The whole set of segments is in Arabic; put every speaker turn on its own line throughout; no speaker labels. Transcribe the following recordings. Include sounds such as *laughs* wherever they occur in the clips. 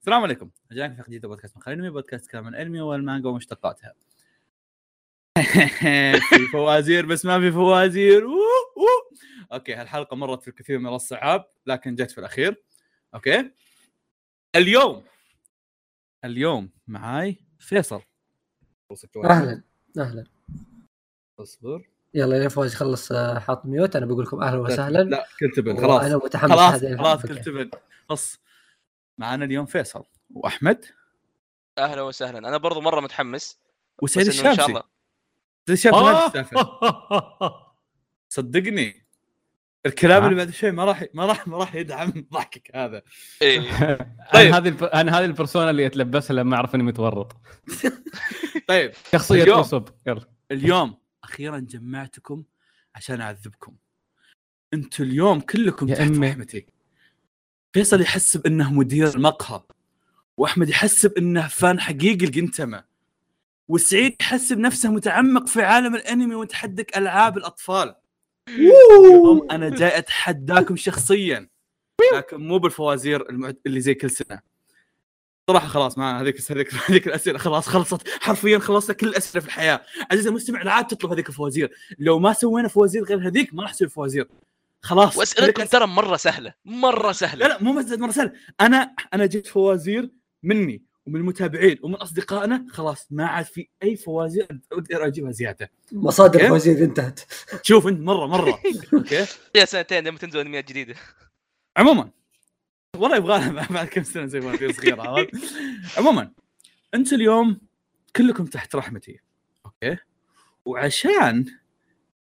السلام عليكم رجعنا في جديد بودكاست مخ الانمي بودكاست كلام الانمي والمانجا ومشتقاتها *laughs* في فوازير بس ما في فوازير أوه أوه. اوكي هالحلقه مرت في الكثير من الصعاب لكن جت في الاخير اوكي اليوم اليوم معاي فيصل
اهلا اهلا
اصبر
يلا يا فوز خلص آه، حاط ميوت انا بقول لكم اهلا وسهلا
طيب. لا كنتبن خلاص
انا متحمس
خلاص
هذه
خلاص
الحلقة.
كنتبن خلاص معانا اليوم فيصل واحمد
اهلا وسهلا انا برضو مره متحمس
وسعيد
بس إنه ان شاء
الشامسي
الله آه!
سعيد الشامسي ما
آه.
تستهفى.
*laughs*
صدقني الكلام
ها؟
اللي بعد شوي ما راح ما راح ما راح يدعم *laughs* ضحكك هذا *laughs*
إيه.
طيب.
انا هذه الب... انا هذه البرسونا اللي اتلبسها لما اعرف اني متورط
طيب
شخصيه
اليوم.
نصب يلا
اليوم اخيرا جمعتكم عشان اعذبكم انتوا اليوم كلكم
يا
تحت
أمي.
رحمتي فيصل يحسب انه مدير المقهى واحمد يحسب انه فان حقيقي القنتمه وسعيد يحسب نفسه متعمق في عالم الانمي وتحدك العاب الاطفال اليوم انا جاي اتحداكم شخصيا لكن مو بالفوازير المعت... اللي زي كل سنه صراحه خلاص ما هذيك هذيك *laughs* هذيك الاسئله خلاص خلصت حرفيا خلصنا كل الاسئله في الحياه عزيزي المستمع لا عاد تطلب هذيك الفوازير لو ما سوينا فوازير غير هذيك ما راح نسوي فوازير خلاص
واسئلتكم
هذيك الأس-
ترى مره سهله مره
لا
سهله
لا مو مسألة مره سهله انا انا جبت فوازير مني ومن المتابعين ومن اصدقائنا خلاص ما عاد في اي فوازير اقدر اجيبها زياده
مصادر
أوكي.
الفوازير انتهت
شوف انت مره مره اوكي
يا سنتين لما تنزل انميات جديده
عموما والله يبغى لها بعد كم سنه زي ما هي صغيره عرفت؟ عموما انتم اليوم كلكم تحت رحمتي اوكي وعشان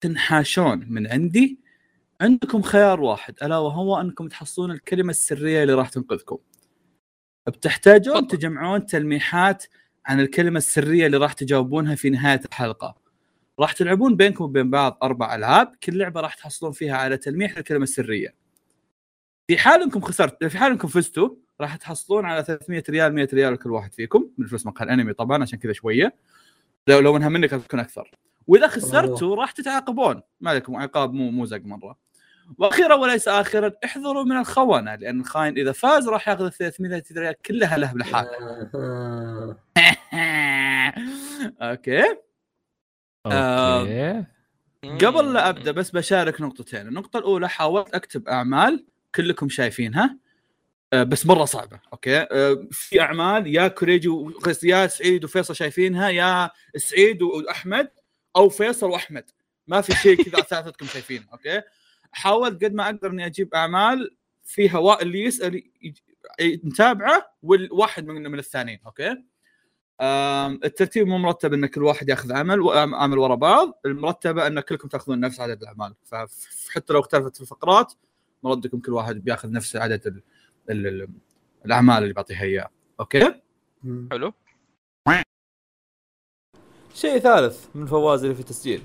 تنحاشون من عندي عندكم خيار واحد الا وهو انكم تحصلون الكلمه السريه اللي راح تنقذكم بتحتاجون
تفضل.
تجمعون تلميحات عن الكلمه السريه اللي راح تجاوبونها في نهايه الحلقه راح تلعبون بينكم وبين بعض اربع العاب كل لعبه راح تحصلون فيها على تلميح الكلمه السريه في حال انكم خسرت في حال انكم فزتوا راح تحصلون على 300 ريال 100 ريال لكل واحد فيكم من فلوس مقهى الانمي طبعا عشان كذا شويه لو لو انها منك تكون اكثر واذا خسرتوا راح تتعاقبون ما لكم عقاب مو مو زق مره واخيرا وليس اخرا احذروا من الخونه لان الخاين اذا فاز راح ياخذ ال 300 ريال كلها له *laughs* لحاله
آه.
اوكي آه.
اوكي
قبل لا ابدا بس بشارك نقطتين النقطه الاولى حاولت اكتب اعمال كلكم شايفينها آه، بس مره صعبه اوكي آه، في اعمال يا كوريجي وقيس- يا سعيد وفيصل شايفينها يا سعيد واحمد او فيصل واحمد ما في شيء كذا ثلاثتكم شايفينه اوكي حاولت قد ما اقدر اني اجيب اعمال فيها وا... اللي يسال يج- متابعه والواحد من من الثانيين اوكي آم، الترتيب مو مرتب ان كل واحد ياخذ عمل وعم- عمل ورا بعض المرتبه ان كلكم تاخذون نفس عدد الاعمال فحتى لو اختلفت الفقرات مردكم كل واحد بياخذ نفس عدد ال ال ال الاعمال اللي بعطيها اياه اوكي
مم.
حلو
شيء ثالث من فواز اللي في التسجيل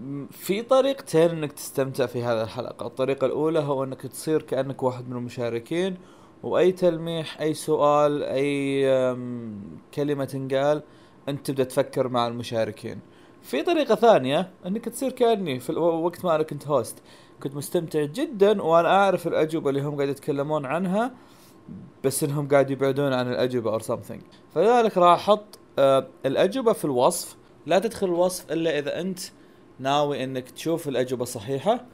م- في طريقتين انك تستمتع في هذه الحلقة الطريقة الاولى هو انك تصير كأنك واحد من المشاركين واي تلميح اي سؤال اي أم، كلمة تنقال انت تبدأ تفكر مع المشاركين في طريقة ثانية انك تصير كأني في الو- وقت ما انا كنت هوست كنت مستمتع جدا وانا اعرف الاجوبة اللي هم قاعد يتكلمون عنها بس انهم قاعد يبعدون عن الاجوبة or something فلذلك راح احط آه، الأجوبة في الوصف لا تدخل الوصف إلا إذا أنت ناوي أنك تشوف الأجوبة الصحيحة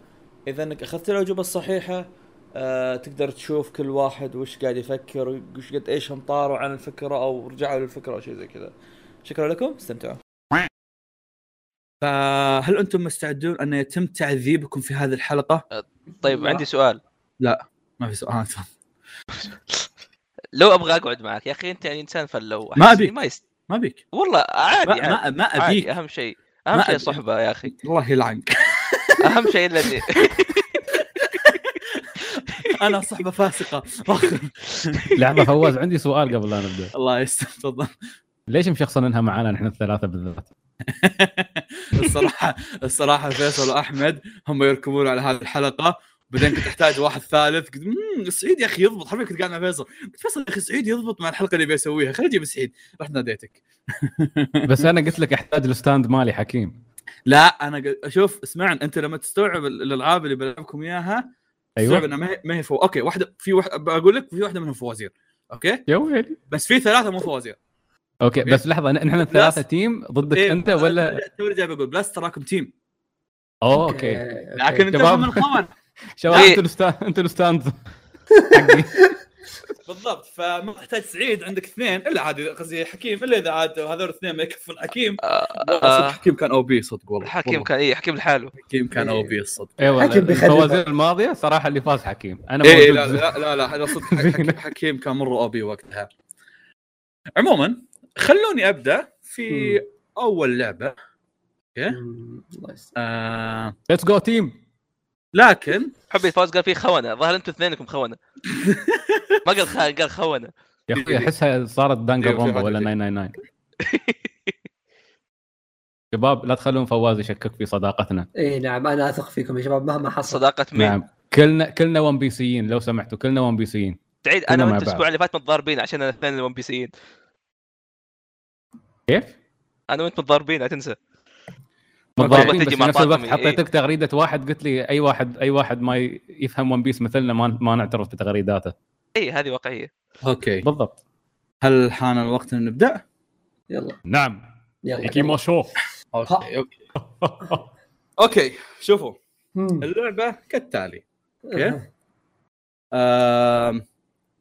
إذا أنك أخذت الأجوبة الصحيحة آه، تقدر تشوف كل واحد وش قاعد يفكر وش قد ايش هم طاروا عن الفكرة او رجعوا للفكرة او شيء زي كذا شكرا لكم استمتعوا
فهل انتم مستعدون ان يتم تعذيبكم في هذه الحلقه؟
طيب عندي سؤال
ما في سؤال آه،
لو ابغى اقعد معك يا اخي انت يعني انسان فلو
ما
أحس
أبيك.
إني ما يست...
ما بيك
والله
ما,
عادي
ما,
عادي,
ما ابيك
عادي اهم شيء
ما
اهم شيء
أبي.
الصحبه يا اخي
الله يلعنك *laughs*
اهم شيء الذي
انا صحبه
*laughs*
فاسقه
لحظه فواز عندي سؤال قبل لا نبدا
الله يستر تفضل
ليش مشخصنينها معانا نحن الثلاثه بالذات؟
*laughs* الصراحه الصراحه فيصل واحمد هم يركبون على هذه الحلقه بعدين كنت احتاج واحد ثالث قلت "مم، سعيد يا اخي يضبط حرفيا كنت قاعد مع فيصل قلت فيصل يا اخي سعيد يضبط مع الحلقه اللي بيسويها خليني اجيب سعيد رحت ناديتك
بس انا قلت لك احتاج الستاند مالي حكيم
لا انا قل- شوف اسمع انت لما تستوعب ال- الالعاب اللي بلعبكم اياها
ايوه
ايوه انها ما هي ما هي فو... اوكي واحده في واحده بقول لك في واحده منهم فوازير اوكي
يا ويلي
بس في ثلاثه مو فوازير
اوكي بس لحظه ن- نحن الثلاثه
بلس.
تيم ضدك
إيه،
انت ولا
توني جاي بقول بلس تراكم تيم
أوه، اوكي
لكن
أوكي.
انتبهوا
شباب.
من الخوان
شباب
إيه.
انتوا الأستا- انتوا الستاند حقي
بالضبط فما تحتاج سعيد عندك اثنين الا عادي قصدي حكيم الا اذا عاد هذول الاثنين ما يكفون حكيم والله صدق
آه،
حكيم كان او بي صدق والله
حكيم
والله
كان اي حكيم لحاله
حكيم كان او بي الصدق
اي إيه والله
حكيم بيخلي
الفوازير الماضيه صراحه اللي فاز حكيم انا
اي
موجود
إيه، لا لا لا لا أنا صدق حكيم, *laughs* حكيم كان مره او بي وقتها عموما خلوني ابدا في اول لعبه
مم، الله يستر.
آه
ليتس جو تيم
لكن
حبي الفوز قال فيه خونه ظهر انتم اثنينكم
*laughs*
خونه ما قال خان قال خونه
يا
إيه،
اخوي احسها صارت دانجا
أيوة،
إيه، في
رومبا
حاجة زي
ولا
*laughs*
999 شباب لا تخلون فواز يشكك في صداقتنا
اي نعم انا اثق فيكم يا شباب مهما حصل
صداقه مين
نعم كلنا كلنا ون بيسيين لو سمحتوا كلنا ون بيسيين
سعيد
كلنا
انا
مع
وانت
بعض.
الاسبوع اللي فات متضاربين عشان الاثنين الون بي سيين
كيف؟
انا وانت متضاربين لا تنسى تجي
متضاربين بس في
مع
نفس الوقت
طاقمي، إيه.
حطيت لك تغريده واحد قلت لي اي واحد اي واحد ما ي- يفهم ون بيس مثلنا ما ما نعترف بتغريداته
اي إيه، هذه واقعيه
اوكي
بالضبط
هل حان الوقت ان نبدا؟
يلا
نعم
يلا
شو
أوكي،
اوكي اوكي شوفوا
مم. آه،
اللعبه كالتالي
أها.
آم،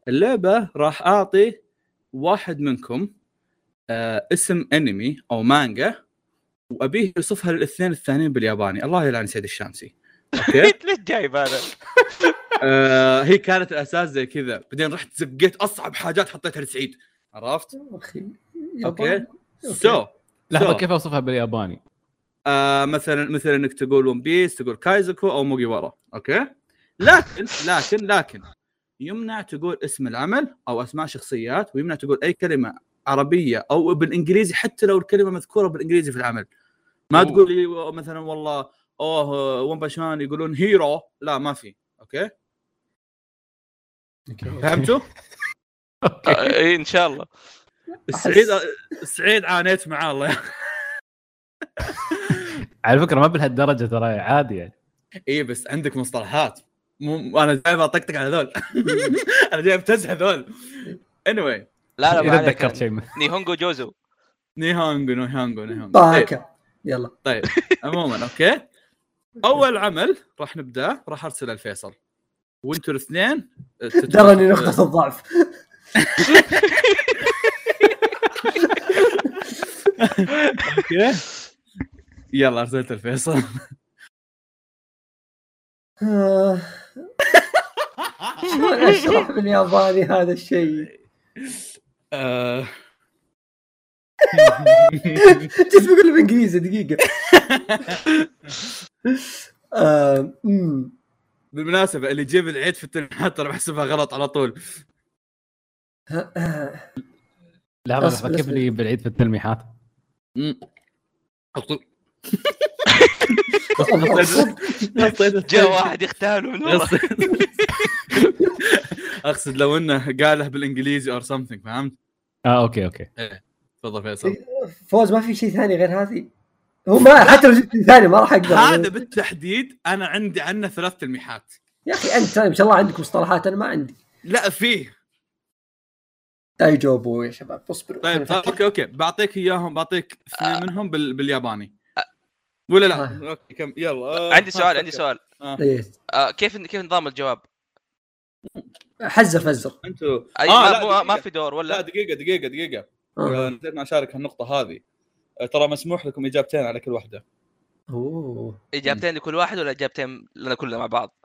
اللعبه راح اعطي واحد منكم آه، اسم انمي او مانجا وابيه يوصفها للاثنين الثانيين بالياباني الله يلعن سعيد الشامسي
*laughs*
اوكي
ليش جايب هذا؟
آه هي كانت الاساس زي كذا بعدين رحت زقيت اصعب حاجات حطيتها لسعيد عرفت
اخي
اوكي
أوكي.
سو
لحظه
So.
كيف اوصفها بالياباني؟
آه مثلا مثلا انك تقول ون بيس تقول كايزكو او موجي ورا اوكي لكن لكن لكن يمنع تقول اسم العمل او اسماء شخصيات ويمنع تقول اي كلمه عربيه او بالانجليزي حتى لو الكلمه مذكوره بالانجليزي في العمل ما
أوه.
تقول لي مثلا والله اوه ون باشان يقولون هيرو لا ما في اوكي *laughs*
نعم،
فهمتوا؟
آه، اي ان شاء الله
السعيد السعيد عانيت معاه الله
على فكره ما بهالدرجه ترى عادي يعني
اي إيه، بس عندك مصطلحات مو انا جايب اطقطق على *laughs* هذول انا جايب تزه هذول anyway
لا لا ما
اذا
عليك.
تذكرت شيء من-
نيهونجو جوزو
نيهانجو نيهانجو نيهانجو طيب
باكا يلا
عموما اوكي اول عمل راح نبدا راح ارسله لفيصل وانتوا الاثنين آه،
درني نقطة الضعف
اوكي يلا ارسلت لفيصل *laughs*
آه. شلون اشرح بالياباني هذا الشيء؟
آه،
جيت بقول بالانجليزي دقيقة آه، مم.
بالمناسبه اللي يجيب العيد في التلميحات ترى بحسبها غلط على طول
آه،
لحظه
أصبر،
لحظه كيف
أصبر.
لي بالعيد في التلميحات؟
مم. على طول.
جاء واحد يختاله
*laughs*
من والله
أقصد- اقصد لو انه قاله بالانجليزي اور سمثينج فهمت؟
اه اوكي اوكي
تفضل فيصل
فوز ما في شيء ثاني غير هذه هو ما حتى لو جبت شيء ثاني ما راح اقدر
هذا بالتحديد انا عندي عنه ثلاث تلميحات
يا اخي انت ما شاء الله عندك مصطلحات انا ما عندي
لا فيه
لا يجاوبوا يا شباب اصبروا
طيب طيب اوكي اوكي بعطيك اياهم بعطيك
آه.
اثنين منهم بال... بالياباني ولا لا
آه.
اوكي كم يلا آه،
عندي سؤال
آه،
عندي سؤال
إيه.
آه، كيف كيف نظام الجواب؟
حزه فزر
انتوا
اي
آه،
ما,
لا،
مو- ما
دقيقة.
في دور
لا
ولا
دقيقه دقيقه دقيقه
آه.
آه، نسيت إني اشارك هالنقطه هذه آه، ترى مسموح لكم اجابتين على كل واحده
اوه
اجابتين لكل واحد ولا اجابتين لنا كلنا مع بعض؟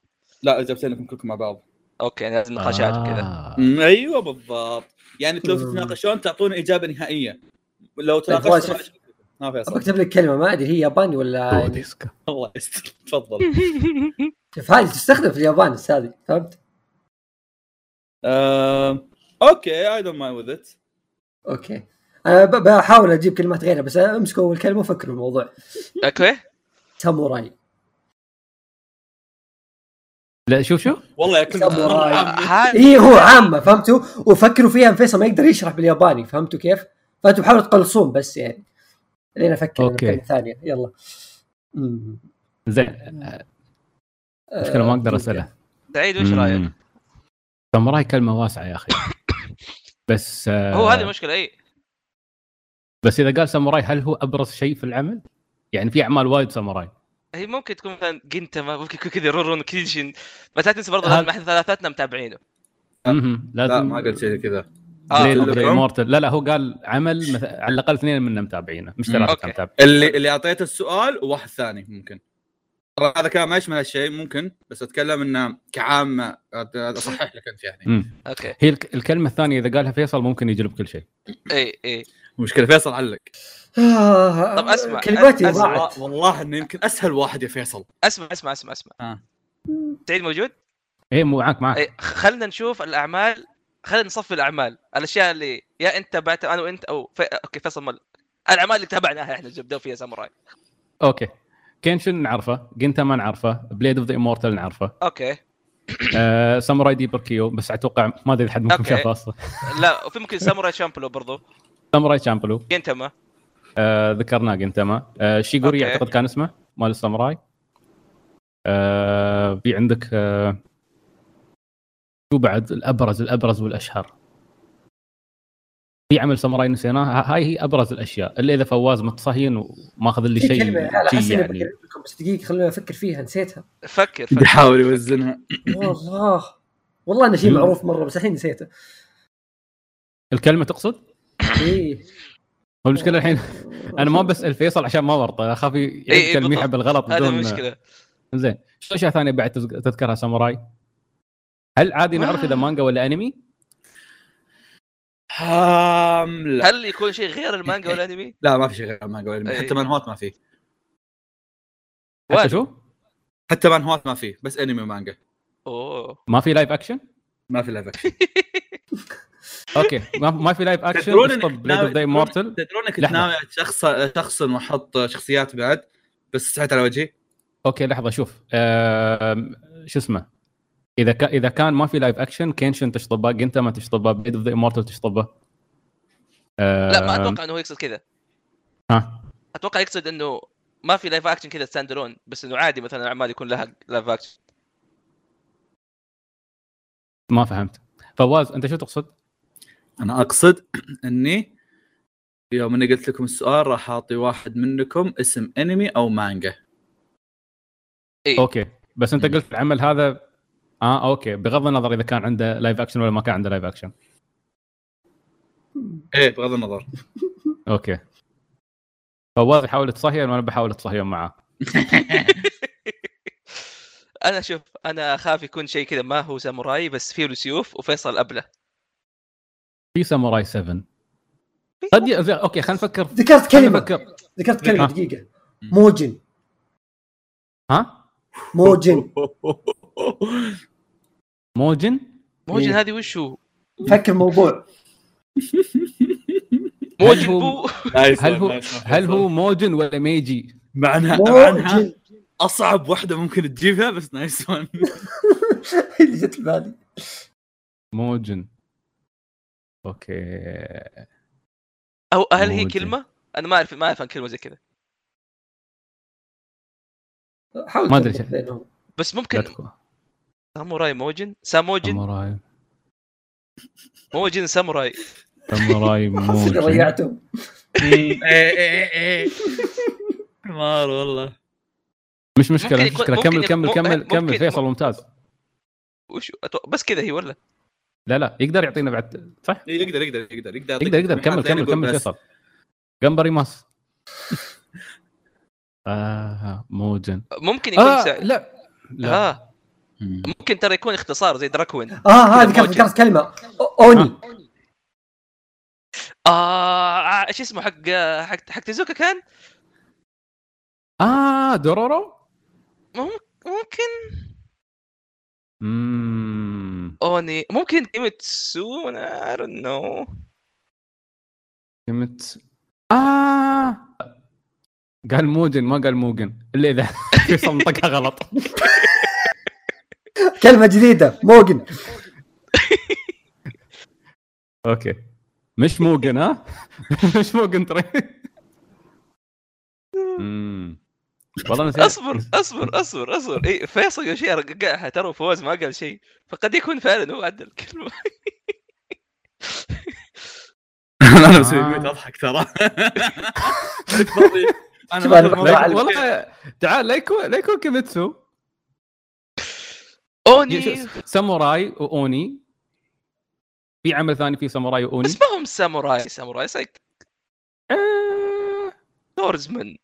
لا اجابتين لكم كلكم مع بعض
اوكي يعني لازم نقاشات وكذا
آه.
مم، ايوه بالضبط يعني لو
مم.
تتناقشون تعطوني اجابه نهائيه لو
*laughs*
فواز،
تناقشتوا
شوف.
ما
ابغى
فيصل
اكتب لك كلمه ما ادري هي ياباني ولا
هو
يعني-
ديسكا.
*laughs* الله يستر تفضل
شوف هذه تستخدم في اليابان بس هذه فهمت؟
آم، اوكي اي دونت مايند وذ ات
اوكي انا ب- بحاول اجيب كلمات غيرها بس امسك اول كلمه وافكر الموضوع
اوكي
ساموراي
لا شوف شوف
والله يا كل
*laughs*
ساموراي.
آه، هذا
هي إيه، هو عامه فهمتوا؟ وفكروا فيها فيصل ما يقدر يشرح بالياباني فهمتوا كيف؟ فانتوا بحاولوا تقلصون بس يعني لين افكر أنا
أوكي.
بكلمة ثانيه يلا أمم.
زين
آه،
مشكله ما اقدر
دقيقة.
اساله
سعيد وش رايك؟
ساموراي كلمه واسعه يا اخي بس آه،
هو هذه إيه. المشكله اي
بس اذا قال ساموراي هل هو ابرز شيء في العمل؟ يعني في اعمال وايد ساموراي
هي ممكن تكون مثلا جنتما ممكن يكون كذا رورون كينشن بس لا تنسى برضه
هذا-
لازم احنا ثلاثتنا متابعينه
مهم.
آه، لا آه،
لازم
ما قلت شيء كذا
بليد
كلكم؟
مورتل لا لا هو قال عمل مث... على الاقل اثنين منا متابعينه مش
مم.
ثلاثه
أوكي.
متابعين
اللي اللي اعطيته السؤال وواحد ثاني ممكن طبعا هذا كلام ما يشمل هالشيء ممكن بس اتكلم انه كعامه أت- اصحح لك انت يعني
مم.
اوكي
هي الك... الكلمه الثانيه اذا قالها فيصل ممكن يجلب كل شيء
اي اي
مشكله فيصل علق
آه،
طب أسمع،
كلماتي
أسمع.
ضاعت
والله- والله انه يمكن اسهل واحد يا فيصل
اسمع اسمع اسمع اسمع
آه.
سعيد موجود؟
اي إيه، مو معك *laughs* معك
اي خلينا إيه، نشوف الاعمال خلينا نصفي الاعمال الاشياء اللي يا انت تابعتها انا وانت او في... اوكي فيصل مل الاعمال اللي تابعناها احنا جبدوا فيها ساموراي
اوكي كينشن نعرفه جنتا ما نعرفه بليد اوف ذا امورتال نعرفه
اوكي
آه، ساموراي ديبر كيو بس اتوقع ما ادري اذا حد منكم
أوكي.
شافه اصلا
لا وفي ممكن ساموراي شامبلو برضو
ساموراي شامبلو
جنتما
آه، ذكرناه جنتاما آه، شيغوري
أوكي.
اعتقد كان اسمه مال الساموراي آه، في عندك آه، شو بعد الابرز الابرز والاشهر في عمل ساموراي نسيناه ه- هاي هي ابرز الاشياء الا اذا فواز متصهين وماخذ لي
في
شيء
كلمه على
شيء
حسب يعني.
يعني
بقول لكم بس دقيقه خلوني افكر فيها نسيتها
فكر فكر
*laughs*
بيحاول يوزنها
والله والله انه شيء
مم.
معروف مره بس الحين نسيته
الكلمه تقصد؟
ايه
هو المشكله الحين انا ما بسال فيصل عشان ما ورطه اخاف
إي
يعيد تلميحه
إيه، بالضبط.
بالغلط
هذه
بدون
المشكله
زين شو اشياء ثانيه بعد تز- تذكرها ساموراي؟ هل عادي نعرف اذا مانجا ولا انمي؟
هام لا
هل يكون شيء غير المانجا والانمي؟
لا ما في شيء غير مانجا ولا أنمي.
إيه.
حتى مانهوات ما في
حتى
وارد.
شو؟
حتى مانهوات ما في بس انمي ومانجا
اوه
ما في لايف اكشن؟
ما في لايف اكشن
اوكي ما, ما في لايف اكشن
تدرون
بس
إني
طب
كنت
بليد اوف
ناوي-
ذا امورتل
تدرون كنت
لحظة.
ناوي شخص شخصا واحط شخصيات بعد بس سحبت على وجهي
اوكي لحظه شوف آم، شو اسمه اذا كا اذا كان ما في لايف اكشن كينشن تشطبه جنتاما تشطبه بليد اوف ذا امورتل تشطبه آم،
لا ما اتوقع انه هو يقصد كذا
ها
اتوقع يقصد انه ما في لايف اكشن كذا ستاند الون بس انه عادي مثلا الاعمال يكون لها لايف اكشن
ما فهمت فواز انت شو تقصد؟
انا *clears throat* اقصد اني يوم اني قلت لكم السؤال راح اعطي واحد منكم اسم انمي او مانجا
اي
اوكي بس انت
مم.
قلت العمل هذا اه اوكي بغض النظر اذا كان عنده لايف اكشن ولا ما كان عنده لايف اكشن
ايه بغض *laughs* النظر
اوكي فواز يحاول يتصهين وانا بحاول اتصهين معاه
انا شوف انا اخاف يكون شيء كذا ما هو ساموراي بس فيه له سيوف وفيصل ابله
في ساموراي 7 قد ي... اوكي خلينا نفكر
ذكرت
خلينا
كلمه
نفكر
ذكرت كلمه
ها.
دقيقه
مم.
موجن
ها
موجن
موجن
موجن
إيه.
هذه وش هو؟
فكر موضوع
موجن
هو-
بو
هل هو هل هو موجن ولا ميجي؟
معناها معناها
موجن *laughs*
اصعب واحده ممكن تجيبها بس نايس وان
اللي جت في بالي
موجن اوكي
او هل هي
موجن.
كلمه؟ انا ما اعرف ما اعرف عن كلمه زي كذا
حاول
ما أدري
تربط
شيء.
بينهم.
بس
لا
ممكن
تكون
ساموراي موجن ساموجن
ساموراي
موجن ساموراي *laughs*
ساموراي
أحس إني
موجن
ضيعتهم
مار والله
مش مشكله
ممكن يكون-
مش مشكله
ممكن
كمل
يكون-
كمل كمل
ممكن-
كمل فيصل
ممكن-
ممتاز
وش أتو- بس كذا هي ولا؟
لا لا يقدر يعطينا بعد صح؟
يقدر يقدر يقدر
طيب،
يقدر
يقدر يقدر كمل كمل كمل فيصل جمبري ماس *laughs* آه موجن
ممكن يكون
آه
سا...
لا لا
آه.
*laughs*
ممكن ترى يكون اختصار زي دراكوين
اه هذه ذكرت
موجن.
ذكرت كلمه أو- *laughs* اوني
اه ايش اسمه حق حق حق تزوكا كان؟
اه دورورو
مم- ممكن
اممم
اوني ممكن كيميتسو انا اي دونت نو
كلمة آه قال موجن ما قال موجن الا *laughs* اذا فيصل نطقها غلط
كلمه جديده
*laughs*
موجن
اوكي مش موجن ها *laughs* مش موجن ترى أمم. والله نسيت
اصبر اصبر اصبر اصبر اي إيه، فيصل يوشير قاعها ترى فوز ما قال شيء فقد يكون فعلا هو عدل الكلمه
انا بسوي ميوت اضحك *laughs* ترى
شوف
انا
أنا
مثل
بطلع
ما-
على-
والله تعال لا يكون لا يكون كيميتسو
اوني
شو- ساموراي واوني في عمل ثاني فيه ساموراي واوني
بس ما هم ساموراي ساموراي سايك
آه.
سورزمن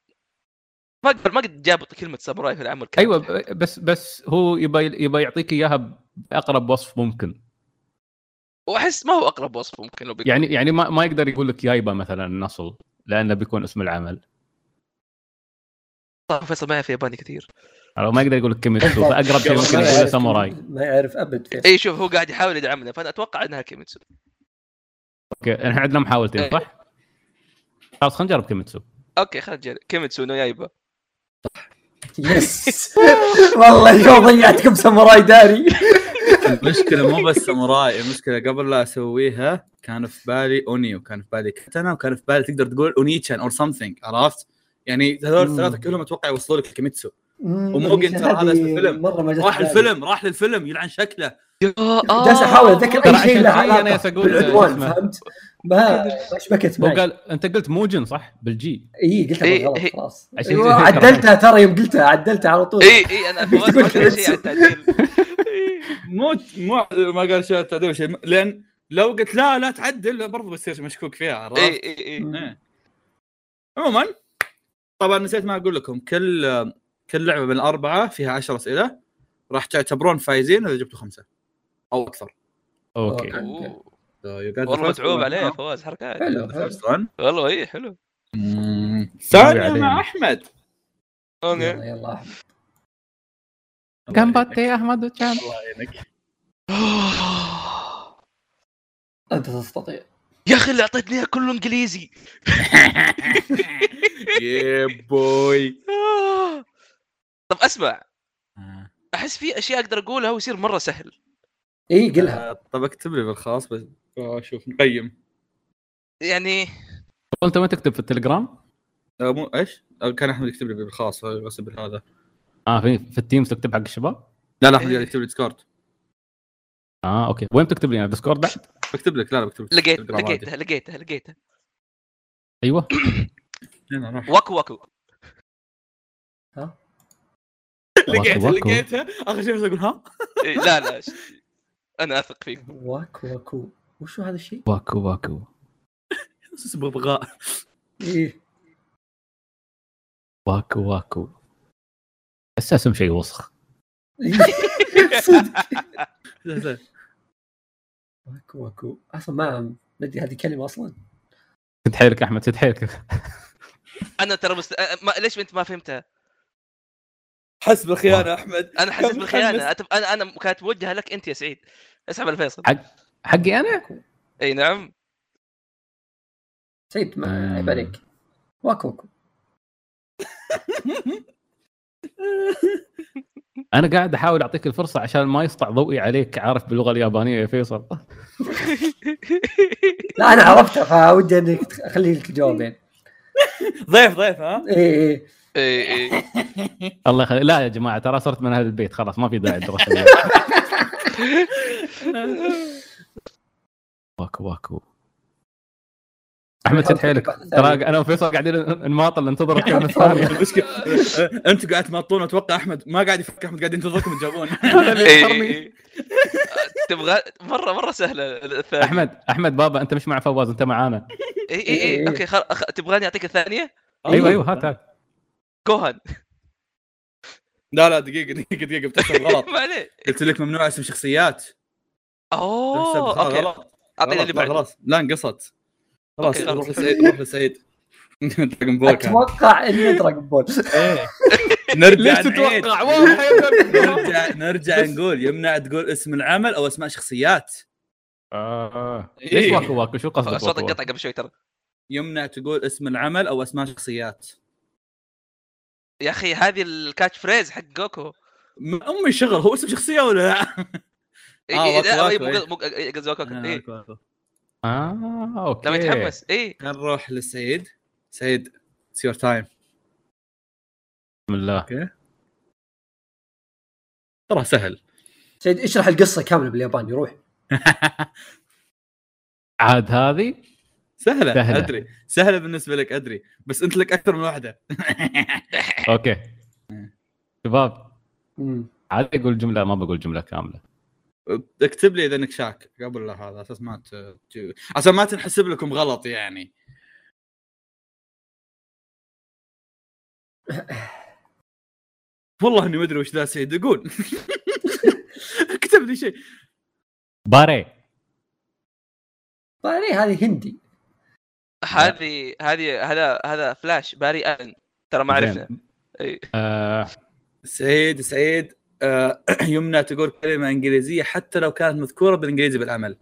ما اقدر ما قد جابوا كلمه ساموراي في العمل كامل
ايوه
أيوة.
ب- بس بس هو يبى يبى يعطيك اياها باقرب وصف ممكن
واحس ما هو اقرب وصف ممكن لو بيكون
يعني يعني ما, ما يقدر يقول لك يايبا مثلا نصل لانه بيكون اسم العمل
صح، فيصل ما يعرف ياباني كثير
عرفت؟ ما يقدر يقول لك كيميتسو فاقرب شيء ممكن يقول ساموراي
ما يعرف ابد فيصل
اي إيه، شوف هو قاعد يحاول يدعمنا فانا اتوقع انها كيميتسو
اوكي احنا عندنا محاولتين صح؟ خلاص خلينا نجرب كيميتسو
اوكي خلينا نجرب كيميتسو نو يايبا
يس *laughs* والله اليوم ضيعتكم ساموراي داري
المشكله مو بس ساموراي المشكله قبل لا اسويها كان في بالي اوني وكان في بالي كاتانا وكان في بالي تقدر تقول اونيتشان اور سمثينج عرفت؟ يعني هذول الثلاثه كلهم اتوقع يوصلوا لك الكيميتسو وممكن ترى هذا اسم الفيلم.
مره ما جت
راح
في بالي.
الفيلم راح للفيلم يلعن شكله
جالس احاول اتذكر
ترى
اي
عشان
شيء له
كذي أنا
علاقه
جالس أقول
بالعدوان
اسمه.
فهمت؟ ما ما شبكت
هو
معي
قال انت قلت موجن صح؟ بالجي
اي قلتها
إيه،
غلط
إيه.
خلاص
عشان
أيوة،
كذي أتذكر
عدلتها ترى يوم قلتها عدلتها على
إيه.
طول
اي
*laughs*
اي انا إيه، فواز ما قال شيء عن التعديل
مو مو ما قال شيء تعديل شيء لان لو قلت لا لا تعدل برضو بتصير مشكوك فيها عرفت؟
اي اي اي
إيه. عموما طبعا نسيت ما اقول لكم كل كل لعبه من الاربعه فيها 10 اسئله راح تعتبرون فايزين اذا جبتوا خمسه او اكثر
اوكي
أوه.
So you got the
والله
first
متعوب
one.
عليه يا فواز حركات
آه. حلو
The
حلو.
first one.
والله اي حلو
ثانيه
علينا.
مع احمد
اوكي
يلا يلا أحمد.
يا احمد وشان
الله يعينك
انت تستطيع
يا اخي اللي اعطيتني اياه كله انجليزي
*laughs* يا بوي
آه. طب اسمع احس في اشياء اقدر اقولها ويصير مره سهل
اي إيه، قلها
آه، طب اكتب لي بالخاص بس آه، شوف نقيم
يعني
انت ما تكتب في التليجرام؟
آه، مو ايش؟ آه، كان احمد يكتب لي بالخاص بس بالهذا
اه في في التيمز تكتب حق الشباب؟
لا لا احمد قاعد يكتب لي ديسكورد
اه اوكي وين تكتب لي انا ديسكورد بعد؟
بكتب لك لا لا بكتب لك
لقيت
بالتليجرام عادي.
لقيتها لقيتها لقيتها
ايوه
هنا روح.
*laughs* واكو واكو
لقيتها
واكو واكو.
لقيتها اخر شيء بس اقول ها
إيه، لا لا ش- انا اثق فيك
واكو واكو وشو هذا الشيء؟
واكو واكو
أحس ببغاء
ايه
واكو واكو بس اسم شيء وسخ
إيه. صدق
زين، زين.
واكو واكو اصلا ما مدري هذه كلمه اصلا
شد حيلك احمد شد حيلك
انا ترى مست... أ- ما... ليش انت ما فهمتها؟
حس بالخيانه احمد
انا
*laughs*
حسيت
كان
بالخيانه
متحمس.
أتف... انا انا كانت موجهه لك انت يا سعيد اسحب على فيصل
حق- حقي انا؟
اي نعم
سعيد ما
آه.
عيب عليك واكو واكو
انا قاعد احاول اعطيك الفرصه عشان ما يسطع ضوئي عليك عارف باللغه اليابانيه يا فيصل
لا انا عرفتها فودي انك تخ- اخلي لك جوابين
ضيف ضيف ها
ايه ايه
*laughs*
اي اي
الله يخليك لا يا جماعه ترى صرت من اهل البيت خلاص ما في داعي الدراسه اليوم. *laughs* واكو واكو احمد شد حيلك ترى انا وفيصل قاعدين نماطل ننتظر
*laughs*
الكلمه الثانيه
المشكله انتم قاعد تمطون اتوقع احمد ما قاعد يفكر احمد قاعد ينتظركم تجاوبون
هذا اللي
إي-
يخرني.
إي. *laughs* تبغى مره مره سهله الثانيه
*laughs*
احمد احمد بابا انت مش مع فواز انت معانا
اي اي اي اوكي خل... أخ... تبغاني اعطيك الثانيه؟
ايوه ايوه هات هات
كوهان
لا لا دقيقه دقيقه دقيقه بتحسب غلط
*laughs* ما عليه
قلت لك ممنوع اسم شخصيات بتحسب
اوه اوكي
آه، غلط
اعطيني
غلط، لا،
اللي بعده
خلاص لا انقصت خلاص
أوكي، خلاص.
روح لسعيد روح لسعيد *laughs* دراجون بول كان.
اتوقع انه دراجون بول
إيه. نرجع
ليش
نعيد.
تتوقع واضح يا جماعة.
نرجع نرجع نقول يمنع تقول اسم العمل او اسماء شخصيات
آه.
إيه.
ليش واكو واكو شو قصدك
صوتك
واكو واكو؟
قطع قبل شوي ترى
يمنع تقول اسم العمل او اسماء شخصيات
يا اخي هذه الكاتش فريز حق جوكو
من امي شغل هو اسم شخصيه ولا لا؟
إي-
آه،
إي،
واكو-
لا، إي،
واكو،
مو-
إي. آه،
مو- إي،
*laughs*
قصدي واكو، إي.
نعم،
اه اوكي
لما يتحمس اي
نروح لسعيد سعيد اتس يور تايم
بسم الله
ترى سهل
سعيد اشرح القصه كامله بالياباني روح
عاد هذه
سهله
سهلة.
ادري سهله بالنسبه لك ادري بس انت لك اكثر من واحده
اوكي شباب
مم.
عاد اقول جمله ما بقول جمله كامله
اكتب لي اذا انك شاك قبل لا هذا اساس ما ت... ت- عشان ما تنحسب لكم غلط يعني والله اني ما ادري وش ذا سعيد قول *laughs* اكتب لي شيء
باري
باري طيب، إيه، هذه هندي
آه.
هذه هذه هذا هذا فلاش باري الن ترى ما عرفنا
زين.
إي.
آه،
سعيد سعيد آه، *clears throat* يمنى تقول كلمه انجليزيه حتى لو كانت مذكوره بالانجليزي بالعمل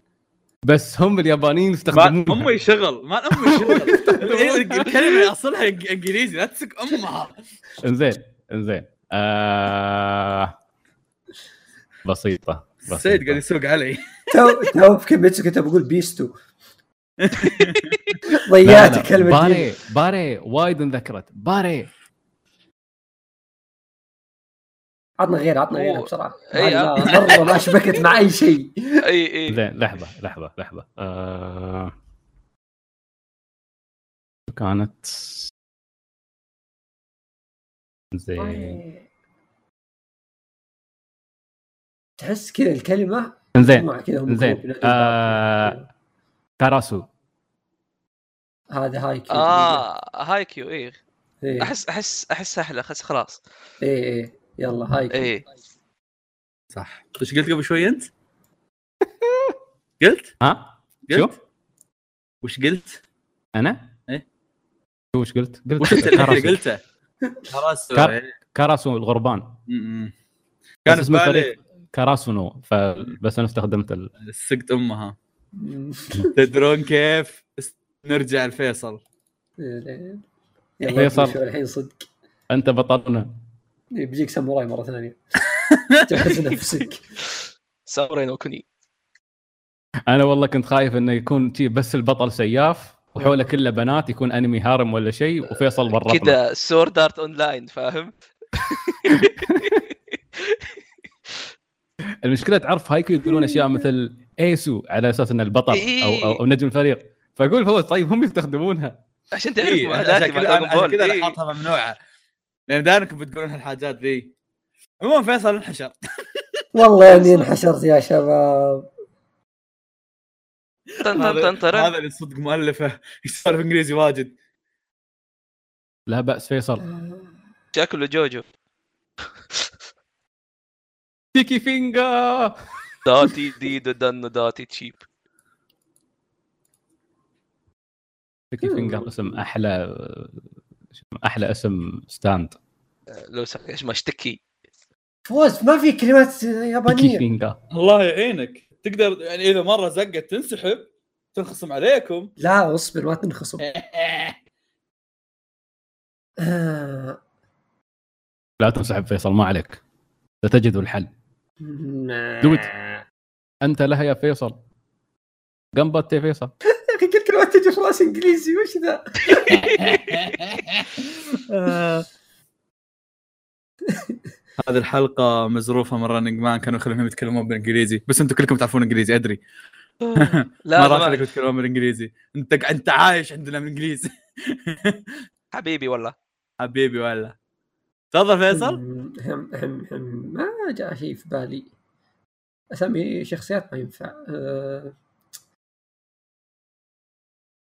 بس هم اليابانيين
ما
يستخدمونها
امي شغل ما امي *laughs* شغل الكلمه اصلها إيه، إنج- انجليزي لا تسك امها
انزين انزين آه... بسيطة بسيطة
سعيد قاعد يسوق علي
تو تو بكيميتسو كنت بقول بيستو ضيعت كلمه
باري
دي.
باري وايد انذكرت باري
عطنا غيرها عطنا غيرها
أوه.
بسرعه
إي،
ما- مره ما شبكت مع اي شيء
اي اي
زين لحظة لحظة لحظة آه... كانت
طيب.
زين
تحس كذا الكلمه
زين
مجموعه كذا هم
زين.
جروب ينادون بعض.
آه. كاراسو
هذا هاي كيو
اه هاي كيو اي
ايه
احس احس احس سهله خلاص خلاص
ايه إيه. يلا هاي كيو
اي
صح ايش قلت قبل شوي *laughs* انت؟ قلت؟
ها شو
قلت؟ وش قلت؟
انا؟
إيه.
شو وش قلت؟
وش انت
قلت
*laughs* اللي
كاراسو
قلته؟ خلاص
كار- كاراسو الغربان
م-م. كان في
اسم
بالي
الفريق. كاراسونو فبس انا استخدمت ال...
سقت امها تدرون كيف؟ نرجع لفيصل
إيه. يلا
فيصل.
بيشوف الحين صدق
انت بطلنا
إيه، بيجيك ساموراي مره ثانيه جهز نفسك
ساموراي نو كوني
انا والله كنت خايف انه يكون شي بس البطل سياف وحوله كله بنات يكون انمي هارم ولا شيء وفيصل برا
كذا سورد ارت اون لاين فاهم
المشكله تعرف هايكو
*laughs*
يقولون اشياء مثل ايسو على اساس انه البطل او
إيه.
او, أو نجم الفريق فاقول فوز طيب هم يستخدمونها
عشان تعرف
إيه، عشان
معاداتي مع
كذا إيه.
دراجون
عشان
بول
كذا انا
إي.
حاطها ممنوعه لان داركم بتقولون هالحاجات ذي عموما فيصل انحشر
والله اني انحشرت يا شباب
طن طن طن طن
هذا اللي صدق مؤلفه *laughs* يسولف انجليزي واجد
لا
*laughs*
باس فيصل
شكله جوجو
تيكي فينجا
داتي دي دن داتي تشيب
تيكي فينجا اسم احلى احلى اسم ستاند
لو سمحت ايش ما اشتكي
فوز ما في كلمات
تيكي
يابانيه
فينجا
الله يعينك تقدر يعني اذا مره زقت تنسحب تنخصم عليكم
لا اصبر ما تنخصم آه.
لا تنسحب فيصل ما عليك ستجد الحل دود.
آه.
انت لها يا فيصل قنبت يا فيصل
يا اخي كل كلمه تجي في راسي انجليزي وش ذا؟
هذه الحلقه مزروفه من رننج مان كانوا يخلونهم يتكلمون بالانجليزي بس انتم كلكم تعرفون انجليزي ادري
لا
ما راح
ما-
خليكم تتكلمون بالانجليزي انت انت عايش عندنا بالانجليزي
حبيبي والله
*laughs* حبيبي ولا تفضل *laughs* فيصل
هم هم هم ما جاء شيء في بالي اسامي شخصيات ما ينفع آه.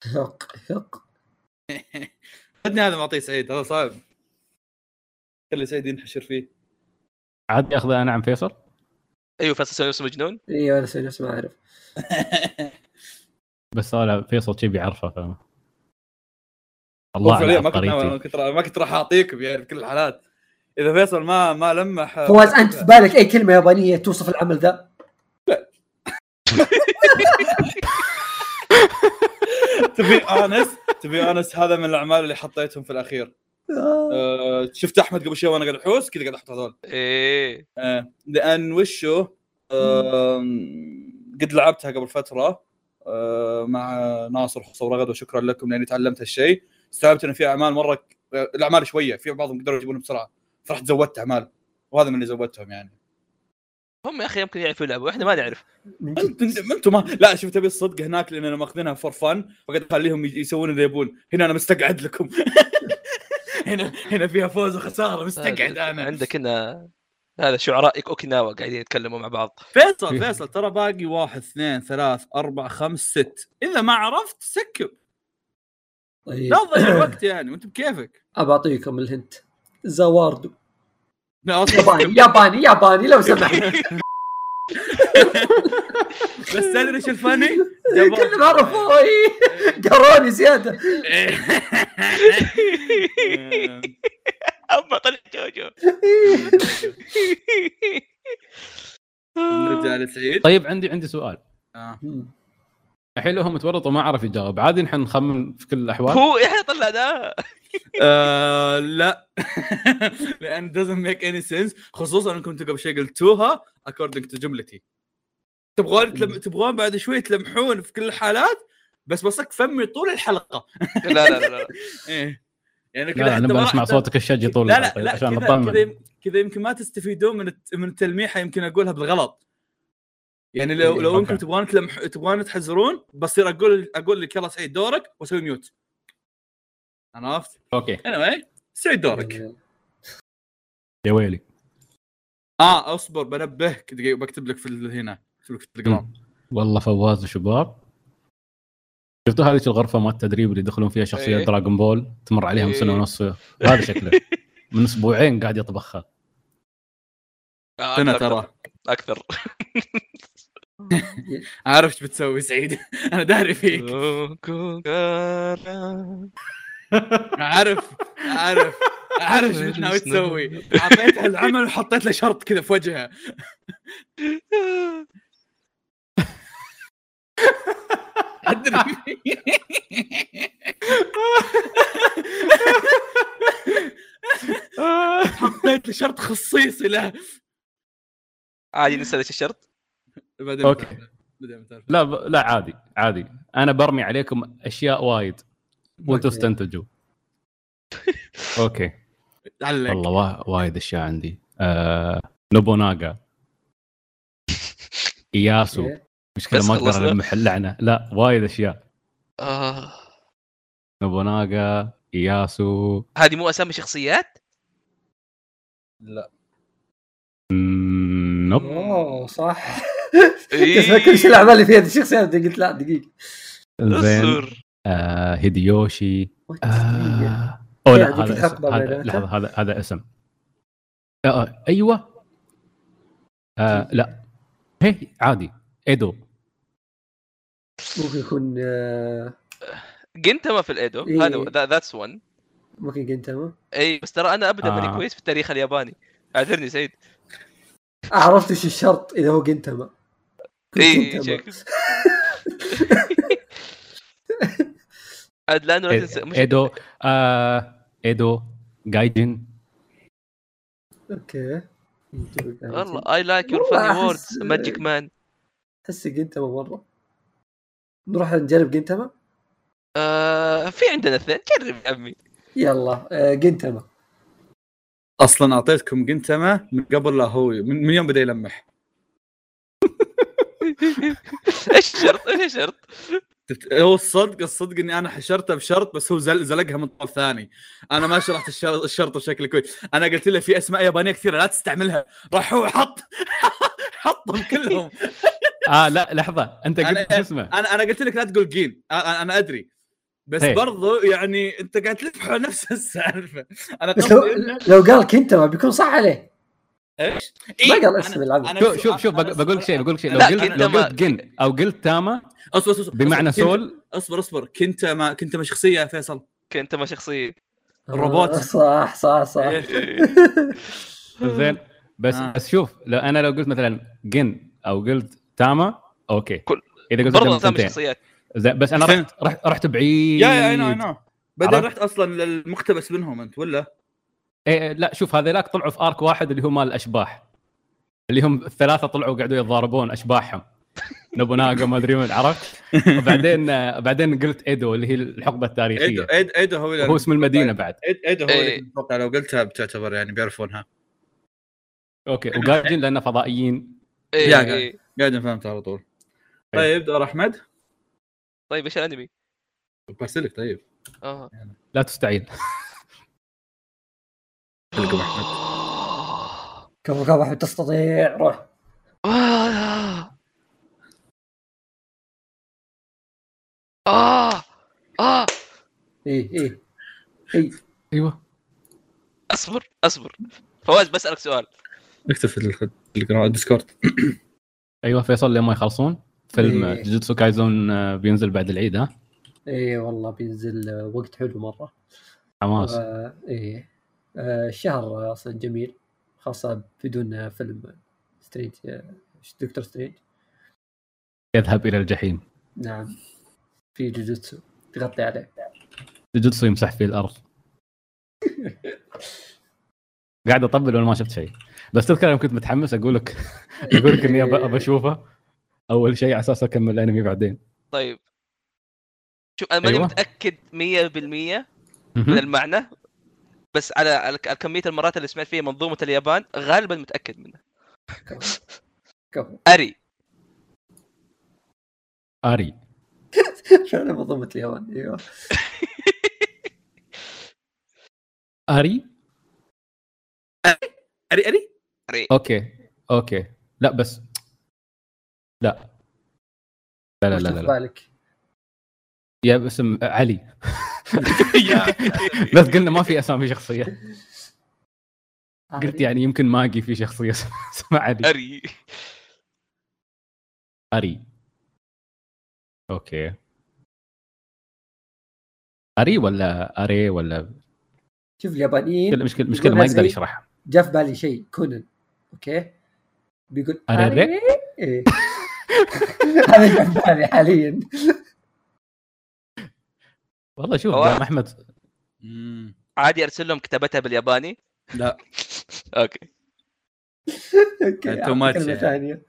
هق هق
خذني هذا معطيه سعيد هذا صعب خلي سعيد ينحشر فيه
عاد ياخذها انا عن فيصل
ايوه فيصل سوي نفسه مجنون
ايوه انا أسوي نفسي ما اعرف
بس انا فيصل شي بيعرفه فاهم الله على
والله إيه، ما كنت ما
عبقريتي
كنت ما كنت راح اعطيكم يعني بكل الحالات اذا فيصل ما ما لمح
فواز انت في بالك اي كلمه يابانيه توصف العمل ذا؟
تبي انس تبي انس هذا من الاعمال اللي حطيتهم في الاخير
آه.
أه شفت احمد قبل شوي وانا قاعد احوس كذا قاعد احط هذول
ايه
أه لان وشو أم، قد لعبتها قبل فتره أه مع ناصر حصول رغد وشكرا لكم لاني تعلمت هالشيء استوعبت ان في اعمال مره ك- أه، الاعمال شويه في بعضهم قدروا يجيبونها بسرعه فرحت زودت اعمال وهذا من اللي زودتهم يعني
هم يا اخي يمكن يعرفوا يلعبوا احنا ما نعرف
من جد
انتم انتم ما لا شوف تبي الصدق هناك لاننا ماخذينها فور فن فقد خليهم يج- يسوون اللي يبون هنا انا مستقعد لكم *laughs* هنا هنا فيها فوز وخساره مستقعد
آه، *laughs*
انا
عندك هنا هذا شعراء اوكيناوا قاعدين يتكلموا مع بعض
فيصل فيصل ترى باقي واحد اثنين ثلاث اربع خمس ست اذا ما عرفت سكب
طيب
لا تضيع وقت يعني وانت بكيفك
ابى اعطيكم الهنت زواردو
لا أصلاً *laughs*
ياباني ياباني ياباني لو سمحت
بس تدري ايش الفني؟
كلنا عرفوه إيه. قروني زياده
اما طلع
*laughs*
جوجو
*laughs* نرجع لسعيد
طيب عندي عندي سؤال
آه.
الحين لو هو متورط وما عرف يجاوب عادي نحن نخمن في كل الاحوال
هو احنا طلعناه
آه لا *laughs* لان doesn't make any sense خصوصا انكم انتم قبل شوي قلتوها according to جملتي تبغون تلم... تبغون بعد شوي تلمحون في كل الحالات بس بصك فمي طول الحلقه
لا لا لا لا
ايه يعني
لا لا
حتى
نبغى
ما-
نسمع
حتى-
صوتك الشجي طول
لا لا,
الحلقة
لا
عشان
كذا كذا
نطمن
يم- كذا يمكن ما تستفيدون من الت... من التلميحه يمكن اقولها بالغلط يعني لو لو
إيه، أوكي.
انكم تبغون تلمح تبغون تحزرون بصير اقول اقول لك يلا سعيد دورك واسوي ميوت عرفت؟
اوكي
anyway سعيد دورك
يا ويلي
اه اصبر بنبهك دقيقه بكتب لك في ال- هنا بكتب لك في التليجرام
والله فواز وشباب شفتوا هذه الغرفه مال التدريب اللي يدخلون فيها شخصيات
إيه.
دراغون بول تمر عليهم
إيه.
سنه ونص هذا شكله من اسبوعين قاعد يطبخها
انا
آه، أكثر-
ترى
اكثر
عارف ايش بتسوي سعيد *laughs* انا داري فيك
آه،
عارف عارف عارف ايش
*laughs*
ناوي تسوي *laughs* اعطيتها العمل وحطيت له شرط كذا في وجهها
*laughs*
ادري حطيت له شرط خصيصي له
عادي نسال ايش الشرط
بعدين
أوكي.
بتعرف. بعدين بتعرف.
لا ب... لا عادي عادي انا برمي عليكم اشياء وايد وانتم
أوكي.
استنتجوا اوكي
علق
والله وا... وايد اشياء عندي آه...
*laughs*
نوبوناغا اياسو مشكله
إيه. بس
ما اقدر
خلصنا؟
المح اللعنه لا وايد اشياء
آه.
نوبوناغا اياسو
هذه مو اسامي شخصيات *laughs*
مم، نوب
اوه صح
إيه.
كنت فاكر شو الاعمال اللي فيها دي الشخصيات دي قلت لا دقيقه
زين
اصبر
آه هيديوشي
وات دقيقة.
آه
إيه.
أو
في
لا
عندك
هذا
الخطبة
اسم. هذا
بيناتها؟
لحظة هذا هذا اسم آه، آه ايوه
إيه.
آه لا هي عادي ايدو
ممكن يكون آه،
جنتما في الايدو
إيه.
هذا ذاتس ون
ممكن جنتاما
اي إيه، بس ترى انا ابدا ماني
آه.
كويس في التاريخ الياباني اعذرني سعيد
آه، عرفت ايش الشرط اذا هو جنتاما كنت
اي
إيه،
جنتاما.
شيك. عاد لانه لا تنسى مش
ايدو إيه، آه ايدو جايدن
اوكي
والله اي لايك يور
والله
فاني
أحس-
ووردز ماجيك مان
احس جنتاما مره نروح نجرب جنتاما
في عندنا اثنين جرب يا عمي
يلا آه، جنتاما
اصلا اعطيتكم قنتمه من قبل لا هو من, من يوم بدا يلمح
ايش الشرط ايش الشرط
تت- هو الصدق الصدق اني انا حشرته بشرط بس هو زل زلقها من طرف ثاني انا ما شرحت الشر- الشرط بشكل كويس انا قلت له في اسماء يابانيه كثيره لا تستعملها راح هو حط *laughs* حطهم كلهم
اه لا لحظة انت
أنا-
قلت شو اسمه
انا انا قلت لك لا تقول جين أ- أ- انا ادري بس
هي.
برضو يعني انت قاعد تلف حول نفس السالفه انا
بس لو
قصدي إنه-
لو قال كنتاما بيكون صح عليه
ايش؟
ما
إيه،
قال
أنا-
اسم العبد.
أنا-
شوف شوف شوف
أنا-
بق- بقول لك شيء بقول لك شيء لو
لا،
قلت لو
كنتاما-
قلت جن او قلت تاما
اصبر اصبر أصبر.
بمعنى
كنت-
سول
اصبر اصبر كنت ما كنت ما شخصيه يا فيصل
كنت ما شخصيه
الروبوت.
آه، صح صح صح
إيه.
زين بس
آه.
بس شوف لو انا لو قلت مثلا جن او قلت تاما اوكي
كل-
اذا قلت
برضه
قدام
اسامي
ثنتين.
شخصيات
زين بس انا رحت رحت, رحت بعيد
يا يا اي نو اي نو بعدين
عرفت؟
رحت اصلا للمقتبس منهم انت ولا؟
إيه لا شوف هذيلاك طلعوا في ارك واحد اللي هو مال الاشباح اللي هم الثلاثه طلعوا قعدوا
*laughs*
يتضاربون اشباحهم نوبوناغا ما ادري من عرفت وبعدين آه، بعدين قلت ايدو اللي هي الحقبه
ايدو
التاريخيه
ايدو ايدو هو اللي
هو اسم المدينه بعد
إيد- ايدو هو اللي
إيه.
كنت أتوقع لو قلتها بتعتبر يعني بيعرفونها
اوكي وجاردين لان فضائيين
إيه
يا
إيه.
قاعد فهمت على طول طيب دور احمد
طيب ايش الانمي؟
بارسلك طيب
اه
لا تستعين
تلقى احمد
كفو كفو احمد تستطيع روح
آه. آه آه
اي اي اي أيوة.
ايوه
اصبر اصبر فواز بسألك سؤال
اكتب في ال- التليجرام- الديسكورد
ايوه فيصل لما يخلصون فيلم
إيه.
جوجوتسو كايزون آه، بينزل بعد العيد ها
اي إيه، والله بينزل آه، وقت حلو مره
حماس
آه، اي آه، الشهر آه، اصلا جميل خاصه بدون آه، فيلم سترينج آه، دكتور سترينج
يذهب الى الجحيم
نعم في جوجوتسو تغطي عليه
جوجوتسو يمسح فيه
*laughs*
الارض قاعد اطبل وانا ما شفت شيء بس تذكر يوم كنت متحمس اقول لك *laughs* اقول لك اني أب- بشوفه اول شيء على اساس اكمل الانمي بعدين
طيب شوف انا ماني
أيوة.
متاكد 100% من المعنى بس على على ك- على كميه المرات اللي سمعت فيها منظومه اليابان غالبا متاكد منها
كفو. كفو *laughs*
اري
اري
انا منظومه اليابان ايوه
اري
اري اري
اري *laughs*
اوكي اوكي لا بس لا لا لا لا لا, لا.
بالك
يا باسم
*laughs*
علي *laughs* بس قلنا ما في اسامي شخصيه *laughs* قلت يعني يمكن ماجي في شخصيه *laughs* اسمها علي
اري
اري اوكي اري ولا اري ولا
آه، شوف اليابانيين
مشكله مشكله ما يقدر يشرحها
جاء في بالي شيء كونن اوكي بيقول
أريري؟
أريري؟ *laughs* إيه. هذا اللي في بالي حاليا
والله شوف
هو-
دام احمد
مم.
عادي ارسل لهم كتابتها بالياباني *laughs*
لا
اوكي
اوكي
Too
أعطي
much
كلمه
يعني.
ثانيه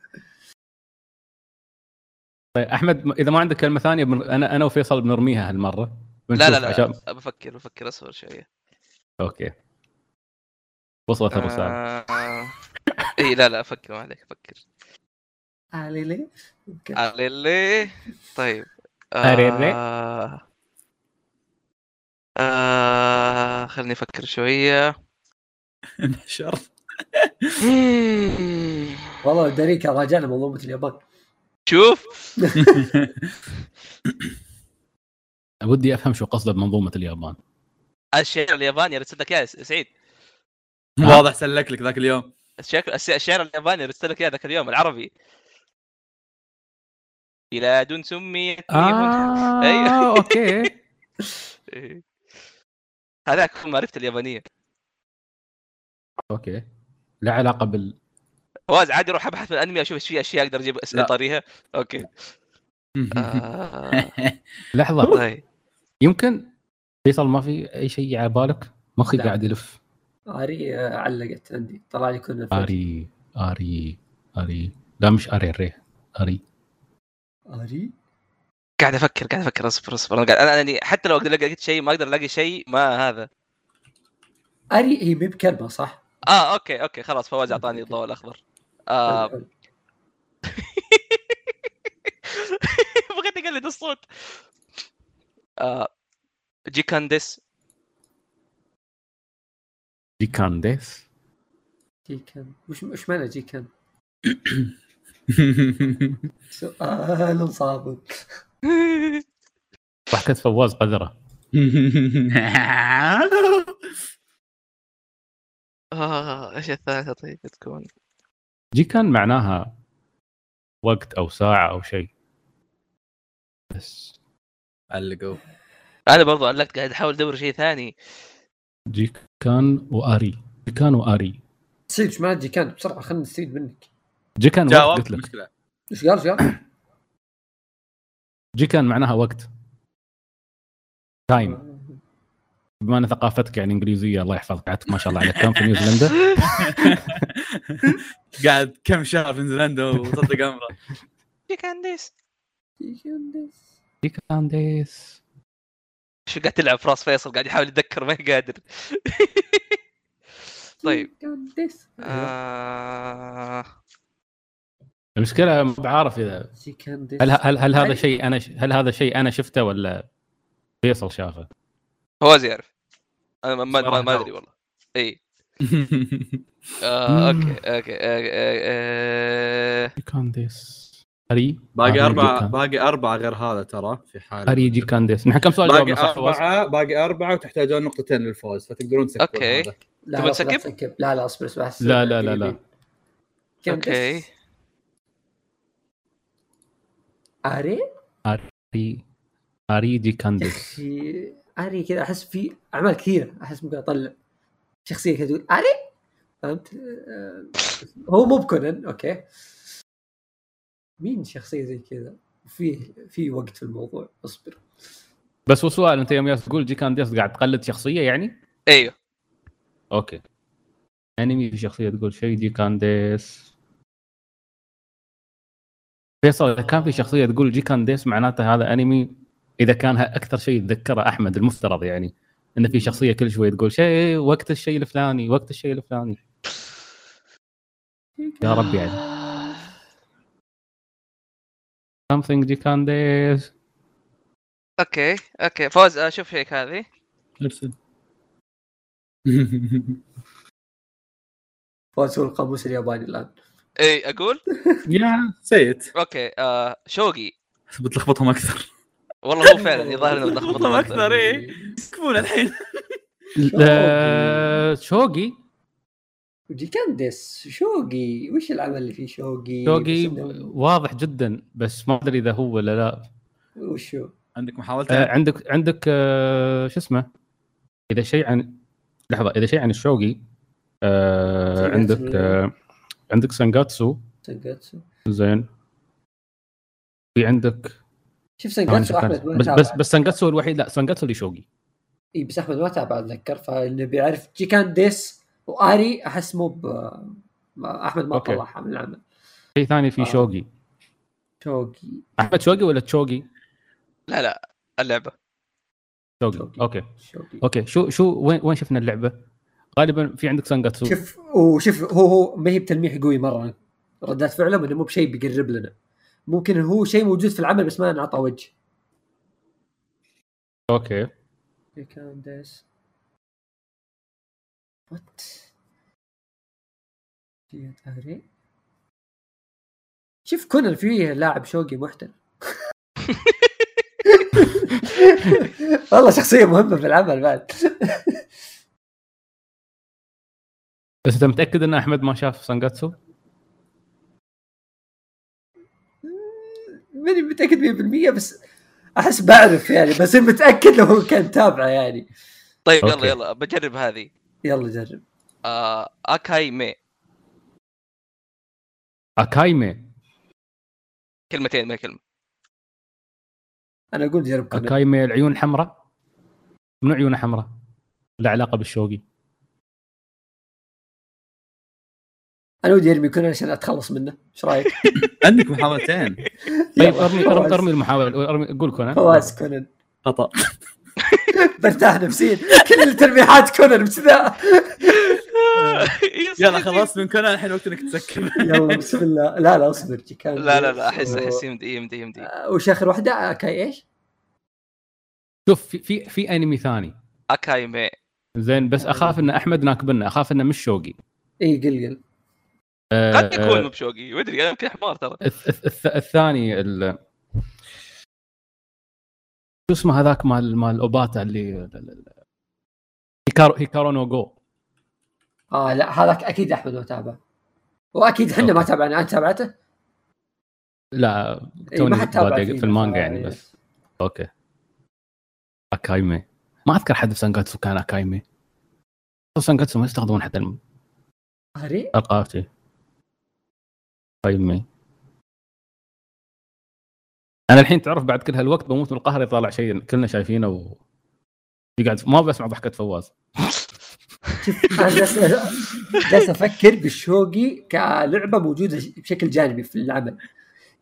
طيب احمد م- اذا ما عندك كلمه ثانيه بن... انا انا وفيصل بنرميها هالمره
لا لا
بنشوف
لا
عشان...
بفكر بفكر اصبر شويه
اوكي وصلت الرساله
آه... اي لا لا افكر ما عليك افكر
أريري؟ أوكي.
عليلي طيب
أريلي.
آه... آه... خليني افكر شويه
شر
والله لو دريك راجعنا منظومه اليابان
*laughs* شوف
ودي افهم شو قصده بمنظومه اليابان
الشعر الياباني ارسل لك اياه يا سعيد
*laughs* واضح سلك لك ذاك اليوم
الشعر الشعر الياباني ارسل لك اياه ذاك اليوم العربي بلاد سميت
اه
أيوه.
*laughs* اوكي
إيه. هذاك هو معرفتي اليابانيه
اوكي لا علاقه بال
فواز عادي اروح ابحث في الانمي اشوف ايش في اشياء اقدر اجيب أس-
لا.
اطاريها اوكي
*laughs*
آه،
لحظه
طيب
يمكن فيصل ما في اي شيء على بالك مخي
لا.
قاعد يلف
اري آه، علقت عندي طلع لي كونن فيلم.
اري اري اري لا مش اري ري اري
اري
قاعد افكر قاعد افكر اصبر اصبر انا قاعد انا يعني حتى لو اقدر لقيت شيء ما اقدر الاقي شيء ما هذا
اري هي مي بكلمه صح؟
اه اوكي اوكي خلاص فواز اعطاني الضوء الاخضر آه
حلو، حلو.
*laughs* بغيت اقلد الصوت آه جيكانديس
دي كانديس
جي كان وش وش معنى جي كان؟ سؤال صعب
ضحكه فواز قذره
اه ايش الثالثه طيب تكون
جي كان معناها وقت او ساعه او شيء بس
علقوا
انا برضو علقت قاعد احاول ادور شيء ثاني
جي كان واري جي كان واري
سيد وش معنى جي كان؟ بسرعه خلينا نستفيد منك
جي كان وقت قلت
جاوب
لك
مشكله
ايش قال ايش
*coughs*
قال؟
جي كان معناها وقت تايم بما ان ثقافتك يعني انجليزيه الله يحفظك عادتك ما شاء الله عليك كم في نيوزيلندا
*gasps*
قاعد كم شهر في نيوزيلندا وصدق
*laughs*
امره
جيكانديس
جي كان بس.
جي كان ديس
شو قاعد تلعب في راس فيصل قاعد يحاول يتذكر ما هي قادر
أيوه.
طيب
جي كان بس.
آه...
المشكله ما بعرف اذا هل هل هل هذا شيء انا ش... هل هذا شيء انا شفته ولا فيصل شافه؟
فواز يعرف انا ما- ما ما- ما ادري والله اي آه، اوكي اوكي آه، آه، آه،
جيكانديس اري
باقي
أري
اربعه
جيكان-
باقي اربعه غير هذا ترى في حال
اري جيكانديس نحن كم سؤال
باقي
جاوبنا صح فواز؟
اربعه باقي اربعه وتحتاجون نقطتين للفوز فتقدرون تسكتون
أوكي.
هذا.
لا
تبغى
لا، خلاص،
تسكب؟
سكب. لا لا اصبر اصبر أحسن.
لا، لا، لا، لا.
كم
اوكي
بس؟ اري
اري اري جيكانديس
في اري كذا احس في اعمال كثيره احس ممكن اطلع شخصيه كذا تقول اري فهمت؟ آه، هو مو بكونن اوكي مين شخصيه زي كذا؟ في في وقت في الموضوع اصبر
بس هو سؤال انت يوم جالس تقول جيكانديس قاعد تقلد شخصيه يعني؟
ايوه
اوكي انمي في شخصيه تقول شيء جيكانديس فيصل اذا كان في شخصيه تقول جيكانديس معناته هذا انمي اذا كان ه- اكثر شيء يتذكره احمد المفترض يعني انه في شخصيه كل شوي تقول شيء إيه، وقت الشيء الفلاني وقت الشيء الفلاني يا رب يعني something جيكانديس
اوكي اوكي فوز آه، شوف شيك هذه
ارسل
فوز هو القاموس الياباني الان
اي اقول
*laughs* يا سيت
اوكي آه، شوقي
بتلخبطهم اكثر
والله هو
*laughs*
فعلا يظهر انه ملخبط
بتلخبطهم اكثر ايه يسكبون الحين
آه، شوقي
جيكانديس شوقي وش العمل اللي فيه شوقي؟
شوقي
إيه، بس إنه-
واضح جدا بس ما ادري اذا هو ولا لا
وشو؟
عندك محاولتين
آه، عندك عندك آه، شو اسمه اذا شيء عن لحظه اذا شيء عن الشوقي آه،
سانجاتسو.
عندك آه، عندك سانجاتسو
سانجاتسو
زين في عندك
شوف
آه،
سانجاتسو احمد ما
بس
تابع.
بس بس سانجاتسو الوحيد لا سانجاتسو اللي شوقي
اي بس احمد ما تابع اتذكر فاللي بيعرف جيكانديس واري احس مو ب ما- احمد ما
أوكي.
طلعها من العمل
شيء ثاني في
آه.
شوقي
شوقي
احمد شوقي ولا تشوقي؟
لا لا اللعبه
شوقي
شوقي.
اوكي
شوقي
اوكي شو شو وين وين شفنا اللعبه؟ غالبا في عندك سانجاتسو
شوف وشوف هو هو ما هي بتلميح قوي مره ردات فعله انه مو بشيء بيقرب لنا ممكن هو شيء موجود في العمل بس ما انعطى وجه
اوكي
جيكانديس وات جيت اري شوف كونان فيه لاعب شوقي محترف *laughs* والله شخصية مهمة في العمل بعد
بس انت متاكد ان احمد ما شاف سانجاتسو؟
ماني متأكد 100% بس أحس بعرف يعني بس متأكد لو هو كان تابعه يعني
طيب
أوكي.
يلا يلا بجرب هذه
يلا جرب
آه، اكاي مي
اكايمي
كلمتين ما كلمه
أنا أقول جرب كونان
اكايمي العيون حمراء من عيونه حمراء لا علاقه بالشوقي
أنا ودي أرمي كونان عشان أتخلص منه إيش رأيك؟
*laughs* عندك محاولتين
طيب
يلا،
ارمي ارمي
فواز.
ارمي المحاوله ارمي قول كونان
فواز كونان
خطا
برتاح نفسيا كل الترميحات كونان بكذا
يلا خلاص من كنا الحين وقت انك تسكر
يلا بسم الله لا لا اصبر كان
لا لا لا احس
*laughs*
احس يمدي يمدي يمدي
آه.
وش اخر واحده اكاي ايش؟
شوف في في, في انمي ثاني
اكاي مي
آه، زين بس اخاف ان احمد ناكبنا اخاف انه مش شوقي
اي قل قل
آه،
قد يكون
آه،
مو بشوقي ما ادري انا يمكن حمار
*laughs*
ترى
الث- الث- الث- الثاني ال- شو اسمه هذاك مال مال اوباتا اللي هيكارو هيكارو نو جو
اه لا هذاك اكيد احمد ما تابع واكيد احنا ما
أوكي.
تابعنا انت تابعته؟
لا
إي،
توني
ما حد تابع
بادئ
فينا
في المانجا
صراحة،
يعني
إي.
بس. اوكي اكايمي ما اذكر حد في سانجاتسو كان اكايمي سانجاتسو ما يستخدمون حتى الم-
اري
ثقافتي قيمي انا الحين تعرف بعد كل هالوقت بموت من القهر يطلع شيء كلنا شايفينه و يقعد ما بسمع ضحكه فواز
شوف انا جالس جالس افكر بالشوقي كلعبه موجوده بشكل جانبي في العمل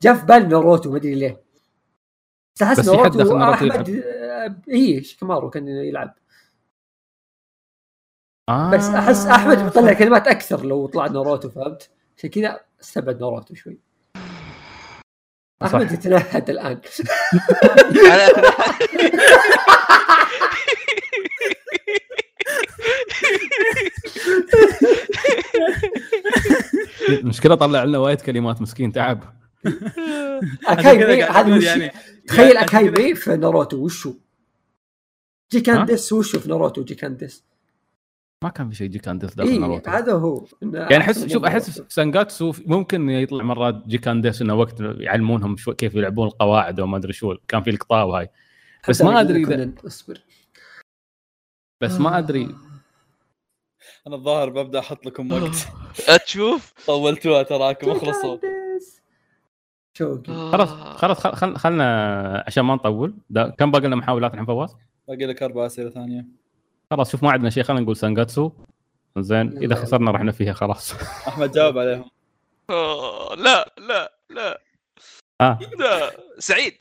جاء في بالي ناروتو ما ادري ليه بس احس
بس في حد داخل
ناروتو
ناروتو
احمد آه، اي شيكامارو كان يلعب
آه
بس احس احمد بيطلع كلمات اكثر لو طلع ناروتو فهمت؟ عشان كذا استبعد ناروتو شوي احمد
*laughs*
يتنهد الان
انا
المشكله طلع لنا وايد كلمات مسكين تعب
اكايمي
قاعد أقول
هذا وش
يعني- *laughs*
تخيل
يعني-
اكايمي في ناروتو وشو
ها؟
جيكان ديس وشو في ناروتو جيكان ديس
ما كان في شيء يجي كان ديث دارك
اي
ناروتو.
إيه، هذا هو
يعني احس شوف احس سانجاتسو ممكن يطلع مرات جيكان ديس انه وقت يعلمونهم شو كيف يلعبون القواعد وما ادري شو كان في القطاع وهاي بس ما أدري إذا-
إذا... اصبر
بس
آه.
ما ادري
آه. انا الظاهر ببدا احط لكم وقت
*laughs*
تشوف
طولتوها تراكم اخلصوا
جيكاندس. شوقي
خلاص خلاص خل- خل- خلنا عشان ما نطول دا كم باقي لنا محاولات الحين فواز؟
باقي لك اربع اسئله ثانيه
خلاص شوف ما عندنا شيء خلينا نقول سانجاتسو زين اذا خسرنا رحنا فيها خلاص *laughs*
احمد جاوب عليهم
آه، لا لا لا
ها
لا سعيد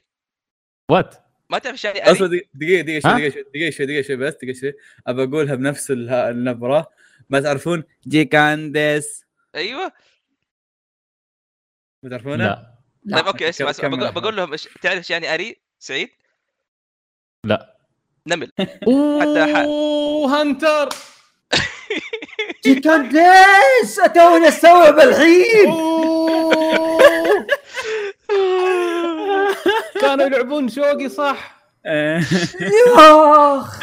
وات
ما تعرف ايش يعني
اصبر
أري؟
دقيقه دقيقه دقيقه شوي
ها؟
دقيقه شوي دقيقه شوي دقيقه شوي بس دقيقه شوي ابى اقولها بنفس اله- النبره ما تعرفون جيكانديس
ايوه
ما تعرفونه؟
لا
لا.
طيب اوكي اسمع اسمع
كمل
بقول,
أحمد.
بقول لهم إيش- تعرف ايش يعني اري سعيد؟
لا.
نمل
حتى
حتى ح-
هانتر
آه.
جيكان ديس اتوني استوعب الحين
أوه. كانوا يلعبون شوقي صح
آه.
ياخ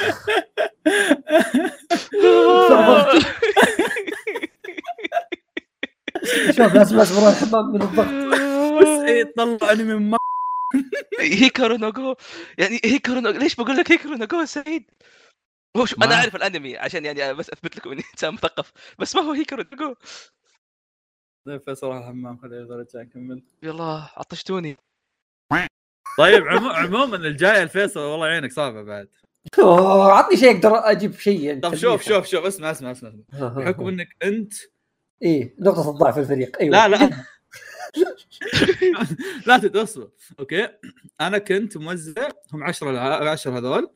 شوف لازم لازم اروح الحمام من الضغط
بس إيه، طلعني من م...
هيكارو نوغو يعني هيكارو نوغو ليش بقول لك هيكارو نوغو يا سعيد؟ هو شو
ما-
انا اعرف الانمي عشان يعني بس اثبت *laughs* لكم اني انسان مثقف بس ما هو هيكارو نوغو
طيب، فيصل راح الحمام خليني ارجع اكمل
يلا عطشتوني
طيب عمو... عموما الجايه الفيصل والله يعينك صعبه بعد
أوه، عطني شيء اقدر اجيب شيء يعني
طب شوف شوف شوف اسمع اسمع اسمع اسمع. بحكم انك انت
ايه نقطة الضعف الفريق ايوه
لا لا *laughs* لا تتصل اوكي انا كنت موزع هم 10 10 هذول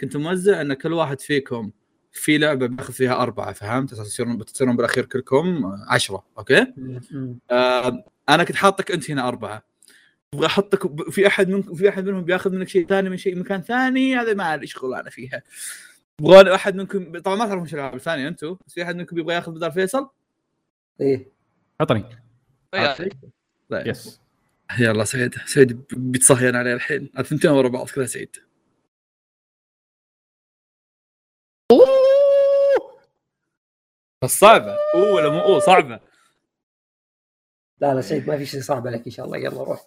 كنت موزع ان كل واحد فيكم في لعبه بياخذ فيها اربعه فهمت عشان تصيرون بتصيرون بالاخير كلكم 10 اوكي
لا
آه، انا كنت حاطك انت هنا اربعه ابغى احطك ب- في احد منكم في احد منهم بياخذ منك شيء ثاني من شيء مكان ثاني هذا ما لي شغل انا فيها ابغى احد منكم طبعا ما تعرفون شو الالعاب الثانيه انتم بس في احد منكم يبغى ياخذ بدل فيصل
ايه
عطني
يعني
طيب.
يس
يلا سعيد سعيد ب- بيتصهين عليه الحين الثنتين ورا بعض كذا سعيد بس صعبة اوه ولا مو اوه صعبة
لا لا سعيد ما في شيء صعب عليك ان شاء الله يلا روح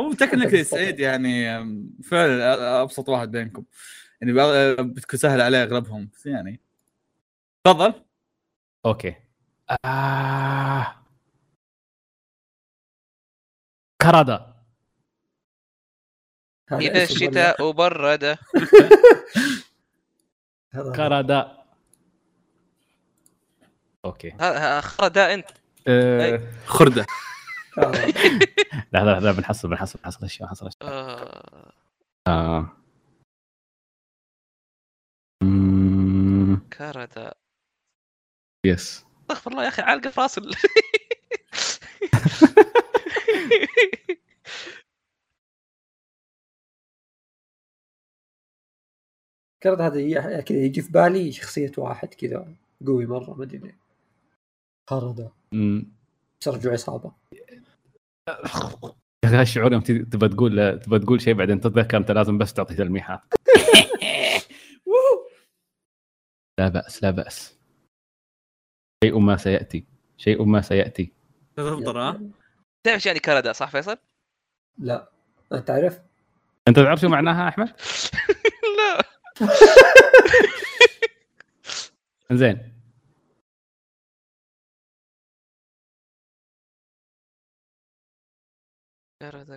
هو تكنيكلي سعيد يعني أم، فعلا أ- ابسط واحد بينكم يعني بأ- بتكون سهل عليه اغلبهم بس يعني تفضل
اوكي آه. كرادا
هذا
إذا
اسم ولا-
الشتاء وبرد
هذا-
كرادا اوكي
ها- ها- خردا انت
أه...
إيه. خردة
هذا.
لا لا لا بنحصل بنحصل بنحصل اشياء بنحصل اشياء
آه،
آه. أمم،
كردا
يس
استغفر الله يا اخي عالقه في راس ال-
كرد هذا ي- كذا يجي في بالي شخصية واحد كذا قوي مرة ما ادري ليه كرد
أمم.
ترجع عصابة
يا اخي هالشعور يوم تي- تبى تقول تبى تقول شيء بعدين تتذكر انت لازم بس تعطي تلميحات لا باس لا باس شيء ما سياتي شيء ما سياتي
تفضل ها
*laughs* تعرف ايش يعني كردا صح فيصل؟
لا ما تعرف
انت تعرف شو معناها احمد؟
*laughs*
*laughs*
لا
زين
كردا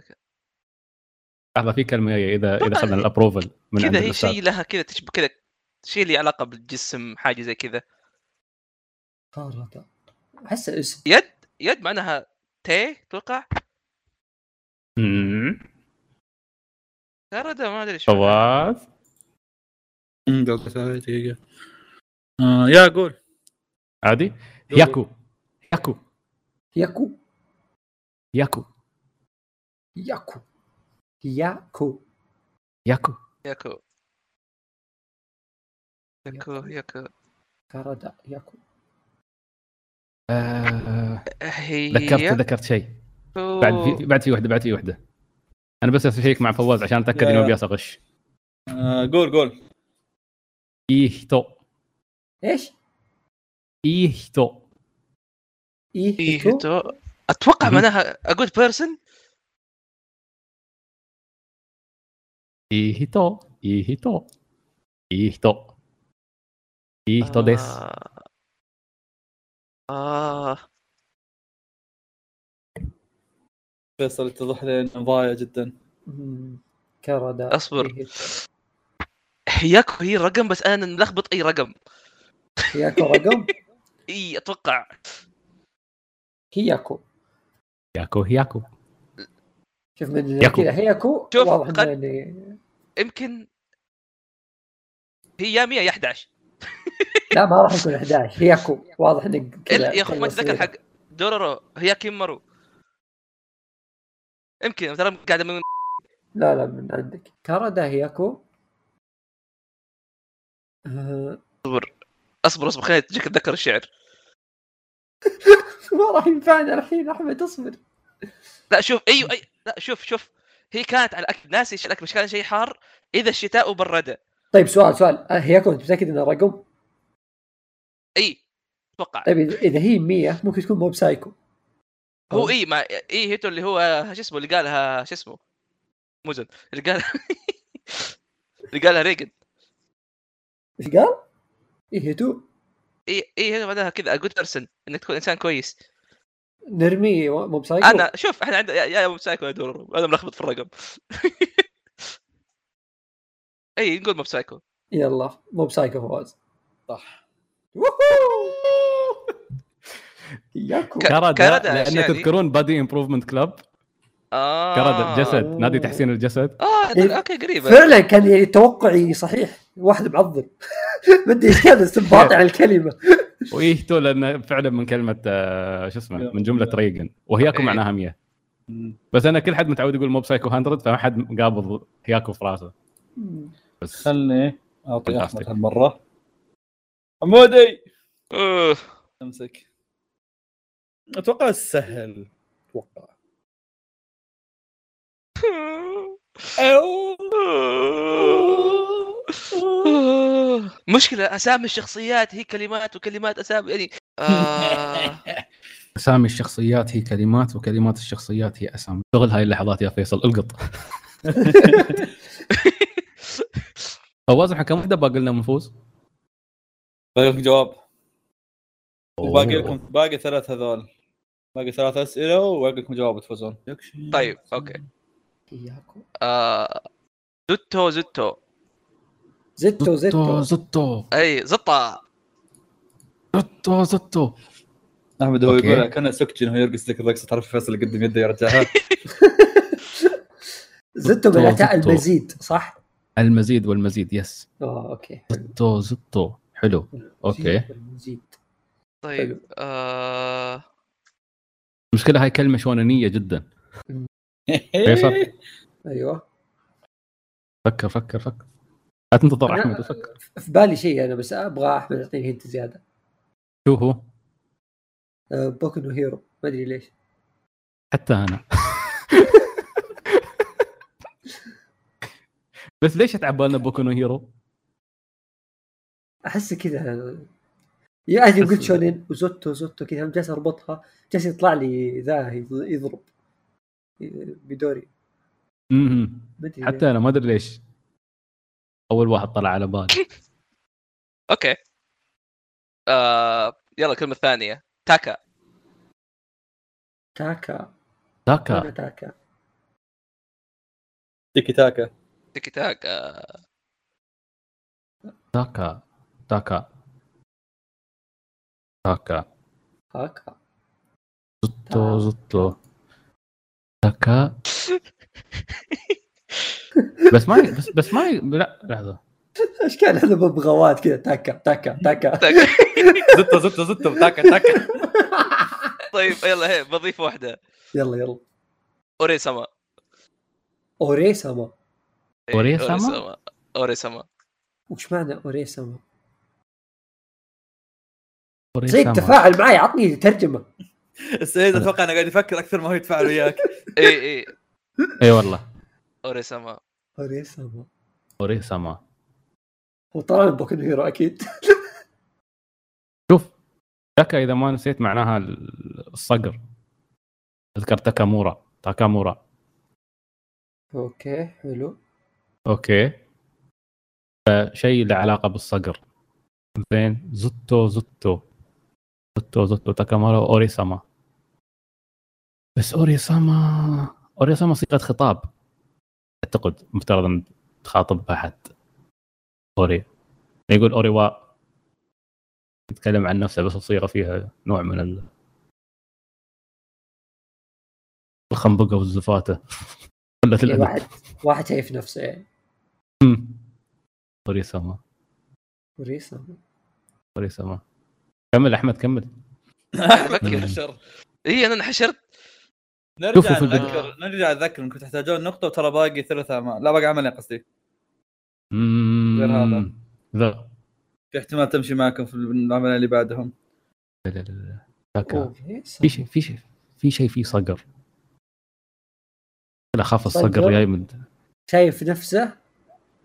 لحظه في كلمه جاية، اذا اذا اخذنا الابروفل من
طيب.
عند
كذا هي
الاستاذ
شيء لها كذا تشبه كذا شيء لي علاقه بالجسم حاجه زي كذا
كرد احس اسم
يد يد معناها تي توقع
أمم،
كردا ما ادري شو معناها.
فواز
أمم، دقيقة، دقيقة آه، يا قول
عادي ياكو ياكو
ياكو
ياكو
ياكو ياكو
ياكو
ياكو ياكو ياكو
كاردا ياكو
آه،
هي
ذكرت ذكرت شيء بعد في بعد في وحده بعد في وحده انا بس اشيك مع فواز عشان اتاكد
لا،
انه
لا.
بياس اغش
آه، قول قول
ايهتو
ايش؟
ايهتو
ايه
إيه، تو- اتوقع
مهم.
معناها a good person
ايهتو ايهتو ايهتو ايهتو إيه، ديس
آه. اه
فيصل اتضح لي انه ضايع جدا
مم، كاردا
أصبر.
إيه،
ياكو هي رقم بس انا ملخبط اي رقم
ياكو رقم
اي اتوقع
هياكو
ياكو هياكو
شوف من
ياكو.
كذا هياكو
شوف،
واضح
قد-
انه يعني
يمكن هي يا 100 يا 11
لا ما راح يكون 11 هياكو واضح انه
إلا-
كذا
يا اخوي
كلمة
ما تتذكر
صغيرة.
حق دورورو هي كيمارو يمكن ترى قاعده من
لا لا من عندك كاردا هياكو آه، *laughs*
اصبر اصبر خليني اجيك اتذكر الشعر
ما راح ينفعنا الحين احمد اصبر
لا شوف ايوه اي لا شوف شوف هي كانت على الاكل ناسي ايش الاكل مش كان شيء حار اذا الشتاء برده
طيب سؤال سؤال آه، هياكو انت متاكد انه رقم؟
اي اتوقع
طيب إذا- اذا هي 100 ممكن تكون مو بسايكو أيوة.
هو اي ما اي هيتو اللي هو آه، شو اسمه اللي قالها شو اسمه موزن اللي قالها *laughs* اللي قالها ريجن
ايش قال؟ ايه تو
اي اي هيتو بعدها كذا جود بيرسون انك تكون انسان كويس
نرميه و- مو بسايكو
انا شوف احنا عندنا يا يا ابو سايكو يا دورورو انا ملخبط في الرقم *laughs* اي نقول مو بسايكو
يلا مو بسايكو فواز
صح
ياكو
ك-
كردا
كردا
لان
أشياء دي.
تذكرون بادي امبروفمنت كلاب
اه
كردا الجسد نادي تحسين الجسد
اه
إيه.
اوكي قريبه
فعلا كان يعني توقعي صحيح واحد معضل *laughs* بدي ايش كان استنباطي على الكلمه
وايهتو لان فعلا من كلمه آه، شو اسمه من جمله ريجن وهياكو
إيه.
معناها 100 بس انا كل حد متعود يقول موب سايكو 100 فما حد قابض هياكو في راسه بس
خلني اعطي
فانتاستيك.
احمد هالمره عمودي
أوه.
امسك اتوقع سهل اتوقع
مشكلة أسامي الشخصيات هي كلمات وكلمات أسامي يعني آه
اسامي الشخصيات هي كلمات وكلمات الشخصيات هي اسامي شغل هاي اللحظات يا فيصل القط فواز احنا كم وحده باقي لنا نفوز؟
طيب،
باقي لكم جواب باقي لكم باقي ثلاث هذول باقي ثلاث اسئله وباقي لكم جواب تفوزون
طيب أوكي
ياكو
آه زوتو زوتو
زتو زتو
زتو
أي زطة
زتو زتو
احمد هو
أوكي.
يقول كان سكجن هو يرقص ذيك الرقصه تعرف فيصل يقدم يده *laughs* يرجعها
زتو
زتو،
بالعتاء
زتو.
المزيد صح؟
المزيد والمزيد يس
اه اوكي
زتو زتو حلو أوكي.
زتو المزيد
طيب آه
المشكله هاي كلمه شونانيه جدا فيصل.
ايوه
فكر فكر فكر لا تنتظر
أنا-
احمد وفكر
في بالي شيء انا بس ابغى احمد يعطيني هنت زياده
شو هو
أه، بوكو نو هيرو ما ادري ليش *laughs*
حتى انا بس ليش اتعب بالنا بوكو نو هيرو؟
احس كذا يا اهلي
أحس-
قلت شونين وزوتو زوتو كذا هم جالس اربطها جالس يطلع لي ذا يض- يضرب بدوري
مهم.
ما ادري ليه.
حتى انا ما ادري ليش اول واحد طلع على بالي
أوكي آه يلا الكلمة الثانية تاكا
تاكا
تاكا
أنا تاكا
تيكي تاكا
تيكي تاكا
تاكا تاكا تاكا
تاكا
زتو زتو تاكا بس ما بس بس ما لا لحظه
ايش كان هذا ببغاوات كذا تاكا تاكا تاكا
تاكا
زته زته زته تاكا تاكا
طيب يلا هي بضيف واحدة
يلا يلا
أوريساما
اوريساما
أوريساما؟
اوريساما اوريساما
وش معنى اوريساما؟ زيد
أوريساما.
تفاعل معي عطني ترجمه
سعيد اتوقع انه قاعد يفكر اكثر ما هو يتفاعل وياك
اي اي
اي والله
اوريساما
اوريساما
اوريساما
وطبعا بوكن هيرو اكيد
شوف تاكا اذا ما نسيت معناها الصقر اذكر تاكامورا تاكامورا
اوكي حلو
اوكي شيء له علاقه بالصقر زين زوتو زوتو زوتو زوتو تاكامورا اوريساما بس اوريساما اوريساما صيغه خطاب اعتقد مفترض ان تخاطب احد اوري يقول اوري وا يتكلم عن نفسه بس الصيغه فيها نوع من ال... الخنبقه *laughs* والزفاته قله
يعني
الادب
واحد واحد شايف نفسه يعني
اوريساما
اوريساما
اوريساما كمل احمد كمل
افكر
شر.
اي انا انحشرت
شوفوا
نرجع
في البداية.
نذكر نرجع نذكر انكم تحتاجون نقطه وترى باقي ثلث اعمال لا باقي عملين قصدي
مم.
غير هذا.
لا
في احتمال تمشي معكم في العملين اللي بعدهم
لا لا لا لا في
اوريساما
شيء في شيء في شيء في صقر لا اخاف الصقر
صقر؟
جاي من
شايف نفسه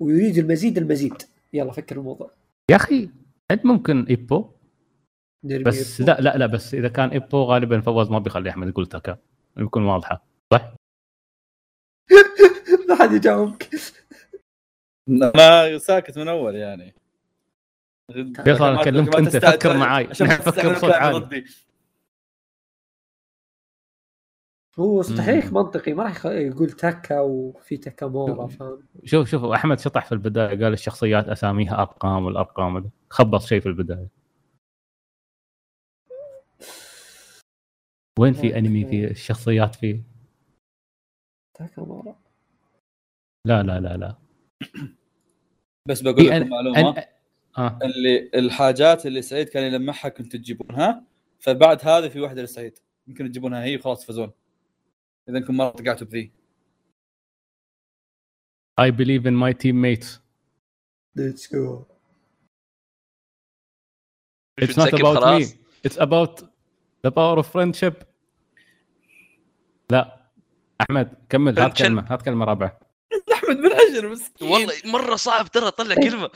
ويريد المزيد المزيد يلا فكر الموضوع
يا اخي هل ممكن ايبو
نرمي
بس
يرفض.
لا لا لا بس اذا كان ايبو غالبا فواز ما بيخلي احمد يقول تاكا بيكون واضحه
*laughs* ما حد يجاوبك
انا ساكت من اول يعني
فيصل أنا كلمت
ما
أنت،
تستعجل-
فكر معاي.
عشان ما
*laughs* فكر
تستعجل
بصوت عالي.
ضدي.
هو صحيح منطقي ما راح يخ- يقول تاكا وفي
*laughs*
تاكامورا فاهم
شوف شوف احمد شطح في البدايه قال الشخصيات اساميها ارقام والارقام هذا. خبص شيء في البدايه وين في انمي في الشخصيات فيه
تاكامورا
لا لا لا لا
بس بقول
في
لكم معلومه
أنا... آه.
اللي الحاجات اللي سعيد كان يلمحها كنتوا تجيبونها فبعد هذه في واحده لسعيد يمكن تجيبونها هي وخلاص تفوزون اذا انكم ما طقعتوا بذي
I believe in my teammates.
ليتس جو
It's not about me. It's about the power of friendship. لا احمد كمل هات
Friendship.
كلمه هات كلمه رابعه
احمد بن عشر
إيه.
مسكين
والله مره صعب ترى اطلع كلمه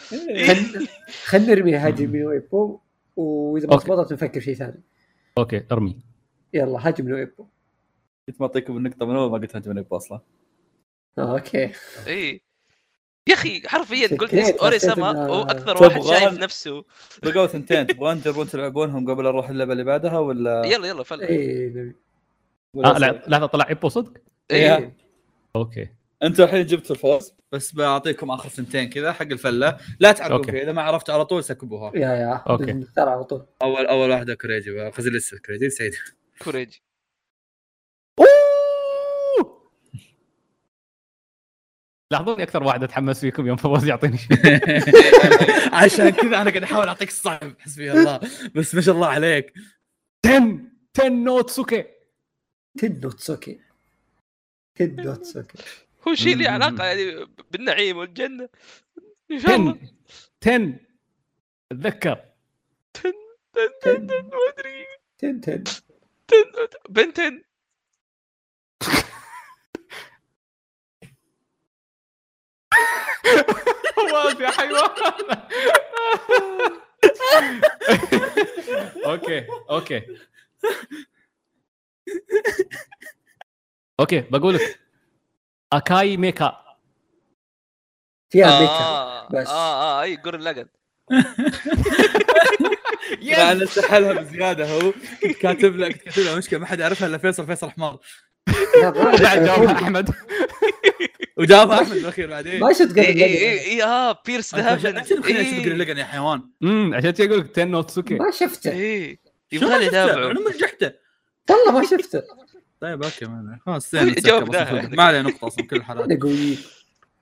خلينا نرمي هاجم من ويبو واذا ما
أوكي.
ضبطت نفكر شيء ثاني
اوكي ارمي
يلا هاجم من ويبو
كنت معطيكم النقطه من اول ما قلت انت من الباص لا
اوكي
اي يا اخي حرفيا قلت
فكيت، إيه، حسيت
اوريساما
إنها-
هو اكثر
طب
واحد شايف
غال.
نفسه
بقوا
*laughs*
ثنتين تبغون تجربون تلعبونهم قبل نروح اللعبه اللي بعدها ولا
يلا يلا
إيه.
فل
اي إيه، نبي.
آه
ولا
لا
سعيد؟
لا طلع ايبو صدق
إيه.
إيه.
اوكي
انتوا الحين جبتوا الفوز
بس بعطيكم اخر سنتين كذا حق الفله لا تعرفوا
أوكي.
فيها اذا ما عرفتوا على طول سكبوها
يا يا
أوكي.
نختار على طول
اول اول واحده كريجي قصدي لسه كريجي سعيد
كوريجي
لاحظوني اكثر واحد اتحمس فيكم يوم فواز يعطيني شيء
عشان كذا انا قاعد احاول اعطيك الصعب حسبي الله بس ما شاء الله عليك
10 10 نوتسوكي
تنوتسوكي تنوتسوكي
هو شيء له
مم.
علاقه يعني بالنعيم والجنه ان شاء الله
10 10 اتذكر
تن- تن- تن- ما ادري
تن تن
تن- تن- بنتن
فواز يا حيوان اوكي اوكي اوكي بقول لك اكاي ميكا
فيها
*laughs*
ميكا
اه
بس.
اه اه اي جورن لاجن
لا انا استحلها بزياده هو
كنت كاتب لك كنت كاتب لك مشكله ما حد يعرفها الا فيصل فيصل حمار
لا، ما-
بعد جواب
*laughs*
احمد
وجابها احمد بالاخير
*laughs*
بعدين
ما شفت قبل
اي
إيه،
اي اي
لقن.
اي اه بيرس ذا هافن
انت مخليني اشوف جرين ليجن يا حيوان
امم عشان كذا اقول لك 10
إيه.
نوتسوكي
ما شفته
اي
شو ما
يبغى لي
شفته؟
اتابعه
انا مرجحته
والله ما شفته
طيب اوكي ما عليه. خلاص *laughs*
طيب،
زين نسكب أصلاً
جاوبناها.
في البداية. ما عليه نقطه اصلا كل
*laughs*
الحالات
انا قوي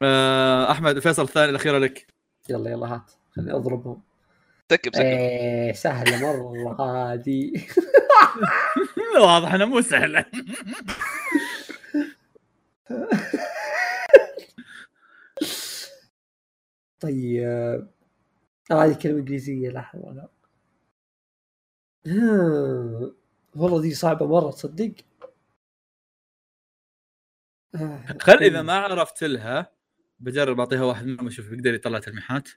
آه، احمد فيصل الثاني الاخيره لك
يلا يلا هات خليني اضربهم
سكب سكب
ايه سهله مره هذه
واضح انه مو سهله
طيب آه، هذه كلمة انجليزية لحظة لا آه، والله دي صعبة مرة تصدق آه،
خل اذا ما عرفت لها بجرب اعطيها واحد منهم اشوف بيقدر يطلع تلميحات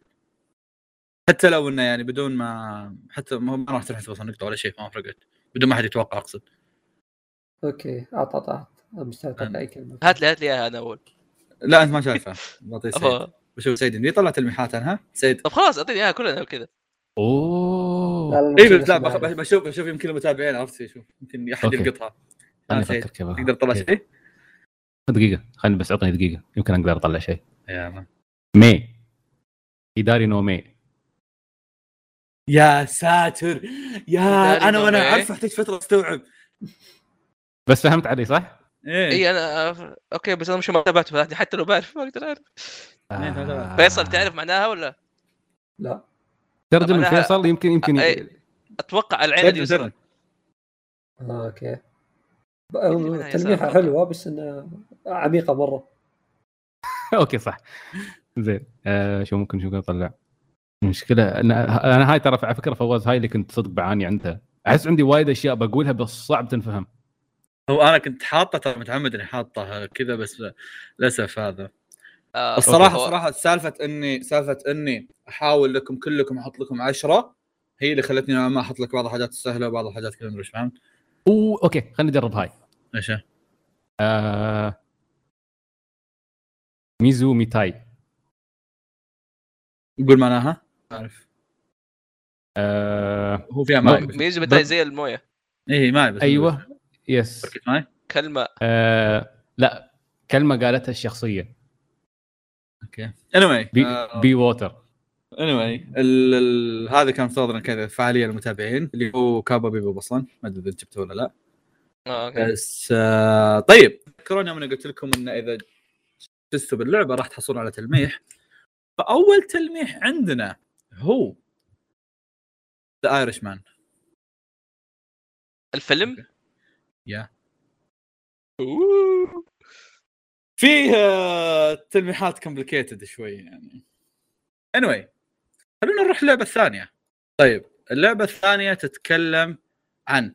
حتى لو انه يعني بدون ما حتى ما ما راح تروح توصل نقطه ولا شيء ما فرقت بدون ما حد يتوقع اقصد
اوكي اعط اعط اعط مستعد أعطي اي كلمة
هات لي هات لي اياها انا اول
لا انت
*laughs*
ما شايفها بعطيه سعيد
أفا.
بشوف سعيد يمديه يطلع تلميحات عنها سعيد
طب خلاص اعطيني اياها كلها كذا
اوه
اي إيه، لا بخ- بشوف بشوف يمكن المتابعين عرفت شوف يمكن احد
أوكي.
يلقطها
خلني
آه، سعيد.
افكر كيف
تقدر تطلع
أوكي.
شيء؟
دقيقة خلني بس اعطني دقيقة يمكن اقدر اطلع شيء
يلا
مي هيداري نو مي
يا ساتر يا انا وانا
إيه.
عارف احتاج فتره استوعب
بس فهمت علي صح؟
ايه
اي انا آه، اوكي بس انا مش ما تابعت فهذه حتى لو بعرف ما اقدر اعرف
مين
آه.
هذا؟
فيصل تعرف معناها ولا؟
لا
ترجم
طب أنا-
الفيصل يمكن يمكن
أي. اتوقع العين
ترجم،
دي
ترجم.
آه، اوكي
يجي منها يسار
تلميحة
فقط.
حلوة بس انها عميقة مرة
*laughs* اوكي صح زين آه شو ممكن شو ممكن اطلع المشكله انا انا هاي ترى على فكره فواز هاي اللي كنت صدق بعاني عندها احس عندي وايد اشياء بقولها بس صعب تنفهم
هو انا كنت حاطه ترى متعمد اني حاطه كذا بس للاسف هذا
آه،
الصراحه
هو-
الصراحه سالفه اني سالفه اني احاول لكم كلكم احط لكم عشرة هي اللي خلتني نوعاً ما احط لك بعض الحاجات السهله وبعض الحاجات كذا مدري إيش، فاهم؟
اوه اوكي خلينا نجرب هاي
ايش هي؟
آه ميزو ميتاي
قول معناها عارف
آه
هو فيها ماي
مو-
بس.
ميزو بتاعي زي المويه
اي إيه، ماي بس
ايوه يس
شركة ماي
كلمه
آه لا كلمه قالتها الشخصيه
اوكي anyway
بي,
آه،
بي ووتر
anyway ال- ال- هذا كان صدرا كذا فعاليه للمتابعين اللي هو كابا بيبو بصلا ما ادري اذا جبته ولا لا
آه، أوكي.
بس آه طيب تذكرون يوم انا قلت لكم انه اذا فزتوا باللعبه راح تحصلون على تلميح فاول تلميح عندنا هو ذا ايرش مان
الفيلم
يا.
أوه.
فيه آه، تلميحات كومبليكيتد شوي يعني anyway خلونا نروح اللعبه الثانيه طيب اللعبه الثانيه تتكلم عن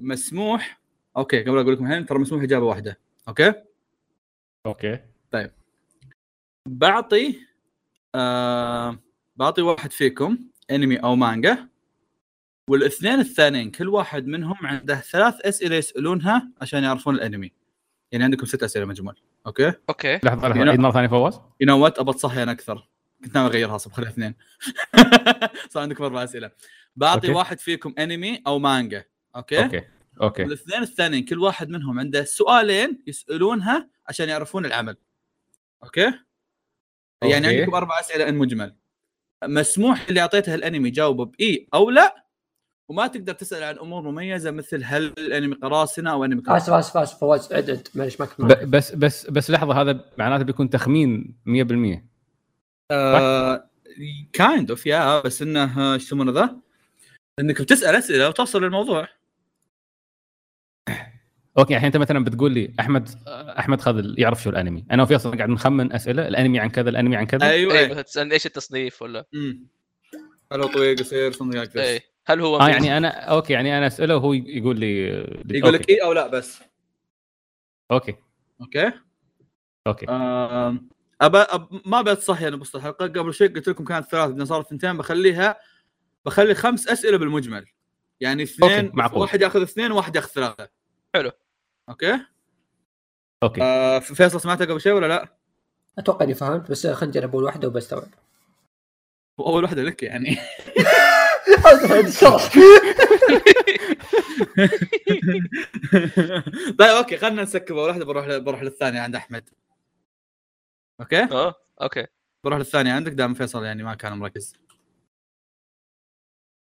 مسموح اوكي قبل اقول لكم الحين ترى مسموح اجابه واحده اوكي
اوكي
بعطي آه بعطي واحد فيكم انمي او مانجا والاثنين الثانيين كل واحد منهم عنده ثلاث اسئله يسالونها عشان يعرفون الانمي يعني عندكم ست اسئله مجموع اوكي
اوكي
لحظه لحظه
هنا.
عيد مره ثانيه إيه، فواز
يو نو وات ابى اتصحين اكثر كنت ناوي اغيرها اصلا خليها اثنين *laughs* صار عندكم اربع اسئله بعطي
أوكي.
واحد فيكم انمي او مانجا اوكي,
اوكي اوكي
والاثنين الثانيين كل واحد منهم عنده سؤالين يسالونها عشان يعرفون العمل اوكي يعني
أوكي.
عندكم اربع اسئله ان مجمل مسموح اللي اعطيته الانمي جاوبه باي او لا وما تقدر تسال عن امور مميزه مثل هل الانمي قراصنه او انمي قراصنه
آه، اسف اسف اسف فواز عد عد معلش ما كنت معك.
ب- بس بس بس لحظه هذا معناته بيكون تخمين 100%
كايند اوف يا بس انه آه، ايش يسمونه ذا؟ انك بتسال اسئله وتوصل للموضوع
اوكي الحين انت مثلا بتقول لي احمد احمد خذ ال- يعرف شو الانمي انا وفيصل قاعد نخمن اسئله الانمي عن كذا الانمي عن كذا
ايوه
اي
أيوة.
مثلا تسالني ايش التصنيف ولا
هل هو طويل قصير صندوق
اي
أكبر.
هل هو
اه
ميزو؟
يعني انا اوكي يعني انا اساله وهو ي- يقول لي
يقول لك
أوكي.
اي او لا بس
اوكي
اوكي
اوكي
آه. آم، أبا أب ما بتصحي انا بوسط الحلقه قبل شوي قلت لكم كانت ثلاث إذا صارت اثنتين بخليها بخلي خمس اسئله بالمجمل يعني اثنين
أوكي، معقول.
واحد ياخذ اثنين وواحد ياخذ ثلاثه
حلو.
اوكي
اوكي
آه ف- فيصل سمعتها قبل شوي ولا لا؟
اتوقع اني فهمت بس خلينا نجرب اول واحدة
*laughs*
وبستوعب
اول واحده لك يعني *laughs* طيب اوكي خلينا نسكب اول واحده بروح ل- بروح للثانيه عند احمد اوكي
اه اوكي
بروح للثانيه عندك دام فيصل يعني ما كان مركز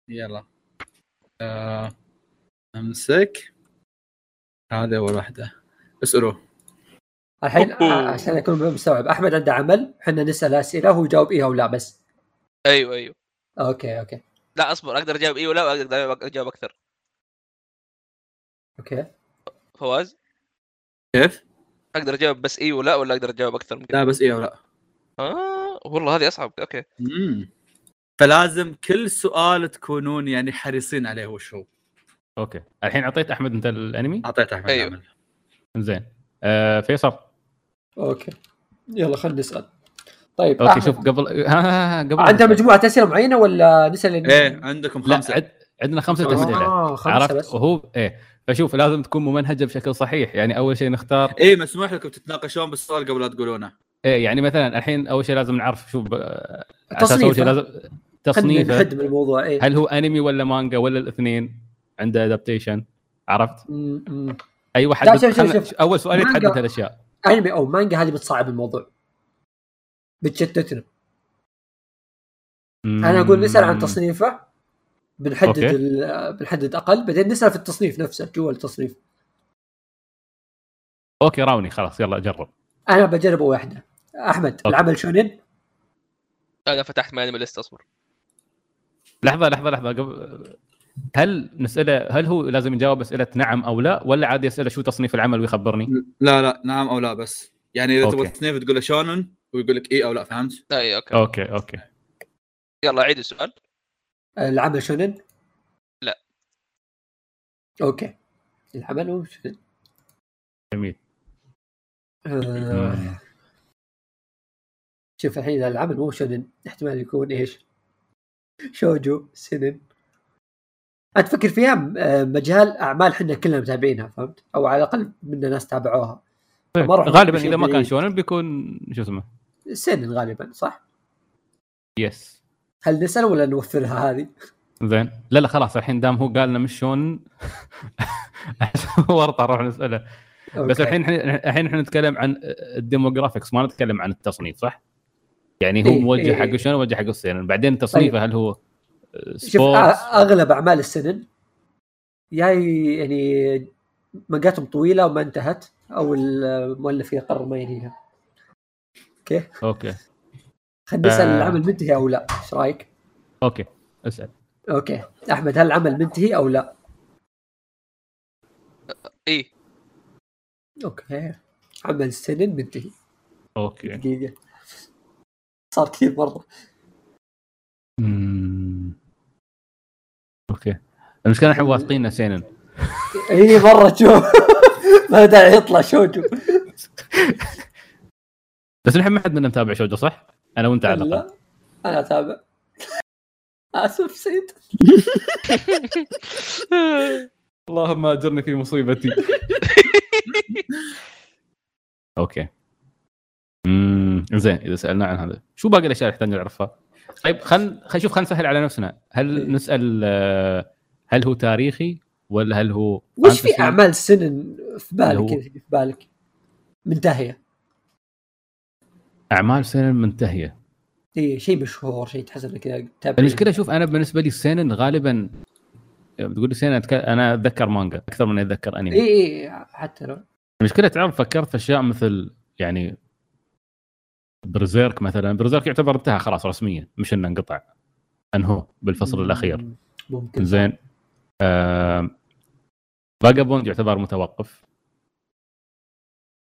يلا آه، امسك هذه اول واحده اسالوه
*laughs* الحين آه،
أوه.
عشان اكون مستوعب احمد عنده عمل احنا نسال اسئله هو يجاوب ايه او لا بس
ايوه ايوه
اوكي اوكي
لا اصبر اقدر اجاوب اي إيه ولا اقدر اجاوب اكثر
اوكي
فواز
كيف؟
اقدر اجاوب بس اي ولا ولا اقدر اجاوب اكثر من كذا
لا بس اي ولا
آه والله هذه اصعب اوكي
مم. فلازم كل سؤال تكونون يعني حريصين عليه وش هو
اوكي الحين اعطيت احمد انت الانمي
اعطيت احمد
أيوه.
أيوه.
زين آه فيصل
اوكي يلا خلينا نسال طيب
اوكي
أحمد،
شوف قبل ها- ها ها قبل
عندنا مجموعه اسئله معينه ولا نسال
ايه
إيه.
عندكم
لا
خمسه
عد... عندنا خمسة اسئله
اه خمسه
عرفت
بس
وهو ايه فشوف لازم تكون ممنهجه بشكل صحيح يعني اول شيء نختار
ايه مسموح لكم تتناقشون بالسؤال قبل لا تقولونه
ايه يعني مثلا الحين اول شيء لازم نعرف شو ب... آه، أساس
تصنيفه.
اول شيء لازم
خلينا
تصنيفه
نحد من الموضوع ايه
هل هو انمي ولا مانجا ولا الاثنين عنده ادابتيشن عرفت
مم، مم.
اي واحد
لا، شوف- شوف-
خلنا-
شوف.
اول سؤال
مانجا.
يتحدد هالاشياء
انمي او مانجا هذه بتصعب الموضوع بتشتتنا انا اقول نسال عن
مم.
تصنيفه بنحدد
أوكي.
ال- بنحدد اقل بعدين نسال في التصنيف نفسه جوا التصنيف
اوكي راوني خلاص يلا جرب
انا بجربه واحده احمد
أوكي.
العمل شونن
انا فتحت ماي انمي ليست اصبر
لحظه لحظه لحظه قبل هل نسأله هل هو لازم يجاوب اسئله نعم او لا ولا عادي اسئله شو تصنيف العمل ويخبرني؟
لا لا نعم او لا بس يعني اذا تبغى
أوكي.
تصنيف تقول له شونن ويقول لك اي او لا فهمت؟
اي اوكي
اوكي اوكي
إيه، يلا عيد السؤال
العمل شونن
لا.
اوكي العمل هو شونن
جميل
آه. شوف الحين إذا العمل مو شونن احتمال يكون ايش؟ شوجو سنن انت تفكر فيها آه، مجال اعمال احنا كلنا متابعينها فهمت؟ او على الاقل منا ناس تابعوها ما راح
غالبا
نشوف
اذا طيب، ما كان
بعيد.
شونن بيكون شو اسمه
سنن غالبا صح؟
يس
هل نسال ولا نوفرها هذه؟
زين لا لا خلاص الحين دام هو قال لنا مش شونن *laughs* ورطه نروح نساله بس
أوكي.
الحين إحنا- الحين احنا نتكلم عن الديموغرافكس ما نتكلم عن التصنيف صح؟ يعني هو
إيه، إيه،
موجه
إيه. طيب.
حق شلون موجه حق السينما بعدين تصنيفه هل هو
شوف آه،
سبورت
أ- اغلب اعمال السنن يا ي- يعني مقاتهم طويله وما انتهت او المؤلف يقرر ما ينهيها
اوكي
خلينا نسال
آه.
العمل منتهي او لا ايش رايك؟
اوكي اسال
اوكي احمد هل العمل منتهي او لا؟
اي
اوكي عمل السنن منتهي
اوكي
دقيقه صار كثير مره
أمم. اوكي المشكله احنا واثقين سينن
اي مره شوف *laughs* ما داعي يطلع شوجو
بس نحن ما حد منا متابع شوجو صح؟ انا وانت على الاقل
لا انا *laughs* اتابع اسف سيد
اللهم اجرني في مصيبتي *laughs* اوكي امم زين اذا سالنا عن هذا شو باقي الاشياء اللي نحتاج نعرفها؟ طيب خل خل شوف خلينا نسهل على نفسنا
إيه.
هل نسال آه، هل هو تاريخي ولا هل هو
وش في
فانتسي؟
اعمال سنن في
يعني هو-
بالك كذا في بالك منتهيه
اعمال سينن منتهيه
اي شيء مشهور شيء تحس انك كذا تتابع
المشكله شوف انا بالنسبه لي السينن غالبا بتقول لي سينن أتك- انا اتذكر مانجا اكثر من اتذكر انمي
اي اي حتى لو
المشكله تعرف فكرت في اشياء مثل يعني برزيرك مثلا برزيرك يعتبر انتهى خلاص رسميا مش انه انقطع انهو بالفصل الاخير
ممكن
زين فاجابوند يعتبر متوقف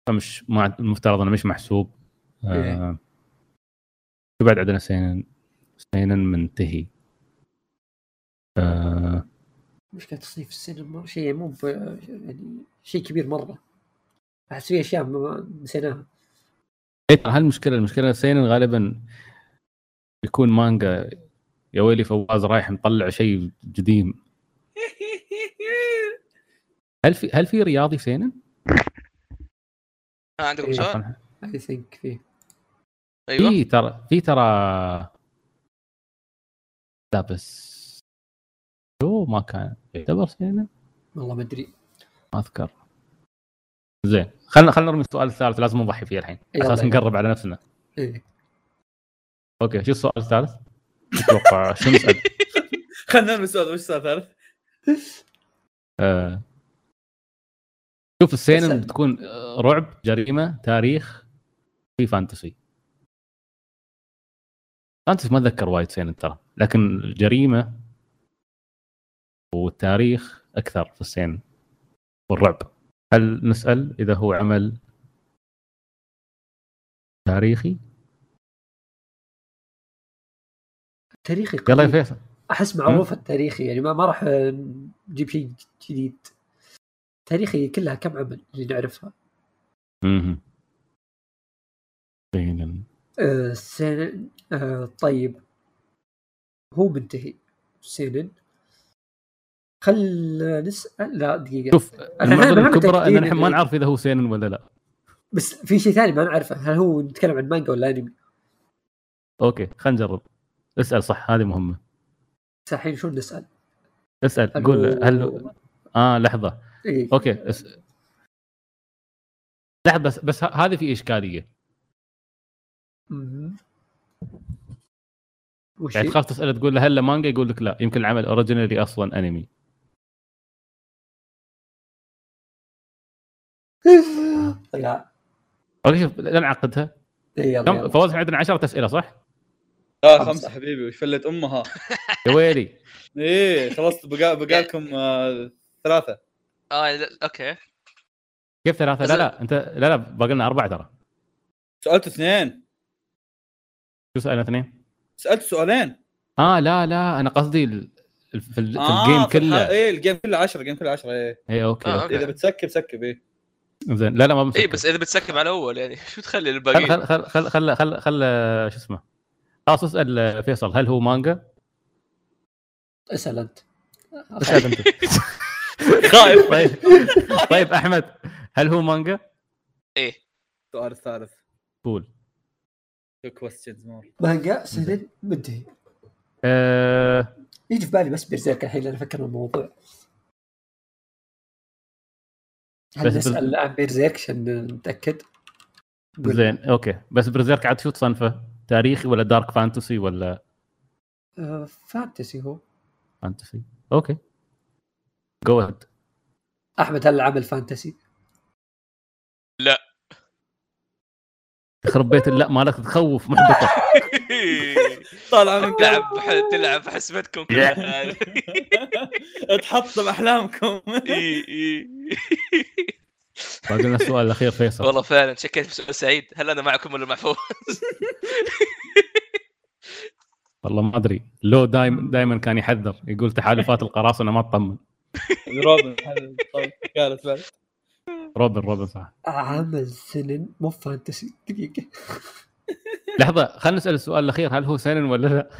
فمش ما المفترض انه مش محسوب آه، شو بعد عندنا سينن سينن منتهي آه،
مشكله تصنيف السينما شيء مو ب... يعني شيء كبير مره احس في اشياء ما- نسيناها
إيه، ترى هالمشكله المشكله سينن غالبا بيكون مانجا يا ويلي فواز رايح مطلع شيء قديم هل في هل في رياضي سينن؟
آه عندكم
إيه. أيوه.
سؤال
اي ثينك فيه
ايوه
في ترى في ترى لا بس شو ما كان يعتبر سينن
والله ما ادري
ما اذكر زين خلينا خلينا نرمي السؤال الثالث لازم نضحي فيه الحين
يلا.
اساس نقرب على نفسنا
إيه.
اوكي شو السؤال الثالث؟ اتوقع شو نسال؟
خلينا نسال وش السؤال الثالث؟
آه. شوف السينن
اسأل.
بتكون آه، رعب جريمه تاريخ في فانتسي فانتسي ما اتذكر وايد سينن ترى لكن الجريمه والتاريخ اكثر في السينن والرعب هل نسال اذا هو عمل تاريخي؟
تاريخي
يلا يا
قديم.
فيصل
احس معروف التاريخي يعني ما, ما راح آه، نجيب شيء جديد تاريخي كلها كم عمل اللي نعرفها
مهم. زينا.
آه، سينن آه، طيب هو منتهي سينن خل نسال لا دقيقه *laughs*
شوف
أنا- أنا
المعضله
ما
الكبرى ان
متأكدين
نحن ما
إنه-
نعرف اذا هو سينن ولا لا
بس في شيء ثاني ما نعرفه هل هو نتكلم عن مانجا ولا انمي
اوكي خلينا نجرب اسال صح هذه مهمه
بس الحين شو نسال
اسال
هل
قول
هو-
هل اه لحظه
إيه.
اوكي اس... لحظه بس بس ه- هذه في اشكاليه
مهم. وش
يعني
هي؟
تخاف تساله تقول له هل له مانجا يقول لك لا يمكن العمل اوريجينالي اصلا انمي
طلع
اوكي شوف لا نعقدها
إيه، يلا،
كم
يلا.
فواز إحنا عندنا 10 اسئله صح؟
لا
خمسة.
خمسه آه، حبيبي وش فلت امها
يا ويلي
ايه خلاص بقى بقالكم آه، ثلاثه
اه لا- اوكي
كيف ثلاثه؟ لا لا انت لا لا باقي لنا اربعه ترى
سالت اثنين
شو سالنا اثنين؟
سالت سؤالين
اه لا لا انا قصدي ال- ال- في, ال... في
آه،
الجيم
الح-
كله
ايه الجيم كله 10 الجيم كله 10 ايه
اي اوكي
آه،
أوكي.
اذا بتسكب سكب ايه
زين لا لا ما بمسك
اي بس اذا بتسكب على الاول يعني *laughs* شو تخلي
خل
الباقي
خل خل خل خل خل, خل... شو اسمه آه، خلاص اسال فيصل هل هو مانجا؟
اسال انت
اسال انت
خايف
طيب طيب احمد هل هو مانجا؟
ايه *laughs*
السؤال الثالث
قول
كويستشنز مور
مانجا سنن منتهي
أه...
يجي في بالي بس بيرزيرك الحين لان افكر بالموضوع
بس
هل نسال عن بيرزيرك عشان نتاكد؟ قول.
زين اوكي بس برزيرك عاد شو تصنفه؟ تاريخي ولا دارك فانتسي ولا
آه، فانتسي هو
فانتسي؟ اوكي جو اهيد
احمد هل العمل فانتسي؟
يخرب بيت لا مالك تخوف محبطه
طالعه من قلب
تلعب بح- تلعب حسبتكم كل
*laughs*
يا.
حال
تحطم احلامكم
إي- إي.
باقي لنا السؤال الاخير فيصل
والله فعلا شكيت في سؤال سعيد هل انا معكم ولا مع فوز؟
والله ما ادري لو دايما دايما كان يحذر يقول تحالفات القراصنه ما تطمن
روبن قالت بعد
روبن روبن صح
عمل سنن مو فانتسي دقيقه
لحظه خلينا نسال السؤال الاخير هل هو سنن ولا لا؟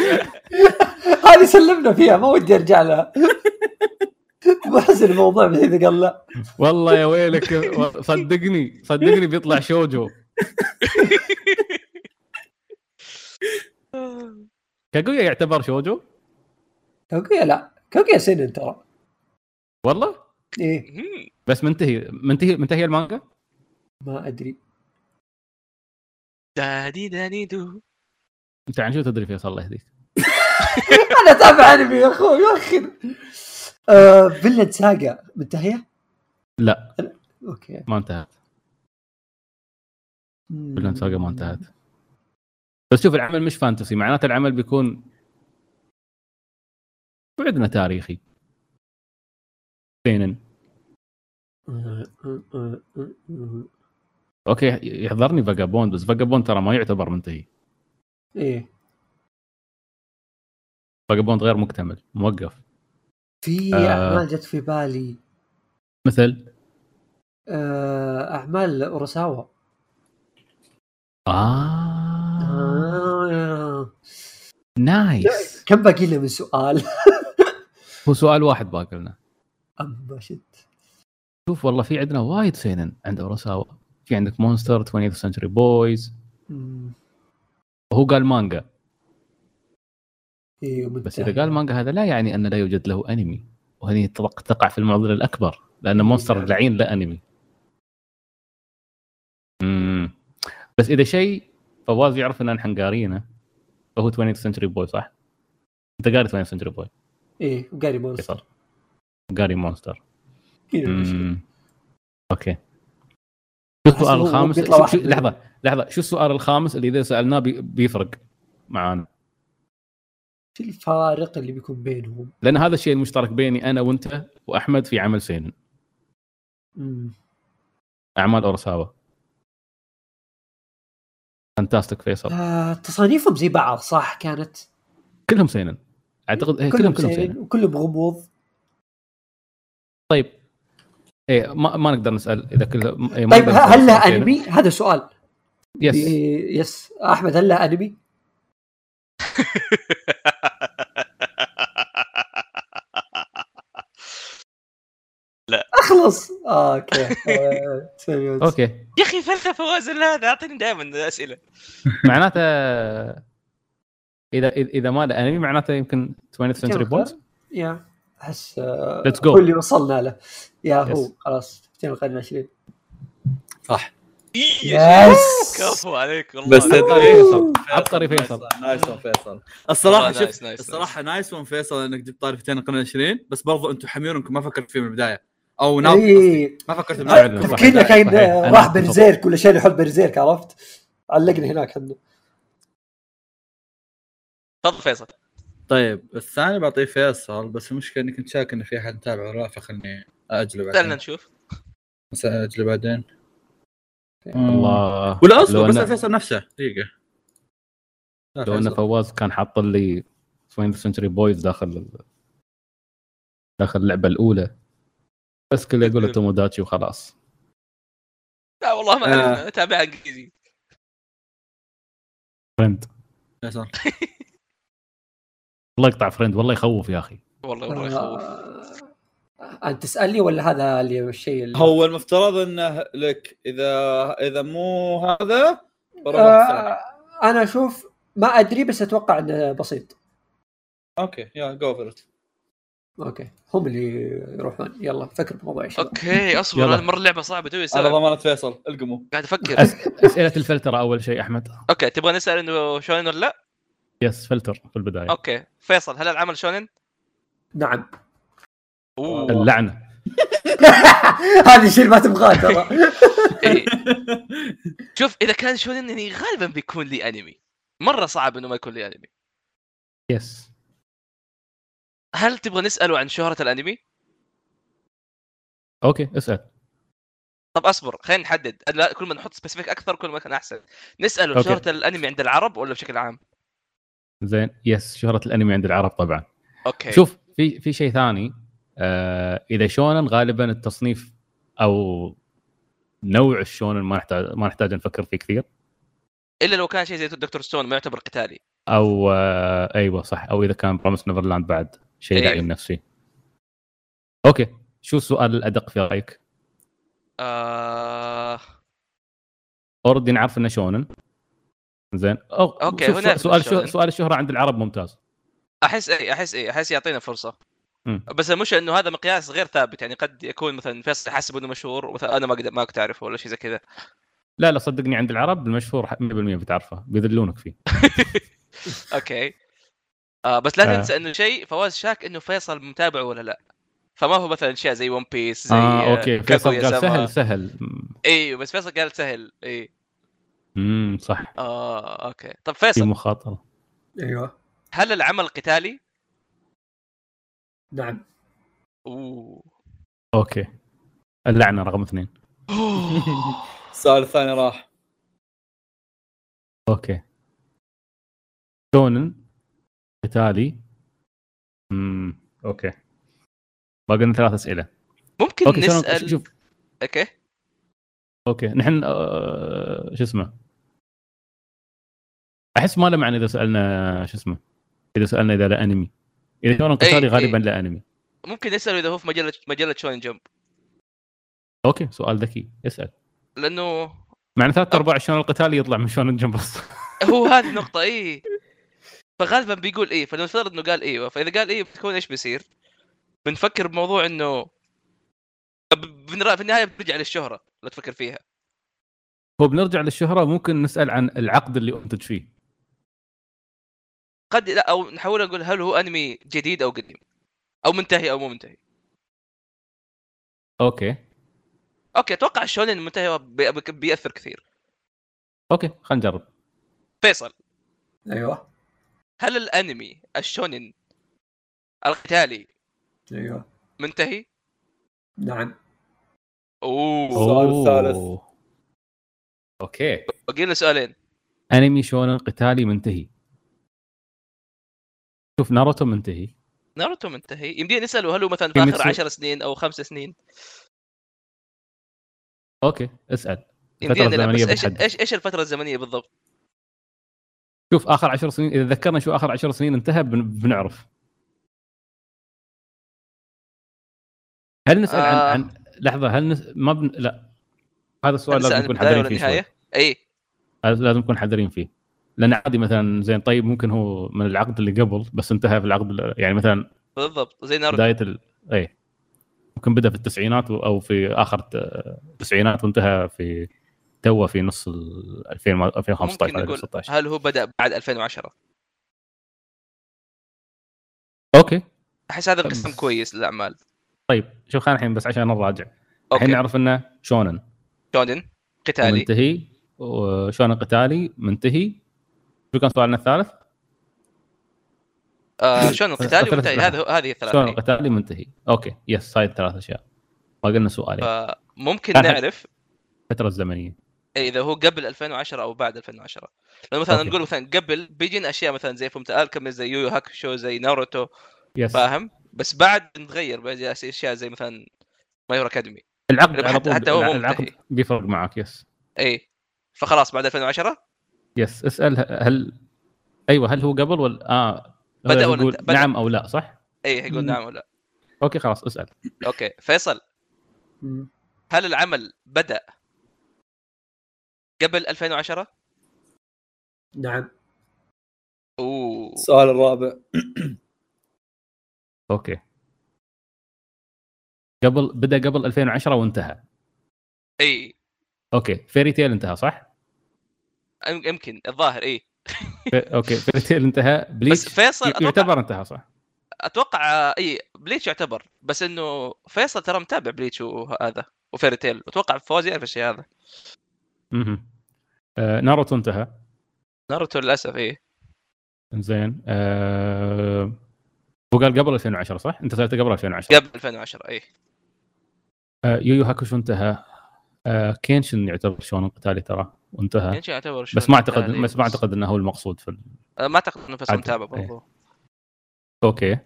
*laughs* هذه سلمنا فيها ما ودي ارجع لها *laughs* بحزن الموضوع من اذا قال لا
والله يا ويلك و- صدقني صدقني بيطلع شوجو كاغويا يعتبر شوجو
كوكيا لا كوكيا سنن ترى
والله
ايه
بس منتهي منتهي منتهي المانجا
ما ادري
داني داني دو *laughs*
انت عن شو تدري فيصل الله يهديك
انا اتابع انمي يا اخوي يا اخي آه، فيلن ساجا منتهيه؟
لا.
اوكي
ما انتهت فيلن
فيلن
ساجا ما انتهت بس شوف العمل مش فانتسي معناته العمل بيكون بعدنا تاريخي سينن اوكي يحضرني فاجابوند بس فاجابوند ترى ما يعتبر منتهي
ايه
فاجابوند غير مكتمل موقف
في
آه.
اعمال جت في بالي
مثل
آه، اعمال اوراساوا
اه
آه.
نايس
كم باقي لنا من سؤال؟ *laughs*
هو سؤال واحد باقي لنا
اما شت
شوف والله في عندنا وايد سينن عند اوراساوا في عندك مونستر 20th سنتري بويز
مم.
وهو قال مانجا
ايه
بس
منتهية.
اذا قال مانجا هذا لا يعني ان لا يوجد له انمي وهذه تق- تقع في المعضله الاكبر لان مونستر اللعين لا انمي امم بس اذا شيء فواز يعرف ان نحن قارينه فهو 20th سنتري بوي صح؟ انت قاري 20th سنتري بوي
ايه وقاري مونستر
فيصل قاري مونستر
كذا المشكلة.
امم اوكي شو
أحس
السؤال
هو
الخامس
بيطلع
شو-
واحد
شو- لحظه لحظه شو السؤال الخامس اللي اذا سالناه بي- بيفرق معانا
في الفارق اللي بيكون بينهم
لان هذا الشيء المشترك بيني انا وانت واحمد في عمل سينن
مم.
اعمال اوراساوا فانتاستيك فيصل
آه، تصانيفهم زي بعض صح كانت
كلهم سينن اعتقد إيه كلهم كلهم سينن
كلهم غموض
طيب ايه ما, ما نقدر نسال اذا كل إيه ما
طيب
نقدر
ه-
نسأل
هل له
سينن.
انمي؟ هذا سؤال
يس
إيه، يس احمد هل له انمي؟ اخلص آه، اوكي
*laughs*
*laughs* آه، سوري.
اوكي
يا اخي فلسفه وازن هذا اعطيني دائما اسئله
معناته اذا اذا ما له انمي معناته يمكن 20th century boys
يا احس
Let's go.
هو اللي وصلنا له يا هو
Yes.
خلاص افتتاح القرن العشرين
صح
إيه يا شيخ،
يس
كفو عليك والله
بس عبقري فيصل
عبقري فيصل.
نايس ون فيصل الصراحه
والله
شوف
نايس، نايس،
الصراحه نايس ون فيصل انك جبت طائفتين القرن العشرين بس برضو انتم حميركم ما فكرت فيه من البدايه او ناظر
إيه.
قصدي.
اي
ما فكرت من
نعم.
البدايه
إيه، تفكيرنا
صحيح،
كان
صحيح.
آه،
أنا
راح
أتفق.
برزيرك ولا شيء يحب برزيرك عرفت؟ علقنا هناك احنا
تفضل فيصل
طيب الثاني بعطيه فيصل بس المشكله اني كنت شاك ان في احد متابع ولا فخلني اجله
خلنا
بعدين
نشوف
اجله بعدين
الله
ولا اصبر
لو
بس
أنا-
فيصل نفسه دقيقه لا،
لو ان
فيصل.
فواز كان حاط لي 20th century boys داخل ال- داخل اللعبه الاولى بس كله يقول له توموداتشي وخلاص
لا والله ما
آه.
أعرف، اتابع انجليزي
فريند
فيصل
والله يقطع فريند والله يخوف يا اخي
والله والله يخوف
آه، انت تسالني ولا هذا اللي الشيء اللي
هو المفترض انه لك اذا اذا مو هذا
آه، انا اشوف ما ادري بس اتوقع انه بسيط
اوكي يا جو فور
اوكي هم اللي يروحون يلا فكر بموضوع يا شباب
اوكي اصبر
يلا.
هذه المره اللعبه صعبه توي
انا
سبب.
ضمانه فيصل القموا
قاعد افكر
أس- اسئله الفلتره اول شيء احمد
اوكي تبغى نسال انه شونن ولا لا؟
يس فلتر في البدايه
اوكي فيصل هل العمل شونن؟
نعم
اوه
اللعنه
*laughs* هذا الشيء اللي ما تبغاه
*laughs*
ترى
*laughs*
إيه. شوف اذا كان شونن يعني غالبا بيكون لي انمي مره صعب انه ما يكون لي انمي
يس
هل تبغى نساله عن شهره الانمي؟
اوكي اسال
طب اصبر خلينا نحدد لا كل ما نحط سبيسيفيك اكثر كل ما كان احسن نساله
أوكي.
شهره الانمي عند العرب ولا بشكل عام؟
زين يس شهره الانمي عند العرب طبعا
اوكي
شوف في في شيء ثاني آه اذا شونن غالبا التصنيف او نوع الشونن ما نحتاج ما نحتاج نفكر فيه كثير
الا لو كان شيء زي دكتور ستون ما يعتبر قتالي
او آه ايوه صح او اذا كان برومس نيفرلاند بعد شيء
أيوة.
دعيم نفسي اوكي شو السؤال الادق في رايك؟
آه...
اوريدي نعرف انه شونن زين أو
أوكي،
شوف
هو
سؤال
نعرف
سؤال,
إنه شونن.
سؤال الشهره عند العرب ممتاز
احس اي احس اي احس إيه، يعطينا فرصه
مم.
بس المشكله انه هذا مقياس غير ثابت يعني قد يكون مثلا فيصل يحسب انه مشهور ومثلا انا ما اقدر ما كنت اعرفه ولا شيء زي كذا
لا لا صدقني عند العرب المشهور 100% بتعرفه بيذلونك فيه
اوكي آه بس لا
آه.
تنسى انه شيء فواز شاك انه فيصل متابع ولا لا فما هو مثلا اشياء زي ون بيس زي آه،
اه اوكي فيصل
كاغويا
قال
سما.
سهل سهل
ايوه بس فيصل قال سهل اي
امم صح
اه اوكي طب
في
فيصل
مخاطره
ايوه
هل العمل قتالي؟
نعم
اوه
اوكي اللعنه رقم اثنين
السؤال الثاني راح
اوكي شونن قتالي امم اوكي باقي لنا ثلاث اسئله
*gasps* ممكن
اوكي شلون-
نسال
شوف
اوكي
اوكي نحن آه، شو اسمه احس ما له معنى اذا سالنا شو اسمه اذا سالنا اذا لا انمي اذا شونن قتالي
إيه.
غالبا لا انمي
ممكن نساله اذا هو في مجله مجله شونين جمب
اوكي سؤال ذكي اسال
لانه
معنى ثلاث ارباع شلون القتالي يطلع من شلون جنب أصلاً.
هو هذه النقطة اي فغالبا بيقول ايه فلنفترض انه قال ايوه فاذا قال ايه بتكون ايش بيصير؟ بنفكر بموضوع انه ب- بنرا- في النهاية بنرجع للشهرة لو تفكر فيها
*laughs* هو بنرجع للشهره ممكن نسال عن العقد اللي انتج فيه
قد لا او نحاول نقول هل هو انمي جديد او قديم؟ او منتهي او مو منتهي
اوكي
اوكي اتوقع الشونين المنتهي بي- بي- بيأثر كثير
اوكي خلينا نجرب
فيصل
ايوه
هل الانمي الشونن القتالي
ايوه
منتهي؟
نعم
اوه
السؤال الثالث.
أوه. اوكي
باقي لنا سؤالين
انمي شونن قتالي منتهي شوف ناروتو منتهي
ناروتو منتهي يمدينا نساله هل هو مثلا في
كيميتسو.
اخر 10 سنين او خمس سنين
اوكي اسال الفترة
يمدينا نلعب،
الزمنية
بس ايش
بتحدد.
ايش ايش الفتره الزمنيه بالضبط؟
شوف اخر عشر سنين اذا ذكرنا شو اخر عشر سنين انتهى بن... بنعرف هل نسال آه.
آه.
عن عن لحظه هل نس... ما بن... لا هذا السؤال
نسأل
طيب، لازم
عن البداية
نكون حذرين
ولا
فيه شوي.
النهايه؟ اي
هذا لازم نكون حذرين فيه لان عادي مثلا زين طيب ممكن هو من العقد اللي قبل بس انتهى في العقد ال- يعني مثلا
بالضبط زي ناروتو
بدايه ال... اي ممكن بدا في التسعينات و- او في اخر الت- التسعينات وانتهى في توه في نص ال 2000 ما- 2015
ممكن نقول
2016
هل هو بدا بعد 2010
اوكي
احس هذا
طب.
القسم كويس للاعمال
طيب شوف خلينا الحين بس عشان نراجع الحين
اوكي
نعرف انه شونن
شونن قتالي
منتهي وشونن قتالي منتهي شو كان سؤالنا الثالث؟
آه شونن قتالي
ثلاث
ومنتهي
أسلحة.
هذا هو- هذه إيه.
شونن
الثلاثه
قتالي منتهي اوكي يس هاي الثلاث اشياء ما قلنا سؤالين
ممكن
أحد.
نعرف
الفتره الزمنيه
إيه، اذا هو قبل 2010 او بعد 2010 لو مثلا
أوكي.
نقول مثلا قبل بيجينا اشياء مثلا زي فهمت الكمي زي يويو هاكشو زي ناروتو
يس
فاهم بس بعد نتغير بيجي أس- اشياء زي مثلا مايور اكاديمي
العقد على
حتى-
طول
حتى هو مو
العقد
منتهي.
بيفرق معك يس
اي إيه. فخلاص بعد 2010
يس اسال هل ايوه هل هو قبل ولا اه هو
بدأ
لازم
ولا
يقول
انت- بدأ.
نعم او لا صح؟
اي يقول
مم.
نعم ولا
اوكي خلاص اسال
لا. اوكي فيصل
مم.
هل العمل بدا قبل 2010
نعم
اوه
السؤال الرابع
اوكي قبل بدا قبل 2010 وانتهى
اي
اوكي فيري تيل
*laughs*
انتهى صح؟
يم- يمكن الظاهر اي
ف- اوكي فيري تيل انتهى
بس
بليتش
فيصل
ي-
اتوقع
يعتبر انتهى صح
اتوقع اي بليتش يعتبر بس انه فيصل ترى متابع بليتش وهذا وفيري تيل اتوقع فواز يعرف الشيء هذا
اها آه ناروتو انتهى
ناروتو للاسف اي
زين آه... وقال قبل 2010 صح؟ انت سالته قبل 2010
قبل 2010 اي
آه يو يو هاكوشو انتهى آه كينشن يعتبر شونن قتالي ترى وانتهى
يعني شيء يعتبر شيء
آه. بس ما اعتقد
مثالي.
بس ما اعتقد انه هو المقصود في ال...
أه، ما اعتقد انه فيصل
عاد-
متابع
إيه.
برضو
اوكي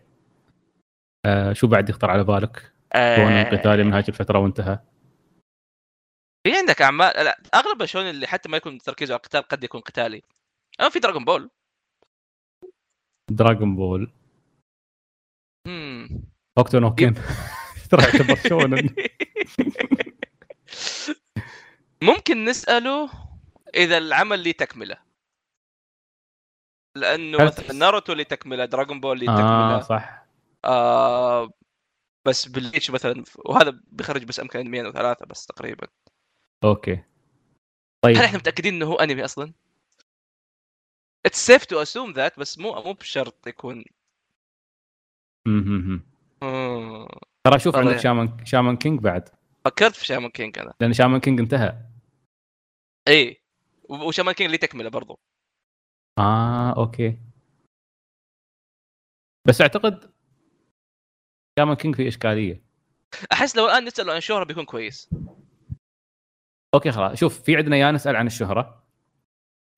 آه شو بعد يخطر على بالك؟
آه.
شونن قتالي من هذه الفتره وانتهى
في عندك اعمال لا اغلب الشون اللي حتى ما يكون تركيزه على القتال قد يكون قتالي اما في دراغون بول
دراغون بول
مم.
اوكتو نو كين *laughs* ترى
*laughs*
يعتبر شونن
ممكن نساله اذا العمل ليه تكمله لانه
هل-
مثلا ناروتو ليه تكمله دراغون بول ليه
اه
تكمله
صح
آه بس بليتش مثلا وهذا بيخرج بس امكن انميين او ثلاثه بس تقريبا
اوكي طيب
هل احنا متاكدين انه هو انمي اصلا؟ اتس سيف تو اسوم ذات بس مو مو بشرط يكون
مهم.
مم.
ترى شوف
طبعاً.
عندك شامان شامان كينج بعد
آه، فكرت في شامان كينج انا
لان شامان كينج انتهى
اي إيه، و- وشامان كينج ليه تكمله برضو
اه اوكي بس اعتقد شامان كينج في اشكاليه
احس لو الان نساله عن شهره بيكون كويس
اوكي خلاص شوف في عندنا يا نسال عن الشهره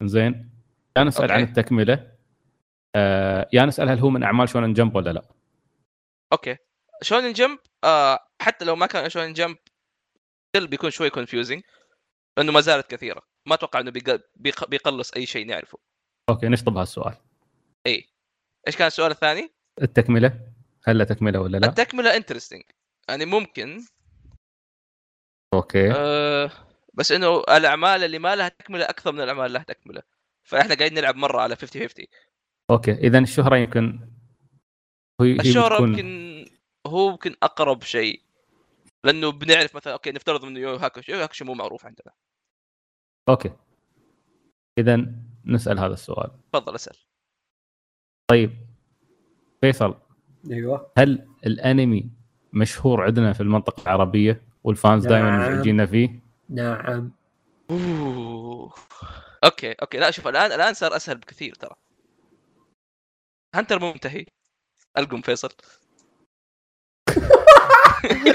زين يا نسال
أوكي.
عن التكمله آه يا نسال هل هو من اعمال شونن جمب ولا لا
اوكي شونن جمب آه حتى لو ما كان شونن جمب still بيكون شوي كونفيوزنج لانه ما زالت كثيره ما اتوقع انه بيق- بيق- بيقلص اي شيء نعرفه
اوكي نشطب هالسؤال
اي ايش كان السؤال الثاني؟
التكمله هل لا تكمله ولا لا
التكمله انترستنج يعني ممكن
اوكي
أه بس انه الاعمال اللي ما لها تكمله اكثر من الاعمال اللي لها تكمله فاحنا قاعدين نلعب مره على 50 50
اوكي اذا الشهره يمكن هي هي
الشهرة
بتكون-
يمكن هو يمكن اقرب شيء لانه بنعرف مثلا اوكي نفترض انه يو هاكوشو يو هاكوشو مو معروف عندنا
اوكي اذا نسال هذا السؤال
تفضل اسال
طيب فيصل
ايوه
هل الانمي مشهور عندنا في المنطقه العربيه والفانز دائما
نعم.
مزعجيننا فيه
نعم
اوه اوكي اوكي لا شوف الان الان صار اسهل بكثير ترى هنتر مو منتهي القم فيصل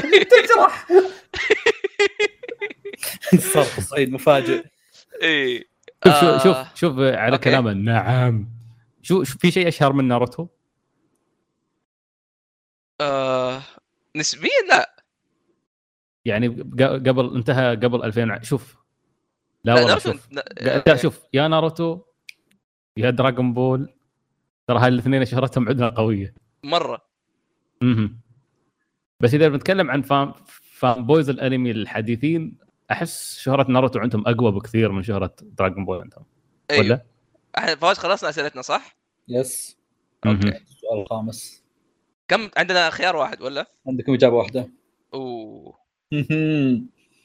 تجرح
صار تصعيد مفاجئ
اي
شوف شوف-
آه،
شوف شوف على
أوكي.
كلامه نعم شو شو- في شيء اشهر من ناروتو؟
آه نسبيا لا
يعني ق- قبل انتهى قبل 2000 ع- شوف لا
لا إيه. آه،
والله
ناروتو
شوف لا لا، شوف يا ناروتو يا دراغون بول ترى هاي الاثنين شهرتهم عندنا قويه
مره
مهم. بس اذا بنتكلم عن فان فان بويز الانمي الحديثين احس شهره ناروتو عندهم اقوى بكثير من شهره دراغون بول عندهم
ايوه
ولا؟
احنا فواز خلصنا اسئلتنا صح؟
يس
مهم.
السؤال الخامس
كم عندنا خيار واحد ولا؟
عندكم إيه. اجابه واحده *laughs*
اوه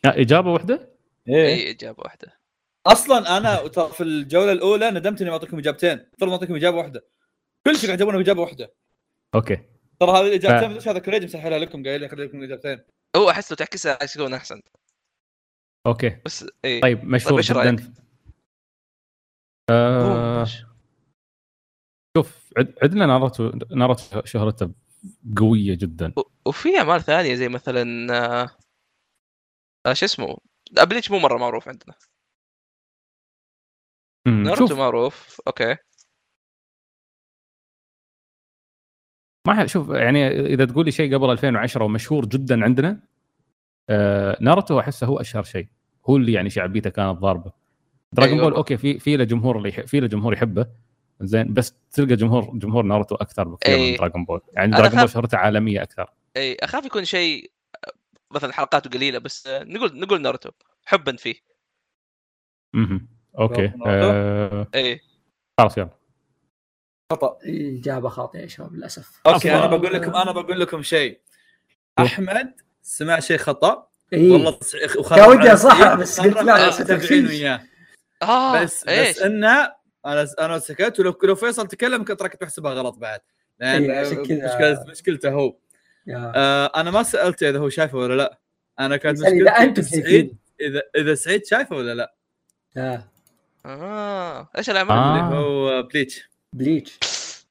لا، اجابه واحده؟ إيه.
ايه
اي اجابه واحده
اصلا انا وترى في الجوله الاولى ندمت اني ما اعطيكم اجابتين ترى اعطيكم اجابه واحده كل شيء قاعد يجاوبونه باجابه واحده
اوكي
ترى هذه الاجابتين ليش هذا كريج مسحلها لكم قايل لي خلي لكم اجابتين
هو احس لو تعكسها يكون احسن
اوكي
بس اي
طيب مشهور
إيش
جدا
رأيك؟
آه، شوف عد- عندنا ناروتو ناروتو شهرته قويه جدا
وفي اعمال ثانيه زي مثلا آه، آه، شو اسمه لا، بليتش مو مره معروف عندنا
مم،
ناروتو
شوف
معروف اوكي
ما ح- شوف يعني اذا تقول لي شيء قبل 2010 ومشهور جدا عندنا آه ناروتو احسه هو اشهر شيء هو اللي يعني شعبيته كانت ضاربه دراجون
أيوة.
بول اوكي في في له جمهور اللي يح- في له جمهور يحبه زين بس تلقى جمهور جمهور ناروتو اكثر بكثير من
أي.
دراجون بول يعني
أنا
دراجون بول
خاف-
شهرته عالميه اكثر
اي اخاف يكون شيء آه، مثلا حلقاته قليله بس آه، نقول نقول ناروتو حبا فيه
مهم. اوكي
ناروتو.
آه،
اي
خلاص يلا
خطا
اجابه خاطئه يا شباب للاسف
اوكي
أصلاً.
انا بقول لكم انا بقول لكم شيء احمد سمع شيء خطا
إيه.
والله تس- وخرب
يا ودي
على-
أصحح، بس قلت لا،
خرب
بس
على
تغشيش.
70 وياه
اه
بس
ايش
بس انه انا انا سكت ولو لو فيصل تكلم كنت راك تحسبها غلط بعد لان
إيه، عشان كذا.
مشكلة مشكلته هو
يا- يعني
آه انا ما سالته اذا هو شايفه ولا لا انا كانت
يسأل اذا انتم
مشكلتي سعيد
شايفين
اذا اذا سعيد شايفه ولا لا
يا،
اه ايش الاعمال
آه.
اللي هو بليتش
بليتش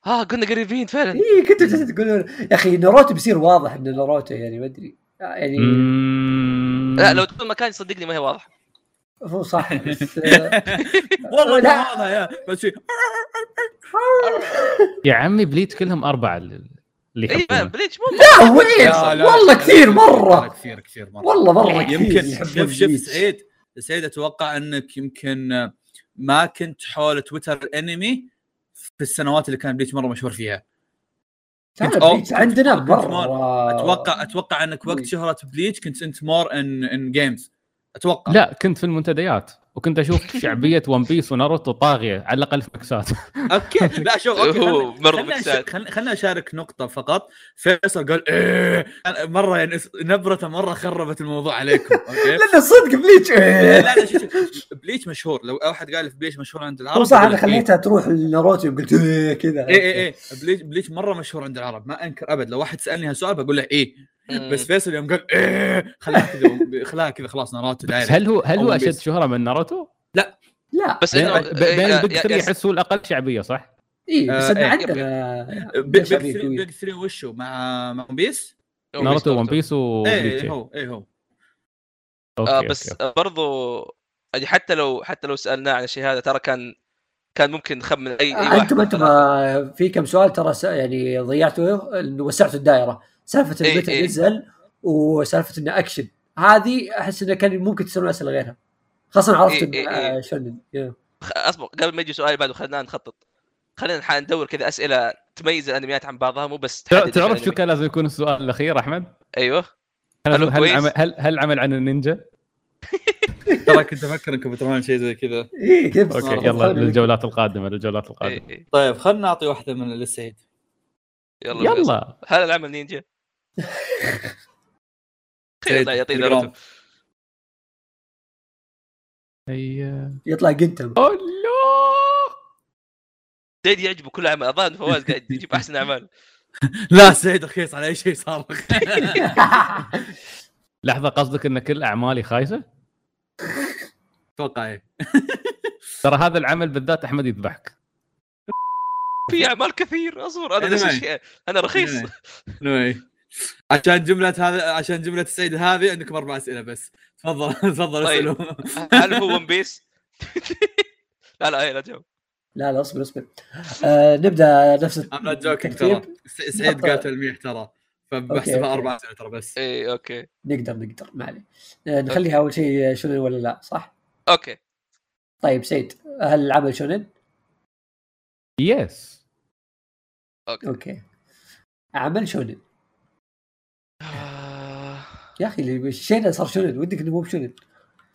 اه قلنا قريبين فعلا
اي كنتوا جالسين تقولون يا اخي ناروتو بيصير واضح انه ناروتو يعني ما ادري يعني
مم.
لا لو تقول مكان صدقني ما هي واضحه
هو
*laughs*
صح بس آه،
والله
لا.
لا هذا يا بس شي-
يا عمي بليت كلهم اربعه اللي اللي
اي فعلا
يحبونه.
بليتش مو
لا وين
لا، لا،
آه، إيه؟ والله
لا،
كثير
لا،
مره
كثير كثير مره
والله مره كثير
يمكن
يحبون
شوف شوف
بليتش.
سعيد سعيد اتوقع انك يمكن ما كنت حول تويتر الانمي في السنوات اللي كان بليتش مره مشهور فيها
لا،
كنت- أو-
بليتش عندنا
كنت
مره
اتوقع اتوقع انك وقت
إيه.
شهره بليتش كنت انت مور ان ان
*laughs*
جيمز اتوقع
لا كنت في المنتديات وكنت *laughs* اشوف شعبيه ون بيس وناروتو طاغيه على الاقل في مكسات
اوكي لا شوف اوكي
هو
خلنا-
مره
خلنا
مكسات
أش- خلنا خلنا اشارك نقطه فقط فيصل قال ايه أنا مره يعني اس- نبرته مره خربت الموضوع عليكم
*laughs*
اوكي
لان صدق بليتش
لا
إيه.
لا شوف شوف، بليتش مشهور لو احد قال في بليتش مشهور عند العرب
هو صح
بقول
انا
لك إيه.
خليتها تروح لناروتو وقلت إيه كذا
اي اي اي بليتش بليتش مره مشهور عند العرب ما انكر ابد لو واحد سالني هالسؤال بقول له ايه بس فيصل يوم قال ايه خلاها كذا خلاها كذا خلاص ناراتو
بس
دايركت
هل هو هل هو
أو ون بيس.
اشد شهره من ناروتو؟
لا
بس
إيه، بين
انه
ب- بين
إيه، يا-
البيج
يا-
3
يا-
احس هو الاقل شعبيه صح؟
اي بس
آه،
انا
إيه.
عندنا
بيج
شعبية قوية.
3 بيج 3 وشو مع مع ون بيس؟
أو
ناروتو
بيس
ون بيس
ايه
وبليتش
إيه هو ايه هو
آه
اوكي
بس
بس
آه، برضو يعني حتى لو حتى لو سالناه عن الشيء هذا ترى كان كان ممكن نخمن اي اي
آه،
واحد
انتم انتم آه، في كم سؤال ترى س- يعني ضيعتوا إنه وسعتوا الدائره سالفه
إيه،
المتى
إيه.
ينزل وسالفه انه اكشن هذه احس انه كان ممكن تسالون اسئله غيرها خاصه عرفت
إيه، إيه، إيه.
إنه، آه، شونن يا.
خ- اصبر قبل ما يجي سؤال بعده خلينا نخطط خلينا نح- ندور كذا اسئله تميز الانميات عن بعضها مو بس تحدد
تعرف
الأنمي.
شو كان لازم يكون السؤال الاخير احمد؟
ايوه
هل
ألو،
هل
كويس؟
العمل هل هل عمل عن النينجا؟
ترى كنت افكر انكم بترمون شيء زي كذا
ايه كيف
اوكي
صار.
يلا
تسألون
للجولات القادمه للجولات
إيه،
القادمه
إيه.
طيب خلنا نعطي واحده من السعيد
يلا يلا
يلا
هل العمل نينجا؟ خير
سعيد،
الله يعطيه
تليجرام.
ناروتو
هيا.
يطلع
*laughs*
جنتم
اوه لا
زيد يعجبه كل عمل الظاهر إن فواز قاعد يجيب احسن اعمال
لا سعيد رخيص على اي شيء صار
لحظه قصدك ان كل اعمالي خايسه؟
اتوقع ايه
ترى هذا العمل بالذات احمد يذبحك
في اعمال كثير اصبر انا نفس
Anyway.
الشيء انا رخيص *laughs*
anyway.
إيه.
عشان جملة هذا عشان جملة سعيد هذه عندكم اربع اسئلة بس تفضل تفضل
طيب.
اسألهم
هل هو ون بيس؟ *laughs* لا لا إيه، لا جاوب
*laughs* لا لا اصبر اصبر آه نبدا نفس
I'm not joking ترى س- سعيد قال
نقطة.
تلميح ترى
أوكي،
فبحسبها
أوكي.
اربع اسئلة ترى بس
اي اوكي
نقدر نقدر ما عليه آه، نخليها اول شيء شونن ولا لا صح؟
اوكي
طيب سعيد هل العمل شونن؟
يس
اوكي
اوكي عمل شونن
آه،
يا اخي اللي شينا صار شونن ودك انه مو بشونن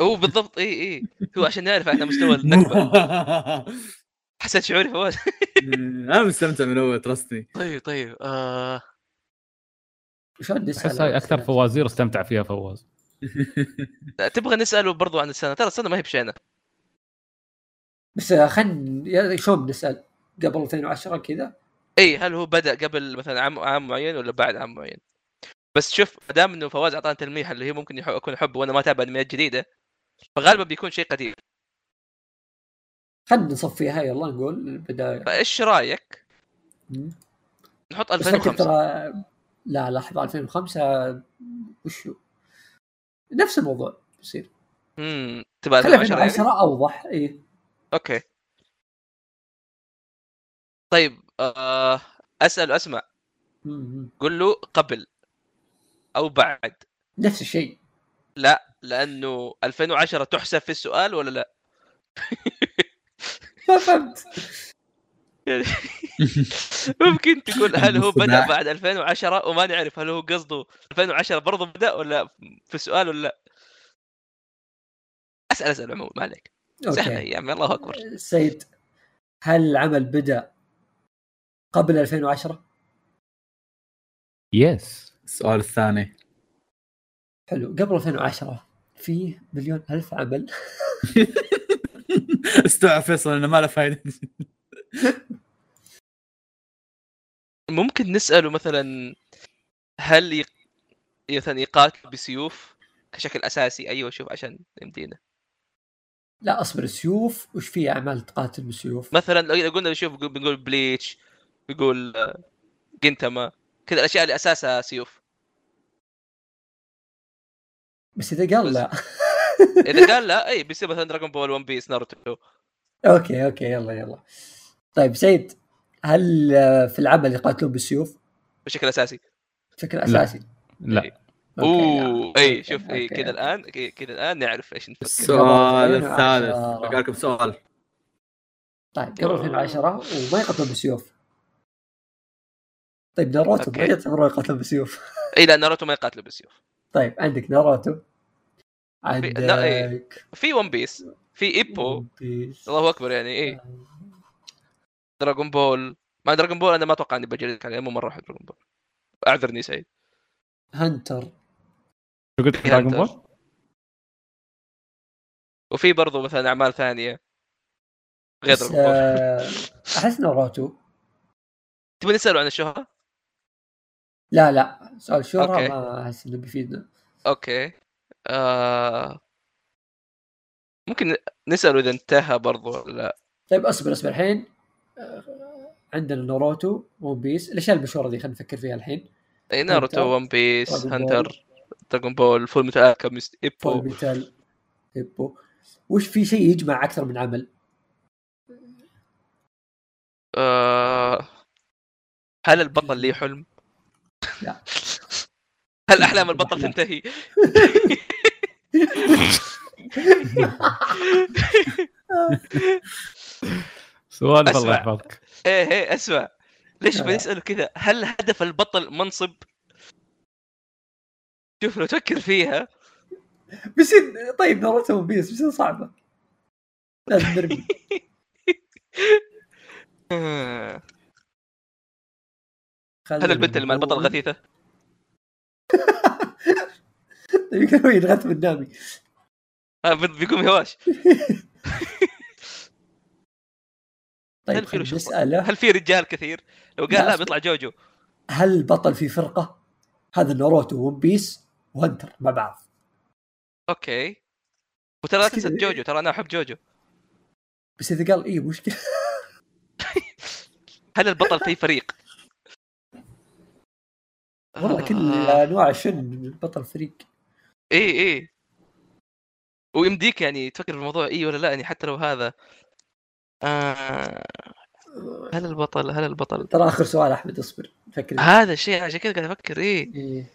هو بالضبط اي اي هو عشان نعرف احنا مستوى النكبه
*laughs*
حسيت شعوري فواز
انا مستمتع من اول ترستني
طيب طيب آه
شلون نسال
احس هاي اكثر
أسئلة؟
فوازير استمتع فيها فواز
تبغى نساله برضو عن السنه ترى السنه ما هي بشينه
بس آه، خلينا شلون بنسال قبل 2010 كذا
اي إيه، هل هو بدا قبل مثلا عام عام معين ولا بعد عام معين بس شوف ما دام انه فواز اعطانا تلميح اللي هي ممكن يح- اكون احبه وانا ما اتابع انميات جديده فغالبا بيكون شيء قديم
خلينا نصفيها يلا نقول البدايه
فايش رايك
مم.
نحط
بس لكن
2005
ترى لا لحظه 2005 وش هو؟ نفس الموضوع بيصير
امم تبغى
خلينا
2010 يعني؟
2010 اوضح اي
اوكي طيب آه اسال اسمع قول له قبل او بعد
نفس الشيء
لانه 2010 تحسب في السؤال ولا لا؟
ما فهمت
ممكن تقول هل هو بدا
الصداع.
بعد 2010 وما نعرف هل هو قصده 2010 برضه بدا ولا في السؤال ولا لا؟ اسال اسال عموما ما عليك سهله
اوكي
يا عمي الله اكبر
سيد هل العمل بدا قبل 2010
يس
السؤال الثاني
حلو قبل 2010 في مليون الف عمل
استوعب فيصل انه ما له فايدة
ممكن نساله مثلا هل ي... مثلا يقاتل بسيوف كشكل اساسي ايوه شوف عشان يمدينا
لا اصبر سيوف وش في اعمال تقاتل بالسيوف
مثلا لو إذا قلنا شوف بنقول بليتش بنقول آه، جنتاما كذا الاشياء اللي اساسها سيوف
بس اذا قال لا *laughs*
اذا قال لا اي بيصير مثلا دراجون بول ون بيس ناروتو
اوكي اوكي يلا يلا طيب سيد هل آه، في العمل يقاتلون بالسيوف
بشكل اساسي
بشكل
لا.
اساسي؟
لا
إيه.
أوكي، نعم. لا.
اوه اي
أوكي،
إيه، شوف اي
أوكي،
كذا
أوكي.
الان كي- كذا الان إيه، نعرف ايش نفكر
السؤال
2010.
الثالث بقى لكم سؤال
طيب قبل 2010 وما يقاتلون بالسيوف طيب ناروتو ما
أوكي.
يعتبرون يقاتلون بالسيوف
اي إيه، لا ناروتو ما يقاتلوا بالسيوف
طيب عندك ناروتو
لا، إيه.
عندك
في ون بيس في ايبو
ون بيس.
الله اكبر يعني اي
آه،
دراجون بول مع دراجون بول انا ما اتوقع اني بجلدك عليه مو مره احب دراجون بول اعذرني سعيد
هنتر
شو قلت دراجون بول؟
وفي برضو مثلا اعمال ثانيه غير
بس،
دراجون بول
آه، احس ناروتو
تبي نساله عن الشهره؟
لا لا سؤال شهرة
أوكي.
ما احس انه بيفيدنا
اوكي آه... ممكن نساله اذا انتهى برضو ولا لا
طيب اصبر اصبر الحين آه، عندنا ناروتو ون بيس الاشياء المشهوره دي خلينا نفكر فيها الحين
اي إيه، ناروتو
هنتر،
ون بيس
دراجون
هنتر دراجون بول فول ميتال الكيمست
فول
ايبو
ميتال هيبو وش في شيء يجمع اكثر من عمل؟
آه... هل البطل ليه حلم؟
لا.
*laughs* هل احلام البطل تنتهي؟
سؤال الله
أسمع.
يحفظك
ايه ايه اسمع ليش
لا،
ما
لا.
يسالوا كذا؟ هل هدف البطل منصب؟ شوف لو تفكر
*laughs*
فيها
بيصير طيب ناروتو ون بيس بيصير صعبه لازم
*laughs*
نرمي
آه،
خلنا
هل البنت اللي مع البطل
نقول- *laughs*
غثيثه؟
طيب، يمكن هو ينغث من نامي
آه، بي- بيقوم هواش
طيب
هل في
خلينا
رشوة؟
نساله
هل في رجال كثير؟ لو
لا،
قال لا
أصبر.
بيطلع جوجو
هل البطل في فرقه؟ هذا ناروتو ون بيس وهنتر مع بعض
اوكي وترى لا
بس كذا.
تنسى جوجو ترى انا احب جوجو
إيه، بس اذا قال اي مشكله
هل البطل في فريق؟
والله كل
آه،
انواع الشن بطل فريق
ايه ايه ويمديك يعني تفكر في الموضوع ايه ولا لا يعني حتى لو هذا آه هل البطل هل البطل
ترى اخر سؤال احمد اصبر فكر
هذا الشيء عشان كذا قاعد افكر ايه
إيه.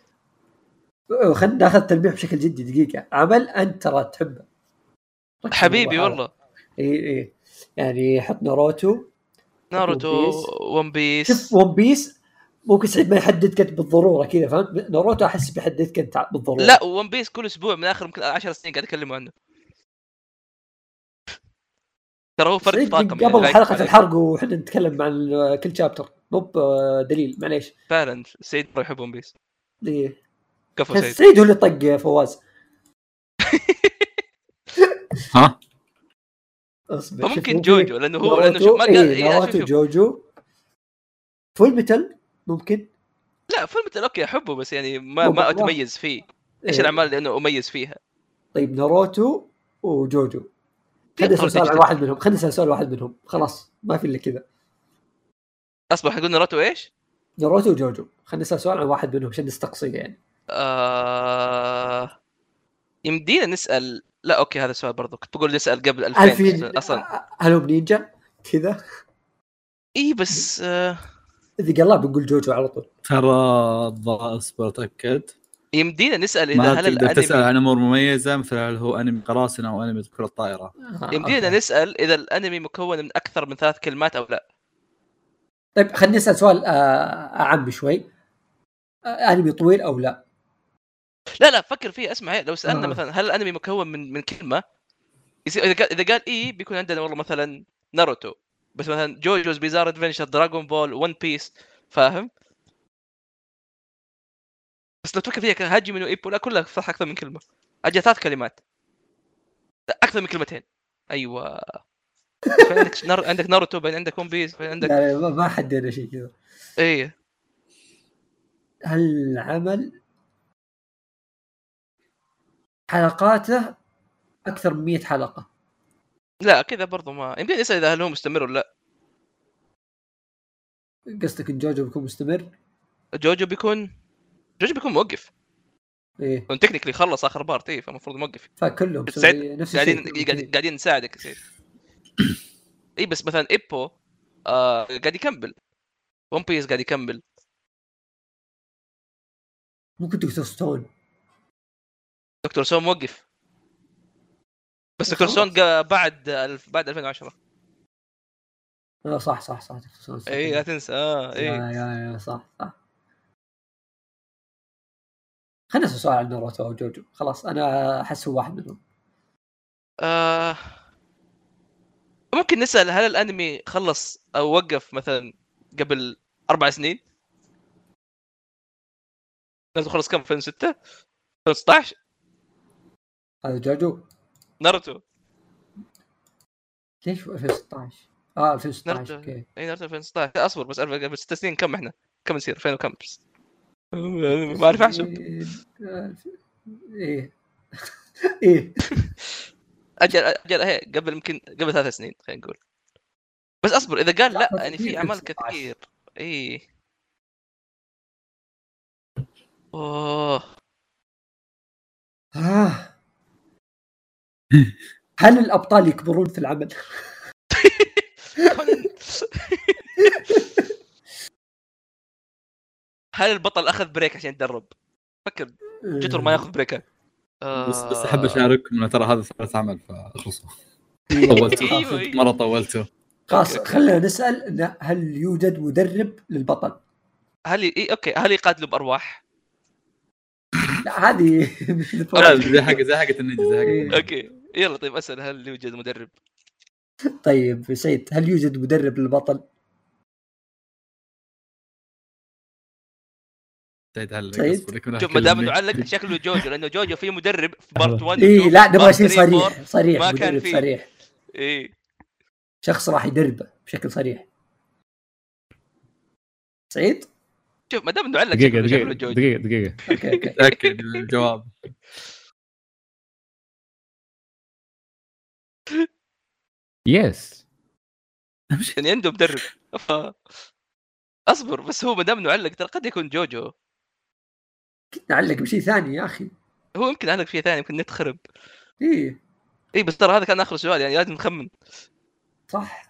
خلينا ناخذ التلميح بشكل جدي دقيقه عمل انت ترى تحبه ركز
حبيبي
الموضوع هذا.
والله
اي اي يعني حط ناروتو
ناروتو
بيس. شوف
ون بيس
ون بيس ممكن سعيد ما يحددك انت بالضروره كذا فهمت ناروتو احس بيحددك انت بالضروره
لا ون بيس كل اسبوع من اخر يمكن 10 سنين قاعد اتكلم عنه ترى هو فرق
سعيد
طاقم
من
يعني،
قبل
لا
حلقه
يكذب عليك.
الحرق واحنا نتكلم عن كل شابتر مو بدليل معليش
فعلا سعيد ما يحب ون بيس
إيه.
كفو
كان
سعيد
سعيد هو اللي طق فواز
ها
اصبر شوف،
فممكن
ممكن-
جوجو لانه هو لانه
ناروتو
شوف ما قال
اي
إيه، لا،
ناروتو
شوف- شوف.
جوجو فول ميتال ممكن
لا فيلم تل- اوكي احبه بس يعني ما
والله.
ما اتميز فيه ايش
إيه.
الاعمال اللي انا اميز فيها؟
طيب ناروتو وجوجو خلينا
يقدر
نسال سؤال عن
تجتهد.
واحد منهم خلينا نسال سؤال واحد منهم خلاص ما في الا كذا
اصبح قلنا ناروتو ايش؟
ناروتو وجوجو خلينا نسال سؤال عن واحد منهم عشان نستقصيه يعني
آه... يمدينا نسال لا اوكي هذا السؤال برضو كنت بقول نسال قبل 2000
هل في
اصلا
هل هم نينجا؟ كذا
اي بس آه...
اذا قال لا بنقول جوجو على طول
ترى الض- اصبر اتاكد
يمدينا نسال اذا
ما
هل
تقدر تسال
الانمي
عن امور مميزه مثل هل هو انمي قراصنه او انمي كره الطائره
آه،
يمدينا
أوكي.
نسال اذا الانمي مكون من اكثر من ثلاث كلمات او لا
طيب خلينا نسال سؤال آه، اعم شوي آه، انمي طويل او لا؟
لا لا فكر فيها اسمع هي، لو سالنا
آه.
مثلا هل الانمي مكون من من كلمه يصير اذا قال اذا قال اي بيكون عندنا والله مثلا ناروتو بس مثلا جوجوز بيزار ادفنشر دراغون بول ون بيس فاهم بس لو تفكر فيها كان هاجي منه ايبو لا كلها صح اكثر من كلمه اجل ثلاث كلمات لا اكثر من كلمتين ايوه بعدين عندك نار... عندك ناروتو بعدين عندك ون بيس بعدين عندك
لا لا، ما- ما حدينا شيء كذا
ايه
هل العمل حلقاته اكثر من 100 حلقه
لا كذا برضو ما يمكن نسال اذا هل هو مستمر ولا لا
قصدك ان جوجو بيكون مستمر؟
جوجو بيكون جوجو بيكون موقف
ايه
لأنه تكنيكلي خلص اخر بارت ايه فالمفروض موقف
*laughs* فكلهم سوي
سعيد-
نفس
قاعدين
الشيء
قاعد- قاعدين نساعدك يا
*coughs*
سيد اي بس مثلا ايبو آه قاعد يكمل ون بيس قاعد يكمل
ممكن دكتور ستون
دكتور سون موقف بس دكتور سون قا- بعد الف... بعد 2010
آه، صح صح صح دكتور ستون صح.
اي لا تنسى اه اي
يا يا يا صح صح خلينا نسأل سؤال عن ناروتو او جوجو خلاص انا احس هو واحد منهم
آه... ممكن نسال هل الانمي خلص او وقف مثلا قبل اربع سنين؟ ناروتو خلص كم 2006 2016
هذا جوجو
ناروتو
ليش هو 2016 اه 2016
ناروتو.
اوكي
اي ناروتو 2016 لا، اصبر بس ألف- قبل ست سنين كم احنا؟ كم نصير؟ 2000 وكم *laughs* بس؟ ما اعرف احسب
إيه، ايه *laughs* ايه
اجل اجل هي إيه، قبل يمكن قبل ثلاث سنين خلينا نقول بس اصبر اذا قال لا
لا،
يعني
كثير
في اعمال
19.
كثير إيه. اي اوه
آه. هل الابطال يكبرون في العمل؟
كونان. *laughs* هل البطل اخذ بريك عشان يتدرب؟ فكر جتر ما ياخذ آه، بريكات
بس بس احب اشارككم انه ترى هذا ثلاث عمل فاخلصوا
أيوة،
طولته
أيوة.
مره
*laughs*
طولته
إيه. خلاص خلينا نسال إنه هل يوجد مدرب للبطل؟
هل ي... إيه اوكي هل يقاتلوا بارواح؟
لا هذه *laughs*
لا، زي حق زي حقة النينجا زي
إيه.
حقة النينجا.
اوكي يلا طيب اسال هل يوجد مدرب؟
طيب سعيد هل يوجد مدرب للبطل؟
سعيد هلا
سعيد.
أصبر لك من
طيب. شوف
أكل
ما دام
الميت.
انه علق شكله جوجو لانه جوجو في مدرب في بارت 1
اي إيه، لا نبغى شيء
3
صريح صريح
ما
ما
كان
مدرب
فيه.
صريح
اي
شخص راح يدربه بشكل صريح سعيد؟
شوف ما دام انه علق
دقيقه
شكله شكله
دقيقه
جوجو
دقيقه دقيقه
اوكي
*laughs*
اوكي
تاكد من الجواب
يس
يعني عنده مدرب ف- اصبر بس هو ما دام انه علق ترى قد يكون جوجو
كنت اعلق بشيء ثاني يا اخي
هو يمكن علق فيها ثاني يمكن نتخرب
ايه
اي بس ترى هذا كان اخر سؤال يعني لازم نخمن
صح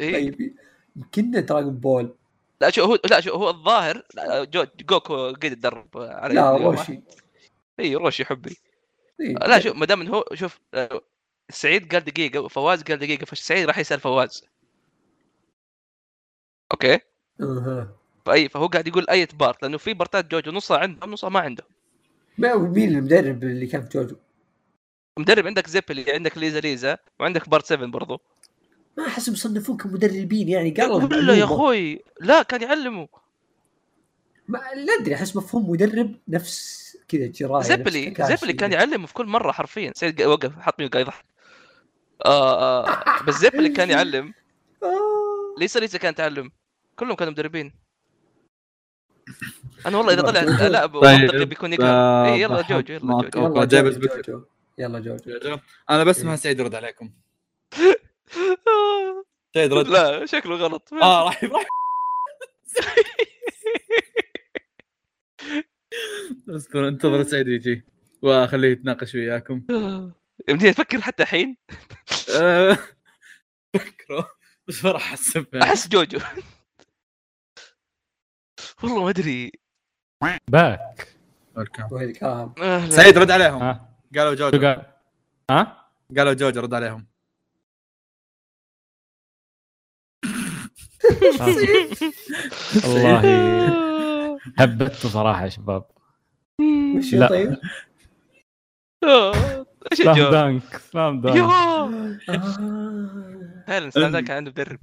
اي
طيب يمكننا دراغون بول
لا شو هو لا شو هو الظاهر لا، جو جوكو قد تدرب على
لا
يد-
روشي
اي روشي حبي
إيه.
لا شوف ما دام إنه هو شوف آه، سعيد قال دقيقه وفواز قال دقيقه فسعيد راح يسال فواز اوكي
أها.
فاي فهو قاعد يقول اي بارت لانه في بارتات جوجو نصها عندهم نصها ما عنده
ما مين المدرب اللي كان في جوجو؟
مدرب عندك زيبلي عندك ليزا ليزا وعندك بارت 7 برضو
ما احس مصنفون كمدربين يعني قالوا
ولا يا اخوي لا كان يعلمه
ما لا ادري احس مفهوم مدرب نفس كذا جرايه
زيبلي زيبلي كان يعلم في كل مره حرفيا سعيد قا- وقف حط ميوت قاعد يضحك آه آه بس زيبلي كان يعلم
آه.
ليس ليس كان تعلم كلهم كانوا مدربين انا والله اذا طلع لا
طيب،
منطقي بيكون يقرا إيه، يلا
بحط
جوجو يلا
معك-
جوجو
يلا
أوكي، جايب
جوجو,
الفكرة.
جوجو يلا جوجو
انا بسمع سعيد يرد عليكم
آه،
سعيد رد
*laughs* لا شكله غلط *laughs*
*laughs* اه راح راح اصبر انتظر سعيد يجي واخليه
*laughs*
يتناقش وياكم
يمديني افكر حتى الحين
آه، فكروا بس ما راح احسبها
احس جوجو *laughs* والله ما ادري
باك
ويلكم
آه، لا. *laughs*
سعيد رد عليهم
ها
قالوا
آه. شو
جوجو
قال؟ آه؟ ها
قالوا جوجو رد عليهم
والله هبته صراحه يا شباب
وش
لا.
طيب؟
آه، ايش
سلام
الجواب؟
دانك سلام دانك
يا
آه.
فعلا سلام دانك كان عنده مدرب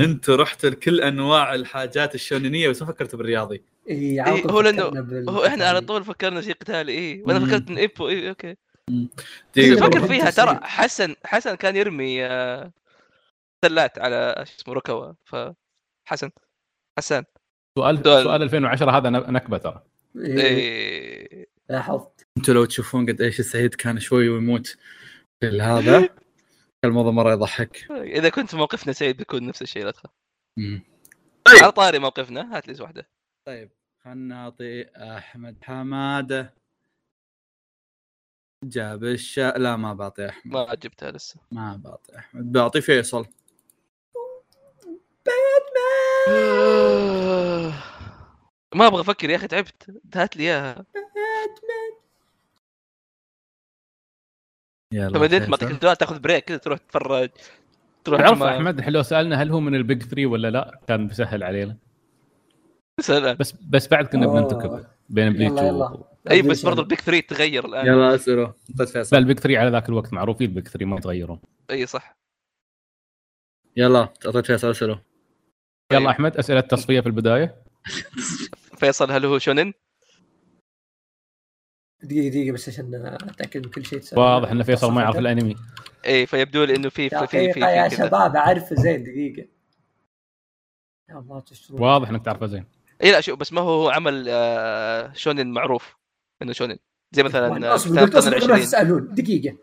انت رحت لكل انواع الحاجات الشونينيه بس ما فكرت بالرياضي
إيه، على
إيه،
طول
هو لأنه-
فكرنا بال-
هو احنا على طول فكرنا شيء قتالي ايه وانا
مم.
فكرت ان ايبو ايه اوكي
دقيقة،
إيبو.
فكر فيها ترى
تصوير.
حسن حسن كان يرمي آه، سلات على شو اسمه ركوة ف حسن حسن
سؤال
سؤال.
سؤال 2010 هذا نكبه ترى
إيه،
إيه.
لاحظت
انتم لو تشوفون قد ايش السعيد كان شوي ويموت في هذا كان الموضوع مره يضحك
اذا كنت في موقفنا سعيد بيكون نفس الشيء لا تخاف
مم.
على طاري موقفنا هات لي واحده
طيب خلنا نعطي احمد حماده جاب الشا لا ما بعطي احمد
ما جبتها لسه *sighs*
ما بعطي احمد بعطي فيصل
ما ابغى افكر يا اخي تعبت هات لي اياها
يلا
لما انت ما تعطيك الجوال تاخذ بريك كذا تروح تتفرج تروح
تعرف
مع-
احمد احنا لو سالنا هل هو من البيج ثري ولا لا كان بيسهل علينا
سلام
بس بس بعد كنا
آه.
بننتكب بين بليتش
يلا، يلا.
و...
اي بس برضه البيك 3 تغير الان
يلا اساله طيب
لا
فيصل
البيج ثري على ذاك الوقت معروفين البيج ثري ما يتغيرون
اي صح
يلا اعطيت فيصل اساله
طيب.
يلا احمد اسئله تصفيه في البدايه
فيصل هل هو شونن؟
دقيقه دقيقه بس عشان اتاكد من كل شيء تسأل.
واضح ان فيصل ما يعرف الانمي
اي إيه، فيبدو لي انه في في في في,
دقيقه يا
في كذا
شباب اعرفه زين دقيقه يا الله تشترون
واضح انك تعرفه زين
اي إيه، لا شو بس ما هو هو عمل آه شونن معروف انه شونن
إيه،
زي مثلا آه،
اصبر
كتاب
قلت
قرن
اصبر لا
20
تسالون
*laughs*
دقيقه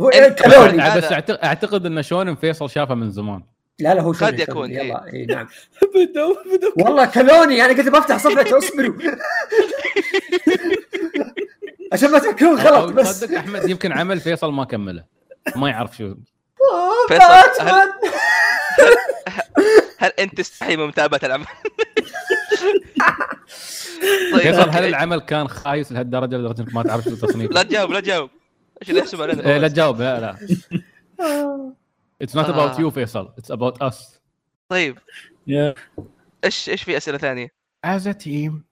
هو
أنت-
إيه كلوني
هذا-
بس أعتقد- اعتقد ان شونن فيصل شافه من زمان
لا لا هو شوني
قد يكون، إيه.
شوني، يلا اي نعم
بدو بدو
والله كلوني انا كنت بفتح صفحه اصبروا عشان ما تفكرون غلط
أو
بس
تصدق احمد يمكن عمل فيصل ما كمله ما يعرف شو
آه،
فيصل، هل-
باتمان.
هل انت تستحي من متابعه
*laughs*
العمل؟ طيب
فيصل هل
أوكي.
العمل كان خايس لهالدرجه لدرجه انك ما تعرف شو تصنيف
لا تجاوب لا تجاوب ايش اللي يحسب
إيه، لا
علينا
تجاوب
*laughs*
لا لا اتس نوت
آه.
اباوت يو فيصل اتس اباوت اس
طيب ايش ايش في اسئله ثانيه؟
از ا تيم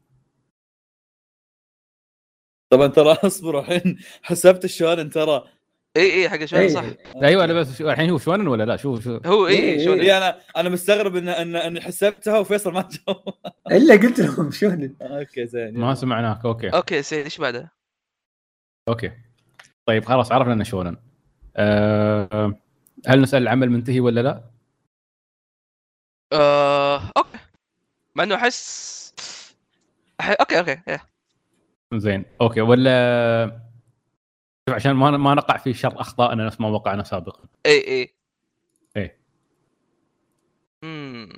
طبعا ترى اصبر الحين حسبت الشوارع ترى
اي اي حق شونن
إيه.
صح
ايوه انا بس شو- الحين هو شونن ولا لا شوف شو
هو
إيه،
اي
إيه.
شونن
إيه انا انا مستغرب ان ان, إن حسبتها وفيصل ما جاوب *laughs*
الا قلت لهم شوني
اوكي زين
ما سمعناك اوكي
اوكي سعيد ايش بعدها؟
اوكي طيب خلاص عرفنا انه شونن أه هل نسال العمل منتهي ولا لا؟
آه، اوكي مع انه احس أح- اوكي اوكي إيه.
زين اوكي ولا شوف عشان ما ما نقع في شر اخطائنا نفس ما
إيه،
وقعنا سابقا
اي اي
إيه.
امم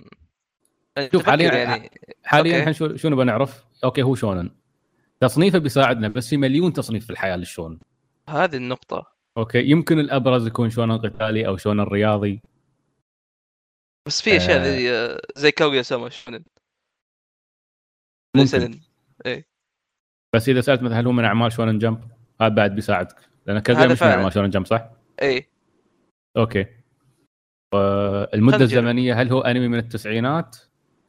أنت
شوف
فكر
حاليا-
يعني
حاليا
أوكي.
الحين شو شو نبغى نعرف؟ اوكي هو شونن تصنيفه بيساعدنا بس في مليون تصنيف في الحياه للشونن
هذه النقطة
اوكي يمكن الابرز يكون شونن قتالي او شونن رياضي
بس في اشياء
آه.
ذي آه، زي كاويا ساما شونن
ممكن.
ليسنن.
بس اذا سالت مثلا هل هو من اعمال شونن جمب هذا بعد بيساعدك لان كذا
هذا
مش من
فعلا.
اعمال شونن جمب صح؟
اي
اوكي آه، المده
خلنا نجرب.
الزمنيه هل هو انمي من التسعينات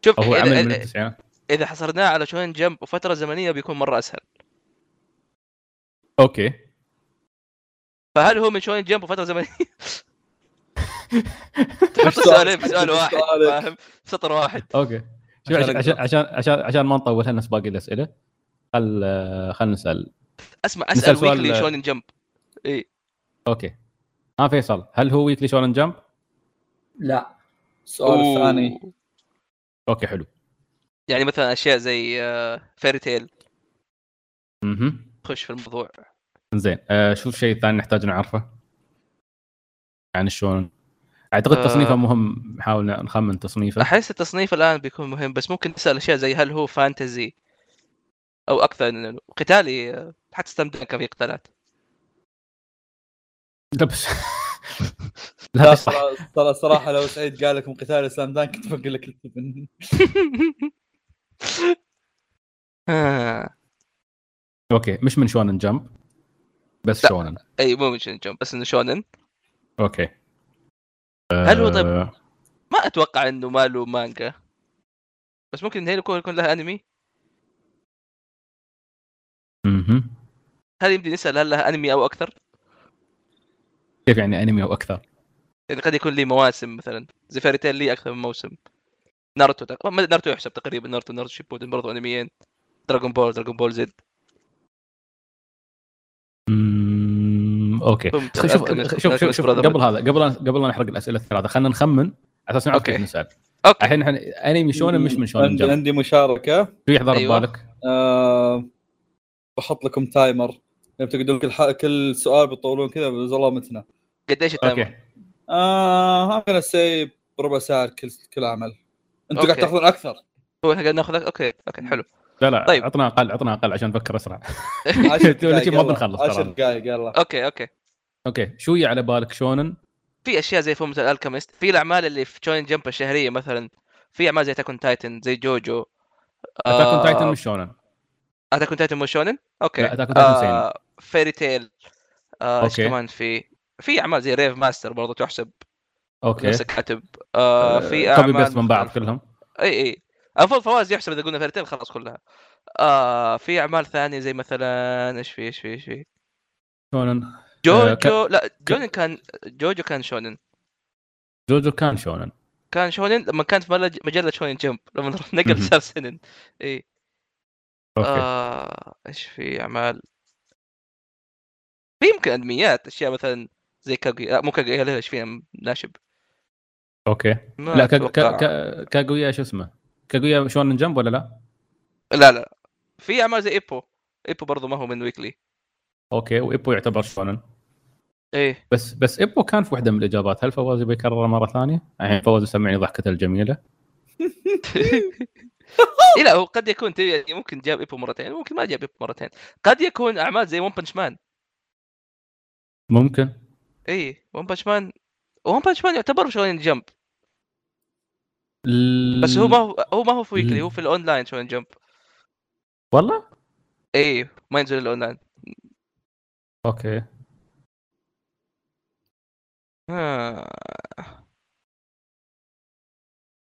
شوف
او هو
إذا-
عمل من
إذا-
التسعينات؟
اذا حصرناه على شونن جمب وفترة زمنية بيكون مرة اسهل
اوكي
فهل هو من شونن جمب وفترة زمنية؟ *laughs*
*laughs*
تحط سؤالين بسؤال واحد
سؤالك.
فاهم؟ سطر واحد
اوكي شوف
عشان
عشان عشان
أقدر.
عشان, عشان, عشان ما نطول هل باقي الاسئله خل آه، خل نسال
اسمع
نسأل
اسال
سؤال-
ويكلي شونن جمب اي
اوكي ها آه، فيصل هل هو ويكلي شونن جمب؟
لا
السؤال الثاني
اوكي حلو
يعني مثلا اشياء زي فيري تيل
اها
خش في الموضوع
زين آه شو الشيء الثاني نحتاج نعرفه؟ عن الشونن اعتقد تصنيفه
آه.
مهم نحاول
*laughs*
نخمن تصنيفه
احس التصنيف الان بيكون مهم بس ممكن تسال اشياء زي هل هو فانتزي او اكثر إنه قتالي آه، حتستمتع كان في قتالات
لا بس لا
لا
بس صح.
صراحة- ترى صراحه لو سعيد قال لكم قتال اسلام دانك كنت بقول لك اكتب.
آه،
اوكي مش من شونن جمب بس
لا.
شونن
اي مو من شونن جمب بس انه شونن
اوكي
هل هو طيب
آه،
ما اتوقع انه ما له مانجا بس ممكن هي يكون يكون لها انمي
مهم.
هل يمدي نسال هل لها انمي او اكثر؟
كيف يعني انمي او اكثر؟
يعني قد يكون لي مواسم مثلا زي فيري تيل لي اكثر من موسم ناروتو تق... ما- ناروتو يحسب تقريبا ناروتو ناروتو شيبودن برضو انميين دراغون بول دراغون بول زد
مم، اوكي
ثم
خ- شوف
Alchemist-
شوف شوف,
Alchemist
شوف
Brotherhood.
قبل هذا قبل أن- قبل لا نحرق الاسئله الثلاثه خلينا نخمن على اساس نعرف
أوكي.
كيف نسال
اوكي
الحين احنا انمي شونن مش من شونن
عندي
جمب
عندي مشاركه
شو يحضر
أيوة.
ببالك؟
آه، بحط لكم تايمر يعني بتقعدون كل ح- كل سؤال بتطولون كذا بس والله متنا
قديش التايمر؟
اوكي
آه انا سي بربع ساعه كل كل عمل انتم قاعد
أوكي.
تاخذون اكثر
هو احنا قاعد ناخذ اوكي اوكي حلو
لا لا
طيب.
طيب. عطنا اقل عطنا اقل عشان نفكر اسرع
عشر
تقول لي
دقايق،
ما
يلا.
بنخلص
عشر
ترى.
دقائق يلا
اوكي اوكي
اوكي شو يجي على بالك شونن؟
في اشياء زي فورمة الالكيميست في الاعمال اللي في شونن جمب الشهريه مثلا في اعمال زي تاكون تايتن زي آه، جوجو
اتاك اون تايتن مش شونن
اتاك اون تايتن مو شونن اوكي
لا، Attack on Titan
فيري تيل آه، ايش
أوكي.
كمان في في اعمال زي ريف ماستر برضو تحسب
اوكي
نفس الكاتب آه في
كوبي
اعمال
بيست من بعض
مختلفة.
كلهم
اي اي المفروض فواز يحسب اذا قلنا فرقتين خلاص كلها آه في اعمال ثانيه زي مثلا ايش في ايش في ايش في
شونن آه، ك-
جوجو لا جونن كان جوجو كان شونن
جوجو كان شونن
كان شونن لما كان في ملج- مجله شونن جمب لما *laughs* نقل
مهم.
صار سنن اي
اوكي
آه ايش في اعمال في يمكن انميات اشياء مثلا زي كاغويا لا مو كاغويا لا، ايش فيها ناشب
اوكي
ما
لا كا-
أتوقع.
كا- كا- كاغويا شو اسمه؟ كاغويا شونن جمب ولا لا؟
لا لا في اعمال زي ايبو ايبو برضه ما هو من ويكلي
اوكي وايبو يعتبر شونن *laughs*
ايه
بس بس ايبو كان في واحده من الاجابات هل فواز يبي يكررها مره ثانيه؟ الحين فواز يسمعني ضحكته الجميله
إيه لا هو قد يكون تبي- يعني ممكن جاب ايبو مرتين ممكن ما جاب ايبو مرتين قد يكون اعمال زي ون بنش مان
ممكن
ايه ون بنش مان ون بنش مان يعتبر شونين جمب
ال-
بس هو ما هو هو ما هو في ويكلي
ال-
هو في الاونلاين شونين جمب
والله
ايه ما ينزل الاونلاين
اوكي
آه.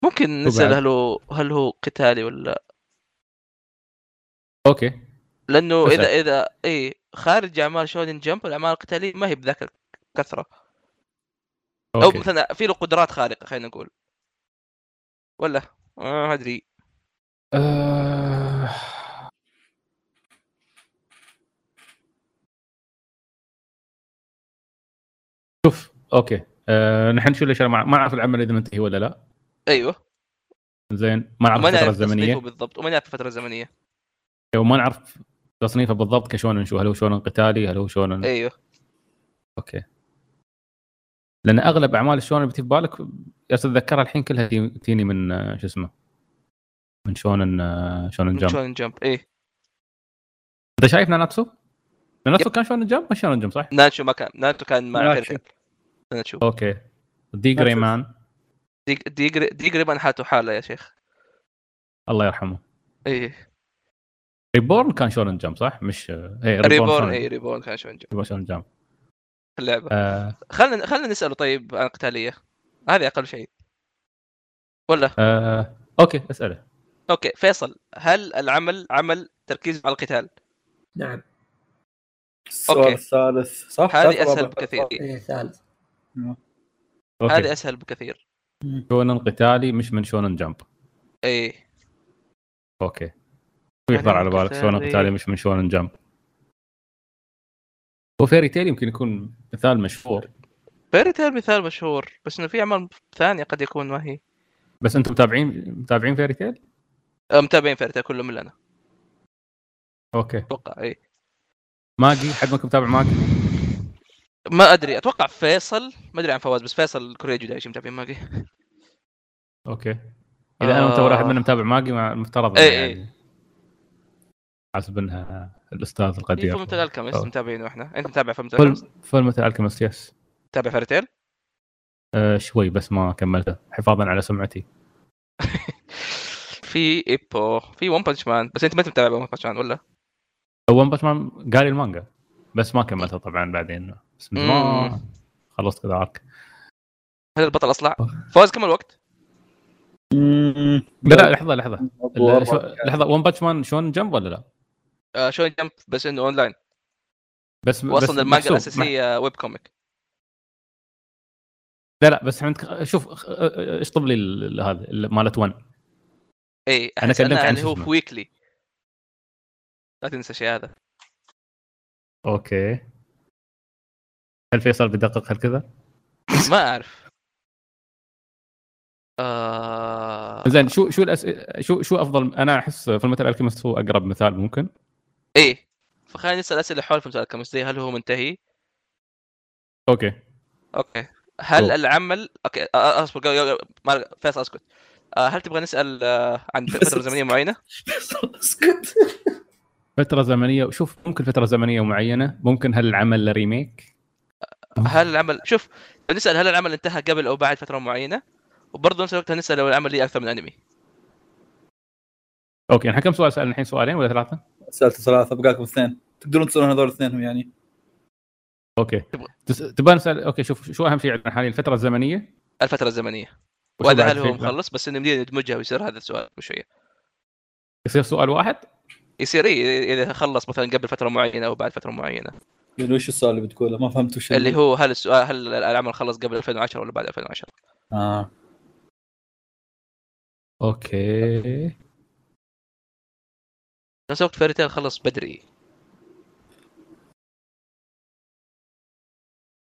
ممكن
وبعد؟
نسال هل هو هل هو قتالي ولا
اوكي
لانه
اسأل.
اذا اذا اي إيه، خارج اعمال شونين جمب الاعمال القتاليه ما هي بذاك الكثره او
اوكي
مثلا في له قدرات خارقه خلينا نقول ولا آه، ما ادري
آه، شوف اوكي أه نحن شو الاشياء ما ما اعرف العمل اذا منتهي ولا لا
ايوه
زين ما نعرف
وما
الفتره
نعرف تصنيفه
الزمنيه
بالضبط وما نعرف الفتره الزمنيه
وما نعرف تصنيفه بالضبط كشونن شو هل هو شونن قتالي هل هو شونن
ايوه
اوكي لان اغلب اعمال الشونن اللي بتجي في بالك بس اتذكرها الحين كلها تي- تيني من آه، شو اسمه من شونن آه، شونن جمب
شونن جمب ايه
انت شايف ناناتسو؟ ناناتسو كان شونن جمب ما شونن جمب صح؟
ناتشو ما كان ناتشو كان مع
ناتشو.
فرقة ناتشو
اوكي دي جريمان
ديج- ديجري ديجري من حاته حاله يا شيخ
الله يرحمه
ايه
ريبورن كان شونن جمب صح؟ مش آه، ايه
ريبورن
شونن-
ايه ريبورن كان شونن جمب
ريبورن شونن جمب
اللعبه
آه،
خلينا خلينا نساله طيب عن القتاليه هذه اقل شيء ولا
آه، اوكي اساله
اوكي فيصل هل العمل عمل تركيز على القتال
نعم
أوكي.
السؤال الثالث صح؟
هذه
ثالث
اسهل
رابع.
بكثير
إيه ثالث
اوكي
هذه اسهل بكثير
شونن قتالي مش من شونن جمب
ايه يعني
اوكي وش يخطر على بالك شونن
قتالي.
قتالي مش من شونن جمب وفيري تيل يمكن يكون مثال مشهور
فيري تيل مثال مشهور بس انه في اعمال ثانيه قد يكون ما هي
بس انتم متابعين متابعين فيري تيل؟
أه، متابعين فيري تيل كلهم الا انا
اوكي
اتوقع ايه
ماجي حد منكم متابع ماجي؟
ما ادري اتوقع فيصل ما ادري عن فواز بس فيصل كوريجو دايش متابعين ماجي
اوكي اذا انا وانت ولا احد منا متابع ماجي مع المفترض
إيه،
يعني حسب انها الاستاذ
في
القدير
إيه، فيلم تال الكمست
أوه.
متابعينه احنا انت متابع فيلم تال
فيلم
الكمست
فيلم مثل الكيمست يس
تابع فيري تيل
آه، شوي بس ما كملته حفاظا على سمعتي
في ايبو في ون بانش مان بس انت ما انت متابع ون بانش مان ولا؟
ون بانش مان قال لي المانجا بس ما كملتها طبعا بعدين بس من زمان خلصت كذا ارك
هل البطل اصلع؟ فوز كم الوقت؟
مم.
لا لا لحظه لحظه
أبو
ال-
أربعة.
شو- لحظه ون بانش مان شون جمب ولا لا؟
آه شون جمب بس انه اونلاين
بس بس
واصلا المانجا
محسوب.
الاساسيه ويب كوميك
لا لا بس عندك شوف أخ- اشطب لي ال- ال- هذا ال- مالت ون
اي
أنا
أحس
كلمت
أنها
عن
يعني
شو
هو
اسمه.
في ويكلي لا تنسى شيء هذا
اوكي هل فيصل بيدقق هالكذا؟
ما اعرف آه...
زين شو شو الأس... شو شو افضل انا احس في المثل الكيمست هو اقرب مثال ممكن
ايه فخلينا نسال اسئله حول فيلم الكيمست زي هل هو منتهي؟
اوكي
اوكي هل
أوه.
العمل اوكي أ- أ- اصبر قبل- قبل- ما فيصل اسكت آه، هل تبغى نسال آه، عن فتره زمنيه معينه؟
اسكت
فتره زمنيه شوف ممكن فتره زمنيه معينه ممكن هل العمل له ريميك؟
هل العمل شوف نسال هل العمل انتهى قبل او بعد فتره معينه وبرضه نفس الوقت نسال لو العمل ليه اكثر من انمي
اوكي احنا كم سؤال سالنا الحين سؤالين ولا ثلاثه؟
سالت ثلاثة بقالكم اثنين تقدرون تسألون هذول اثنينهم يعني
اوكي
تبغى-
تس- تبغى نسال اوكي شوف شو اهم شيء عندنا حاليا الفتره الزمنيه
الفتره الزمنيه
وشو
وهذا
بعد
هل هو
شيء؟
مخلص بس انه مدير ندمجها ويصير هذا السؤال بشويه
يصير سؤال واحد؟
يصير اي اذا خلص مثلا قبل فتره معينه او بعد فتره معينه
يعني وش السؤال اللي بتقوله ما فهمت وش
اللي هو هل السؤال هل العمل خلص قبل 2010 ولا بعد 2010
آه.
أه.
اوكي
نفس الوقت فيري تيل خلص بدري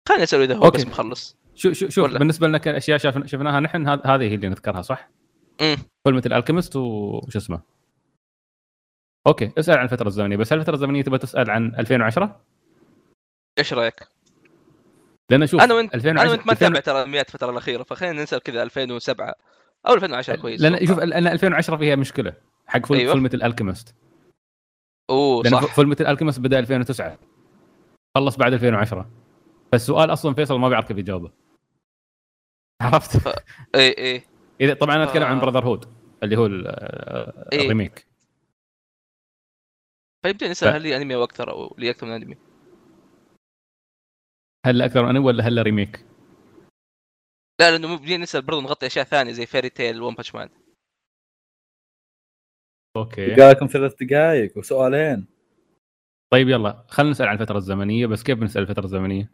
خلينا نسال اذا هو
أوكي.
بس مخلص
شو شو شوف
ولا-
بالنسبه لنا كاشياء شاف- شفناها نحن هذ- هذه هي اللي نذكرها صح؟
امم
فيلم مثل الكيمست وش اسمه؟ اوكي اسال عن الفتره الزمنيه بس هل الفتره الزمنيه تبغى تسال عن 2010
ايش رايك؟
لان شوف
انا وانت
2010
انا وانت ما
2000
نتابع ترى انميات الفتره الاخيره فخلينا نسال كذا 2007 او 2010 كويس
لان شوف لان 2010 فيها مشكله حق فيلم
أيوة.
أيوة. مثل الكيمست
اوه
لان
صح
فيلم مثل الكيمست بدا 2009 خلص بعد 2010 فالسؤال اصلا فيصل ما بيعرف كيف يجاوبه عرفت؟
اي اي
اذا طبعا انا اتكلم عن
آه.
براذر هود اللي هو ال- آه،
إيه.
الريميك
فيمكن نسال طيب، هل لي انمي او اكثر او لي اكثر من انمي
هل اكثر من أنمي ولا هل ريميك؟
لا لانه بدينا نسال برضه نغطي اشياء ثانيه زي فيري تيل ون بانش مان
اوكي
بقالكم ثلاث دقائق وسؤالين *laughs*
طيب يلا خلينا نسال عن الفتره الزمنيه بس كيف بنسال الفتره الزمنيه؟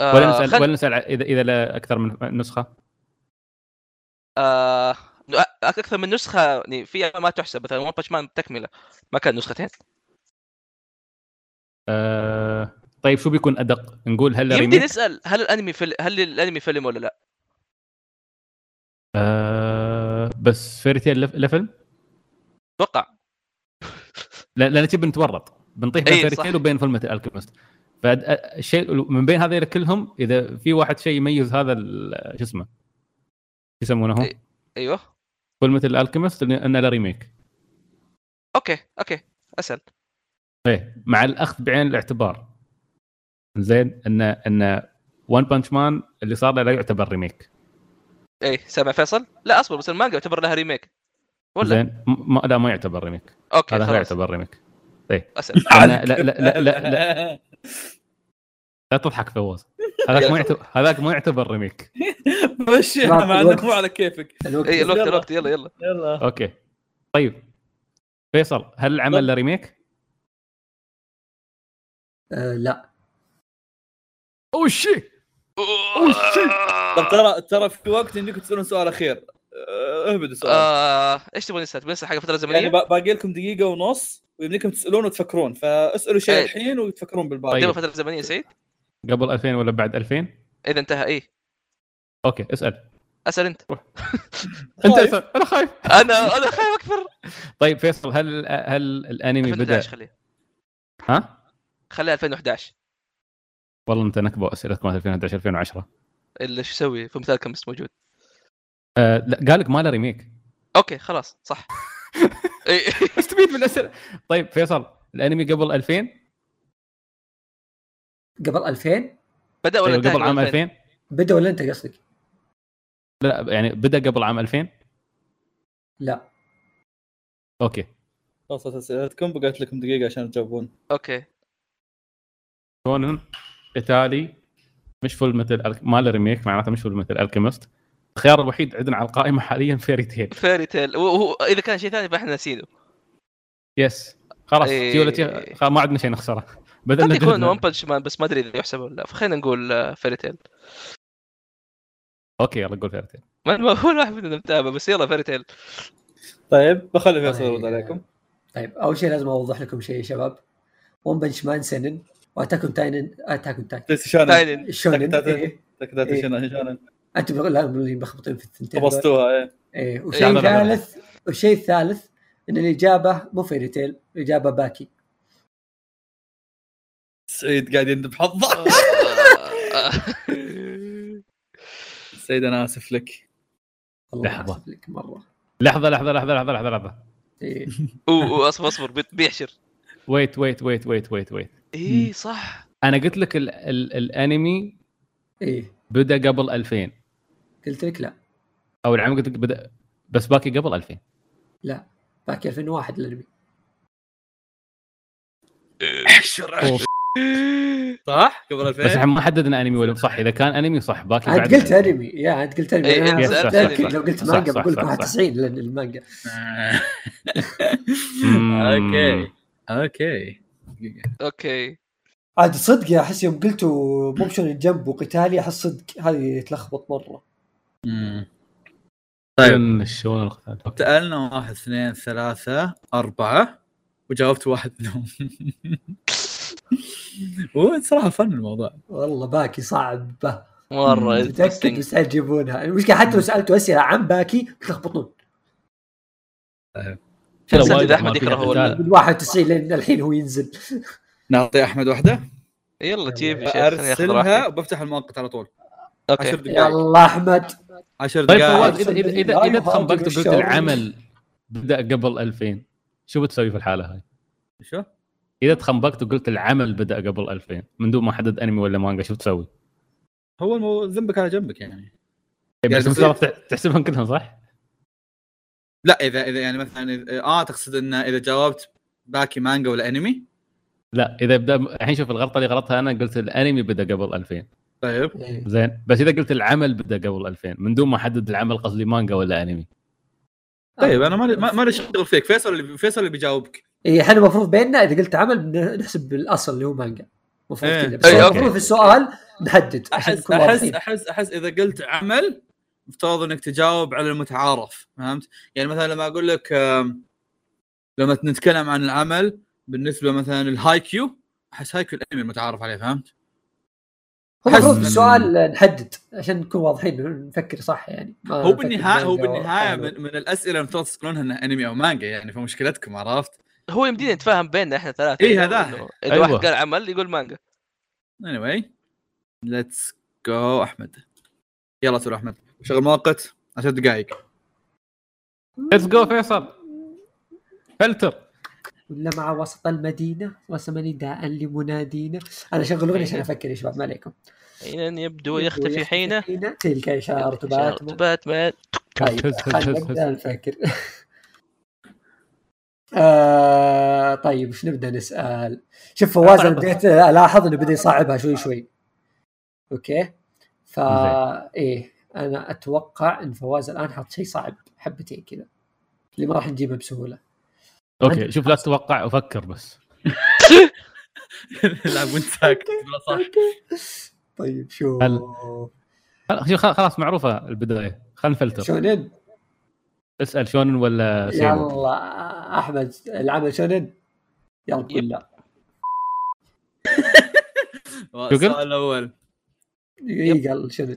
ولا نسال
آه، خل...
ولا نسال ع- اذا اذا لا اكثر من نسخه
آه... أ- اكثر من نسخه يعني في ما تحسب مثلا ون بانش مان تكمله ما كان نسختين
آه... طيب شو بيكون ادق؟ نقول هل
يمدي
ريميك؟
نسال هل الانمي فيلم هل الانمي فيلم ولا لا
آه... بس فيري تيل له فيلم؟
اتوقع
لا- لان كذا بنتورط بنطيح بين
إيه،
فيري
صح.
تيل وبين فيلم الكيمست فالشيء من بين هذول كلهم اذا في واحد شيء يميز هذا ال- شو اسمه؟ شو يسمونه؟
إيه. ايوه
فول مثل الكيمست انه له ريميك
اوكي اوكي اسهل
ايه مع الاخذ بعين الاعتبار زين ان ان وان بانش مان اللي صار له لا يعتبر ريميك
ايه سامع فيصل؟ لا اصبر بس المانجا يعتبر لها ريميك ولا
زين م- ما لا ما يعتبر ريميك
اوكي
هذا لا
خلاص
يعتبر ريميك
اسهل
لا لا لا لا, لا, لا, لا تضحك فواز هذاك ما يعتبر هذاك ما يعتبر ريميك
لا،
مشيها مع
الوقت.
انك مو على كيفك
الوقت
*laughs*
اي إيه، الوقت
يلا.
الوقت يلا يلا
يلا
اوكي طيب فيصل هل العمل له ريميك؟
آه لا
اوه شيء
طب
آه.
ترى ترى في وقت انكم تسالون سؤال اخير أه، اهبدوا سؤال
آه، ايش تبغى نسال؟ بنسال حق فتره
يعني
زمنيه؟
*laughs* با- باقي لكم دقيقه ونص ويمديكم تسالون وتفكرون فاسالوا شيء
إيه.
الحين وتفكرون بالباقي
طيب.
تبغى فتره زمنيه يا سعيد؟
قبل 2000 ولا بعد 2000؟
اذا انتهى ايه
اوكي اسال
اسال انت
انت
خايف.
اسال انا خايف
انا
*laughs*
انا خايف اكثر
طيب فيصل هل هل الانمي بدا
2011 خليها
ها؟
خليها 2011
والله انت نكبه اسئلتك مال 2011 2010
اللي شو يسوي في مثال كمست موجود
آه لا قال لك ما له ريميك
اوكي خلاص
*laughs*
صح إيه.
استفيد من الاسئله طيب فيصل الانمي قبل 2000
قبل 2000
بدا ولا
ايوه
انتهى
قبل عام
2000؟
2000
بدا ولا انت قصدك؟
لا يعني بدا قبل عام 2000
لا
اوكي
خلصت اسئلتكم بقيت لكم دقيقه عشان تجاوبون
اوكي
كونن ايطالي مش فول مثل ما له ريميك معناته مش فول مثل الكيمست الخيار الوحيد عندنا على القائمه حاليا فيري تيل
فيري تيل وهو اذا كان شيء ثاني فاحنا نسينه
يس خلاص
إيه.
تي ولا تي خلاص ما عندنا شيء نخسره
قد
بدلنا
يكون ون
جهدنا
بنش مان بس ما ادري اذا يحسب ولا لا فخلينا نقول آه، فيري تيل
اوكي يلا قول فيري تيل
ما ما هو الواحد مننا متابع بس يلا فيري تيل
طيب بخلي فيصل
طيب.
يرد عليكم
طيب اول شيء لازم اوضح لكم شيء يا شباب ون بنش مان سنن واتاك اون تاينن اتاك اون تايتن
تيس
طيب.
شانن
*laughs* تايلن
شونن
تاك- تاك-
إيه.
تكدات
إيه.
شانن شانن
انتم بغ- لا اللي مخبطين في الثنتين دول.
خبصتوها ايه
ايه
لا،
وشيء
لا، لا، لا.
ثالث والشيء الثالث ان الاجابه مو فيري تيل الاجابه باكي
سعيد قاعد يندب حظه سعيد انا اسف لك
والله
لحظة.
آسف لك مره
لحظه لحظه لحظه لحظه لحظه لحظه *laughs*
إيه.
اصبر اصبر بيت- بيحشر
ويت ويت ويت ويت ويت ويت
اي صح
انا قلت لك ال ال الانمي
ايه
بدا قبل 2000
قلت لك لا
او العام قلت لك بدا بس باكي قبل 2000
باكي 2001 الانمي
أوف.
صح قبل
بس
*laughs*
2000
احنا ما حددنا انمي ولا صح اذا كان انمي صح باكي
انت
بعد
قلت انمي يا انت قلت انمي
إيه،
أنا
صح، صح،
متأكد
صح،
لو قلت
صح،
مانجا
صح،
بقول
صح،
لك
صح.
91 لان المانجا
مم.
اوكي اوكي
اوكي
عاد صدق يا احس يوم قلتوا مو بشون جنب وقتالي احس صدق هذه تلخبط مره
مم. طيب
لأن الشون القتال أوكي.
سالنا واحد اثنين ثلاثة أربعة وجاوبت واحد منهم *laughs* وصراحة فن الموضوع
والله باكي صعب
مره
متاكد
interesting.
بس تجيبونها المشكله حتى لو سالتوا اسئله عن باكي تلخبطون
لا،
سعد
وايد
إذا أحمد
ما فيها
يكرهه
قتال.
ولا-
من 91 لين الحين هو ينزل
نعطي أحمد واحدة
يلا جيب يا شيخ طيب، خليني آخذ
أرسلها
راحتي.
وبفتح المؤقت على طول عشر
اوكي
دقائق
يلا احمد
عشر
طيب
دقائق
فواز اذا اذا اذا, إذا تخنبقت وقلت العمل بدا قبل 2000 شو بتسوي في الحاله هاي؟
شو؟
اذا تخنبقت وقلت العمل بدا قبل 2000 من دون ما حدد انمي ولا مانجا شو بتسوي؟
هو المو... ذنبك على جنبك يعني
إيه، بس
يعني
المفترض تح- تحسبهم كلهم صح؟
لا إذا إذا يعني مثلا إذا- آه تقصد إنه إذا جاوبت باكي مانجا ولا أنمي
لا اذا بدا الحين شوف الغلطه اللي غلطتها انا قلت الانمي بدا قبل 2000
طيب
إيه.
زين بس اذا قلت العمل بدا قبل 2000 من دون ما احدد العمل قصدي مانجا ولا انمي
طيب أنا ما لي- ما ما لي شغل فيك فيصل اللي فيصل اللي بيجاوبك
اي احنا إيه، المفروض بيننا اذا قلت عمل بن- نحسب بالاصل اللي هو مانجا المفروض
إيه.
كذا بس
إيه،
المفروض
أوكي.
في السؤال نحدد عشان
احس
نكون
احس
واضحين
احس احس اذا قلت عمل مفترض انك تجاوب على المتعارف فهمت؟ يعني مثلا لما اقول لك آم، لما نتكلم عن العمل بالنسبه مثلا الهاي كيو احس هاي كيو الانمي المتعارف عليه فهمت؟
هو المفروض
أحس-
في السؤال نحدد عشان نكون واضحين نفكر صح يعني ما
هو
نفكر
بالنهايه هو
مانجا
بالنهايه
أو-
من, من الاسئله المفترض تسالونها انها انمي او مانجا يعني فمشكلتكم عرفت؟
هو يمدينا نتفاهم بيننا احنا ثلاثه
إيه، هذا.
إنه اذا
أيوة.
واحد قال عمل يقول مانجا
anyway ليتس جو احمد يلا ترى احمد شغل مؤقت 10 دقائق
ليتس جو فيصل فلتر
ولا مع وسط المدينة وسم نداء لمنادينا أنا شغل أغنية عشان أفكر يا شباب ما عليكم
حين يبدو يختفي حينه
حين تلك إشارة باتمان
باتمان
*laughs* طيب
هز- هز-
خلينا
هز-
نبدأ نفكر *laughs* آه طيب وش نبدا نسال؟ شوف فواز انا بديت الاحظ انه بدا يصعبها شوي شوي. اوكي؟ فا ايه انا اتوقع ان فواز الان حط شيء صعب حبتين كذا اللي ما راح نجيبه بسهوله.
اوكي شوف لا تتوقع افكر بس
العب وانت ساكت ولا صح
*laughs* طيب شو
هل- خل- شوف خل- خلاص معروفه البدايه خلينا نفلتر
شونن
اسال شونن ولا سيمو
يلا احمد العمل شونن يلا قول لا
السؤال الاول
اي إيه، قال شنو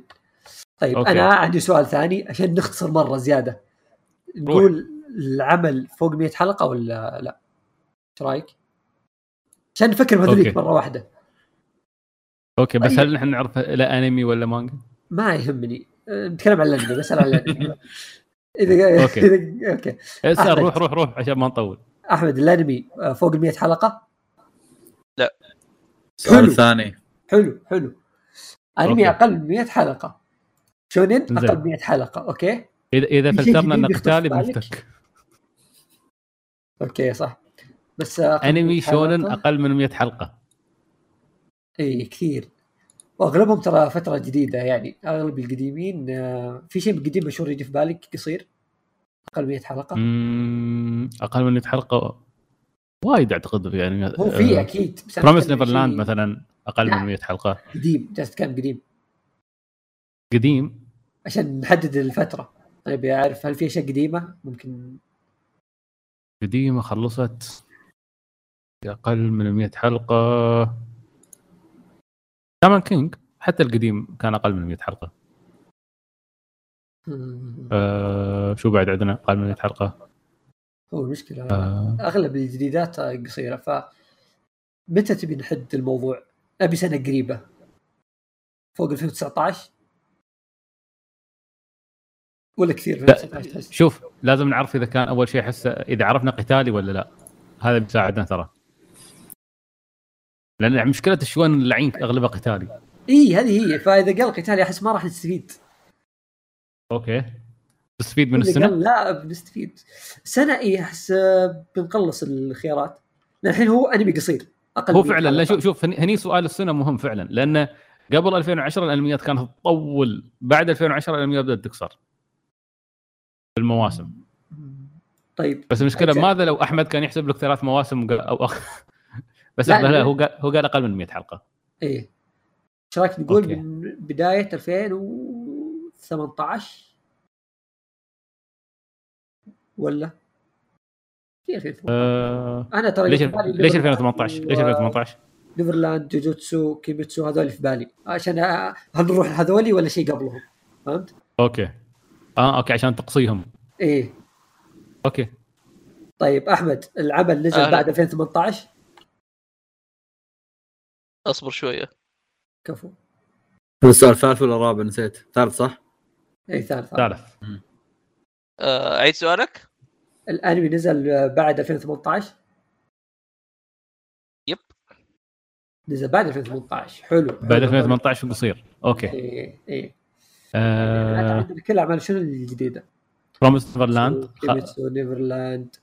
طيب
أوكي.
أوكي. انا عندي سؤال ثاني عشان نختصر مره زياده نقول العمل فوق 100 حلقه ولا لا؟ ايش رايك؟ عشان نفكر بهذوليك
أوكي.
مره واحده
اوكي بس
طيب.
هل نحن نعرف لا انمي ولا مانجا؟
ما يهمني أه، نتكلم عن الانمي بس عن
*laughs*
الانمي اذا
أوكي.
إذا- *laughs* اوكي
اسال
أحمد.
روح روح روح عشان ما نطول
احمد الانمي أه، فوق ال 100 حلقه
السؤال
حلو.
الثاني
حلو حلو انمي
أوكي.
اقل من 100 حلقه شونين اقل
زين.
من 100 حلقه اوكي
اذا
*laughs*
اذا
في شيء
فلترنا ان
جديد يخطر
قتالي
في بالك؟
بنفتك
اوكي صح بس أقل من
انمي
100
شونن
حلقة.
اقل من 100 حلقه
اي إيه، كثير واغلبهم ترى فتره جديده يعني اغلب القديمين آه، في شيء قديم مشهور يجي في بالك قصير اقل 100 حلقه
أمم، اقل من 100 حلقه وايد اعتقد يعني
هو في نعم. اكيد بس أنا
بروميس
أتكلم عن
نيفرلاند
شيء
مثلا اقل
لا.
من 100 حلقه
قديم جالس كان قديم
قديم
عشان نحدد الفتره انا ابي اعرف هل في اشياء قديمه ممكن
قديمه خلصت اقل من 100 حلقه كامان كينج حتى القديم كان اقل من 100 حلقه
مم،
أه شو بعد عندنا اقل من 100 حلقه
هو المشكله
أه
اغلب الجديدات آه، قصيره ف متى تبي نحد الموضوع؟ ابي سنه قريبه فوق 2019 ولا كثير 2019 تحس؟
شوف لازم نعرف اذا كان اول شيء احسه اذا عرفنا قتالي ولا لا هذا بيساعدنا ترى لان مشكله الشوان اللعين اغلبها قتالي
اي إيه، هذه هي فاذا قال قتال احس ما راح نستفيد
اوكي تستفيد من
إذا
السنه
قال لا بنستفيد سنه اي احس آه، بنقلص الخيارات لأن الحين هو انمي قصير اقل
هو
من
فعلا لا
حلقة.
شوف شوف هني- هني سؤال السنه مهم فعلا لانه قبل 2010 الانميات كانت تطول بعد 2010 الانميات بدات تقصر في المواسم
طيب
بس المشكله
أجل.
ماذا لو احمد كان يحسب لك ثلاث مواسم وقال- او أخ... *laughs* بس
لا،
لا,
لا.
لا هو قال هو قال اقل من 100 حلقه
ايه ايش رايك نقول
أوكي.
من بدايه 2018 ولا في 2018
أه...
انا ترى
ليش
اللي في بالي
ليش
ليفرلاند
2018 ليش
و-
2018
ليفرلاند جوجوتسو كيميتسو هذول في بالي عشان أ- هل نروح لهذولي ولا شيء قبلهم فهمت؟
اوكي اه اوكي عشان تقصيهم
ايه
اوكي
طيب احمد العمل نزل
أهلا.
بعد 2018
اصبر شويه
كفو
هذا السؤال الثالث ولا الرابع نسيت ثالث صح؟
اي إيه، ثالث
ثالث
آه، اعيد سؤالك
الانمي نزل بعد 2018
يب.
نزل بعد 2018 حلو إيه،
بعد 2018 قصير اوكي
اي اي
أه...
عندنا كل اعمال شنو الجديده؟
بروميس نيفرلاند خ...
كيميتسو نيفرلاند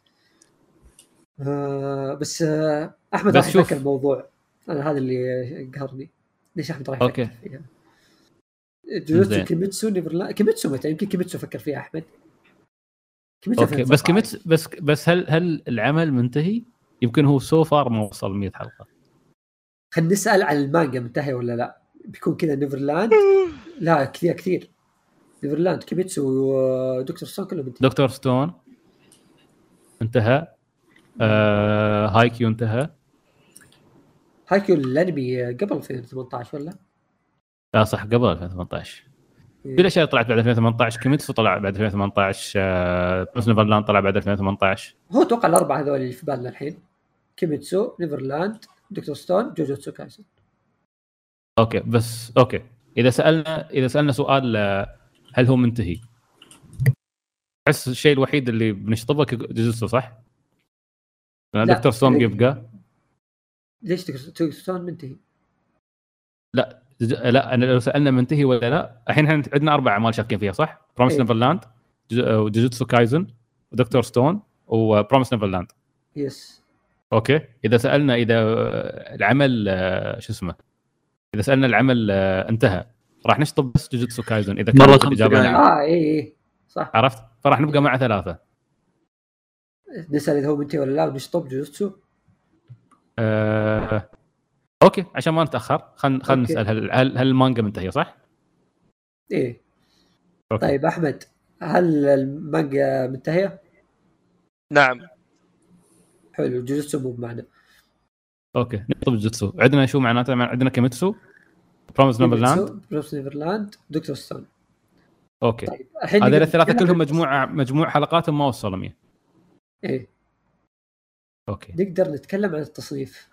آه بس آه احمد
بس
راح
شوف.
يفكر الموضوع انا هذا اللي قهرني ليش احمد راح
أوكي.
يفكر فيها؟ جوجوتسو
زين.
كيميتسو نيفرلاند كيميتسو متى يمكن كيميتسو فكر فيها احمد كيميتسو
اوكي بس
2019.
كمت بس بس هل هل العمل منتهي؟ يمكن هو سو فار ما وصل 100 حلقه
خلينا نسال عن المانجا منتهيه ولا لا بيكون كذا نيفرلاند لا كثير كثير نيفرلاند كيميتسو ودكتور ستون كلهم منتهي
دكتور ستون انتهى آه... هايكيو انتهى
هايكيو الانمي قبل 2018 ولا؟
لا صح قبل 2018 في اشياء طلعت بعد 2018 كيميتسو طلع بعد 2018 آه... بروميس نيفرلاند طلع بعد 2018
هو توقع الاربعه هذول اللي في بالنا الحين كيميتسو نيفرلاند دكتور ستون جوجوتسو كايسن
اوكي بس اوكي اذا سالنا اذا سالنا سؤال آه، هل هو منتهي؟ احس الشيء الوحيد اللي بنشطبك جوجوتسو صح؟ لا.
لا.
دكتور سوم يبقى
ليش تكسون منتهي؟
جز... لا انا لو سالنا منتهي ولا لا الحين احنا عندنا اربع اعمال شاكين فيها صح؟ بروميس
إيه.
نيفرلاند وجوجوتسو كايزن ودكتور ستون وبروميس نيفرلاند
يس
اوكي اذا سالنا اذا آه، العمل آه، شو اسمه اذا سالنا العمل آه، انتهى راح نشطب بس جوجوتسو كايزن اذا
مرة
كانت
خمس
الاجابه
دقايق.
نعم
اه اي اي صح
عرفت فراح نبقى مع ثلاثه
نسال اذا هو منتهي ولا لا ونشطب جوجوتسو
آه... اوكي عشان ما نتاخر خلينا خلينا
أوكي.
نسال هل هل, هل المانجا منتهيه صح؟
ايه
أوكي.
طيب احمد هل المانجا منتهيه؟
نعم
حلو جوجوتسو مو بمعنى
اوكي نطلب جوتسو عندنا شو معناته مع- عندنا كيميتسو بروميس نوفرلاند
بروس نيفرلاند دكتور ستون
اوكي
طيب الحين
هذول
نقدر
الثلاثه
نتكلم
كلهم
عن-
مجموعه مجموع حلقاتهم ما وصلوا 100
ايه
اوكي
نقدر نتكلم عن التصنيف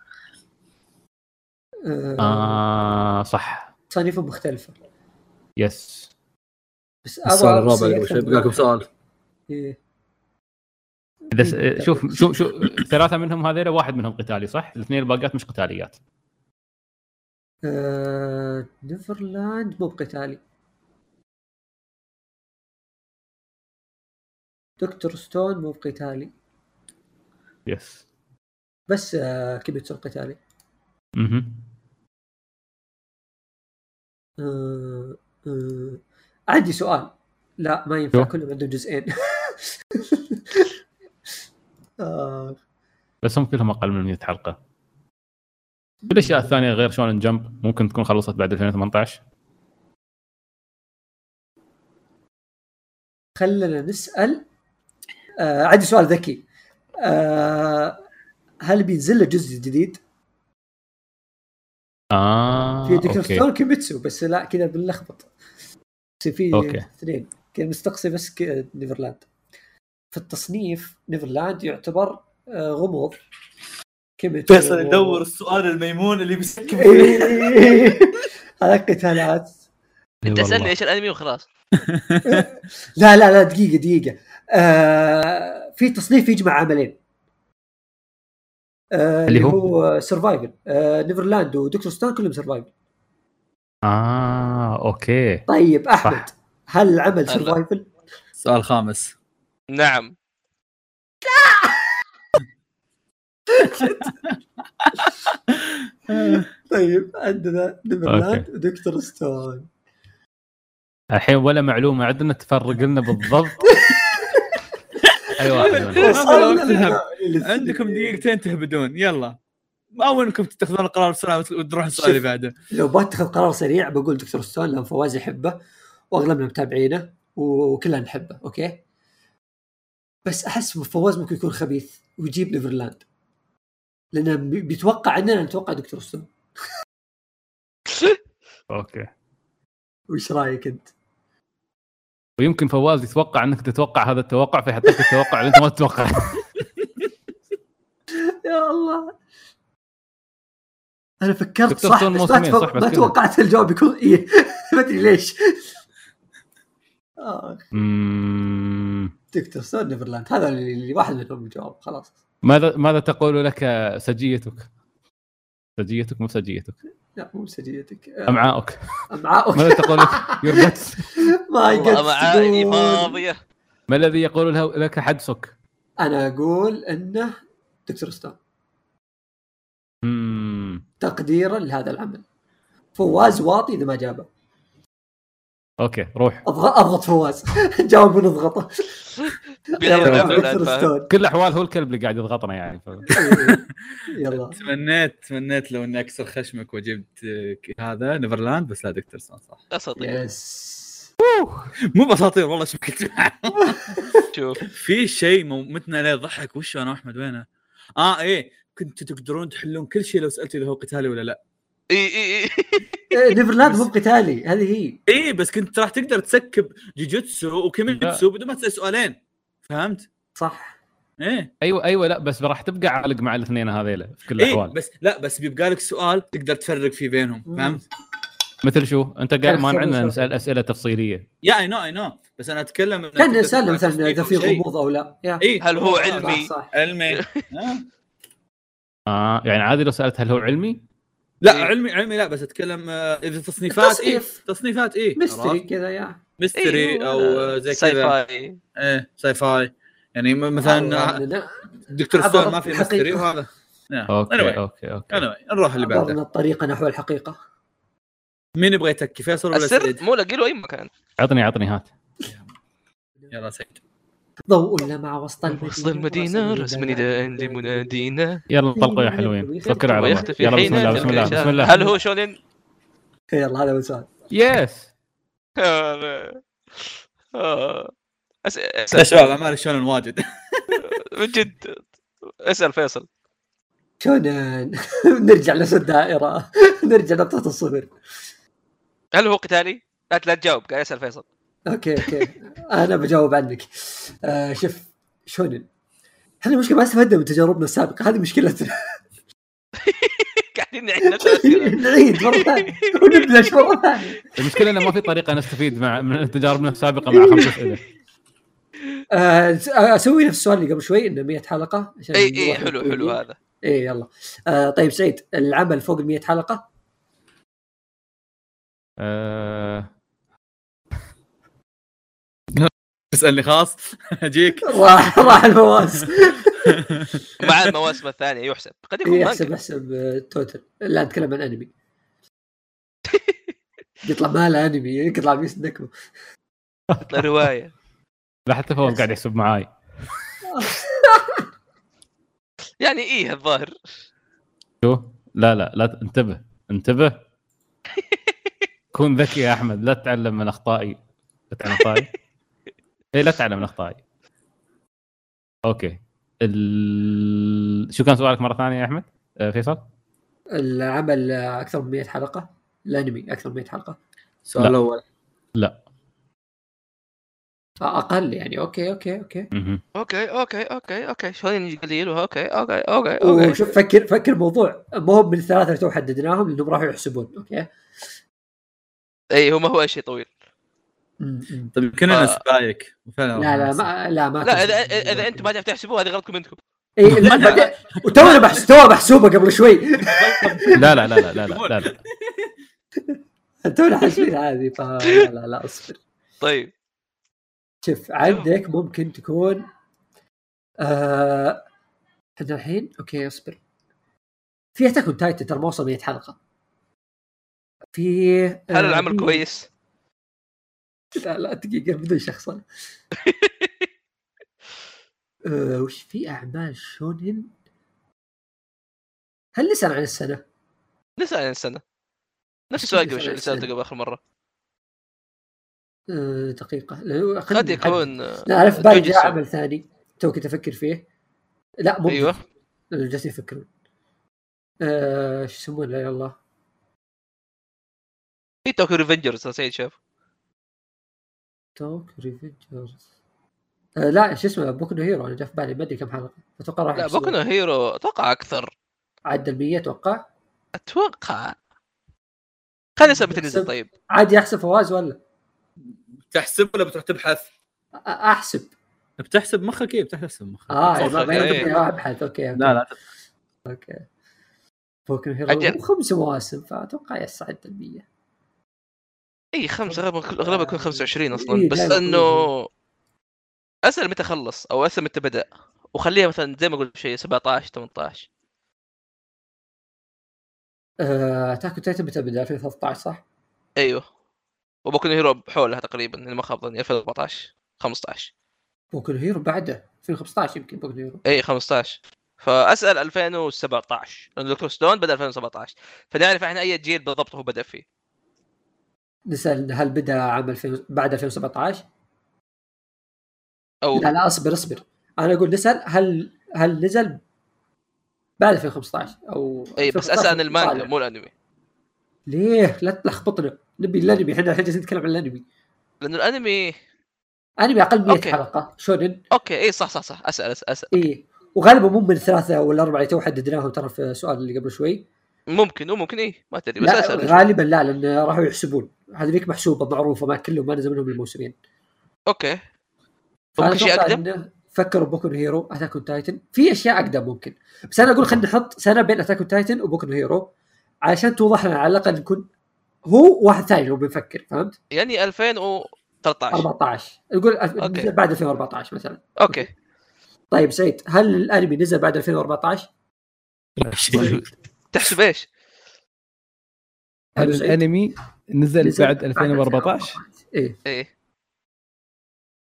آه.
آه صح
تصانيفهم مختلفه
يس
بس
السؤال
أبغى
الرابع
شيء
يا
أكثر
شباب،
من-
بقى لكم سؤال
إيه.
اذا س- شوف شوف شوف ثلاثه منهم هذول واحد منهم قتالي صح؟ الاثنين الباقيات مش قتاليات
آه، نيفرلاند مو بقتالي دكتور ستون مو بقتالي
يس
بس آه، كيميتسو القتالي
اها
آه، آه، عندي سؤال لا ما ينفع
شو؟
كلهم عندهم جزئين *laughs* آه،
بس هم كلهم اقل من 100 حلقه الاشياء الثانيه غير شونن جمب ممكن تكون خلصت بعد 2018
خلنا نسأل آه، عندي سؤال ذكي آه، هل بينزل له جزء جديد؟
اه
في دكتور
أوكي.
ستون كيميتسو بس لا كذا بنلخبط بس في
أوكي.
اثنين كان مستقصي بس ك- نيفرلاند في التصنيف نيفرلاند يعتبر آه، غموض كيميتسو
فيصل
*laughs*
يدور السؤال الميمون اللي بيسكب فيه
إيه. هذا قتالات
إي
انت
والله.
اسالني ايش الانمي وخلاص
لا لا لا دقيقة دقيقة آه في تصنيف يجمع عملين آه اللي
هو؟
هو سرفايفل آه نيفرلاند ودكتور ستون كلهم سرفايفل
اه اوكي
طيب احمد
صح.
هل العمل
هلا.
سرفايفل؟
سؤال خامس
نعم
طيب عندنا نيفرلاند
أوكي.
ودكتور ستون
الحين ولا معلومه عندنا تفرق لنا بالضبط اي واحد
إيه،
منهم.
وصلنا
وقتها.
لل-
عندكم دقيقتين تهبدون يلا او انكم تتخذون القرار بسرعه وتروحون السؤال اللي بعده
لو بتخذ قرار سريع بقول دكتور ستون لان فواز يحبه واغلبنا متابعينه وكلنا نحبه اوكي بس احس فواز ممكن يكون خبيث ويجيب نيفرلاند لانه بي- بيتوقع اننا نتوقع دكتور ستون
اوكي
وش رايك انت؟
ويمكن فواز يتوقع انك تتوقع هذا التوقع فيحطك التوقع اللي انت ما تتوقع
يا الله انا فكرت
دكتور
صح
ستون
بس ما,
موسمين،
تفوق...
صح، بس
ما
كذا.
توقعت الجواب يكون ايه *laughs* ما ادري ليش آه،
أمم.
دكتور ستون نيفرلاند هذا اللي اللي واحد منهم الجواب خلاص
ماذا ماذا تقول لك سجيتك؟ سجيتك مو سجيتك
لا مو سجيتك
امعاؤك
*laughs* امعاء
ماذا تقول لك your guts؟
ماي
والله معاني
جاد
فاضيه
ما الذي يقول له- لك حدسك؟
انا اقول انه دكتور ستون
أمم.
تقديرا لهذا العمل فواز واطي اذا ما جابه
اوكي روح
اضغط اضغط فواز *laughs* جاوب ونضغطه
بيلعب
يلا،
لعبة
دكتور
فاهم؟
*laughs*
ستون
كل الاحوال هو الكلب اللي قاعد يضغطنا يعني *laughs* ف...
يلا
تمنيت تمنيت لو اني اكسر خشمك وجبت آه، ك- هذا نيفرلاند بس لا دكتور سون صح
اساطير
يس
مو باساطير والله شبكت
شوف
*laughs* في شيء مو- متنا عليه ضحك وش انا واحمد وينه؟ اه ايه كنتوا تقدرون تحلون كل شيء لو سالت اذا هو قتالي ولا لا
اي اي اي
إيه، نيفرلاند مو بقتالي هذه هي
ايه بس كنت راح تقدر تسكب جوجوتسو وكيميتسو بدون ما تسال سؤالين فهمت؟
صح
ايه
ايوه ايوه لا بس راح تبقى عالق مع
إيه،
الاثنين هذيلا في كل
ايه
الاحوال
بس لا بس بيبقى لك سؤال تقدر تفرق فيه بينهم
مم.
فهمت؟
مثل شو؟ انت قاعد ما
كان
عندنا
خبر
نسال اسئله تفصيليه
يا اي نو اي نو بس انا اتكلم إنك
كان
تقدر
نسال
تطلع
مثلا
تصنيف
اذا
أو
في
شيء.
غموض او لا يا
اي
هل هو
صح،
علمي؟
صح، صح.
علمي *laughs* ها؟
اه يعني عادي لو سالت هل هو علمي؟
لا
إيه.
علمي علمي لا بس اتكلم آه، اذا تصنيفات اي
تصنيف.
تصنيفات اي
ميستري كذا يا
ميستري او آه، زي كذا
فاي
ايه ساي فاي يعني م- مثلا
عرضنا-
دكتور
عبر
ستون ما في
الحقيقة.
ميستري وهذا yeah.
اوكي
anyway.
اوكي اوكي
anyway. نروح اللي بعده
عبرنا الطريقه نحو الحقيقه
مين يبغى يتكي فيصل ولا سعيد؟
السر مو لاقي له اي مكان
عطني عطني هات
يلا سعيد
ضوء مع وسط المدينه
وسط المدينه
رأس
رسم نداء لمنادينا
يلا انطلقوا يا حلوين توكلوا على الله
ويختفي
يلا يعني. بسم
حين
الله بسم الله بسم الله
هل هو شونين؟
إيه، يلا هذا هو السؤال
يس
آه. أس-
يا
اسال
شباب اعمال شلون واجد *laughs*
من جد اسال فيصل
شونن *laughs* نرجع نفس الدائره *laughs* نرجع نقطه الصفر
هل هو قتالي؟ لا لا تجاوب قاعد اسال فيصل *laughs*
اوكي اوكي انا بجاوب عنك آه شوف شونن احنا المشكله ما استفدنا من تجاربنا السابقه هذه مشكلتنا
قاعدين نعيد
*laughs*
نفس الأسئلة.
*laughs* نعيد مره ثانيه ونبلش مره ثانيه
المشكله انه ما في طريقه نستفيد مع من تجاربنا السابقه مع خمس اسئله
آه س- آه، اسوي نفس السؤال اللي قبل شوي انه 100 حلقه عشان
اي اي
نروح
حلو
نقول *laughs*
حلو
إيه.
هذا
اي يلا آه طيب سعيد العمل فوق ال 100 حلقه
آه،
تسالني *laughs* خاص اجيك
راح راح الفواز *laughs*
مع المواسم الثانيه يحسب قد يكون
إيه،
مانجا
احسب احسب آه، توتل لا نتكلم عن انمي يطلع ما له انمي يطلع بيس نكبه
يطلع روايه
لا حتى فوز قاعد يحسب معاي
يعني ايه الظاهر
شو؟ لا لا لا ت- انتبه
*laughs*
انتبه كون ذكي يا احمد لا تتعلم من اخطائي لا تتعلم من اخطائي اي لا تتعلم من اخطائي اوكي ال... شو كان سؤالك مره ثانيه يا احمد آه، فيصل
العمل آه، اكثر من 100 حلقه الانمي اكثر من 100 حلقه
السؤال
لا.
الاول
آه، اقل يعني اوكي اوكي اوكي
مهم.
اوكي اوكي اوكي اوكي شوي قليل اوكي اوكي اوكي اوكي
وشوف فكر فكر الموضوع مو هو من الثلاثه اللي تو حددناهم لانهم راحوا يحسبون اوكي
اي هو ما هو أي شيء طويل
مم، مم.
طيب يمكن
آه.
انا سبايك
لا لا ما لا ما
لا اذا اذا إذا انت ما تعرف تحسبوه هذه غلطكم انتم
اي لا، بعدين- وتونا محس... توها محسوبه قبل شوي
لا لا لا لا لا لا, لا, لا.
تونا
*laughs*
حاسبين هذه ف لا لا, لا اصبر
طيب
شوف عندك ممكن تكون آه، احنا الحين اوكي اصبر في اتاك اون تايتن ترى ما وصل 100 حلقه في آه،
هل العمل
في-
كويس؟
لا لا دقيقه بدون شخص
*laughs*
انا آه، وش في اعمال شونين هل نسال عن السنه؟
نسال عن السنه نفس
أكيد
السؤال
نسأل
قبل
عن
شوي اللي سالته
السنة.
قبل اخر مره
آه، دقيقه لو- خلنا
قد يكون
لا انا في بالي
توجد
جاء
سؤال.
عمل ثاني تو كنت افكر فيه لا مو
ايوه
لانه جالسين يفكرون آه، شو يسمونه لا يلا
في توكو ريفنجرز سعيد شاف
توك ريفنجرز آه، لا شو اسمه بوكو نو هيرو انا جا في بالي ما ادري كم حلقه اتوقع راح
لا
يحسبون.
بوكو نو هيرو اتوقع اكثر
عدى ال 100 اتوقع
اتوقع خلينا نسال متى نزل
بس-
طيب
عادي احسب فواز ولا
تحسب ولا بتروح تبحث؟
أ- احسب
بتحسب مخك
إيه؟
ايه بتحسب مخك
*laughs*
اه ما
صفر،
ما يمديك
إيه.
أنا ابحث اوكي
لا لا
اوكي بوكو نو
أجل.
هيرو هو خمس مواسم فاتوقع يس عدى ال 100
اي خمسه غالبا اغلبها يكون 25
إيه،
اصلا بس
دايماً
انه اسال متى خلص او اسال متى بدا وخليها مثلا زي ما قلت شيء 17 18
تاكو تايتن متى بدا 2013 صح؟
ايوه وبكون هيرو حولها تقريبا إن ما خاب ظني 2014 15
بوكو نو هيرو بعده 2015 يمكن بوكو نو هيرو
اي 15 فاسال 2017 لان دكتور ستون بدا 2017 فنعرف احنا اي جيل بالضبط هو بدا فيه
نسال هل بدا عام 2000 بعد 2017
او
لا لا اصبر اصبر انا اقول نسال هل هل نزل بعد 2015 او
اي إيه، بس اسال
2015
عن المانجا
طالع.
مو الانمي
ليه لا تلخبطنا نبي
إيه.
الانمي احنا الحين جالسين نتكلم عن الانمي
لانه الانمي
انمي اقل 100
أوكي.
حلقه شونن إيه.
اوكي اي إيه، صح صح صح اسال اسال, أسأل.
اي وغالبا مو من الثلاثه والاربعه اللي تو حددناهم ترى في السؤال اللي قبل شوي
ممكن وممكن ايه ما تدري إيه، بس
لا
اسال
غالبا لا لان راحوا يحسبون هذيك محسوبه معروفه ما كلهم ما نزل منهم الموسمين
اوكي
فأنا
ممكن شيء
أتوقع
اقدم
إنه فكروا بوكو هيرو اتاك اون تايتن في اشياء اقدم ممكن بس انا اقول خلينا نحط سنه بين اتاك اون تايتن وبوكو هيرو عشان توضح لنا على الاقل نكون هو واحد ثاني لو بنفكر فهمت؟
يعني 2013
14 نقول
طيب. أوكي.
بعد 2014 مثلا
اوكي
طيب سعيد هل الانمي نزل بعد 2014؟
تحسب ايش؟
هل الانمي نزل
نزل
بعد 2014
ايه
ايه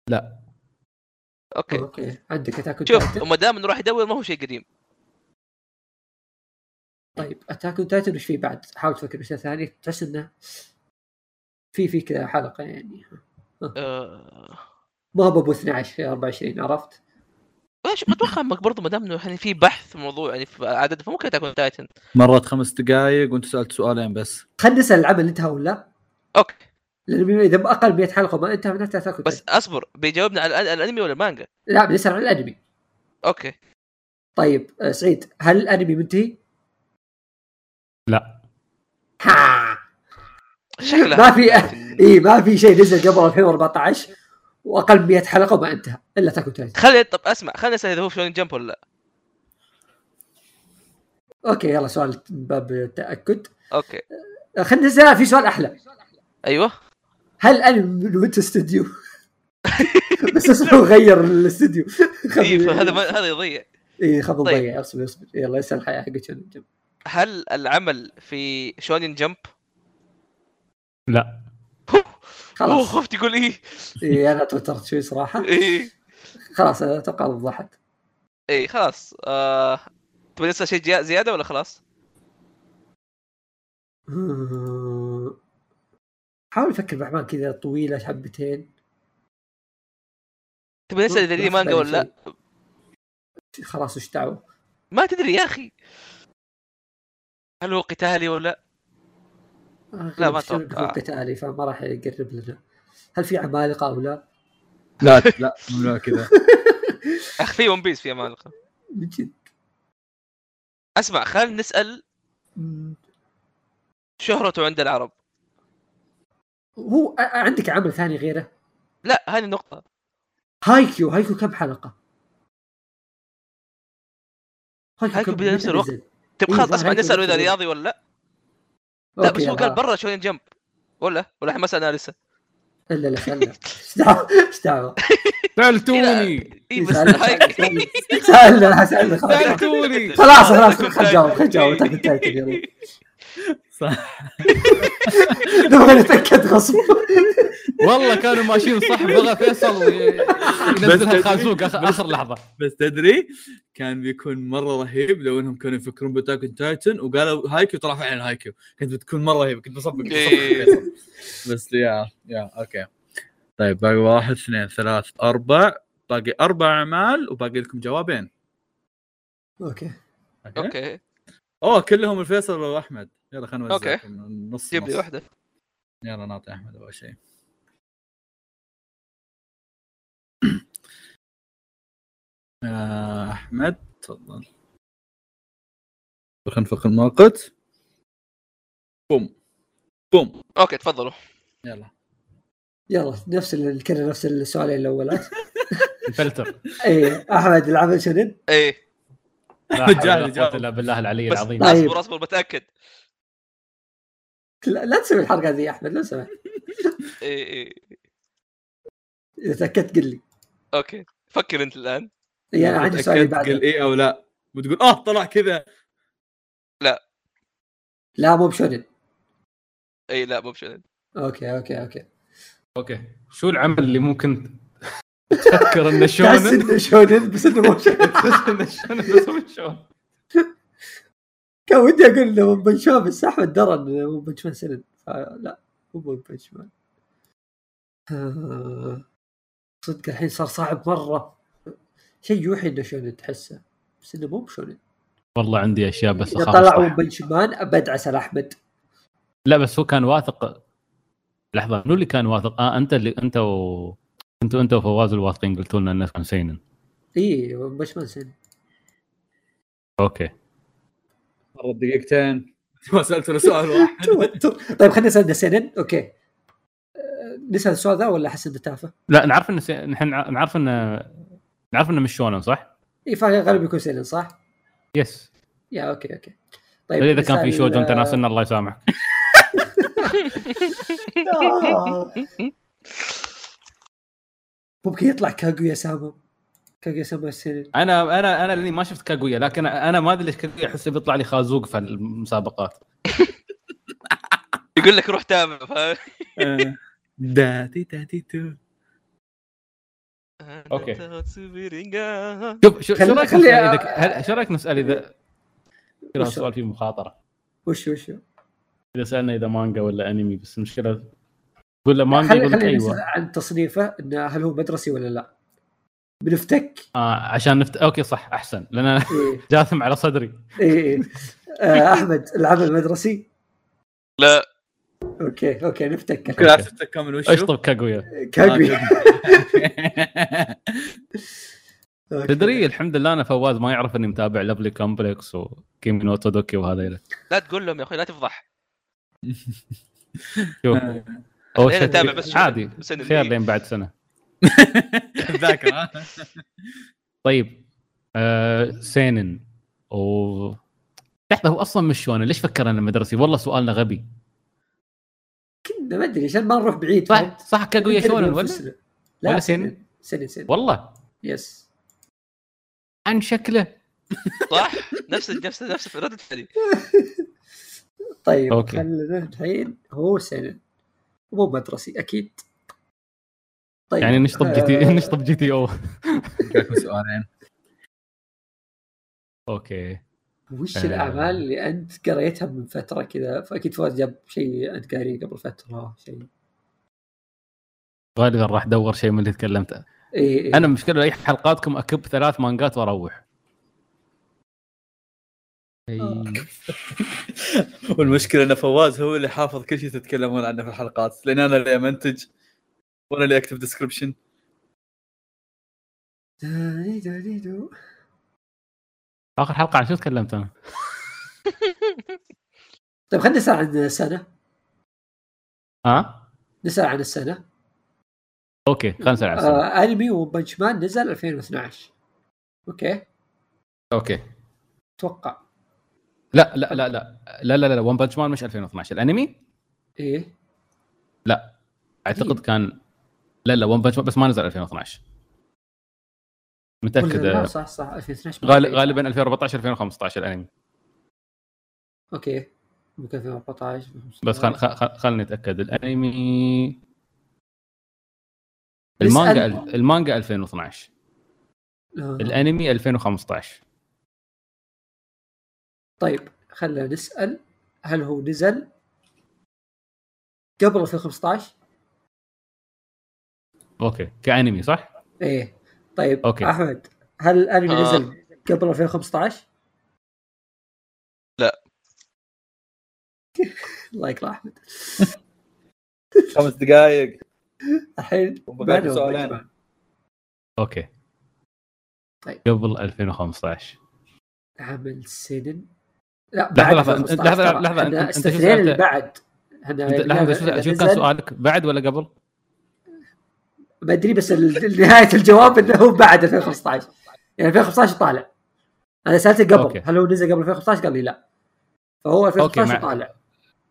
لا.
اوكي
اوكي طيب، عندك اتاك اون
شوف
تايتن
وما دام انه راح يدور ما هو شيء قديم
طيب اتاك اون تايتن وش في بعد؟ حاول تفكر بشيء ثاني تحس انه في في كذا حلقه يعني
آه،
ما هو بابو 12 24 عرفت؟
إيش، اتوقع انك برضه ما دام انه يعني في بحث في موضوع يعني في عدد فممكن تكون تايتن
مرت خمس دقائق وانت سالت سؤالين بس
خلينا نسال العمل انتهى ولا لا؟
اوكي
لان بما اذا اقل 100 حلقه ما انتهى معناته اتاك اون
بس
تايتن
اصبر بيجاوبنا على الأن- الانمي ولا المانجا
لا بنسال عن الانمي
اوكي
طيب آه، سعيد هل الانمي منتهي؟
لا
ها
شكلها
ما في اي ما في شيء نزل قبل 2014 واقل من 100 حلقه وما انتهى الا اتاك اون تايتن
خلي طب اسمع خلينا اسال اذا هو في شونين جمب ولا لا
اوكي يلا سؤال من باب التاكد
اوكي
آه، خلينا نسال في سؤال احلى
ايوه
هل الانمي من ويت
*laughs*
استوديو؟ بس اسمه غير الاستوديو
اي إيه، فهذا ما هذا يضيع
اي خبر
طيب.
ضيع اصبر اصبر يلا اسال الحياه حقت شنو الجيم.
هل العمل في شونين جمب
لا
اوه
خلاص
خفت يقول ايه
اي انا إيه، توترت شوي صراحه
ايه
خلاص أنا اتوقع وضحت
ايه خلاص آه... تبغى نسال شيء جي- زياده ولا خلاص؟
حاول افكر باعمال كذا طويله حبتين
تبغى نسال اذا
ما
دي
في
مانجا
بالي
ولا لا؟
شيء. خلاص وش دعوه
ما تدري يا اخي هل هو قتالي ولا لا؟
لا
ما أتوقع.
قتالي فما راح يقرب لنا هل في عمالقه او لا؟
لا لا ممنوع كذا
يا اخي في ون بيس في عمالقه
من جد
اسمع خلينا نسال
مم.
شهرته عند العرب
هو أ- أ- عندك عمل ثاني غيره؟
لا هذه النقطه
هايكيو هايكيو كم حلقه؟
هايكيو
كم-
بدأ نفس
متى
الوقت.
نزل؟
تبغى
إيه،
خلاص
ظهر
اسمع
هيك
نسال اذا
بالضبط.
رياضي ولا لا؟ لا
أوكي، آه.
بس هو قال
لا.
برا شونين جمب ولا ولا احنا ما سالناه لسه
الا لا
*laughs*
سألنا ايش دعوه ايش دعوه
سالتوني *laughs*
اي إيه، بس
إيه، سألنا-
هاي *laughs*
سألنا- سألنا سألنا خلاص
سالتوني
خلاص خلاص خلنا نجاوب خلنا
إيه،
نجاوب تاكل تاكل يلا *laughs*
صح
نبغى نتاكد غصب
والله كانوا ماشيين صح بغى فيصل ي- ينزلها خازوق آخر- اخر لحظه
بس تدري كان بيكون مره رهيب لو انهم كانوا يفكرون باتاك أون تايتن وقالوا هايكيو طلع فعلا هايكيو كنت بتكون مره رهيب كنت بصبق بصبق
إيه.
فيصل. بس يا يا اوكي طيب باقي واحد اثنين ثلاث اربع باقي اربع اعمال وباقي لكم جوابين
اوكي
اوكي
اوه كلهم الفيصل واحمد يلا خلينا نوزعهم
أوكي.
نص
جيب لي
نص.
واحده
يلا نعطي احمد اول شيء *clears throat* آه، احمد تفضل خلينا نفك المؤقت بوم بوم
اوكي تفضلوا
يلا
يلا نفس ال- نكرر نفس السؤالين الاولات
الفلتر
اي احمد العمل شنن
ايه
لا حول
جاهل،
ولا قوة
جاهل.
الا بالله العلي
بس
العظيم
طيب.
اصبر اصبر بتاكد
لا, لا تسوي الحركه ذي يا احمد لو سمحت
ايه ايه
اذا تاكدت قل لي
اوكي فكر انت الان
إي، انا عندي سؤالين
تأكد
بعد
تقول اي او إيه لا وتقول اه طلع كذا
لا مو بشنن
اي إيه، لا مو بشنن
اوكي اوكي اوكي
اوكي شو العمل اللي ممكن تفكر *laughs* انه
تحس
شونن
انه شونن بس انه
*laughs*
مو شونن
تحس انه شونن بس هو *laughs* شونن
كان ودي اقول انه ون بنش مان بس احمد درى انه ون بنش مان سنن فلا مو ون بنش مان آه، صدق الحين صار صعب مره شيء يوحي انه شونن تحسه بس انه مو بشونن
والله عندي اشياء بس
اذا
اخاف
طلع
أصلحها.
ون بنش مان بدعس على احمد
لا بس هو كان واثق لحظه منو اللي كان واثق؟ اه انت اللي انت و انت انت وفواز الواثقين قلتوا لنا انه كان سينن
اي ون بنش مان سنن
اوكي
مرت دقيقتين ما سالته سؤال واحد
توتر طيب خلينا نسال سنن اوكي أه، نسال السؤال ذا ولا احس انه تافه؟
لا نعرف انه سي- نحن نع- نعرف انه نعرف انه مش شونن صح؟
اي فغالبا إيه، يكون سنن صح؟
يس
يا اوكي اوكي طيب،
إلا اذا كان في
نسأل-
شوجو انت ناسن الله يسامحك *laughs*
آه. *laughs* ممكن يطلع كاغويا سامو كاغويا سامو السنن
انا انا انا لاني ما شفت كاغويا لكن انا ما ادري ليش كاغويا احس بيطلع لي خازوق في المسابقات
يقول لك روح تابع فاهم؟
*laughs* آه. داتي داتي تو
أوكي. شوف شوف شو
خلي- خلي-
رايك نسال اذا ك- هل- شو رايك نسال اذا ترى
وش-
السؤال فيه مخاطره
وش وش
اذا سالنا اذا مانجا ولا انمي بس المشكله تقول له مانجا
خلي
يقول لك
خلي نسال
ايوه
عن تصنيفه انه هل هو مدرسي ولا لا بنفتك
آه عشان نفت اوكي صح احسن لان انا
إيه.
*laughs* جاثم على صدري
ايه
*laughs*
آه، احمد العمل مدرسي؟
لا.
اوكي اوكي نفتك
كل عرفت تكمل وشو
اشطب كاغويا
كاغويا أوكي.
تدري الحمد لله انا فواز ما يعرف اني متابع لفلي كومبلكس وكيمي نو تودوكي وهذيلا
لا تقول لهم يا اخوي لا تفضح
شوف
خلينا
اول شيء طيب،
نتابع بس شوي.
عادي
سنة
خير
دي.
لين بعد سنه
الذاكره *laughs* ها؟
طيب آه سينن و لحظه هو اصلا مش شونن ليش فكر انا مدرسي والله سؤالنا غبي
كنا ما ادري عشان ما نروح بعيد
صح صح كاغويا شونن طيب، ولا
لا
ولا
سنن سنن سنن
والله
يس
عن شكله
صح *laughs* نفس نفس نفس رد الفعل
طيب اوكي
أوكي.
خلينا الحين هو سنن مو مدرسي اكيد طيب
يعني نشطب جي تي *laughs* نشطب جي تي او
جاكم سؤالين
اوكي
وش
آه.
الاعمال اللي انت قريتها من فتره كذا فاكيد فوز جاب شيء انت قاريه قبل فتره شيء
غالبا راح ادور شيء من اللي تكلمته
اي إي.
انا المشكله اي حلقاتكم اكب ثلاث مانجات واروح
والمشكله ان فواز هو اللي حافظ كل شيء تتكلمون عنه في الحلقات لان انا اللي امنتج وانا اللي اكتب ديسكربشن
داني داني دو.
اخر حلقه عن شو تكلمت انا؟
طيب خلينا نسال عن السنه
ها؟
نسال عن السنه
اوكي خلينا نسال على السؤال.
آه انمي ون بنش مان نزل 2012 اوكي
اوكي
اتوقع
لا لا لا لا لا لا لا ون بانش مان مش 2012 الانمي
ايه إيه.
اعتقد كان لا لا ون بانش مان بس ما نزل 2012
ولا لا،
متاكد
آه، صح صح 2012
غال- غالبا 2014 2015 الانمي
اوكي ممكن 2014
بس خل خل- خل- خلني اتاكد الانمي
بس
المانجا
أنا-
المانجا 2012
آه.
الانمي 2015
طيب خلينا نسال هل هو نزل قبل 2015
اوكي كانمي صح؟
ايه طيب
أوكي.
احمد هل الانمي
آه.
نزل قبل 2015
لا.
*laughs* الله يقرا احمد
خمس دقائق
الحين
وبقى
بعد
سؤالين.
وقت.
اوكي
طيب.
قبل 2015
عمل سيدن لا
لحظة،
بعد 2015
لحظة، لحظة،
ترى.
لحظة، أنت-
احنا
أنت شو
استثنينا اللي
سألت؟
بعد احنا
أنت- لحظه شوف شوف كان
نزل-
سؤالك بعد ولا قبل؟
ما ادري بس ال- *laughs* نهايه الجواب انه هو بعد 2015 يعني 2015 طالع انا سالته قبل
أوكي.
هل هو نزل قبل 2015 قال لي لا فهو 2015
مع-
طالع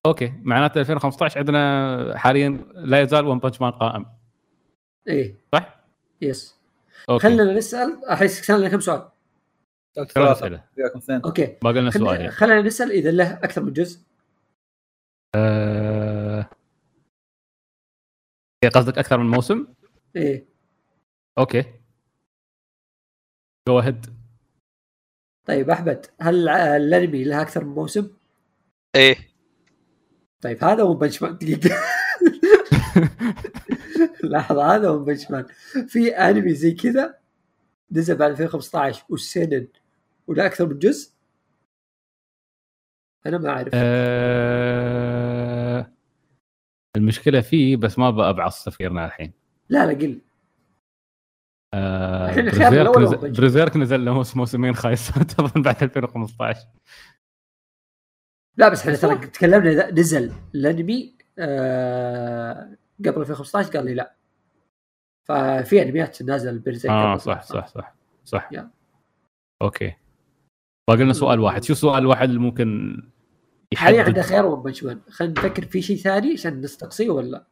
اوكي معناته 2015 عندنا حاليا لا يزال ون بانش مان قائم
ايه
صح؟
يس
اوكي خلينا
خلينا نسال الحين سالنا كم سؤال
ثلاث اسئله
جاكم اثنين
اوكي
باقي لنا
خلينا-
سؤالين
خلينا نسال اذا له اكثر من جزء
أه... إيه، قصدك اكثر من موسم؟
ايه
اوكي جو اهيد
طيب احمد هل ع- الانمي له اكثر من موسم؟
ايه
طيب هذا هو بنش *laughs* مان دقيقه لحظه هذا هو بنش مان في انمي زي كذا نزل بعد 2015 والسنن ولا اكثر من جزء انا ما اعرف
أه... المشكله فيه بس ما بعص تفكيرنا الحين
لا لا قل
أه...
الحين الخيار
برزيرك
الأول هو
نزل-
بنش.
*laughs* برزيرك نزل له موس- موسمين خايسات اظن بعد 2015
لا بس احنا ترى تكلمنا اذا نزل الانمي آه قبل 2015 قال لي لا ففي انميات نازله بيرزيرك
اه
قبل
صح
2015.
صح صح صح
يا.
اوكي باقي لنا سؤال واحد شو السؤال الواحد اللي ممكن
حاليا عندنا
يحدد
خيار ومجهول خلينا نفكر في شيء ثاني عشان نستقصيه ولا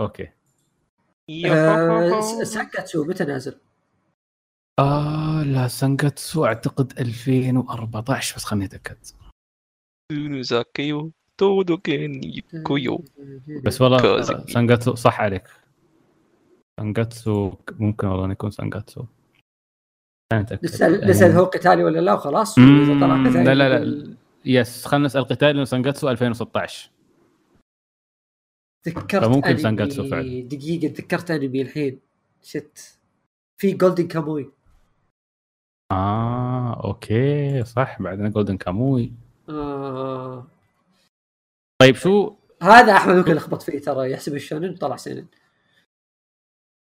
اوكي
آه سانكاتسو متى نازل؟
اه لا سانجاتسو اعتقد 2014 بس خليني اتاكد
سونوزاكيو تودوكين كويو
بس والله
كوزي.
سانجاتسو صح عليك سانجاتسو ممكن والله يكون سانجاتسو خليني يعني اتاكد
نسال نسال هو قتالي ولا لا وخلاص
مم،
وإذا طلع قتالي
لا، لا، لا.
نقول-
يس خلينا نسال قتال لأنه سانجاتسو 2016
تذكرت
فممكن
أنمي-
سانكاتسو فعلا.
دقيقه تذكرت انمي الحين شت في جولدن كاموي
اه اوكي صح بعدين جولدن كاموي
آه.
طيب شو
هذا احمد ممكن لخبط فيه ترى يحسب الشونن طلع سينن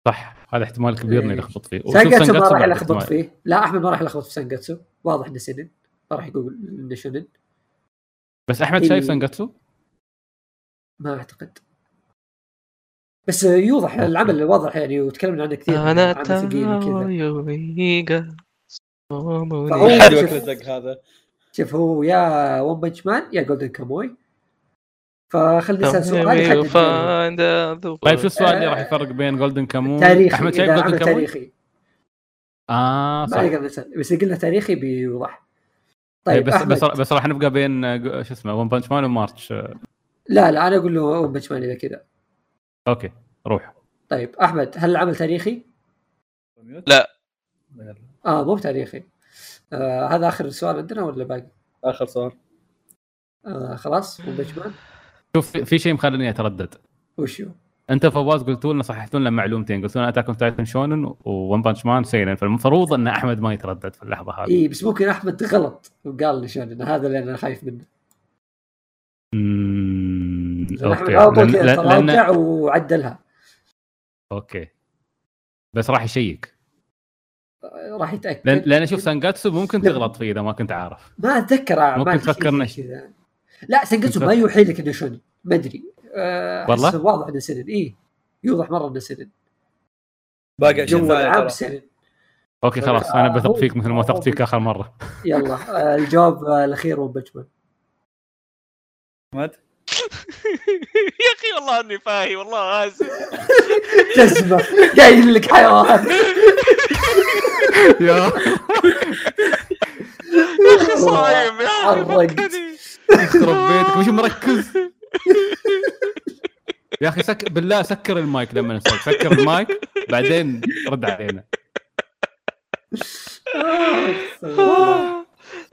صح هذا احتمال كبير اني
إيه.
لخبط فيه وشوف
سانجاتسو ما راح
بعد
يلخبط
احتمال.
فيه لا احمد ما راح يلخبط في سانجاتسو واضح انه سينن ما راح يقول انه شونن
بس احمد
إيه.
شايف سانجاتسو
ما اعتقد بس يوضح العمل واضح يعني وتكلمنا عنه كثير
انا
عمل ثقيل كذا
تايوميغا
فهو
صوموني
حد
شوف-
ياكل الدق هذا
شوف هو يا ون بنش مان يا جولدن كاموي فخلينا نسال سؤال يحدد
طيب شو السؤال اللي
آه،
راح يفرق بين جولدن كاموي
تاريخي
احمد شايف
إذا
جولدن
عمل
كاموي
تاريخي
اه
ما
صح
نقدر نسال بس قلنا تاريخي بيوضح
طيب
طيب
بس
أحمد.
بس بس راح نبقى بين آه، جو- شو اسمه ون بانش مان ومارتش آه،
لا لا انا اقول له ون بنش مان اذا كذا
اوكي روح
طيب احمد هل العمل تاريخي؟
لا.
اه مو تاريخي آه هذا اخر سؤال عندنا ولا باقي؟
اخر سؤال
آه خلاص ون بنش مان
شوف في- في شيء مخليني اتردد
وشو؟
انت فواز قلت لنا صححت لنا معلومتين قلت لنا اتاك اون تايتن شونن وون بانش مان سينن فالمفروض ان احمد ما يتردد في اللحظه هذه
اي إيه، بس ممكن احمد غلط وقال لي شلون هذا اللي انا خايف منه
أمم،
احمد
اوكي
على طول
لأن-
كذا
لأن- لأن-
تراجع وعدلها
اوكي بس راح يشيك
آه، راح يتاكد
لان لان شوف سانجاتسو ممكن تغلط فيه اذا ما كنت عارف
ما اتذكر أعمال
ممكن
كثير
تفكرنا
زي كذا لا سنجتسو ما
تفكر-
يوحي لك انه شوني ما ادري آه، أحس
والله؟
واضح انه سنن اي يوضح مره انه سنن
باقي
جو
20
العاب
ثانيه
سنن
اوكي خلاص انا بثق فيك مثل ما وثقت فيك اخر *laughs* مره
يلا آه، الجواب آه، الاخير هو *laughs* بجمل
احمد
*laughs* يا اخي والله اني فاهي والله اسف
جزمه قايل لك حيوان
يا
يا اخي *laughs* صايم يا اخي
حرقت.
فكني.
يخرب بيتك مش *laughs* مركز يا اخي سك بالله سكر المايك لما نسولف سكر المايك بعدين رد علينا
آه.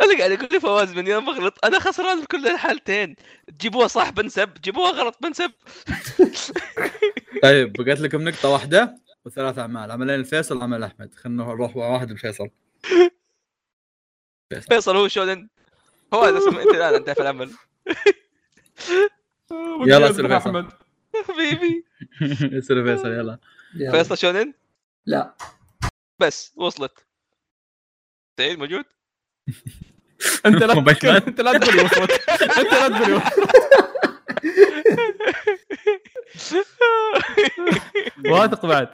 انا قاعد اقول لي فواز من يوم اغلط انا خسران في كل الحالتين جيبوها صح بنسب جيبوها غلط بنسب
طيب بقيت لكم نقطه واحده وثلاث اعمال عملين الفيصل عمل احمد خلينا نروح واحد الفيصل *laughs*
فيصل هو شونن هو هذا اسمه انت الان انت في العمل
يلا أسئلة فيصل.
حبيبي
يصير فيصل يلا
*laughs* يلا.
فيصل شونن
لا ب
بس وصلت سعيد موجود *laughs*
انت لا
مباشرة.
تتكلم- انت لا تقول وصلت انت لا تقول وصلت. واثق بعد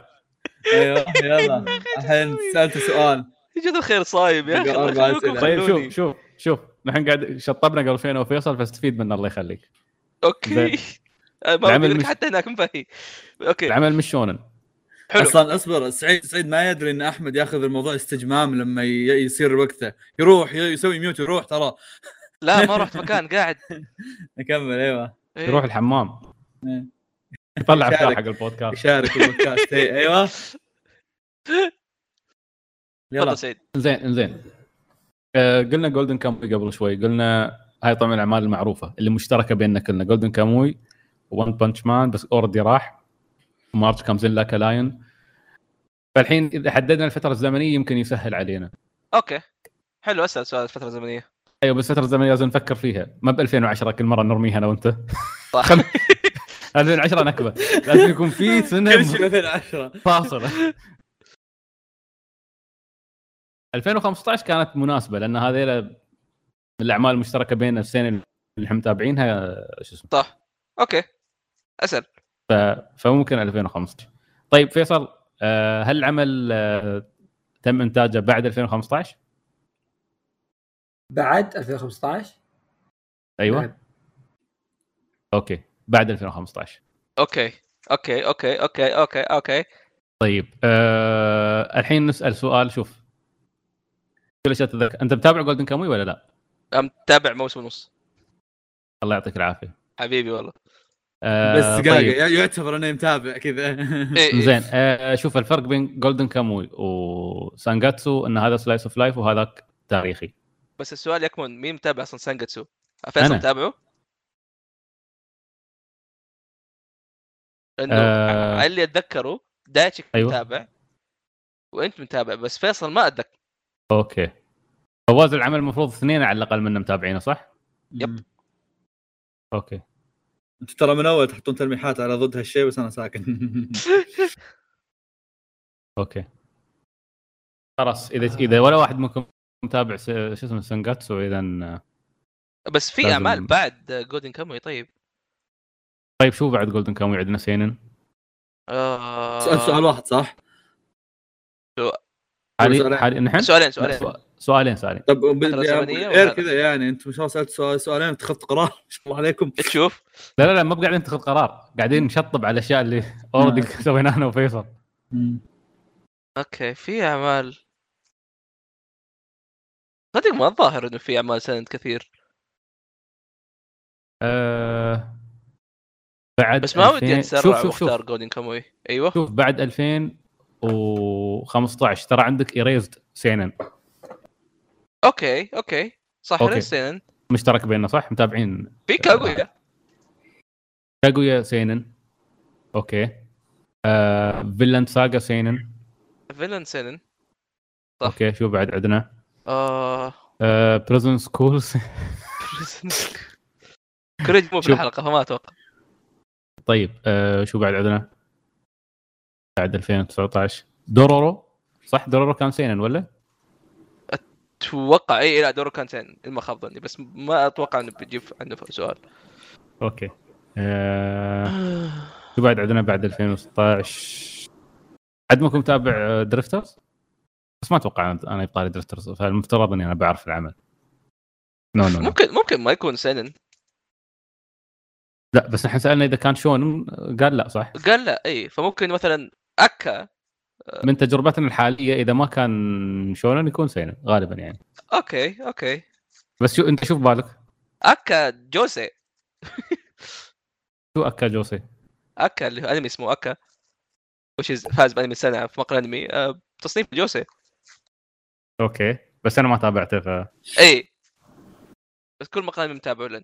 ايوه يلا الحين سالت سؤال
جد الخير صايم يا اخي
بقى
الله
أربع
يخليكم
أسئلة.
طيب
خلوني.
شوف شوف شوف نحن قاعد شطبنا قبل شوي انا وفيصل فاستفيد منه الله يخليك
اوكي
زين.
*laughs* ما
العمل
بقول لك
مش-
حتى هناك مفهي اوكي
العمل مش شونن
حلو.
اصلا اصبر سعيد سعيد ما يدري ان احمد ياخذ الموضوع استجمام لما ي- يصير وقته يروح ي- يسوي ميوت يروح ترى
لا ما رحت مكان قاعد
نكمل ايوه
إيه.
يروح الحمام
إيه.
يطلع افكار
يشارك.
حق البودكاست
يشارك البودكاست
إيه.
إي- ايوه *laughs* يلا
تفضل سعيد
زين زين آه، قلنا جولدن كاموي قبل شوي قلنا هاي طبعا الاعمال المعروفه اللي مشتركه بيننا كلنا جولدن كاموي وان بانش مان بس اوريدي راح مارتش كامزين لاكا لاين فالحين اذا حددنا الفتره الزمنيه يمكن يسهل علينا
اوكي حلو اسال سؤال فتره زمنيه
ايوه بس الفتره الزمنيه لازم نفكر فيها ما ب 2010 كل مره نرميها انا
*laughs*
وانت
صح.
*laughs* خل- 2010 نكبه لازم يكون في سنه
كل شيء
*laughs*
2010
فاصله 2015 كانت مناسبه لان هذيلا من الاعمال المشتركه بين السنه اللي احنا متابعينها آه، شو اسمه
صح اوكي اسال
فممكن 2015 طيب فيصل آه، هل العمل آه، تم انتاجه بعد 2015
بعد 2015
ايوه
نعم.
اوكي بعد 2015
اوكي اوكي اوكي اوكي اوكي اوكي
طيب أه الحين نسال سؤال شوف كل شيء تتذكر انت متابع جولدن كاموي ولا لا
أم تابع موسم ونص
الله يعطيك العافيه
حبيبي والله
أه
آه،
بس دقاقه
طيب.
ي- يعتبر اني متابع كذا
إيه إيه.
زين أه شوف الفرق بين جولدن كاموي وسانجاتسو ان هذا سلايس اوف لايف وهذاك تاريخي
بس السؤال يكمن مين متابع اصلا سانجاتسو؟ فيصل
أنا.
متابعه؟ انه
آه.
آه... اللي اتذكره دايتشي
أيوة.
أيوة. متابع وانت متابع بس فيصل ما اتذكر
اوكي فواز العمل المفروض اثنين على الاقل منا متابعينه صح؟
*laughs* يب.
اوكي
انت ترى من اول تحطون تلميحات على ضد هالشيء بس انا ساكن
اوكي خلاص اذا اذا ولا واحد منكم متابع س- شو اسمه سانجاتسو اذا آه،
بس في
لازم-
اعمال بعد جولدن كاموي طيب
طيب شو بعد جولدن كاموي عندنا سينن
آه...
سؤال سؤال واحد صح؟
حالي
سؤالين.
حالي نحن
سؤالين سؤالين
سؤ- سؤالين سؤالين
طب ب-
فترة زمنية
غير
ولا-
كذا يعني انتم شو سالت سؤال سؤالين اتخذت قرار
*laughs*
ما شاء الله عليكم
تشوف
لا لا لا ما بقاعدين نتخذ قرار قاعدين نشطب على الاشياء اللي اوريدي سويناها انا وفيصل
اوكي في اعمال صدق ما الظاهر انه في اعمال سند كثير
أه... بعد
بس ما ودي
2000
اتسرع
شوف شوف
واختار
شوف,
جولدن كاموي ايوه
شوف بعد 2015 ترى عندك ايريزد سينن
اوكي اوكي صح
أوكي.
ريسن
مشترك بيننا صح متابعين
في كاغويا
كاغويا سينن اوكي أه... فيلاند ساغا سينن
فيلن سينن صح.
اوكي شو بعد عندنا
آه... *laughs*
أه... بريزون سكول
كريج مو في
شوف.
الحلقه فما اتوقع
*laughs* طيب أه... شو بعد عندنا بعد 2019 دورورو صح دورورو كان سينن ولا
اتوقع اي لا دورو كان سينن إن ما خاب ظني بس ما اتوقع انه بيجيب عنه سؤال
*sighs* اوكي آه، شو بعد عندنا بعد 2016 عاد ماكم متابع درفترز بس ما اتوقع أنا- انا بطاري درفترز فالمفترض اني انا بعرف العمل نو نو نو.
ممكن ممكن ما يكون سينن
لا بس احنا سالنا اذا كان شون قال لا صح
قال لا اي فممكن مثلا اكا
من تجربتنا الحاليه اذا ما كان شونن يكون سينن غالبا يعني
اوكي اوكي
بس شو انت شوف بالك
اكا جوسي
شو اكا جوسي
اكا اللي هو انمي اسمه اكا وش فاز بانمي السنه في مقر انمي آه، تصنيف جوسي
اوكي بس انا ما تابعته ف
اي إيه. بس كل مقال متابعه لن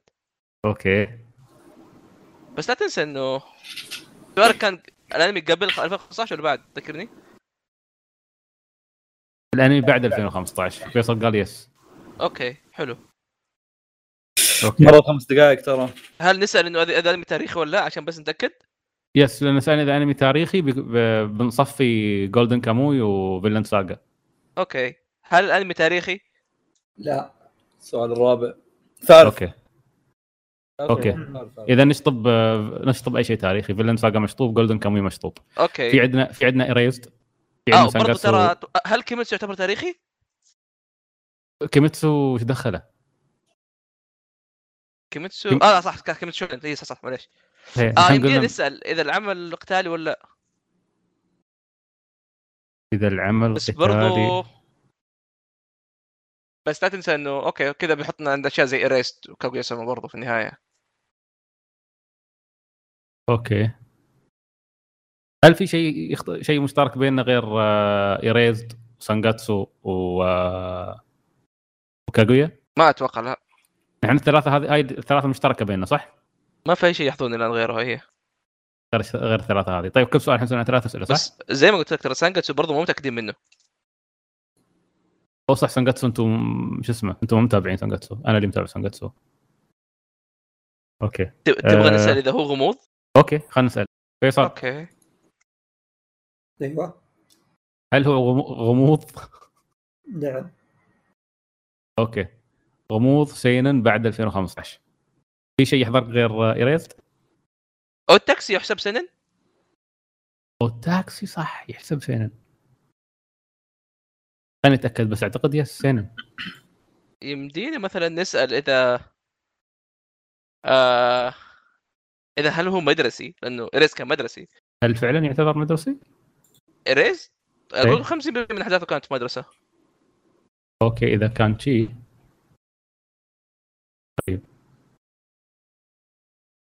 اوكي
بس لا تنسى انه سؤالك كان الانمي قبل 2015 ولا بعد تذكرني؟
الانمي بعد 2015 فيصل قال يس
اوكي حلو
اوكي
مرة خمس دقائق ترى
هل نسال انه هذا هذا انمي تاريخي ولا لا عشان بس نتاكد؟
يس لان سالني اذا انمي تاريخي بي- ب- بنصفي جولدن كاموي وفيلاند ساجا
اوكي هل الانمي تاريخي؟
لا
السؤال الرابع ثالث
اوكي أوكي. اذا نشطب آه، نشطب اي شيء تاريخي فيلاند ساجا مشطوب جولدن كاموي مشطوب في
اوكي
عندنا في عندنا اريزد في
اه
عندنا
برضو
سانجاتسو
ترى هل كيميتسو يعتبر تاريخي؟
كيميتسو ايش دخله؟
كيميتسو
كيم-
اه لا، صح كان كيميتسو اي صح صح معليش
هي،
اه
نحن
يمدينا
قلنا
نسال اذا العمل قتالي ولا لا
اذا العمل
بس
قتالي
برضو بس لا تنسى انه اوكي كذا بيحطنا عند اشياء زي ايريست وكاغويا سما برضو في النهايه
اوكي هل في شيء يخت... شيء مشترك بيننا غير ايريزد سانجاتسو و آه، وكاغويا؟
ما اتوقع لا
نحن الثلاثه هذه هاي الثلاثه مشتركه بيننا صح؟
ما في اي شيء يحضرني الان غيرها هي
غير غير الثلاثه هذه طيب كم سؤال احنا سوينا ثلاث اسئله صح؟
بس زي ما قلت لك ترى سانجاتسو برضه مو متاكدين منه
او صح سانجاتسو انتم شو اسمه انتم مو متابعين سانجاتسو انا اللي متابع سانجاتسو اوكي
ت- تبغى
آه.
نسال اذا هو غموض
اوكي خلينا نسال فيصل
اوكي
ايوه
هل هو غمو- غموض
نعم
اوكي غموض سينن بعد 2015 في شيء يحضرك غير ايريزد؟
او التاكسي يحسب سنن
او تاكسي صح يحسب سينن خليني اتاكد بس اعتقد يس سينن
يمدينا مثلا نسال اذا آه... اذا هل هو مدرسي لانه اريز كان مدرسي
هل فعلا يعتبر مدرسي؟
اريز
إيه.
اقول 50% من احداثه كانت في مدرسه
اوكي اذا كان شيء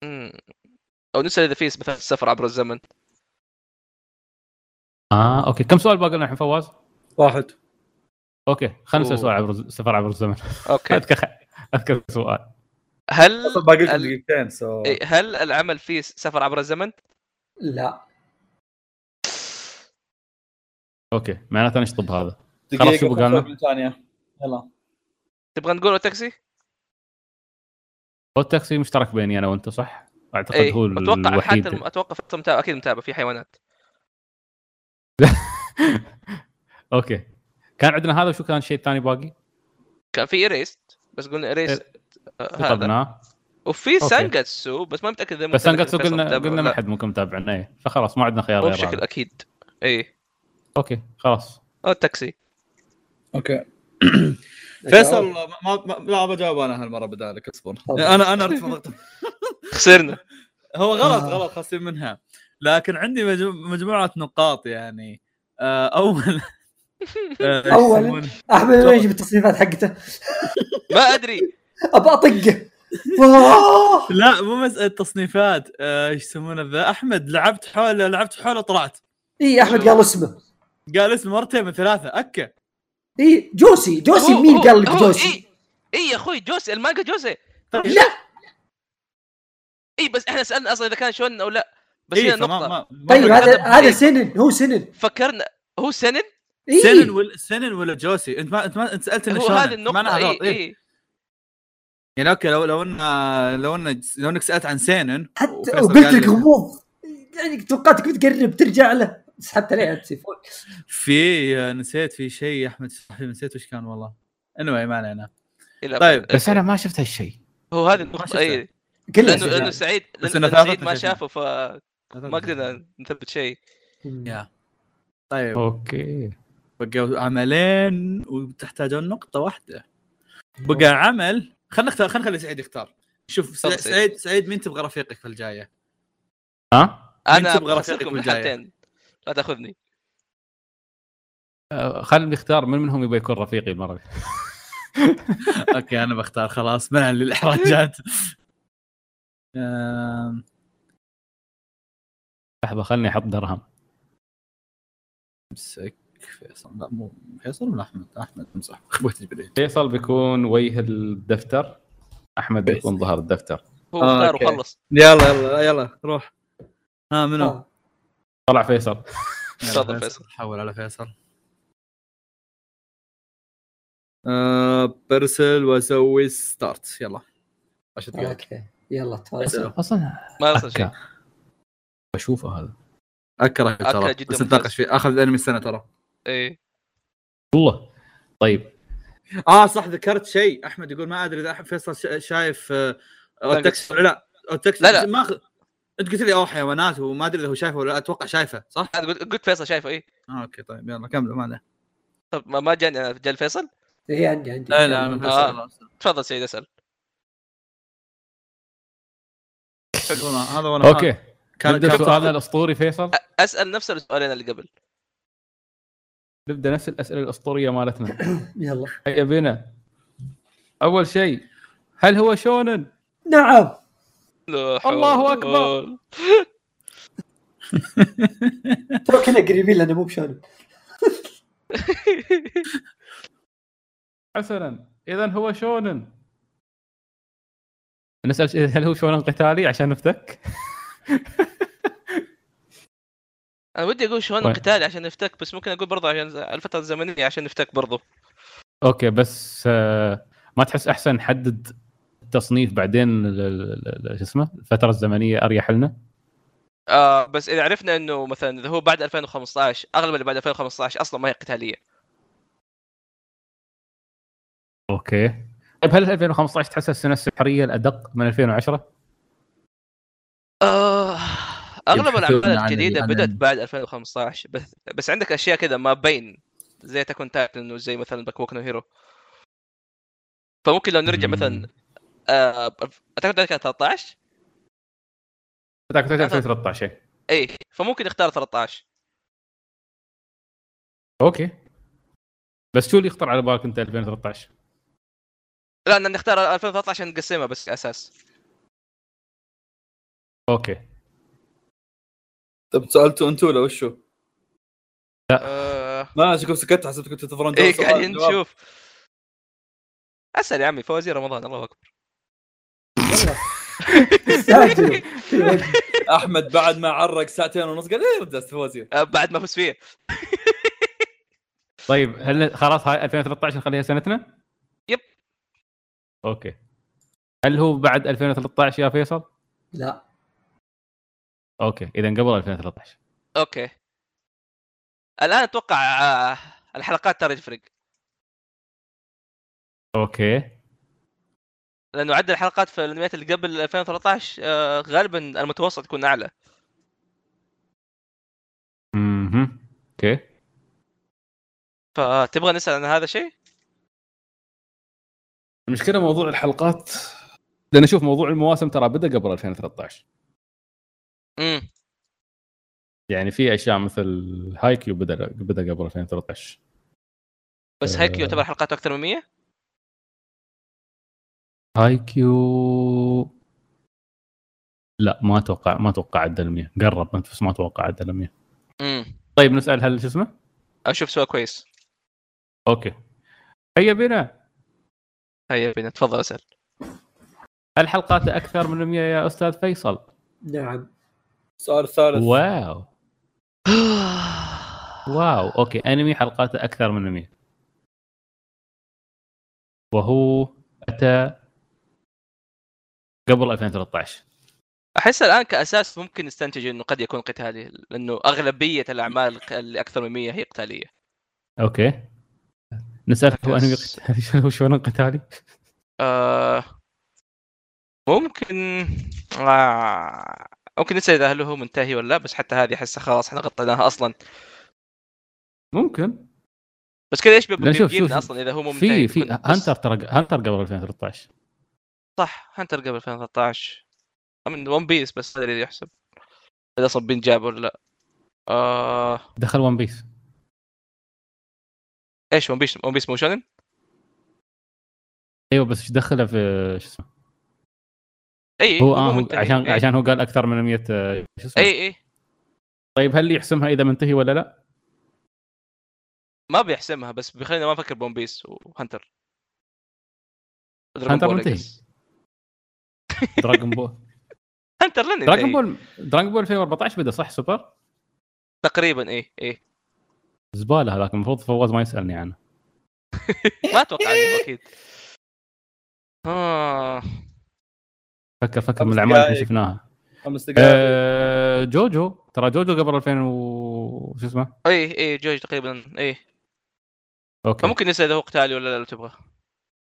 مم. او نسال اذا في مثلا سفر عبر الزمن
اه اوكي كم سؤال باقي لنا الحين فواز؟
واحد
اوكي خمسة
أوه.
سؤال عبر السفر عبر الزمن
اوكي
*laughs* اذكر اذكر سؤال
هل
اصلا باقي لكم
ال-
دقيقتين سو
إيه، هل العمل فيه سفر عبر الزمن؟
لا
اوكي معناته نشطب هذا خلاص، شو
دقيقه
بقالنا؟
45 ثانيه يلا
تبغى نقول تاكسي؟
هو التاكسي مشترك بيني انا وانت صح؟ اعتقد
اي
هو
اتوقع
الوحيد
إيه، حتى الم... اتوقع في متابع اكيد متابع في حيوانات
اوكي كان عندنا هذا وشو كان شيء ثاني باقي؟
كان في اريست بس قلنا اريست هذا
طبناه
وفي
إيه، أوكي.
سانجاتسو بس ما متاكد اذا
بس
ممكن
سانجاتسو
فيصل
قلنا
متابع
قلنا
ولا
ما
لا.
حد ممكن متابعنا اي فخلاص ما عندنا خيار
مو
غير
بشكل إيه.
هذا.
اكيد اي
اوكي خلاص
او تاكسي
اوكي فيصل ما ما ما بجاوب انا هالمره بدالك اصبر
طبعاً.
انا انا ارتفضت
خسرنا
هو غلط
آه.
غلط خاصين منها لكن عندي مجم- مجموعه نقاط يعني آه، اول
*laughs*
آه،
أولاً.
يسمونه-
احمد ما يجيب التصنيفات حقته
ما
*laughs*
ادري
ابى
*laughs*
اطقه آه.
لا مو مساله تصنيفات آه، ايش يسمونه ذا احمد لعبت حوله لعبت حوله طلعت
اي احمد إيه، قال اسمه
قال اسمه مرتين من ثلاثه اكا
اي إيه، جوسي جوسي
هو-
مين
هو-
قال لك
هو-
جوسي؟
اي اي إيه. يا اخوي جوسي المانجا جوسي
لا
اي إيه، بس احنا سالنا اصلا اذا كان شون او لا بس
إيه،
هنا
فما-
نقطه
ما- ما-
طيب
هذا-
هذا هذا سنن هو سنن
فكرنا هو سنن
إيه.
سنن
اي
ولا سنن ولا جوسي انت ما انت ما انت سالت
هو هذه إيه، النقطه اي
إيه.
اي
إيه. يعني اوكي لو لو ان لو ان لو انك سالت عن سينن
حتى
وفيصل
وقلت
قال
لك
لي-
غموض يعني توقعتك بتقرب ترجع له سحبت عليه على التليفون
في آه، نسيت في شيء يا احمد صاحبي نسيت وش كان والله anyway ما علينا
إيه، لا،
طيب.
بس انا ما شفت هالشيء
هو هذه
ما
النقطه
شفتها.
اي
كله
لانه
سجل.
لانه سعيد
بس
لانه
إنه ثلاثة
سعيد ما
شايفين.
شافه فما قدرنا نثبت شيء
مم.
يا. طيب
اوكي
بقوا عملين وتحتاجون نقطه واحده بقى عمل خلينا نختار خلينا نخلي سعيد يختار شوف
تفضل
سع-
سعيد.
سعيد سعيد مين تبغى رفيقك في *laughs* الجايه؟
ها
انا
تبغى رفيقك
بخسركم من
بالجاية؟
حالتين لا تاخذني
آه، خلينا نختار من منهم يبغى يكون رفيقي المره دي.
اوكي انا بختار خلاص منع *laughs* للاحراجات أم،
لحظه خلني احط درهم
امسك فيصل لا مو فيصل ولا احمد؟ احمد امسح *laughs* اخوي تجبري
فيصل بيكون وجه الدفتر احمد
بس.
بيكون ظهر الدفتر
هو
آه،
اختار
أوكي.
وخلص
يلا يلا يلا روح ها منو؟
آه.
طلع فيصل
يلا
تفضل فيصل.
حول على فيصل آه برسل واسوي ستارت يلا عشان دقائق
اوكي يلا تفضل
اسأله.
اصلا
ما صار شيء
أكا. بشوفه هذا
اكره ترى
أكره جداً
بس
ممتاز.
نتناقش فيه اخذ انمي السنه ترى
ايه
والله طيب
اه صح ذكرت شيء احمد يقول ما ادري اذا أحمد فيصل شا- شايف آه، أو التكس ولا لا أو التكس
لا، لا.
ما أخ... انت قلت لي اوه حيوانات وما ادري اذا هو شايفه ولا لا اتوقع شايفه صح؟
أنا قلت قلت فيصل شايفه ايه
آه اوكي طيب يلا كملوا ما عليه
*laughs* طب ما- ما جاني انا جا فيصل
هي عندي عندي
لا لا أنا
آه.
فيصل، خلاص.
تفضل سعيد اسال
والله، هذا وانا
اوكي
كان
نبدا
كان
سؤالنا الاسطوري فيصل
أ- اسال نفس السؤالين اللي قبل
نبدا نفس الاسئله الاسطوريه مالتنا
يلا
هيا بنا اول شيء هل هو شونن؟
نعم
لا حول
الله أكبر.
ترى كنا قريبين لانه مو بشانو
حسنا اذا هو شونن نسال ش- هل هو شونن قتالي عشان نفتك؟
انا ودي اقول
طيب.
شلون
وين؟
القتال عشان نفتك بس ممكن اقول برضه عشان الفتره الزمنيه عشان نفتك برضه
اوكي بس آه، ما تحس احسن نحدد التصنيف بعدين ال- ال- ال- شو اسمه الفتره الزمنيه اريح لنا
آه بس اذا عرفنا انه مثلا اذا هو بعد 2015 اغلب اللي بعد 2015 اصلا ما هي قتاليه
اوكي طيب هل 2015 تحسها السنه السحريه الادق من 2010؟
آه، اغلب
يبحثون
الاعمال
عن
الجديده
ال- عن
بدات
ال-
بعد 2015 بس بس عندك اشياء كذا ما بين زي تكون تايتن وزي مثلا باكوك نو هيرو فممكن لو نرجع
مم.
مثلا آه، اعتقد ذلك كان 13
ذاك 2013 إيه.
اي فممكن نختار 13
اوكي بس شو اللي يخطر على بالك انت 2013
لا أنا نختار 2013 عشان نقسمها بس اساس
اوكي
طب سالتوا انتوا ولا وشو؟
آه،
ما شكلكم سكت حسبتكم تنتظرون
ايه
سؤال
قاعدين
جواب.
نشوف اسال يا عمي فوازير رمضان الله اكبر
استعجلوا. في
*laughs*
وقت.
احمد بعد ما عرق ساعتين ونص قال ايه رجعت فوزي
آه، بعد ما فزت فيه
طيب هل خلاص هاي 2013 نخليها سنتنا؟
يب.
اوكي هل هو بعد 2013 يا فيصل؟
لا
اوكي اذا قبل 2013
اوكي الان اتوقع آه، الحلقات ترى تفرق
اوكي
لانه عدد الحلقات في الانميات اللي قبل 2013 آه، غالبا المتوسط يكون اعلى
اها اوكي
فتبغى نسال عن هذا الشيء؟
المشكله موضوع الحلقات لان شوف موضوع المواسم ترى بدا قبل 2013
امم
يعني في اشياء مثل هايكيو بدا بدا قبل 2013
بس هيك يعتبر حلقاته اكثر من 100
هايكيو لا ما اتوقع ما اتوقع عدى ال 100 قرب بس ما اتوقع عدى ال 100
امم
طيب نسال هل شو اسمه؟
اشوف سؤال كويس
اوكي هيا بنا
هيا بينا تفضل اسال
هل حلقاته اكثر من 100 يا استاذ فيصل؟
نعم
السؤال الثالث
واو واو اوكي انمي حلقاته اكثر من 100 وهو اتى قبل 2013
احس الان كاساس ممكن نستنتج انه قد يكون قتالي لانه اغلبيه الاعمال اللي اكثر من 100 هي قتاليه
اوكي نسالك هو انمي
أكس.
قتالي *laughs* شنو هو شونن قتالي؟
آه ممكن آه ممكن نسال اذا هل هو منتهي ولا لا بس حتى هذه احسها خلاص احنا غطيناها اصلا
ممكن
بس كذا ايش
لا، شوف-
بيجيبنا
شوف.
اصلا اذا هو مو منتهي
في في
بيكون- بس-
هانتر ترى هانتر قبل 2013
صح هانتر قبل 2013 من ون بيس بس ما ادري إذا يحسب اذا صبين جاب ولا لا آه...
دخل ون بيس
ايش ون بيس ون بيس مو شونن
ايوه بس ايش دخله في شو اسمه
اي
هو اه هو
منتهي.
عشان
إيه.
عشان هو قال اكثر من 100 آه، شو اسمه
اي اي
طيب هل يحسمها اذا منتهي ولا
*laughs*
لا؟
ما بيحسمها بس بيخلينا ما نفكر بون بيس وهانتر
هانتر منتهي. دراجون بول
إيه. هانتر لن
دراجون
ينتهي.
بول دراجون بول 2014 بدا صح سوبر؟
تقريبا اي اي
زباله هذاك المفروض فواز ما يسالني عنه
ما اتوقع عنه اكيد آه.
فكر فكر من
خمس
إيه.
الاعمال اللي
دقايق.
شفناها
خمس دقائق
آه جوجو ترى جوجو قبل 2000 و شو اسمه؟
اي اي جوج تقريبا اي
اوكي
فممكن نسال اذا هو قتالي ولا لا لو تبغى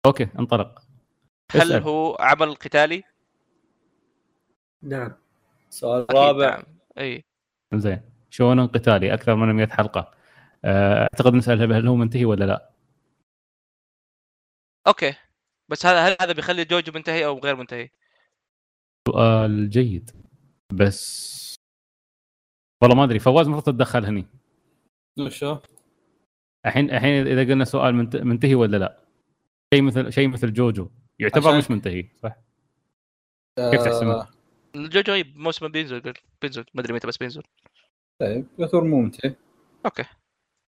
اوكي انطلق
هل
اسأل.
هو عمل قتالي؟
نعم
السؤال
أكيد
الرابع
نعم. اي
زين شونن قتالي اكثر من 100 حلقه آه، اعتقد نسال هل هو منتهي ولا لا؟
اوكي بس هذا هل هذا بيخلي جوجو منتهي او غير منتهي؟
سؤال جيد بس والله ما ادري فواز المفروض تتدخل هني
وشو؟
الحين الحين اذا قلنا سؤال منت- منتهي ولا لا؟ شيء مثل شيء مثل جوجو يعتبر
عشان-
مش منتهي صح؟
آه،
كيف تحسبها؟
جوجو اي موسم بينزل قل- بينزل ما ادري متى بس بينزل
طيب يعتبر مو منتهي
اوكي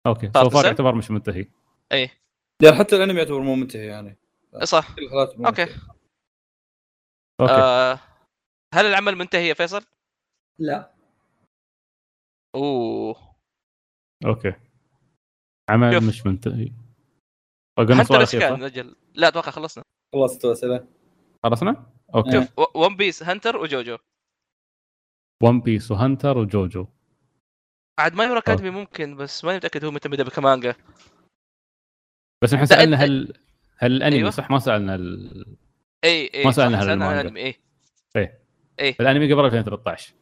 اوكي
طب
سو فار
تسأل؟
يعتبر مش منتهي
اي
يعني حتى الانمي يعتبر مو منتهي يعني
طيب.
صح
كل الحالات مو
اوكي
منتهي.
اوكي آه.
آه هل العمل منتهي يا فيصل؟
لا
اوه
اوكي عمل
شوف.
مش منتهي وقلنا
حتى
سؤال
لو
اخير
كان
صح؟
نجل لا اتوقع خلصنا
خلصت الاسئله
خلصنا؟ اوكي
شوف و- ون بيس هانتر وجوجو
ون بيس وهانتر وجوجو
عاد ما يورا اكاديمي ممكن بس ماني متاكد هو متى بدا كمانجا
بس نحن
لا،
سالنا
أنت-
هل هل الانمي
أيوة.
أيوة. صح ما سالنا ال...
اي اي
ما سألنا عن
عن
المانجا.
الانمي اي
الانمي قبل 2013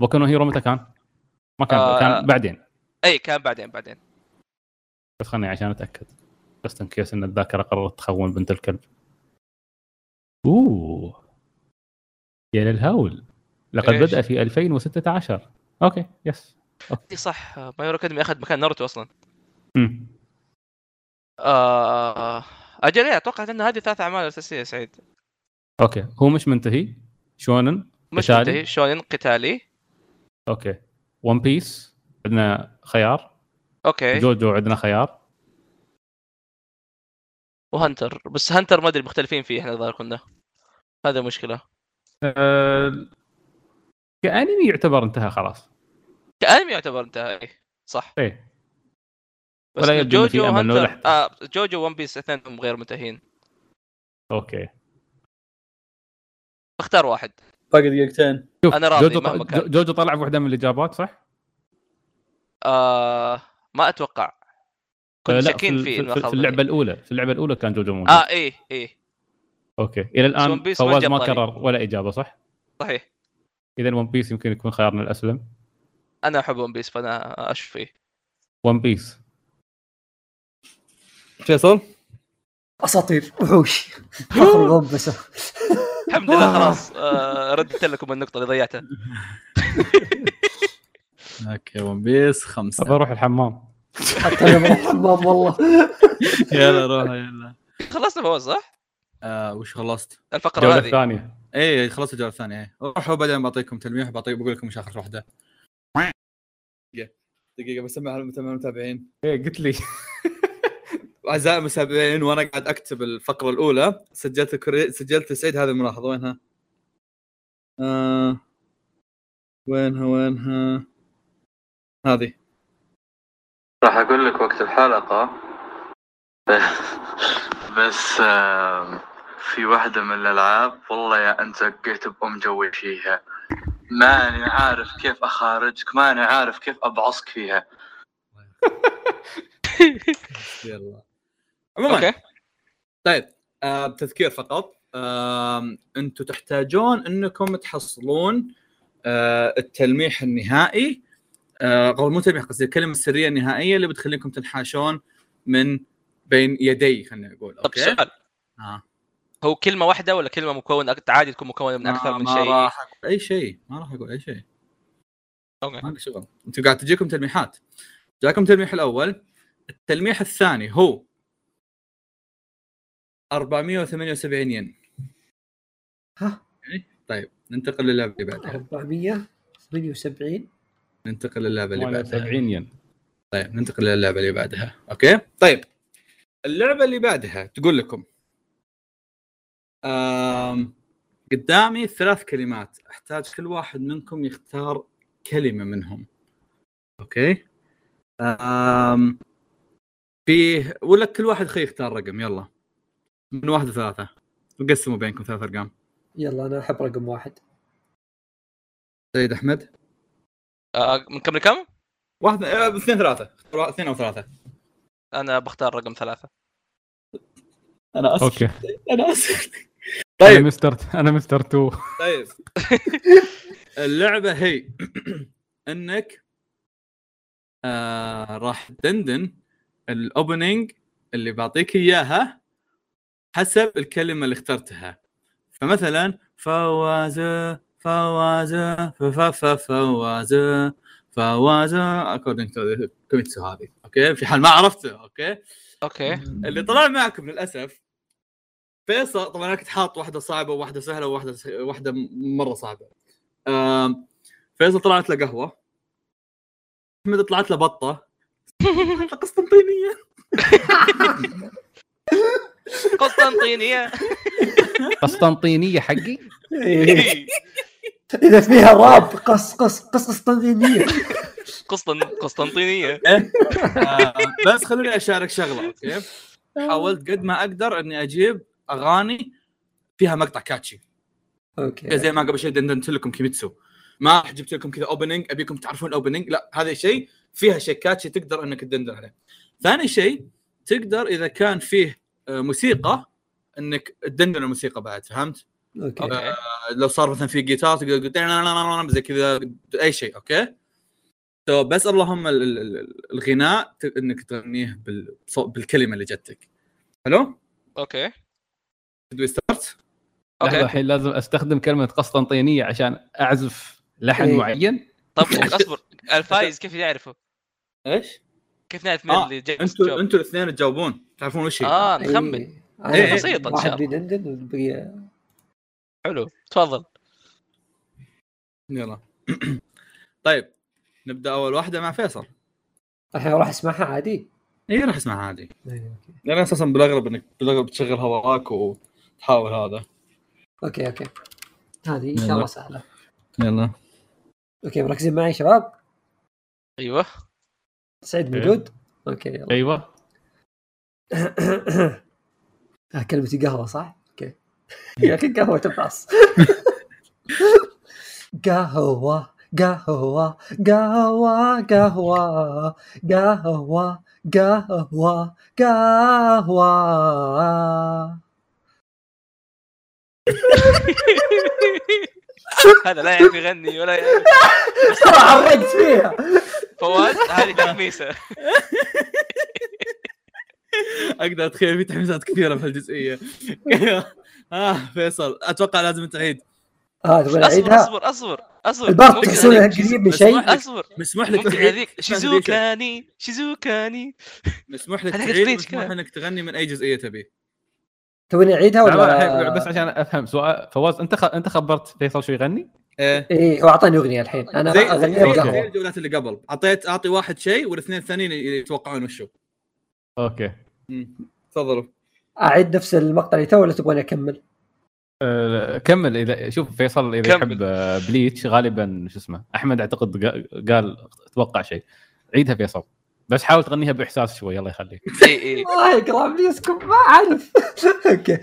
بوكو نو هيرو متى كان؟ ما كان
آه.
آه كان بعدين
اي كان بعدين بعدين
بس خلني عشان اتاكد بس ان كيس ان الذاكره قررت تخون بنت الكلب اوه يا للهول لقد
إيش؟
بدا في 2016 اوكي يس
إي صح آه، ماي هيرو اكاديمي اخذ مكان ناروتو اصلا
مم.
آه... اجل إيه، اتوقع ان هذه ثلاث اعمال اساسيه يا سعيد
اوكي هو مش منتهي شونن
مش
قتالي.
منتهي شونين قتالي
اوكي ون بيس عندنا خيار
اوكي
جوجو عندنا خيار
وهنتر بس هنتر ما ادري مختلفين فيه احنا الظاهر كنا هذا مشكله
أه... كانمي يعتبر انتهى خلاص
كانمي يعتبر انتهى إي، صح
ايه
بس
ولا يبدو إن في
جوجو
أمل له
هنتر
لحظة.
آه جوجو ون بيس اثنينهم غير منتهين
اوكي
اختار واحد
باقي دقيقتين
شوف
أنا راضي
جوجو,
مهما
ط-
كان.
جوجو طلع بوحده من الاجابات صح؟
آه... ما اتوقع
آه،
كنت
لا،
شاكين
في,
فيه
في,
ما
في,
خاب
في اللعبه
ظني.
الاولى في اللعبه الاولى كان جوجو موجود
اه ايه ايه
اوكي الى
One Piece
الان
ما
فواز
جاب
ما
طريق.
كرر ولا اجابه صح؟
صحيح
اذا ون بيس يمكن يكون خيارنا الاسلم
انا احب ون بيس فانا اشوف فيه
ون بيس
فيصل
اساطير
*laughs*
وحوش فخر المنبسه
الحمد لله خلاص آه ردت لكم النقطه اللي ضيعتها
اوكي ون بيس خمسه
ابى اروح الحمام
حتى انا بروح الحمام والله
*laughs* يلا روح يلا
خلصنا فوز صح؟
آه وش خلصت؟
الفقره
الجوله
هذه
الثانيه
اي خلصت الجوله الثانيه ايه روحوا بعدين بعطيكم تلميح بعطيكم بقول لكم وش اخر واحده دقيقه دقيقه بسمع على المتابعين- المتابعين
ايه قلت *laughs* لي
اعزائي المتابعين وانا قاعد اكتب الفقره الاولى سجلت كري... سجلت سعيد هذه الملاحظه وينها؟ آه... وينها وينها؟ هذه
راح اقول لك وقت الحلقه بس آم، في واحده من الالعاب والله يا انت زقيت بام جوي فيها ماني عارف كيف اخارجك ماني عارف كيف ابعصك فيها
يلا عموما
اوكي
طيب آه تذكير فقط آه انتم تحتاجون انكم تحصلون آه التلميح النهائي آه او مو تلميح قصدي الكلمه السريه النهائيه اللي بتخليكم تنحاشون من بين يدي خلينا نقول
طب
اوكي
سؤال
آه.
هو كلمه واحده ولا كلمه مكون أك- عادي تكون مكونه من اكثر
ما-
من
ما
شيء
راح اقول اي شيء ما راح اقول اي شيء
أوكي.
ما لك شغل انتم قاعد تجيكم تلميحات جاكم التلميح الاول التلميح الثاني هو 478 ين
ها
طيب ننتقل للعبه اللي بعدها
478
ننتقل للعبه اللي بعدها
70 ين
طيب ننتقل للعبه اللي بعدها اوكي طيب اللعبه اللي بعدها تقول لكم أم... قدامي ثلاث كلمات احتاج كل واحد منكم يختار كلمه منهم اوكي أم... فيه ولا كل واحد خي يختار رقم يلا من واحد لثلاثه وقسموا بينكم ثلاث ارقام
يلا انا احب رقم واحد
سيد احمد
آه من كم لكم؟
واحد أه، اثنين ثلاثه اختار اثنين او ثلاثه
انا بختار رقم ثلاثه
انا اسف
اوكي
انا اسف
طيب
طيب
انا مستر انا مستر *laughs* 2
طيب اللعبه هي *clears throat* انك آه راح تدندن الاوبننج اللي بعطيك اياها حسب الكلمه اللي اخترتها فمثلا فواز فواز فف فواز فواز اكوردنج تو كوميتسو هذه اوكي في حال ما عرفته اوكي
*laughs* اوكي
إيه، اللي طلع معكم للاسف فيصل طبعا انا كنت حاط واحده صعبه وواحده سهله وواحده س... واحده مره صعبه آم، فيصل طلعت له قهوه احمد طلعت له بطه حتى قسطنطينيه *laughs*
قسطنطينيه
قسطنطينيه حقي
إيه. اذا فيها *laughs* راب قص قص قص قسطنطينيه
قسطن قسطنطينيه
آم، آه، بس خلوني اشارك شغله اوكي حاولت قد ما اقدر اني اجيب اغاني فيها مقطع كاتشي
اوكي
إيه، زي ما قبل شوي دندنت لكم كيميتسو ما راح جبت لكم كذا اوبننج ابيكم تعرفون اوبننج لا هذا شيء فيها شيء كاتشي تقدر انك تدندن عليه ثاني شيء تقدر اذا كان فيه آه، موسيقى انك تدندن الموسيقى بعد فهمت؟ آه،
اوكي
اوكي
لو صار مثلا في جيتار تقدر تقول دن- زي كذا اي شيء اوكي؟ تو بس اللهم ال- ال- ال- الغناء ت- انك تغنيه بالصو- بالكلمه اللي جتك حلو؟
اوكي
Should we start؟
لحظه
اوكي
الحين لازم استخدم كلمه قسطنطينيه عشان اعزف لحن
إيه.
معين
طب اصبر الفايز كيف نعرفه؟
ايش؟
كيف نعرف مين
آه،
اللي جاي
انتوا
الجواب؟
انتوا الاثنين تجاوبون تعرفون وش هي
اه نخمن
إيه.
إيه، إيه.
بسيطة إن شاء
واحد بيدندن والبقيه
حلو تفضل
يلا *clears throat* طيب نبدا اول واحده مع فيصل
الحين راح اسمعها عادي
اي راح اسمعها عادي
إيه، أوكي.
لان اساسا بالاغلب انك بالاغلب تشغلها وراك وتحاول هذا
اوكي اوكي هذه ان شاء الله سهله
يلا
اوكي مركزين معي شباب
*laughs*
ايوه
سعيد
إيه.
موجود اوكي يلا
ايوه
*coughs* آه، كلمتي قهوه صح؟ اوكي يا اخي قهوه *laughs* تنفعص قهوه قهوه قهوه قهوه قهوه قهوه قهوه
هذا لا يعرف يغني ولا يعرف
ترى عرقت فيها
فواز هذه تلميسه
اقدر اتخيل في تحميسات كثيره في *laughs* الجزئيه اه فيصل اتوقع لازم تعيد
اه تبغى
اصبر
نعيدها
اصبر اصبر اصبر
البارت
ممكن
تحسون
هذيك-
قريب من شيء
اصبر
مسموح لك
ممكن
تعيد
هذيك شيزوكاني شيزوكاني
مسموح لك
هذيك
تعيد
glitch
مسموح
كان.
انك تغني من اي جزئيه تبي
تبغى نعيدها
لا، لا،
ولا
بس عشان افهم سؤال فواز انت خ... انت خبرت فيصل شو يغني؟
ايه
ايه هو اعطاني اغنيه الحين انا
زي زي-
اغنيها
زي- زي
بقهوه
الجولات اللي قبل اعطيت اعطي واحد شيء والاثنين الثانيين يتوقعون وشو
اوكي
تفضلوا
اعيد نفس المقطع اللي تو ولا تبغاني اكمل؟
أه كمل اذا شوف فيصل اذا
كمل.
يحب آه، بليتش غالبا شو اسمه احمد اعتقد قا- قال توقع شيء عيدها فيصل بس حاول تغنيها باحساس شوي الله يخليك
اي اي
والله يقرا ابليسكم ما *laughs* اعرف اوكي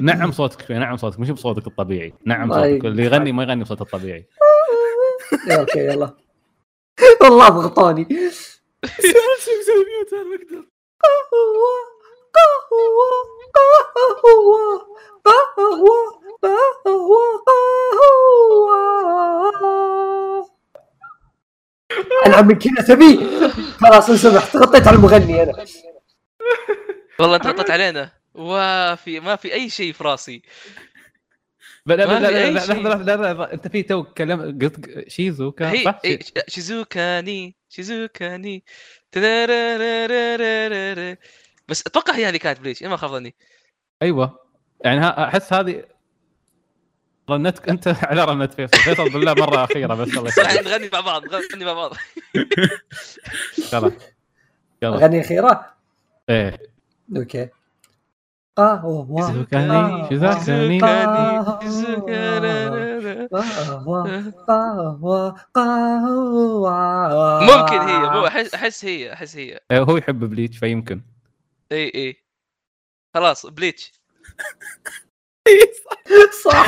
نعم صوتك شوي نعم صوتك مش بصوتك الطبيعي نعم
الله
صوتك اللي يغني ما يغني بصوته الطبيعي
اوكي يلا *laughs* والله ضغطوني قهوة قهوة قهوة قهوة قهوة قهوة العب من كذا تبي خلاص انسمح تغطيت على المغني انا
والله انت حطت علينا وافي ما في اي شيء في راسي
لا لا
ما
لا
في
لا
أي
لحظة-
شيء.
لحظة- لا لا انت في تو كلام قلت شيزو كان
هي
صح؟
هي ش- شيزوكاني شيزوكاني تدارارارارارارا. بس اتوقع هي هذه كانت بليش إذا ما خاب ظني
ايوه يعني ها- احس هذه رنتك انت *laughs* على رنت فيصل فيصل بالله مره اخيره بس الله
صراحة *laughs*
يسلمك
نغني مع بعض نغني مع بعض
خلاص يلا
اغنية اخيرة
ايه
اوكي قهوة
شيزوكاني شيزوكاني
شيزوكاني شيزوكارارارا.
قهوة قهوة قهوة
ممكن هي مو احس احس هي احس هي
إيه، هو يحب بليتش فيمكن
اي اي خلاص بليتش
*laughs* صح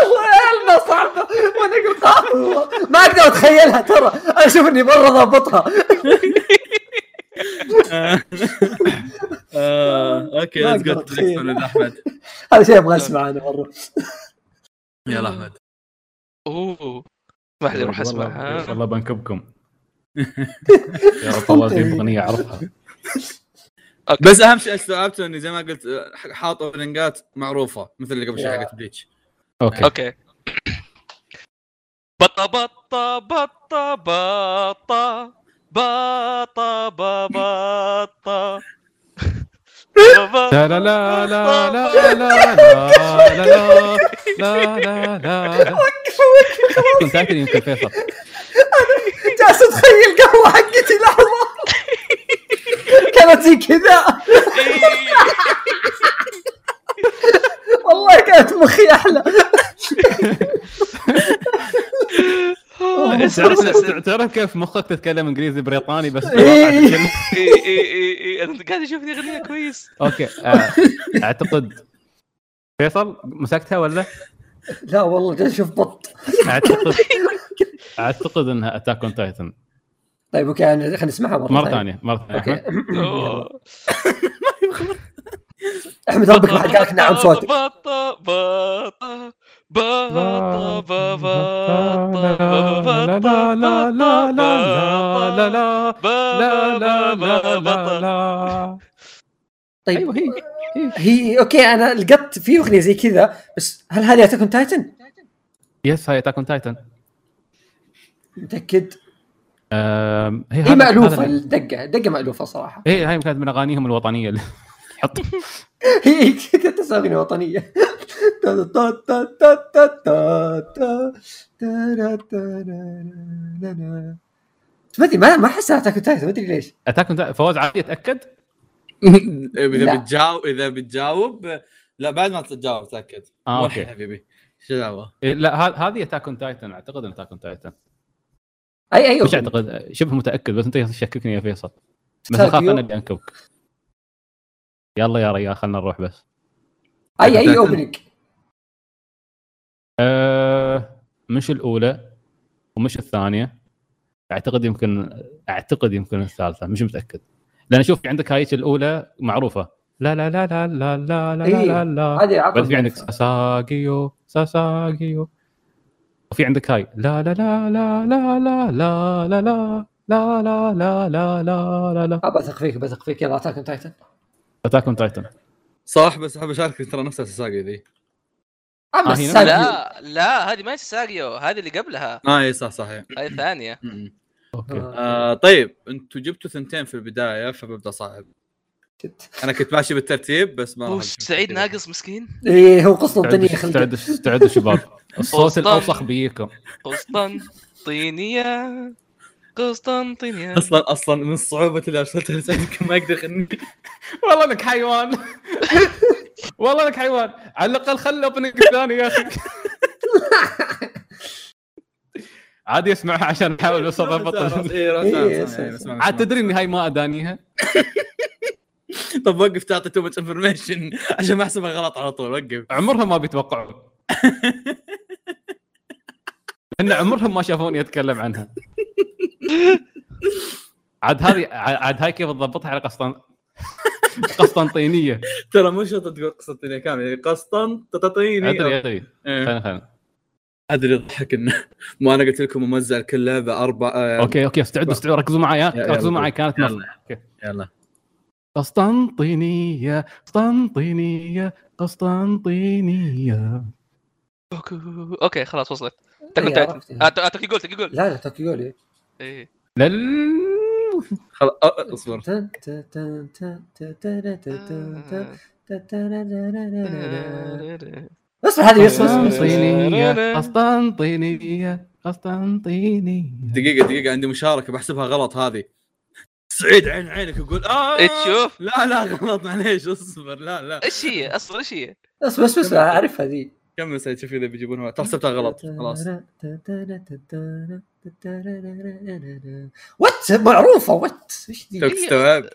والله يا قلبه صعبة وانا قلت قهوة ما اقدر اتخيلها ترى اشوف اني مرة ضابطها
آه، اوكي
ما
ليتس جو
أقدر أتخيل.
احمد
هذا شيء ابغى اسمعه انا مرة
يلا احمد
اوه اسمح لي اروح
والله-
اسمعها
والله بنكبكم يا رب والله اجيب اغنيه اعرفها
بس اهم شيء استوعبته اني زي ما قلت آه، حاط اوبننجات معروفه مثل اللي قبل شوي حقت بليتش
*laughs*
اوكي
اوكي بطة بطة بطة بطة بطة *laughs* بطة
لا لا لا لا لا لا لا لا لا لا لا لا كنت اعتني يمكن فيصل
جالس اتخيل قهوة حقتي لحظة كانت زي كذا والله كانت مخي احلى
اسمع اسمع اسمع
تعرف كيف مخك تتكلم انجليزي بريطاني بس
إيه.
اي اي اي اي انا قاعد اشوفني اغنية كويس
اوكي آه، اعتقد فيصل مسكتها ولا؟
لا والله جالس اشوف بط
اعتقد اعتقد انها اتاك اون تايتن
طيب اوكي أنا- خلينا نسمعها مره
مره
ثانية.
ثانيه مره ثانيه
اوكي
أحمد.
يلا. احمد ربك ما حد قالك نعم صوتك
بطة بطة بطة بطة بطة بطة بطة
طيب
ايوه هي
هي اوكي انا لقطت في اغنيه زي كذا بس هل هذه اتاك تايتن؟
يس هاي اتاك اون تايتن
متاكد؟
هي
هي
هذا-
مالوفه
هذا-
الدقه دقه مالوفه صراحه
هي هاي كانت من اغانيهم *laughs* الوطنيه اللي حط
*laughs* هي كذا تسمع اغنيه وطنيه *laughs* تا- تا- تا- تا- تا- تا- تا- تا- تا- تا- نا- نا- نا. ما ادري ما ما احسها اتاك تايتن ما ادري ليش
اتاك اون فواز عادي اتاكد
اذا
لا.
بتجاوب اذا بتجاوب لا بعد ما تجاوب تاكد
آه،
مو
أوكي.
الحين حبيبي شو دعوه
إيه، لا ه- هذه اتاك اون تايتن اعتقد اتاك اون تايتن
اي اي أغنية.
مش اعتقد شبه متاكد بس انت تشككني يا فيصل بس اخاف
تاكيو.
انا اللي انكبك يلا يا ريال خلنا نروح بس
اي اي
تايتن.
اوبننج
أه مش الاولى ومش الثانيه اعتقد يمكن اعتقد يمكن الثالثه مش متاكد لان شوف في عندك هايتي الاولى معروفه لا لا لا لا لا لا لا
إيه.
لا لا
هذه
بعد في
عطف
عندك ساساجيو ساساجيو وفي عندك هاي لا لا لا لا لا لا لا لا لا لا لا لا لا لا لا لا
بثق فيك بثق فيك يلا اتاك تايتن
اتاك اون تايتن
صح بس احب اشاركك ترى نفس الساقي ذي
اما
آه، هنا؟
السالفة-
لا لا هذه ما هي ساقيو هذه اللي قبلها
اه اي صح صحيح
هذه الثانية
م-م.
اوكي
آه،
آه طيب انتوا جبتوا ثنتين في البدايه فببدا صعب
شت.
انا كنت ماشي بالترتيب بس ما
هو
راح
سعيد
أجيب.
ناقص مسكين
ايه هو قسطنطينيه
استعدوا-
خلقه
استعدوا استعدوا شباب الصوت
فستان.
الاوسخ بيكم
قسطنطينية قسطنطينية
اصلا اصلا من صعوبه اللي ارسلتها لسعيد يمكن ما اقدر *laughs* خلني
والله انك *laughs* حيوان والله انك حيوان على الاقل خلي الاوبننج الثاني يا اخي *laughs* عادي اسمعها عشان احاول بس اضبط
إيه، راس
إيه،
عام،
إيه،
صح،
إيه،
إيه، اسمع،
عاد
اسمع.
تدري اني هاي ما ادانيها
طب وقف تعطي تو ماتش انفورميشن *laughs* عشان ما احسبها غلط على طول وقف
عمرهم ما *laughs* بيتوقعوا لان عمرهم ما شافوني اتكلم عنها عاد هذه عاد هاي كيف تضبطها على *laughs* قسطن... قسطنطينيه
ترى مو شرط تقول قسطنطينيه كامله قسطنطيني
ادري ادري خلنا خلنا
ادري اضحك انه *laughs* مو انا قلت لكم موزع كل آه، لعبه اربع
اوكي اوكي استعدوا استعدوا ركزوا معي ها؟
يلا،
ركزوا معي كانت
يلا.
نفس- أوكي.
يلا
قسطنطينيه قسطنطينيه قسطنطينيه
أوكو. اوكي خلاص وصلت آه، تكون
إيه، عرفت.
تايتن اتاكي جول تاكي جول
لا لا طوكيو
إيه.
لل
خلاص أه، اصبر
اصبر هذه اصبر
قسطنطينيه قسطنطينيه قسطنطينيه
دقيقه دقيقه عندي مشاركه بحسبها غلط هذه سعيد عين عينك يقول اه
إيه، تشوف؟
لا لا غلط معليش اصبر لا لا
ايش هي اصلا ايش هي؟
اصبر اصبر اصبر اعرفها ذي
كمل سعيد شوف اذا بيجيبونها ترى حسبتها غلط خلاص
وات معروفه وات ايش
توك
ذي؟
استوعب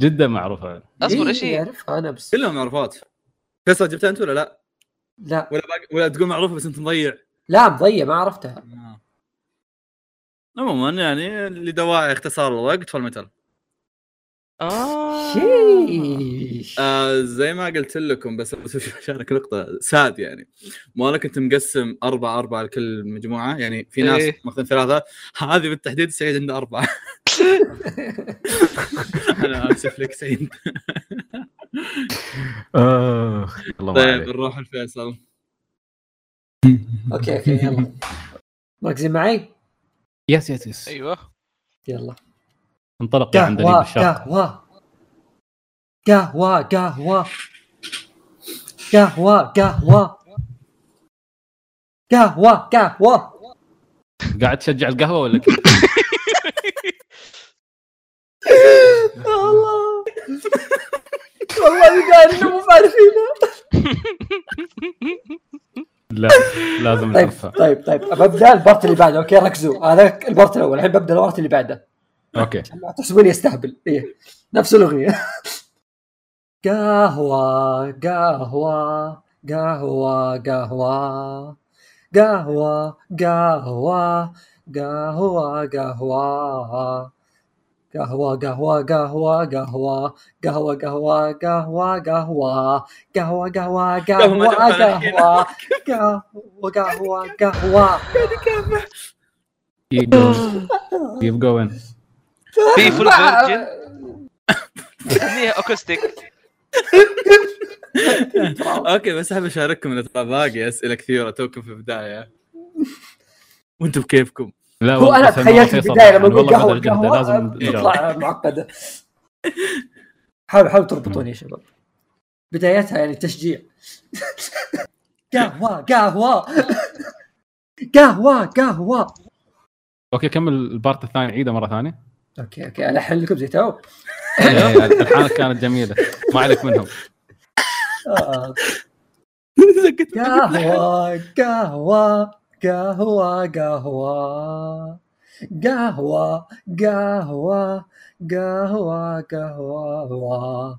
جدا معروفه
اصبر
إيه،
ايش هي؟
اعرفها انا بس
كلهم معروفات فيصل جبتها انت ولا لا؟
لا
ولا باقي ولا تقول معروفه بس انت مضيع
لا مضيع ما عرفتها
آه. عموما يعني لدواعي اختصار الوقت فالمثل
اه
شيش
آه زي ما قلت لكم بس *laughs* بشارك نقطة ساد يعني مو انا كنت مقسم أربعة أربعة لكل مجموعة يعني في ناس
إيه.
ماخذين ثلاثة هذه بالتحديد سعيد عنده أربعة *laughs* أنا آسف لك *laughs* سعيد
اخ الله ما
طيب
عليك
نروح لفيصل
اوكي اوكي يلا مركزين معي؟
يس يس يس
ايوه
يلا
أيوة. انطلق يا عندليب
قهوة
الشرق
قهوة قهوة قهوة قهوة قهوة قهوة قهوة
قاعد تشجع القهوه ولا كيف؟
الله والله قاعد مو عارفينها
لا لازم نعرفها
طيب طيب طيب ببدا البارت اللي بعده اوكي ركزوا هذا البارت الاول الحين ببدا البارت اللي بعده
اوكي
تحسبوني استهبل ايه نفس الاغنيه قهوه قهوه قهوه قهوه قهوه قهوه قهوة قهوة قهوة قهوة قهوة قهوة قهوة قهوة قهوة قهوة قهوة قهوة
ما
قهوة
تبغى الحين.
قهوة قهوة قهوة قهوة
Keep going. Keep going.
في فول
أه،
فيرجن اسميها اوكستيك
اوكي بس احب اشارككم انه ترى باقي اسئله كثيره توكم في البدايه وانتم *laughs* بكيفكم
لا
هو انا
بس
تخيلت
فيصل
البدايه لما
يعني
اقول
والله
قهوه
بدل جدا
قهوة
لازم نجاوب.
تطلع معقده حاولوا حاولوا تربطوني يا شباب بدايتها يعني تشجيع قهوه قهوه قهوه قهوه
اوكي كمل البارت الثاني عيده مره ثانيه
اوكي اوكي انا احل لكم زي تو
إيه، الحانك كانت جميله ما عليك منهم
*laughs* آه،
زقت
قهوه قهوه قهوه قهوه قهوة قهوة قهوة قهوة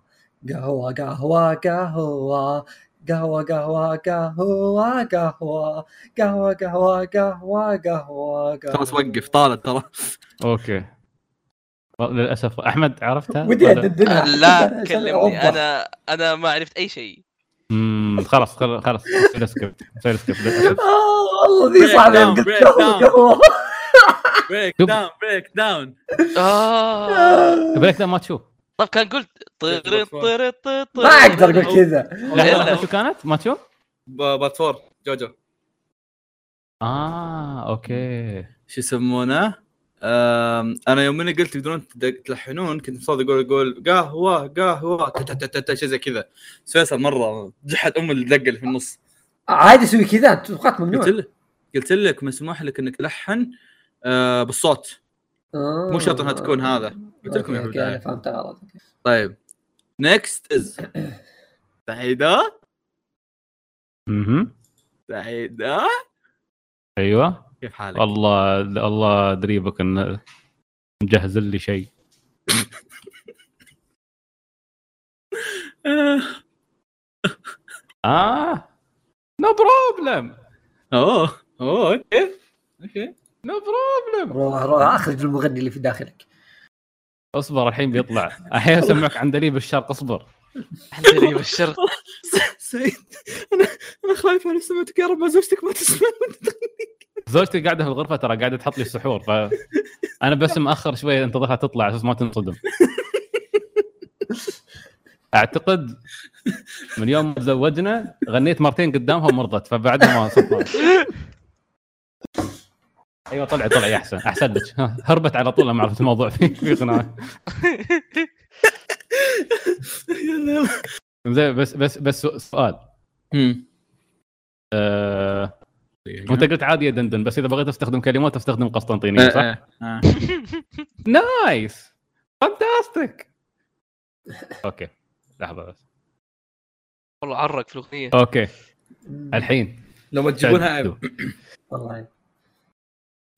قهوة قهوة قهوة قهوة قهوة قهوة قهوة قهوة قهوة قهوة قهوة
خلاص وقف طالت ترى
اوكي للاسف احمد عرفتها؟
ودي ادندنها
لا كلمني انا انا ما عرفت اي شيء
امم خلاص خل- خلاص نسوي سكيب نسوي سكيب للأسف.
*laughs* آه، والله ذي صعبة
Break down, break down.
قهوة
بريك
شوف.
داون بريك داون
آه.
بريك ما تشوف
طب كان قلت طير طير طير
ما اقدر اقول كذا
لحظه لحظة، شو كانت؟ ما تشوف؟
بارت 4 جوجو
اه اوكي
شو يسمونه؟ أم، انا يوم اني قلت تقدرون تد- تلحنون كنت مصاد اقول اقول قهوه قهوه تا- تا- تا- تا- تا، شيء زي كذا بس فيصل مره جحد ام الدقه اللي في النص
عادي اسوي كذا توقعت ممنوع
قلت لك قلت لك مسموح لك انك تلحن آه، بالصوت
آه.
مو شرط انها تكون هذا. قلت لكم يا
أوكي، أوكي،
بداية.
انا فهمت غلط أوكي.
طيب نكست از سعيدة
اها
سعيدة
ايوه
كيف حالك؟
الله الله دريبك ان مجهز لي شيء
آه،
اه نو بروبلم
اوه اوه اوكي اوكي
نو بروبلم
روح روح اخرج المغني اللي في داخلك
اصبر الحين بيطلع الحين اسمعك عن دليل بالشرق اصبر
عندي بالشرط
سعيد انا انا خايف انا سمعتك يا رب ما زوجتك ما تسمع *laughs*
زوجتي قاعده في الغرفه ترى قاعده تحط لي السحور ف انا بس مأخر شوي انتظرها تطلع على اساس ما تنصدم اعتقد من يوم ما تزوجنا غنيت مرتين قدامها ومرضت فبعدها ما صدمت ايوه طلع طلع يا احسن احسن لك ها، هربت على طول لما عرفت الموضوع في في قناعه
يلا يلا
زين بس بس بس سؤال أه... وانت قلت عادي يا دندن بس اذا بغيت استخدم كلمات استخدم قسطنطينيه
إيه،
صح؟
إيه، آه.
نايس فانتاستيك اوكي لحظه بس
والله عرق في الاغنيه
اوكي الحين
لو ما تجيبونها عيب
والله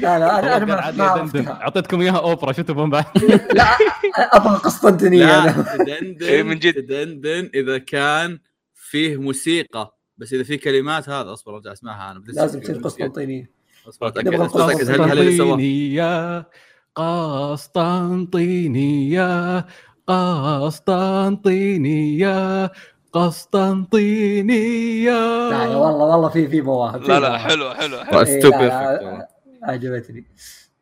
لا لا انا انا ما-
عادي
ما
يا دندن.
عرفتها
اعطيتكم اياها اوبرا شو تبون بعد؟
لا أنا ابغى قسطنطينيه
*laughs*
انا
لا تدندن
إيه، من جد.
تدندن اذا كان فيه موسيقى بس اذا في كلمات هذا اصبر ارجع اسمعها انا بدي
لازم
أتأكد من
تصير
الموسيقى.
قسطنطينيه
اصبر اتاكد
نبغى
أصبر أتأكد هل هل
*laughs*
اللي سواه
قسطنطينية قسطنطينية قسطنطينية قسطنطينية
لا لا،
*laughs*
والله والله في في مواهب في
لا لا
مواهب.
حلو حلو حلو
والله
إيه،
استو
لا، لا،
بيرفكت والله.
عجبتني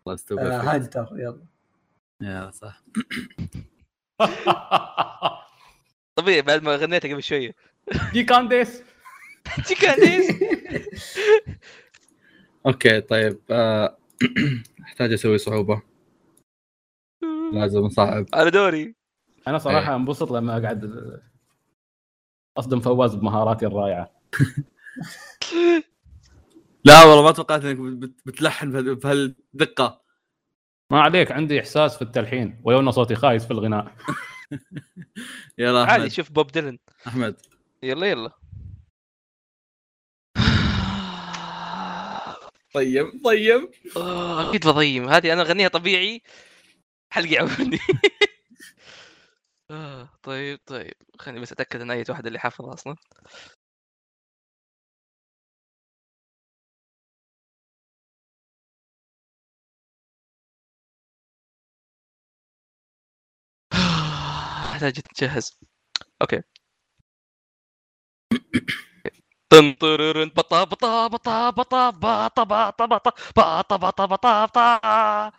والله استو
آه،
بيرفكت.
هانتر يلا *laughs*
يا صح
طبيعي بعد ما غنيتها قبل شويه
You can't this.
تيكانيس
اوكي طيب آه، احتاج اسوي صعوبه لازم اصعب
*laughs* على دوري
انا صراحة انبسط لما اقعد اصدم فواز بمهاراتي الرائعة
لا والله ما توقعت انك بت- بتلحن بهال- بهالدقه
ما عليك عندي احساس في التلحين ولو ان صوتي خايس في الغناء
يلا
عادي
احمد
شوف بوب ديلن
احمد
يلا يلا *sighs*
طيب طيب
آه، اكيد بضيم هذه انا اغنيها طبيعي حلقي يعورني *laughs* آه، طيب طيب خليني بس اتاكد ان اي واحد اللي حافظها *sighs* اصلا احتاج اتجهز اوكي طنطررن بطا بطا بطا بطا بطا بطا بطا بطا بطا بطا بطا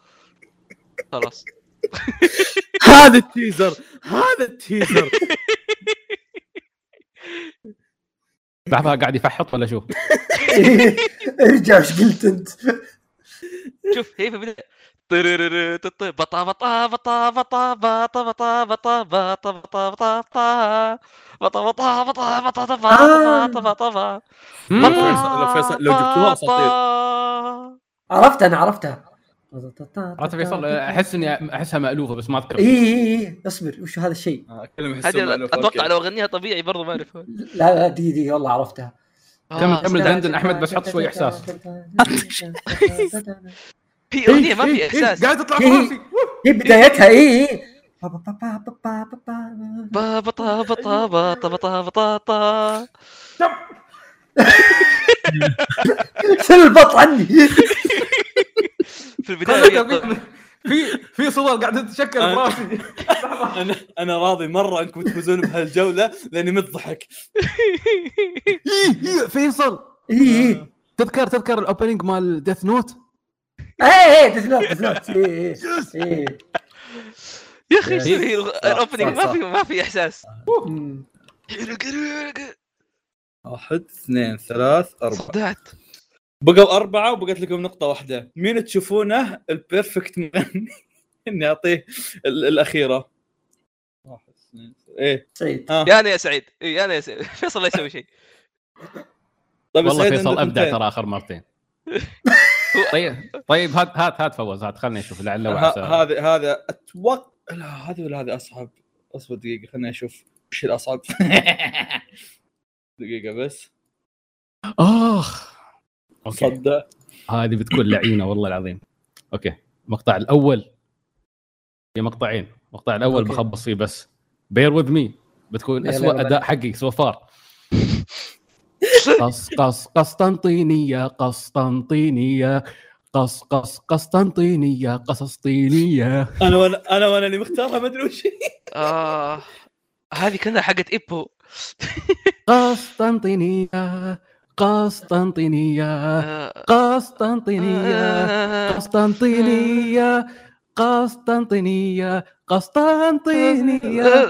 خلاص
هذا التيزر هذا التيزر
بعضها قاعد يفحط ولا شو؟
ارجع ايش قلت انت
شوف هي في البدايه طرررر تط- بطا بطا بطا بطا بطا بطا بطا بطا بطا بطا بطا بطا بطا بطا بطا بطا
آه.
بطا بطا بطا
لو فيصل- لو فيصل- لو جبتوها اساطير
عرفت انا عرفتها إيه،
عرفت فيصل احس اني احسها مالوفه بس ما اذكر
اي اي اي إيه، اصبر وش هذا الشيء؟
آه، كلمه
هذه
يحسون مألوفة،
اتوقع
أوكي.
لو اغنيها طبيعي برضو ما آه. اعرف
لا لا دي دي والله عرفتها
كمل كمل
استنى.
دندن احمد بس حط شوي احساس
إيه،
هي اغنيه ما في احساس
قاعد تطلع
إيه.
في راسي
هي بدايتها اي اي
با بطا
إيه.
بطا بطا بطا بطا بطا
شيل البط عني
في
طيب،
طيب. البدايه
في في صور قاعده تتشكل
آه.
في راسي
انا انا راضي مره انكم تفوزون بهالجوله لاني متضحك
إيه، فيصل
اي اي
تذكر تذكر الاوبننج مال ديث نوت
اي اي ديث نوت ديث نوت اي اي
يا اخي
إيه.
شو هي الاوبننج
صح،
ما في ما في احساس
مم.
واحد اثنين ثلاث اربعة
صدعت
بقوا اربعة وبقت لكم نقطة واحدة مين تشوفونه البيرفكت *laughs* مغني اني اعطيه ال- الاخيرة واحد اثنين ايه
سعيد
يا انا يا سعيد إيه، انا يا سعيد فيصل لا يسوي شيء
طيب يا
والله
سعيد
فيصل
عندك
ابدع
ثنتين.
ترى اخر
*laughs*
مرتين طيب طيب هات هات هات فوز هات خلني اشوف لعله
ه-
وعسى
هذا هذا اتوقع لا هذه ولا هذه اصعب اصبر دقيقة خليني اشوف وش الاصعب *laughs* دقيقة بس
اخ اوكي
صدق
هذه بتكون لعينه والله العظيم اوكي المقطع الاول في مقطعين المقطع الاول
أوكي.
بخبص فيه بس بير وذ مي بتكون
لا، لا،
اسوء
لا، لا.
اداء حقي سو فار قص قص قسطنطينيه قسطنطينيه قص قص قسطنطينيه قسطنطينيه
انا وانا انا وانا اللي مختارها ما ادري وش هي.
آه هذه كانها حقت ايبو
قسطنطينيه قسطنطينيه
آه،
قسطنطينيه
آه،
قسطنطينية قسطنطينية قسطنطينية
آه،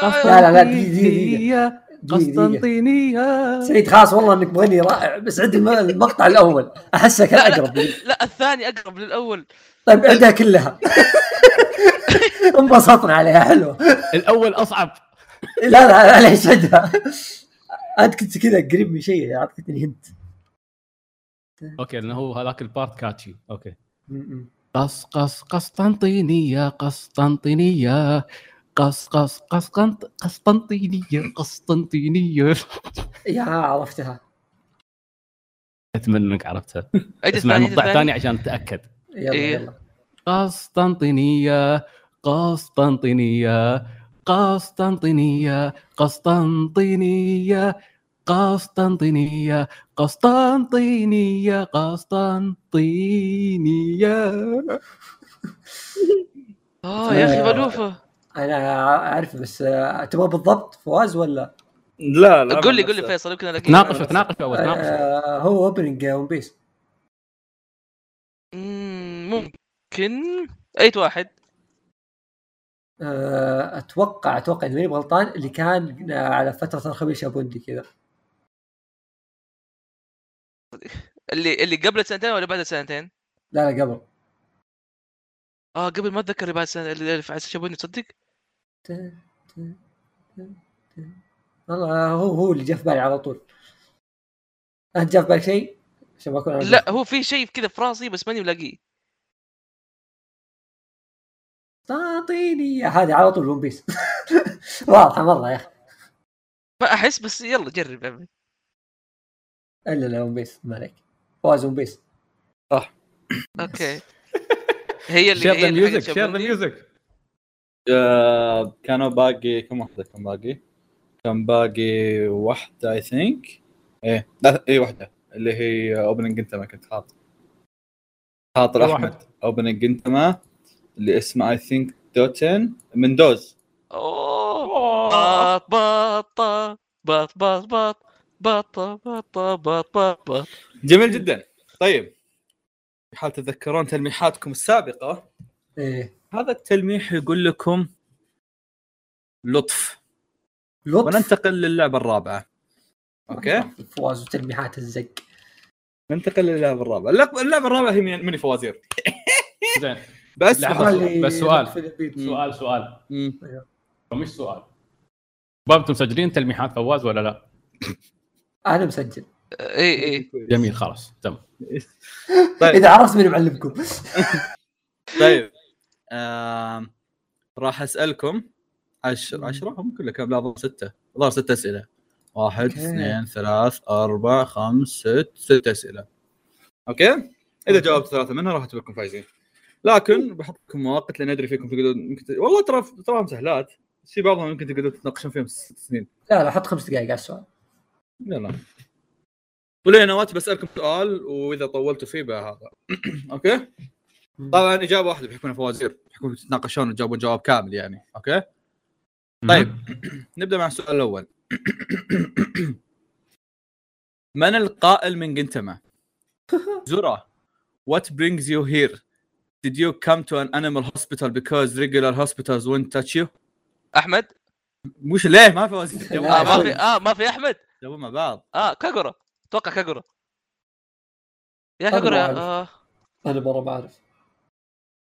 آه،
لا، لا، دقيقة، دقيقة. دقيقة،
قسطنطينية طيب.
دقيقة.
قسطنطينية
سعيد خلاص والله انك مغني رائع بس عندي الم- المقطع الاول احسه كان
لا، لا.
اقرب لي.
لا الثاني اقرب للاول
طيب عندها كلها *laughs* انبسطنا عليها حلو
الأول أصعب
لا لا معليش عندها انت كنت كذا قريب من شيء اعطيتني هنت
أوكي لأنه هو هذاك البارت كاتشي أوكي
م- م.
قص قص قسطنطينية قسطنطينية قص قص قص قنط- قسطنطينية قسطنطينية
يا عرفتها
أتمنى إنك عرفتها
عيد
اسمع
الثاني، عيد
المقطع
الثاني.
الثاني عشان أتأكد
يلا
إيه.
يلا
قسطنطينية قسطنطينية قسطنطينية قسطنطينية قسطنطينية قسطنطينية قسطنطينية
اه يا اخي
آه.
مالوفه
انا اعرف بس آه، تبغى بالضبط فواز ولا
لا لا
قول لي قول لي فيصل يمكن الاقيه
تناقشوا تناقشوا اول تناقشوا
آه هو اوبننج ون بيس
مم، ممكن اي واحد
آه، اتوقع اتوقع اذا ماني غلطان اللي كان آه، على فتره الخميس ابوندي كذا
اللي اللي قبل سنتين ولا بعد سنتين
لا لا قبل
اه قبل ما اتذكر اللي بعد سنتين اللي في عسى شابوني تصدق
والله آه، هو هو اللي جاء في بالي على طول انت جاء في بالك شيء؟ عشان ما اكون أنا
لا هو في شيء كذا في راسي بس ماني ملاقيه
تعطيني هذه على طول ون *laughs* بيس واضحه مره يا اخي
ما احس بس يلا جرب يا عمي
*laughs*
الا لا ون بيس ما عليك فواز ون بيس
اوكي هي اللي إيه،
شير
هي
ذا
اللي حقت
ميوزك شير ذا
شابوندي.
ميوزك
آه، كانوا باقي كم واحده كان باقي؟ كان باقي واحده اي ثينك ايه لا اي واحده اللي هي اوبننج انت ما كنت حاط خاطر
أي
احمد اوبننج انت ما اللي اسمه اي ثينك دوتن من دوز
اوه باط باط باط باط باط باط باط باط باط باط
جميل جدا طيب في حال تتذكرون تلميحاتكم السابقه
ايه
هذا التلميح يقول لكم لطف
لطف
وننتقل للعبه الرابعه اوكي
فواز وتلميحات الزق
ننتقل للعبه الرابعه اللعبة- اللعبه الرابعه هي من- ميني فوازير
زين
بس
لحظة.
فقط.
اللي
بس سؤال.
في البيت.
سؤال سؤال
مم.
مش سؤال شباب انتم مسجلين تلميحات فواز ولا لا؟
انا مسجل
اي اي
جميل خلاص تمام
طيب
اذا عرفت مين معلمكم
طيب آم، راح اسالكم 10 10 هم كله كم لا ظهر سته ظهر سته اسئله واحد
أوكي.
اثنين ثلاث اربع خمس ست ست اسئله اوكي اذا جاوبت ثلاثه منها راح اعتبركم فايزين لكن بحط لكم مواقف لان ادري فيكم تقدرون يمكن ت- والله ترى تراهم سهلات في بعضهم يمكن تقدرون تتناقشون فيهم ست سنين
لا لا حط خمس دقائق على السؤال
يلا ولي انا وقت بسالكم سؤال واذا طولتوا فيه بقى هذا *clears throat* اوكي طبعا اجابه واحده بيكون فوازير بيكون تتناقشون وتجاوبون جواب كامل يعني اوكي طيب. *clears throat* نبدا مع السؤال الاول *clears throat* من القائل من جنتما زورا what brings you here did you come to an animal hospital because regular hospitals won't touch you
احمد
مش ليه ما في وزير
لا،
اه
جابوا-
ما في اه ما في احمد
جابوا مع بعض
اه كاغورا اتوقع كاغورا يا
أنا
كاغورا
ما أعرف.
آه
انا مره ما اعرف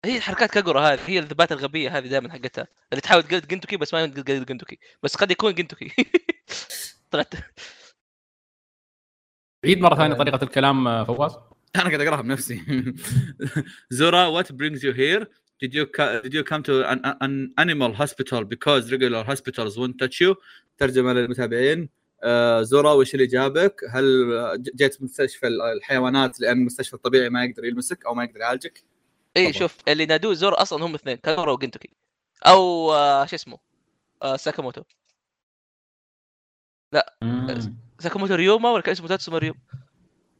هي حركات كاغورا هذه هي الذبات الغبيه هذه دائما حقتها اللي تحاول تقلد جنتوكي بس ما يمكن تقلد جنتوكي بس قد يكون جنتوكي *laughs* طلعت
عيد مره ثانيه طريقه الكلام آه، فواز
*laughs* انا قاعد اقراها بنفسي *laughs* زورا what brings you here did you co- did you come to an, an animal hospital because regular hospitals won't touch you ترجمه للمتابعين آه، زورا وش اللي جابك؟ هل ج- جيت مستشفى ال- الحيوانات لان المستشفى الطبيعي ما يقدر يلمسك او ما يقدر يعالجك؟
اي
طبعاً.
إيه، شوف اللي نادوه زور اصلا هم اثنين كاغورا وجنتوكي او آه شو اسمه آه ساكاموتو
مم.
ساكاموتو ريوما ولا كان اسمه تاتسوما ريوما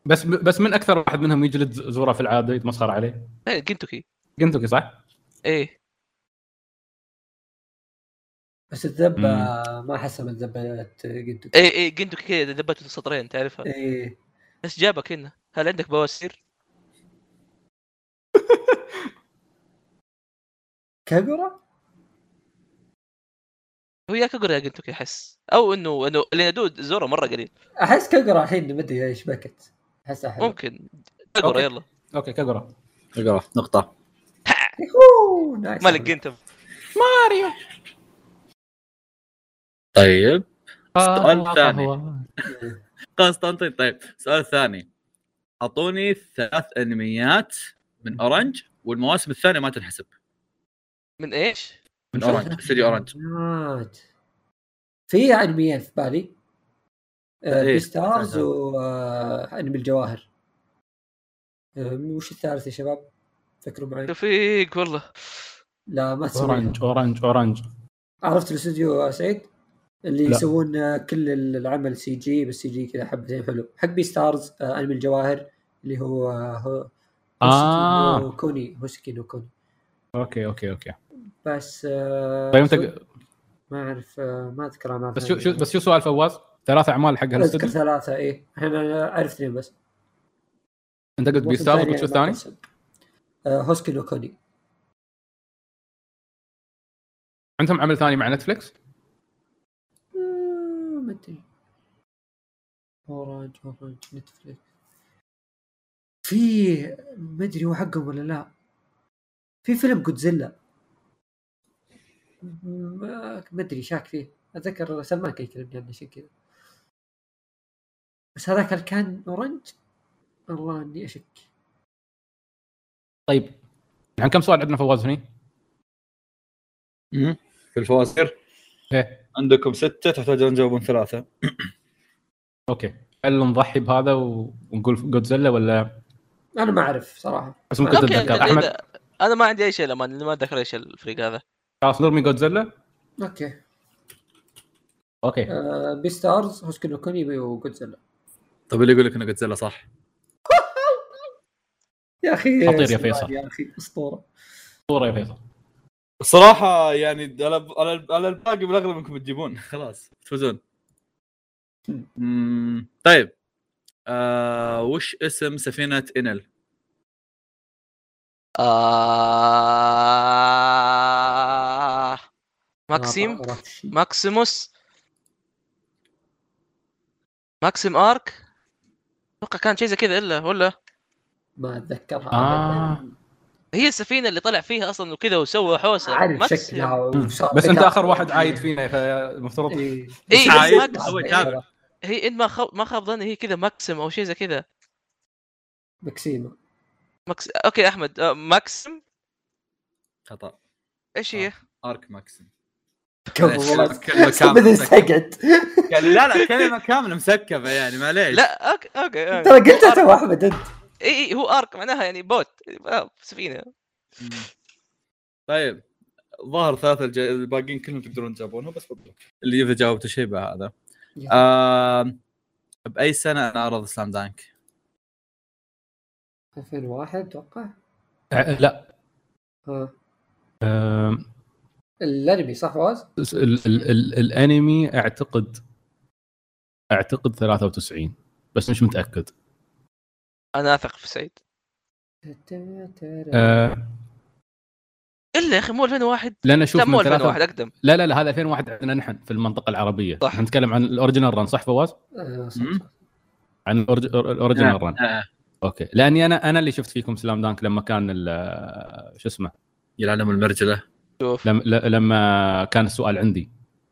بس بس من اكثر واحد منهم يجلد ز- زوره في العاده يتمسخر عليه
اي جنتوكي
جنتوكي صح؟
اي
بس الذبه ما احسها من ذبات قد
اي اي جنتوكي كذا دبته سطرين تعرفها
ايه
بس جابك هنا هل عندك بواسير؟
كاغورا
هو يا كاغورا يا جنتوكي احس او انه انه اللي نادوه زورا مره قليل
احس كاغورا الحين ما ادري ايش بكت احسها حلو
ممكن كاغورا
أوكي.
يلا
اوكي كاغورا
اقرا نقطه
يهو، نايس
مالك جنتم
طيب سؤال ثاني. قسطنطين طيب السؤال الثاني اعطوني ثلاث انميات من اورنج والمواسم الثانيه ما تنحسب
من ايش؟
من اورنج استوديو اورنج
مات. في انميين في بالي آه،
إيه،
بي ستارز
أساساً.
وانمي الجواهر آه، وش الثالث يا شباب؟ فكروا معي
رفيق والله
لا ما تسوي
اورنج اورنج اورنج
عرفت الاستوديو سعيد اللي
لا.
يسوون آه، كل العمل سي جي بس سي جي كذا حبتين حلو حق بي ستارز آه، انمي الجواهر اللي هو آه، هو
آه.
هوسكي نو كوني هوسكي نو كوني
اوكي اوكي اوكي
بس آه،
طيب انت
سو- ما اعرف آه، ما اذكر أعمال
بس شو
ثانية.
شو بس شو سؤال فواز؟ ثلاث اعمال حق
اذكر
هالاستوديو
ثلاثة ايه الحين انا اعرف اثنين بس
انت قلت بي ستارز وقلت شو
يعني.
الثاني؟
هوسكي نو آه، كوني
عندهم عمل ثاني مع نتفلكس؟
آه، ما ادري اورانج اورانج نتفلكس في ما ادري هو حقهم ولا لا في فيلم جودزيلا ما ما ادري شاك فيه اتذكر سلمان كان يكلمني عنه شيء كذا بس هذاك هل كان اورانج والله اني اشك
طيب الحين كم سؤال عندنا فواز هني؟
مم. في الفوازير
إيه.
عندكم سته تحتاجون تجاوبون ثلاثه
اوكي هل نضحي بهذا و- ونقول جودزيلا ولا
انا ما اعرف صراحه
بس ممكن
أوكي،
تتذكر
إذا-
احمد
انا ما عندي اي شيء لما ما اتذكر ايش الفريق هذا
خلاص نرمي جودزيلا
اوكي
اوكي
آه بي ستارز هوسكو نو كونيبي وجودزيلا
طيب اللي يقول لك انه جودزيلا صح
يا اخي
خطير يا
اسطورة
فيصل.
يا اخي اسطوره
صوره يا فيصل
الصراحه يعني على على على الباقي بالاغلب انكم تجيبون خلاص تفوزون مم. طيب آه وش اسم سفينه انل
آه... ماكسيم
ما أعرف شيء.
ماكسيموس ماكسيم ارك اتوقع كان شيء زي كذا الا ولا
ما اتذكرها
آه.
أبداً.
هي السفينه اللي طلع فيها اصلا وكذا وسوى حوسه
عارف
ماكسيم.
شكلها وشاطئها.
بس انت اخر واحد عايد فينا فالمفترض
إيه.
إيه،
عايد.
بس ماكس-
أول تابع.
هي ان ما خاب ما خاب ظني هي كذا ماكسيم او شيء زي كذا
مكسيمه
ماكس اوكي احمد آه، ماكسيم
خطا
ايش هي؟
ارك ماكسيم
كفو والله.
كلمه
بدا
كامله
يستقعد
يعني لا لا كلمه كامله مسكبه يعني معليش
لا اوكي اوكي آه.
ترى قلتها
آرك.
تو احمد انت
اي اي إيه، هو ارك معناها يعني بوت آه، سفينه
مم. طيب ظهر ثلاثة الج... الباقيين كلهم تقدرون تجاوبونها بس برضو اللي إذا جاوبت شيء بقى هذا
يلا.
آه... بأي سنة أنا أعرض سلام دانك؟
2001 اتوقع
آه، لا
آه.
آم،
الانمي صح فواز؟
ال- ال- ال- الانمي اعتقد اعتقد 93 بس مش متاكد
انا اثق في سعيد
أه
الا يا اخي مو 2001
لان اشوف
لا مو
من
2001
ثلاثة
اقدم
لا لا لا هذا 2001 عندنا نحن في المنطقه العربيه
صح.
احنا نتكلم عن الاوريجينال ران صح فواز؟
آه، صح،
مم.
صح.
عن الأورج- الاوريجينال ران
آه.
اوكي لاني انا انا اللي شفت فيكم سلام دانك لما كان ال- شو اسمه
يلعنهم المرجلة
شوف
لما, لما كان السؤال عندي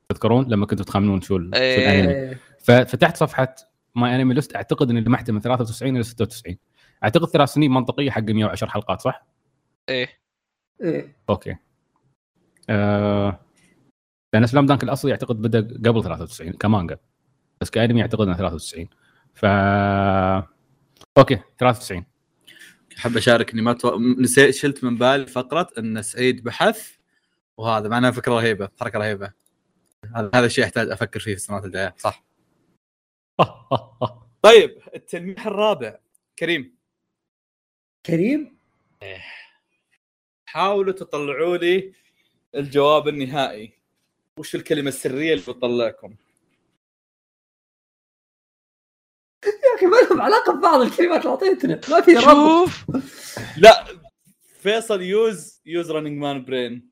تذكرون لما كنتوا تخمنون شو, ال- شو
إيه.
الانمي
إيه.
ففتحت صفحه ماي انمي ليست اعتقد اني لمحت من 93 الى 96 اعتقد ثلاث سنين منطقيه حق 110 حلقات صح؟
ايه
ايه
اوكي آه... لان سلام دانك الاصلي اعتقد بدا قبل 93 كمانجا بس كانمي اعتقد انه 93 ف اوكي *laughs* 93
أحب أشارك إني ما تو... نسيت شلت من بالي فقرة إن سعيد بحث وهذا معناها فكرة رهيبة حركة رهيبة هذا هذا الشيء أحتاج أفكر فيه في السنوات الجاية صح طيب التلميح الرابع كريم
كريم
حاولوا تطلعوا لي الجواب النهائي وش الكلمة السرية اللي بتطلعكم؟
يا اخي ما لهم علاقه ببعض الكلمات اللي اعطيتنا ما في ربط
شوف
لا فيصل يوز يوز رننج مان برين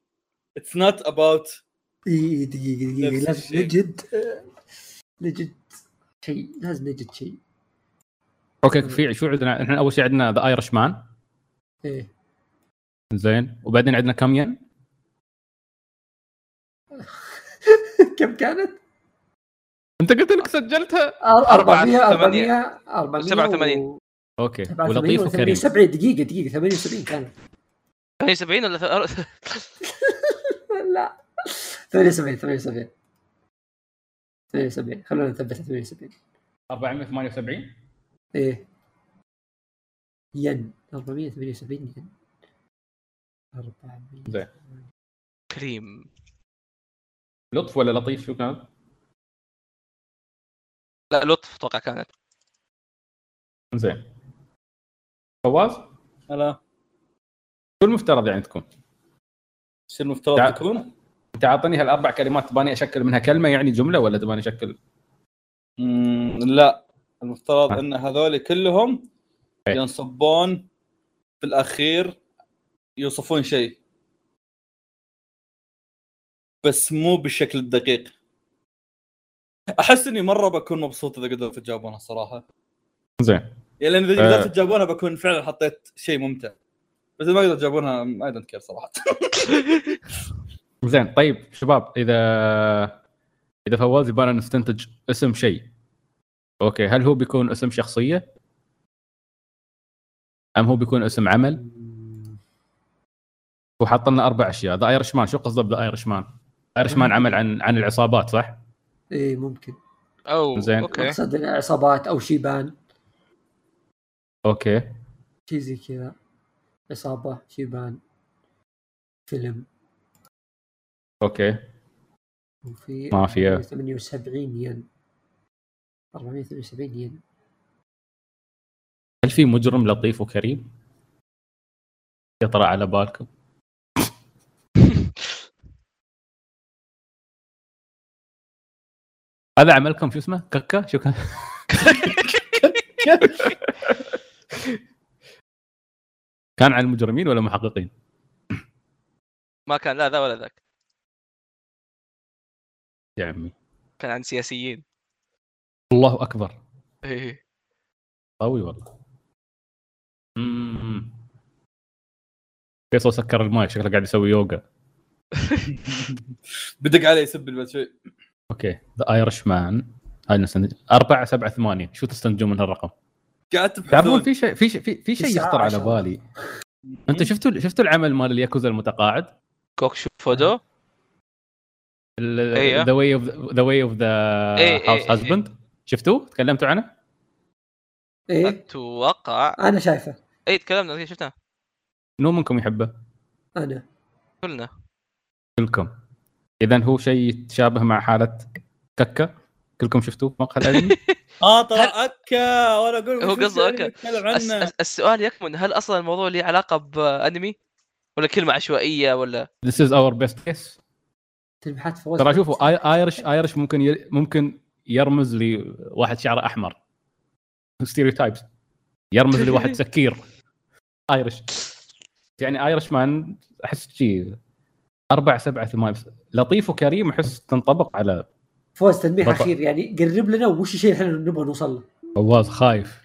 اتس نوت اباوت
إيه، دقيقه دقيقه
نفس
لازم
الشيء.
نجد آه، نجد شيء لازم نجد شيء
اوكي في شو عندنا احنا اول شيء عندنا ذا ايرش مان
ايه
زين وبعدين عندنا كاميان
كم كانت؟
انت قلت انك سجلتها
أر-
أربعة
400
وثمانية.
400 400
87.
و-
اوكي
87
ولطيف وكريم
70 دقيقه دقيقه 78 كانت
78 ولا ث- *laughs*
لا 78 78 78 خلونا نثبتها 78
478
ايه ين 478 ين 400
زين.
كريم
لطف ولا لطيف شو كان؟
لا لطف اتوقع كانت
زين فواز
هلا
شو المفترض يعني تكون؟
شو المفترض
تع-
تكون؟
انت عاطني هالاربع كلمات تباني اشكل منها كلمه يعني جمله ولا تباني اشكل
مم، لا المفترض
ها.
ان هذول كلهم
إيه.
ينصبون في الاخير يوصفون شيء بس مو بالشكل الدقيق احس اني مره بكون مبسوط اذا قدرت تجاوبونها الصراحه
زين
يعني لان اذا
آه.
قدرت تجاوبونها بكون فعلا حطيت شيء ممتع بس إذا ما قدرت تجاوبونها اي دونت كير صراحه
زين طيب شباب اذا اذا فواز يبغانا نستنتج اسم شيء اوكي هل هو بيكون اسم شخصيه؟ ام هو بيكون اسم عمل؟ وحاط لنا اربع اشياء ذا ايرش مان شو قصده بذا ايرش مان؟ ايرش مان عمل عن عن العصابات صح؟
اي إيه، ممكن
او
زين.
اوكي
اقصد عصابات او شيبان
اوكي
شيء زي كذا عصابه شيبان فيلم
اوكي
وفي
مافيا
78 ين 478 ين
هل في مجرم لطيف وكريم؟ يطرى على بالكم *laughs* هذا عملكم شو اسمه؟ كاكا شو كان؟ *laughs* كان عن المجرمين ولا محققين؟
ما كان لا ذا ولا ذاك
يا عمي
كان عن سياسيين
الله اكبر
إيه.
قوي والله امم فيصل سكر الماي شكله قاعد يسوي يوغا
*laughs* بدق علي يسب بعد شوي
اوكي ذا ايرش مان هاي نستنتج 4 7 8 شو تستنتجون من هالرقم؟
قاعد
تعرفون
تبحثون
في شيء في شيء في, في شيء
تسعة
يخطر على
عشر.
بالي انت شفتوا شفتوا العمل مال الياكوزا المتقاعد؟
كوك فودو إيه.
ذا واي اوف ذا واي اوف ذا
إيه،
هاوس
إيه، إيه.
هازبند شفتوه؟ تكلمتوا عنه؟
ايه
اتوقع
انا شايفه
اي إيه، تكلمنا شفناه
منو منكم يحبه؟
انا
كلنا
كلكم اذا هو شيء يتشابه مع حاله ككه كلكم شفتوه في مقهى
*laughs*
الانمي؟
اه ترى اكا وانا اقول
هو
وش
قصده
اللي
أكا.
يتكلم
الس-
عنه
الس- السؤال يكمن هل اصلا الموضوع له علاقه بانمي ولا كلمه عشوائيه ولا
This is our best case
تلميحات فوز
ترى شوفوا آي- ايرش ايرش ممكن ي... ممكن يرمز لواحد شعره احمر ستيريوتايبس *laughs* يرمز لواحد سكير ايرش يعني ايرش مان احس شي أربعة سبعة ثمان لطيف وكريم احس تنطبق على
فوز تلميح
بطل.
اخير يعني قرب لنا وش الشيء اللي احنا نبغى نوصل له
فواز خايف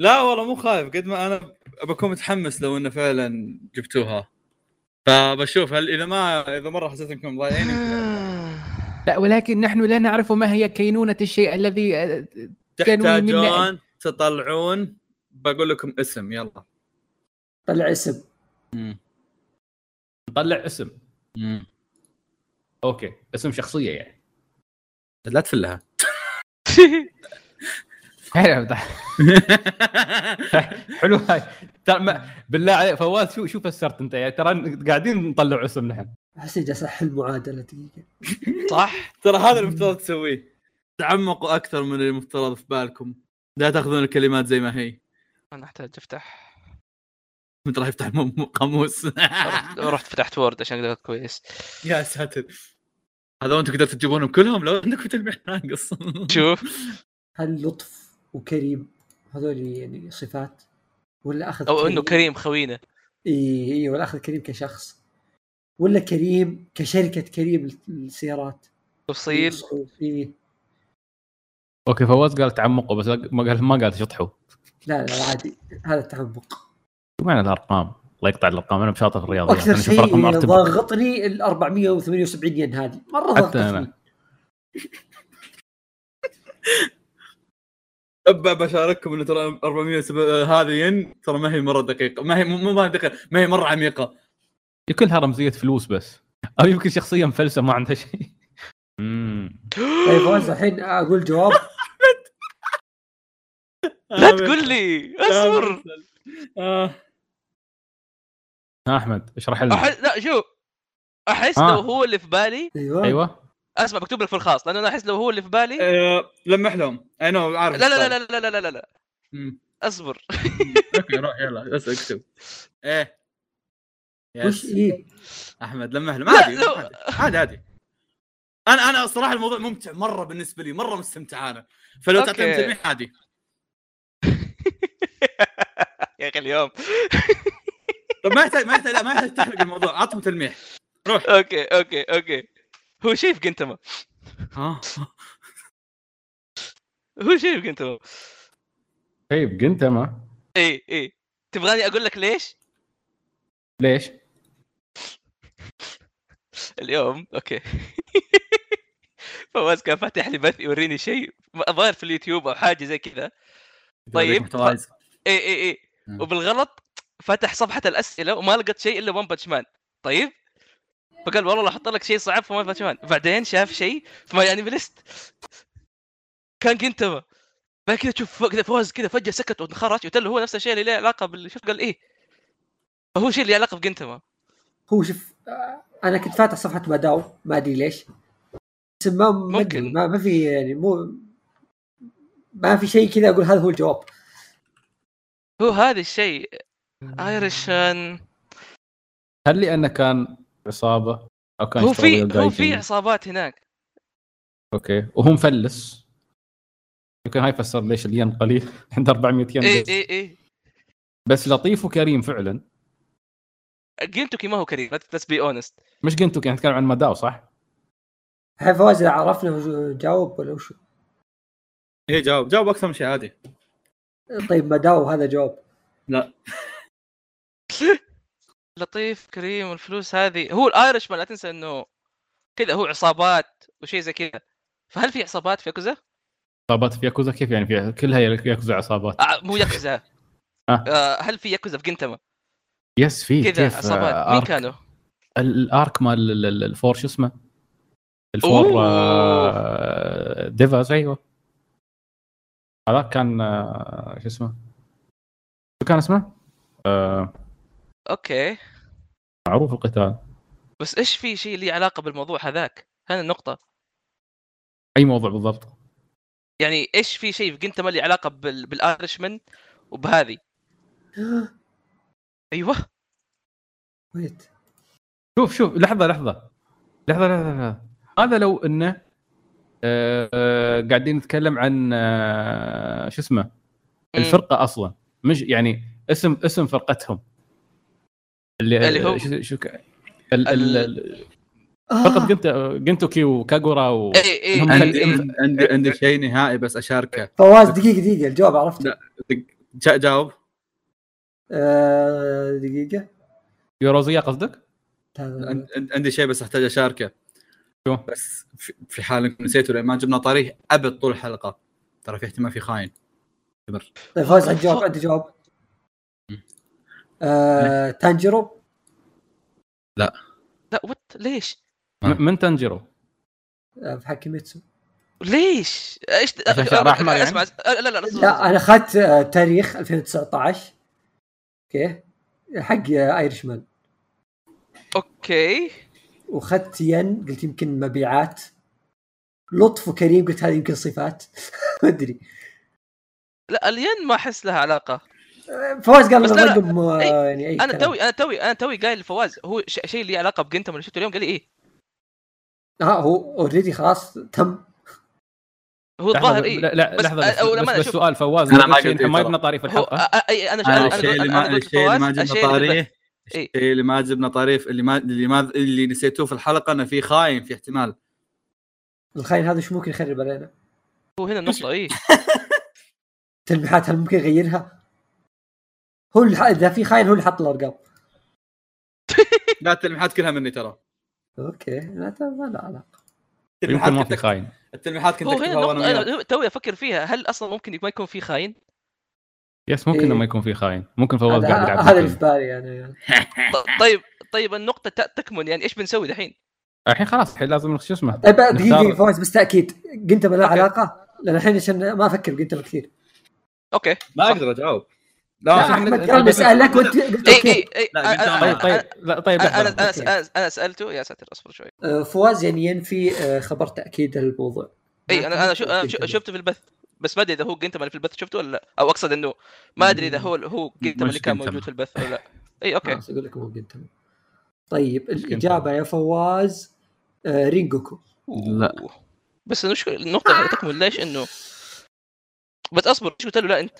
لا والله مو خايف قد ما انا بكون متحمس لو انه فعلا جبتوها فبشوف هل اذا ما اذا مره حسيت انكم ضايعين
*laughs*
يمكن
لا ولكن نحن لا نعرف ما هي كينونة الشيء الذي آه، تنوي
تحتاجون تطلعون بقول لكم اسم يلا
طلع اسم
نطلع اسم
مم.
اوكي اسم شخصية يعني
لا تفلها
حلو *laughs* حلو هاي ترى ما- بالله عليك فواز شو شو فسرت انت يعني ترى قاعدين نطلع اسم نحن
احس اني جالس احل معادله دقيقه
صح
ترى هذا المفترض تسويه تعمقوا اكثر من المفترض في بالكم لا تاخذون الكلمات زي ما هي
انا احتاج افتح
انت راح يفتح مم- قاموس *laughs*
رحت- رحت فتحت وورد عشان اقدر أكتب كويس
يا ساتر هذا انتم قدرتوا تجيبونهم كلهم لو عندكم تلميح ناقص
شوف
هل لطف وكريم هذول يعني صفات ولا اخذ
او انه كريم خوينا
اي اي ولا اخذ كريم كشخص ولا كريم كشركه كريم لل- للسيارات
تفصيل
إيه.
اوكي فواز قال تعمقوا بس ما قال ما قال شطحوا
لا لا عادي هذا التعمق
شو معنى الارقام؟ الله يقطع الارقام انا مشاطر في الرياضه
اكثر
نشوف رقم
شيء
ارتباط
ضاغطني ال 478 ين هذه مره
حتى
ضاغطتني
أنا.
ابا بشارككم انه ترى 400 سب... هذه ين ترى ما هي مره دقيقه ما هي مو ما هي دقيقه ما هي مره عميقه
كلها رمزيه فلوس بس او يمكن شخصيه مفلسه ما عندها شيء امم
طيب فوز الحين اقول جواب
لا تقول لي اصبر
آه.
ها احمد اشرح لنا
احس لا شوف احس
آه.
لو هو اللي في بالي
ايوه
ايوه
اسمع بكتب لك في الخاص لانه انا احس لو هو اللي في بالي
آه. لمح لهم اي نو عارف
لا لا لا لا لا لا لا لا
مم.
اصبر
اوكي روح يلا بس اكتب ايه
وش
يس
ايه
احمد لمح لهم
لا،
عادي
لو-
عادي عادي, عادي. انا انا الصراحه الموضوع ممتع مره بالنسبه لي مره مستمتع انا فلو
أوكي.
تعطيهم تلميح عادي
*laughs* يا اخي اليوم
طب ما يحتاج ما يحتاج لا، ما يحتاج تحرق الموضوع عطهم تلميح
اوكي اوكي اوكي هو شايف جنتما
ها
هو شايف جنتما
طيب جنتما
اي اي إيه، تبغاني اقول لك ليش؟
ليش؟
اليوم اوكي *laughs* فواز كان فاتح لي بث يوريني شيء ظاهر في اليوتيوب او حاجه زي كذا إيه، طيب.
محتوايز.
اي اي اي
مم.
وبالغلط فتح صفحه الاسئله وما لقيت شيء الا ون باتش مان طيب فقال والله احط لك شيء صعب في ماي باتمان بعدين شاف شيء في ماي انمي ليست كان جنتما بعد كذا تشوف فوق- كذا فوز كذا فجاه سكت وانخرج قلت له هو نفس الشيء اللي له علاقه باللي شوف قال ايه فهو شيء اللي علاقه بجنتما
هو شوف آه، انا كنت فاتح صفحه ماداو ما ادري ليش بس ما ما أدري،
ممكن.
ما, ما في يعني مو ما في شيء كذا اقول هذا هو الجواب
هو هذا الشيء ايرشان
هل لانه كان عصابه او كان
هو
يشتغل
في
ويا
هو في
الجايجين؟
عصابات هناك
اوكي وهو مفلس يمكن هاي يفسر ليش الين قليل *laughs* عنده 400 ين
اي
بس.
اي اي
بس لطيف وكريم فعلا
جنتوكي ما هو كريم ليتس بي اونست
مش قلتوا كان نتكلم عن مداو صح؟
هاي فواز اذا عرفنا وش- جاوب ولا وشو
ايه جاوب جاوب اكثر من شيء عادي
طيب ماداو هذا جواب
لطيف كريم والفلوس هذه هو الايرش لا تنسى انه كذا هو عصابات وشيء زي كذا فهل في عصابات في ياكوزا؟
عصابات في ياكوزا كيف يعني في كلها ياكوزا عصابات
آه مو ياكوزا
*laughs* آه.
آه هل في ياكوزا في جنتما؟
يس في
كذا
كيف
عصابات
آه،
مين
آرك
كانوا؟
ال- الارك مال ال- ال- الفور شو اسمه؟ الفور
أوه.
آه، ديفاز ايوه هذا كان آه، شو اسمه؟ شو كان اسمه؟ آه،
اوكي
معروف القتال
بس ايش في شيء لي علاقه بالموضوع هذاك؟ هذه النقطه
اي موضوع بالضبط؟
يعني ايش في شيء في جنتما لي علاقه بال... بالايرشمان
*gasps*
وبهذه ايوه
ويت
شوف شوف لحظه لحظه لحظه لحظه, لحظة. هذا لو انه آه، آه، قاعدين نتكلم عن آه، شو اسمه
مم.
الفرقه اصلا مش يعني اسم اسم فرقتهم اللي,
اللي هو-
شو, شو ك... ال... ال... ال...
آه،
فرقه جنت... جنتوكي وكاغورا و...
اي اي
هم
اي
عندي
اي
عندي عندي شيء نهائي بس اشاركه
فواز دقيقه دقيقه الجواب عرفته
لا. جا جاوب
آه دقيقه
يوروزية قصدك؟
هذا-
عند- عند- عندي شيء بس احتاج اشاركه
شو؟
بس في- في حال انكم نسيتوا لان ما جبنا طريق ابد طول الحلقه ترى في احتمال في خاين
طيب فواز عندي جواب عندي جواب آه تانجيرو
لا وات ليش؟
م... من تنجرو؟
آه، في حكيميتسو
إيه. ليش؟ ايش
عشان شعره أحمر يعني؟
اسمع لا لا لا
لا انا اخذت آه، تاريخ 2019 اوكي حق آه، ايرش مان
اوكي
واخذت ين قلت يمكن مبيعات لطف وكريم قلت هذه يمكن صفات *laughs* ما ادري
لا الين ما احس لها علاقه
آه، فواز قال
بس
لنا
لا، لا.
رقم آه،
أي-
يعني اي
انا
كلام.
توي انا توي انا توي قايل لفواز هو ش- شيء لي علاقه بجنتما اللي شفته اليوم قال لي ايه
ها هو اوريدي خلاص تم
هو الظاهر ايه
لا, لا
بس-
لحظه
أو
بس,
لما
بس,
أنا
بس
شوف-
سؤال فواز
أنا
ما
ما
قلت شيء،
قلت
إحنا ما
ترى.
جبنا طريف
هو آه،
الحلقه
آ- اي انا
انا
أنا-
الشيء اللي
أنا- أنا
ما
قلت
الشيء اللي ما
لفواز
جبنا
الشيء اللي قلت-
طريق
إيه.
الشيء اللي ما جبنا طريف اللي ما اللي ما اللي نسيتوه في الحلقه انه في خاين في احتمال
الخاين هذا شو ممكن يخرب علينا
هو
*laughs*
هنا النقطه ايه
تلميحات هل ممكن يغيرها هو اللي ح- اذا في خاين هو اللي حط الارقام
لا التلميحات كلها مني ترى
اوكي لا ت- ما له علاقه
يمكن ما
التلميحات
في
كنت
خاين
التلميحات كنت
هو هنا
اكتبها وانا
النقطه
وياه.
انا توي افكر فيها هل اصلا ممكن ما يكون في خاين؟
يس ممكن
إيه.
انه ما يكون في خاين ممكن فواز
هذا-
قاعد يلعب
هذا يعني. اللي
بالكلمة.
في بالي انا
ط- طيب طيب النقطه ت- تكمن يعني ايش بنسوي دحين؟
الحين خلاص الحين لازم شو اسمه
طيب دقيقه
نختار-
فواز بس تاكيد قنت له
أوكي.
علاقه لان الحين عشان ما افكر قنت كثير
اوكي
ما اقدر اجاوب
آه.
لا
صح.
احمد كان بسالك وانت قلت
اي
اوكي
اي اي
لا،
أنا-
قلت أنا-
أنا-
طيب طيب لا طيب
أنا-
لحظة.
انا انا أنا- انا سالته يا ساتر اصبر شوي
آه، فواز يعني ينفي آه، خبر تاكيد للموضوع
اي انا انا شو أنا شو- شفته في البث بس ما ادري اذا هو جنتما اللي في البث شفته ولا لا او اقصد انه ما ادري اذا هو هو جنتما اللي كان
جنتما.
موجود في البث ولا لا اي اوكي
خلاص اقول لك مو قلت طيب الاجابه يا فواز آه، رينجوكو
لا.
أوه. بس انه شو النقطه تكمل ليش انه بس اصبر شو قلت له لا انت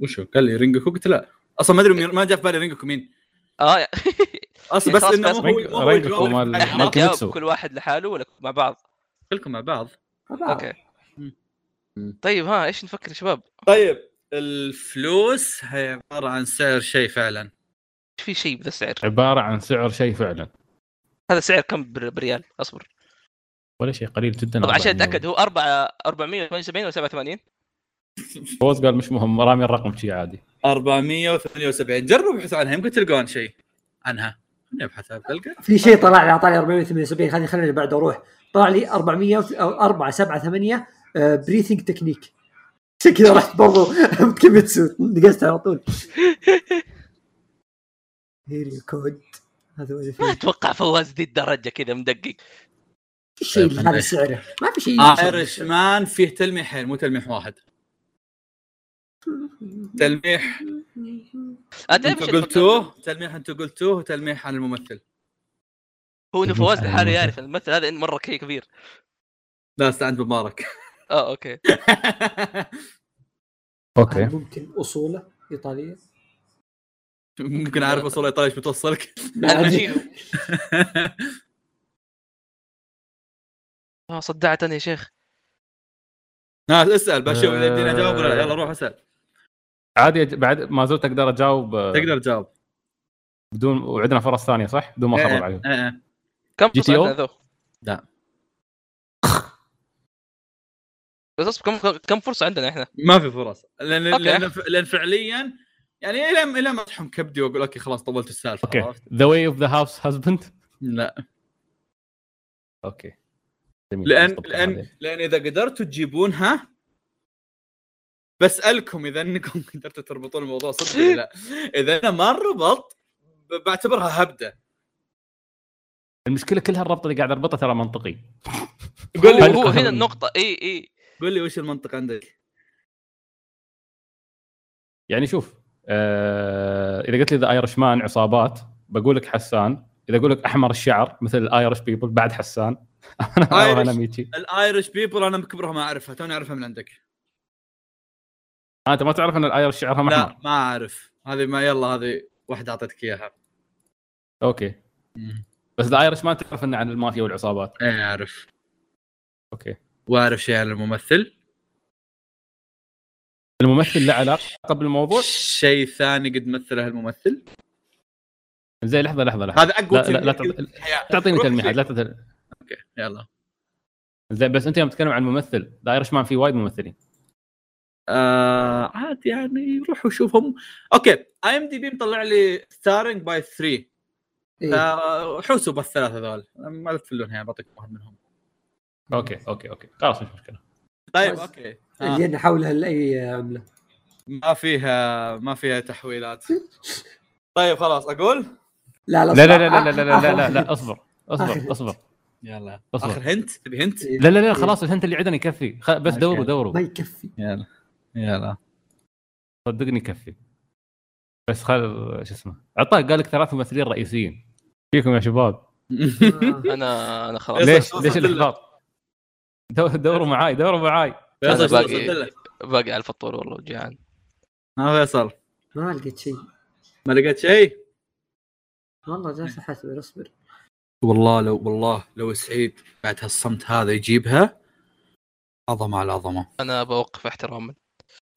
وشو قال لي رينجوكو قلت لا اصلا ما ادري مين- ما جاء في بالي رينجوكو مين
اه يا-
اصلا بس
خلاص،
انه
بس
مو هو
رينجوكو-
مو هو
رينجوكو
الجواب
مال-
اللي في
احنا
بالي.
مال-
نجاوب
كيميتسو.
كل واحد لحاله ولا مع بعض
كلكم مع بعض
آه.
اوكي طيب ها ايش نفكر يا شباب
طيب الفلوس هي عباره عن سعر شيء فعلا
ايش في شيء بذا السعر
عباره عن سعر شيء فعلا
هذا سعر كم بر- بريال اصبر
ولا شيء قليل جدا
طبعا عشان
400.
اتاكد هو 4 478 ولا 87
فوز قال مش مهم رامي الرقم شيء عادي
478 جربوا ابحثوا عنها يمكن تلقون شيء عنها
نبحث بلقى
في شيء طلع لي طلع لي 478 خليني خليني اللي بعده اروح طلع لي 400 و- او 4 7 8 بريثنج تكنيك عشان آه، *laughs* كذا رحت برضو *laughs* كيميتسو نقزتها على طول هيريو كود هذا ولا
ما
في
اتوقع فواز دي الدرجه كذا مدقق
في شيء بهذا سعره ما في شيء
آه.
ايرش مان فيه تلميحين مو تلميح واحد تلميح
انت
انتوا قلتوه تلميح انتوا قلتوه وتلميح عن الممثل
هو انه فواز لحاله يعرف الممثل هذا إنه مره كي- كبير
لا استعند مبارك
اه اوكي
اوكي
ممكن اصوله ايطاليه
*laughs* ممكن اعرف اصول ايطاليا ايش بتوصلك
الباتشينو اه صدعتني يا شيخ
ها اسال بشوف اذا يمديني اجاوب ولا لا. يلا روح اسال
عادي أج- بعد ما زلت اقدر اجاوب آه،
تقدر تجاوب
بدون وعندنا فرص ثانيه صح؟ بدون ما
إيه،
اخرب
إيه،
عليهم
إيه، إيه.
كم
جي
فرصة
تي أو؟
عندنا ذو؟
لا.
بس اصبر كم كم فرصه عندنا احنا؟
ما في فرص لان
أوكي.
لان, لأن فعليا يعني الى الى ما اطحن كبدي واقول اوكي خلاص طولت السالفه
اوكي
عرفت؟
ذا واي اوف ذا هاوس هازبند
لا
اوكي جميل.
لان
مستقبل
لان
هذه.
لان اذا قدرتوا تجيبونها بسالكم اذا انكم *laughs* قدرتوا تربطون الموضوع صدق ولا *laughs* لا اذا انا ما ربط ب- بعتبرها هبده
المشكله كلها الربط اللي قاعد اربطه ترى منطقي
قول
هو
لي
هو
هل-
هنا النقطه اي اي
قول لي وش المنطق عندك
يعني شوف آه اذا قلت لي ذا ايرش مان عصابات بقول لك حسان اذا اقول لك احمر الشعر مثل الايرش بيبل بعد حسان *laughs* انا
Irish.
انا ميتشي
الايرش بيبل انا بكبرها ما اعرفها توني اعرفها من عندك
آه، انت ما تعرف ان الايرش شعرهم احمر
لا ما اعرف هذه ما يلا هذه واحده اعطيتك اياها
اوكي
مم.
بس ذا ايرش مان تعرف انه عن المافيا والعصابات
ايه اعرف
اوكي
واعرف شيء عن الممثل
الممثل له علاقه بالموضوع
شيء ثاني قد مثله الممثل
زي لحظه لحظه لحظه
هذا اقوى
لا لا, لا,
تلميح
تعط- لا
بالحياة.
تعطيني
روح
تلميحات
شيء.
لا تعطيني
يلا
زين بس انت يوم تتكلم عن ممثل ذا ايرش مان في وايد ممثلين
آه عاد يعني روحوا شوفهم اوكي اي ام دي بي مطلع لي ستارنج باي 3
إيه.
آه حوسوا بالثلاثه ذول ما تفلون يعني بعطيكم واحد منهم
اوكي اوكي اوكي خلاص مش مشكله
طيب
بس.
اوكي آه.
زين نحولها لاي عمله
ما فيها ما فيها تحويلات طيب خلاص اقول
لا لا
لا لا
أصبر.
لا لا لا لا لا, لا, لا
آخر-
اصبر
آخر.
اصبر اصبر
يلا
أصبر.
اخر هنت تبي هنت
لا لا لا خلاص الهنت اللي عندنا يكفي خ- بس دوروا دوروا
ما
*laughs*
يكفي
يلا يلا
صدقني يكفي بس خل شو اسمه عطاه قال لك ثلاث ممثلين رئيسيين فيكم يا شباب
آه.
انا انا خلاص
إيه.
ليش
وصلت
ليش
له.
الاحباط دو- دوروا معاي دوروا معاي
أنا
فيصل شو
باقي-
وصلت له؟
باقي على الفطور والله جيعان
ها فيصل
ما لقيت شيء
ما لقيت شيء
والله جالس احسب اصبر
والله لو والله لو سعيد بعد هالصمت هذا يجيبها عظمه على عظمه
انا بوقف احتراما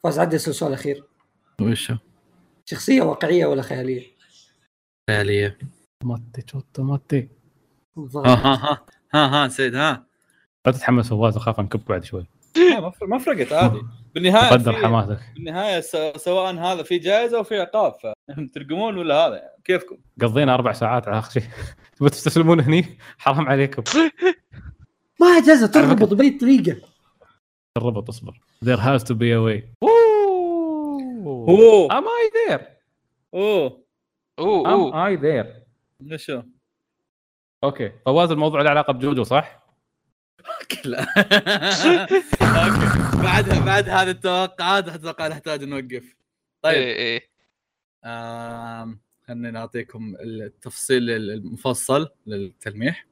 فاز عندي السؤال الاخير
وش
شخصيه واقعيه ولا خياليه؟
خياليه
ماتي تشوتو ماتي
ها
الظاهر.
ها ها ها ها سيد ها
لا تتحمس فواز اخاف انكب بعد شوي
ما فرقت عادي بالنهايه
قدر
آه، في-
حماسك
بالنهايه س- سواء هذا في جائزه وفي عقاب *laughs* فترقمون ولا هذا يعني كيفكم
قضينا اربع ساعات على اخر *laughs* شيء تبغى تستسلمون هني حرام عليكم
ما جالسه تربط باي طريقه
الربط اصبر there has to be a way اوه
اوه
am I there
اوه
اوه
am
اوه
I there
شو
اوكي فواز الموضوع له علاقه بجوجو صح؟
لا اوكي بعد بعد هذه التوقعات اتوقع نحتاج نوقف طيب
ايه ايه
آم، خلينا نعطيكم التفصيل المفصل للتلميح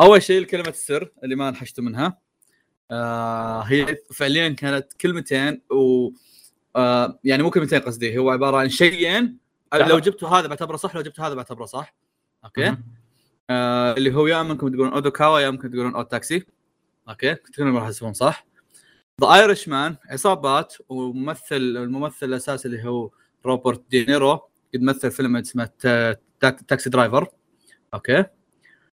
اول شيء كلمه السر اللي ما انحشتوا منها آه هي فعليا كانت كلمتين و آه يعني مو كلمتين قصدي هو عباره عن شيئين لو جبتوا هذا بعتبره صح لو جبتوا هذا بعتبره صح اوكي آه اللي هو يا منكم تقولون اودوكاوا يا منكم تقولون او تاكسي اوكي كلهم راح يحسبون صح ذا ايرش مان عصابات وممثل الممثل الاساسي اللي هو روبرت دينيرو قد مثل فيلم اسمه تا- تاك- تاكسي درايفر اوكي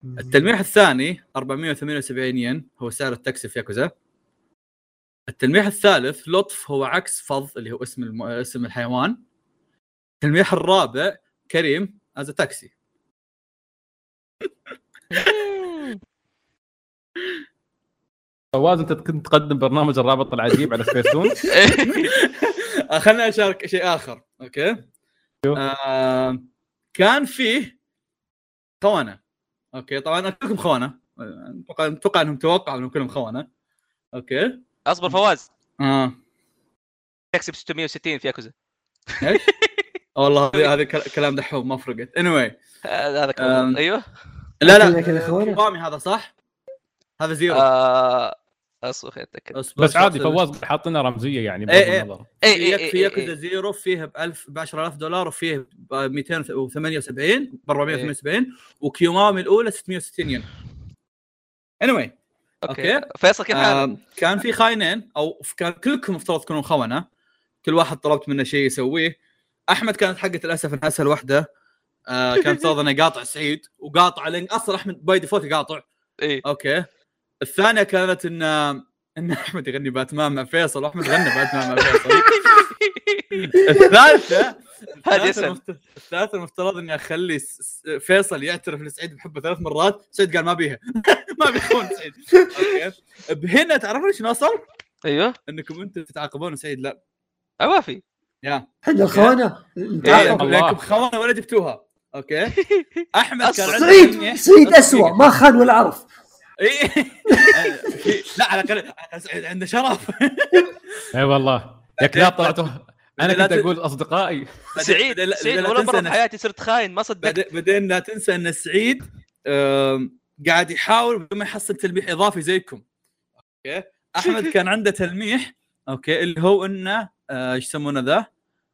التلميح الثاني 478 ين هو سعر التاكسي في ياكوزا التلميح الثالث لطف هو عكس فض اللي هو اسم الم... اسم الحيوان التلميح الرابع كريم از تاكسي
فواز انت كنت تقدم برنامج الرابط العجيب على سبيستون
إيه.
*laughs*
*laughs*
آه، خلنا اشارك شيء اخر اوكي آه كان فيه خونه اوكي طبعا كلكم خونه آه، اتوقع اتوقع انهم توقعوا انهم كلهم خونه اوكي
اصبر فواز
آه،
اه
تكسب 660 في اكوزا *laughs*
والله هذه هذه كل- كلام دحوم ما فرقت anyway
آه، هذا
أم.
كلام ايوه
لا
كذا-
لا
كذا خوانة.
رامي هذا صح هذا زيرو
آه، اصبر خليني اتاكد
أصبر
بس عادي
شخص-
فواز حاطنا رمزيه يعني
إيه،
بغض
إيه.
النظر
اي
في
اي
يك- في
اي
ياكوزا
اي
زيرو فيه ب 1000 ب 10000 دولار وفيه ب 278 ب 478 وكيومامي الاولى 660 ين anyway
اوكي
أوكي.
فيصل كيف حالك؟
آم، كان في خاينين او ف- كان كلكم مفترض تكونون خونه كل واحد طلبت منه شيء يسويه احمد كانت حقه للاسف انها اسهل واحده آه كان افترض انه قاطع سعيد وقاطع لينك اصلا احمد باي ديفولت قاطع
اي
اوكي الثانيه كانت ان ان احمد يغني باتمان مع فيصل واحمد غنى باتمان مع فيصل الثالثه
هذه اسهل
المفت- الثالثه المفترض اني اخلي س- س- فيصل يعترف لسعيد بحبه ثلاث مرات سعيد قال ما بيها *laughs* ما بيخون سعيد اوكي بهنا تعرفون ايش نوصل؟
ايوه
انكم انتم تتعاقبون وسعيد لا
آه، ما في
يا
احنا الخونه
تعاقب
الله.
لانكم خونه ولا جبتوها اوكي احمد كان عنده
سعيد
أمنية-
سعيد
أصبر
اسوء
دقيقة.
ما خان ولا عرف
إيه. *laughs* لا على الاقل على الأقل سعيد عنده شرف
اي إيه والله يا كلاب طلعته انا
لا
كنت
ت-
اقول اصدقائي
سعيد
لا- لا-
سعيد
لا
ولا
تنسى
مره
إن-
في حياتي صرت خاين ما صدقت
بعدين- بعدين لا تنسى ان سعيد آم، قاعد يحاول بدون ما يحصل تلميح اضافي زيكم اوكي احمد كان عنده تلميح اوكي اللي هو انه آه، ايش يسمونه ذا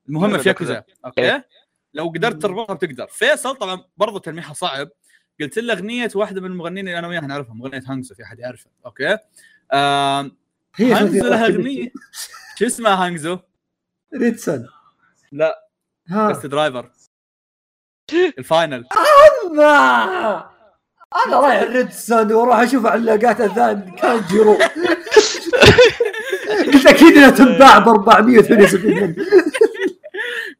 المهمه في ياكوزا اوكي لو قدرت تربطها بتقدر فيصل طبعا برضو تلميحها صعب قلت له اغنيه واحده من المغنيين اللي انا وياها نعرفها مغنيه هانجسو في احد يعرفها اوكي آم،
هي
هانجسو لها اغنيه شو اسمها هانجسو؟
ريتسون
لا.
ها
بس درايفر الفاينل
ما انا رايح ريدسون واروح اشوف علاقات اذان كان
*laughs*
جيرو قلت اكيد انها تنباع ب 478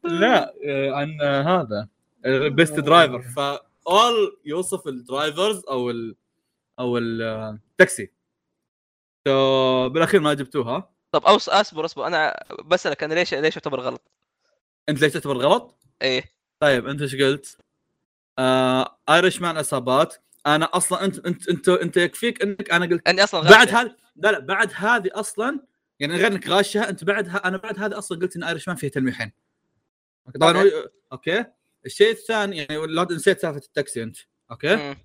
لا آه، عن آه، هذا بيست درايفر ف اول يوصف الدرايفرز او ال آه، او التاكسي سو بالاخير ما جبتوها
طب اوس اصبر اصبر انا بسالك انا ليش ليش اعتبر غلط؟
انت ليش تعتبر غلط؟
ايه
طيب انت ايش قلت؟ آه ايرش مان اصابات انا اصلا انت انت انت انت يكفيك انك انا قلت
اني اصلا غلط
بعد هذا لا لا بعد هذه اصلا يعني غير انك غاشها انت بعد ها انا بعد هذا اصلا قلت ان ايرش مان فيها تلميحين أوكي، طبعا هو- اوكي الشيء الثاني يعني لا نسيت سالفه التاكسي انت اوكي
مم.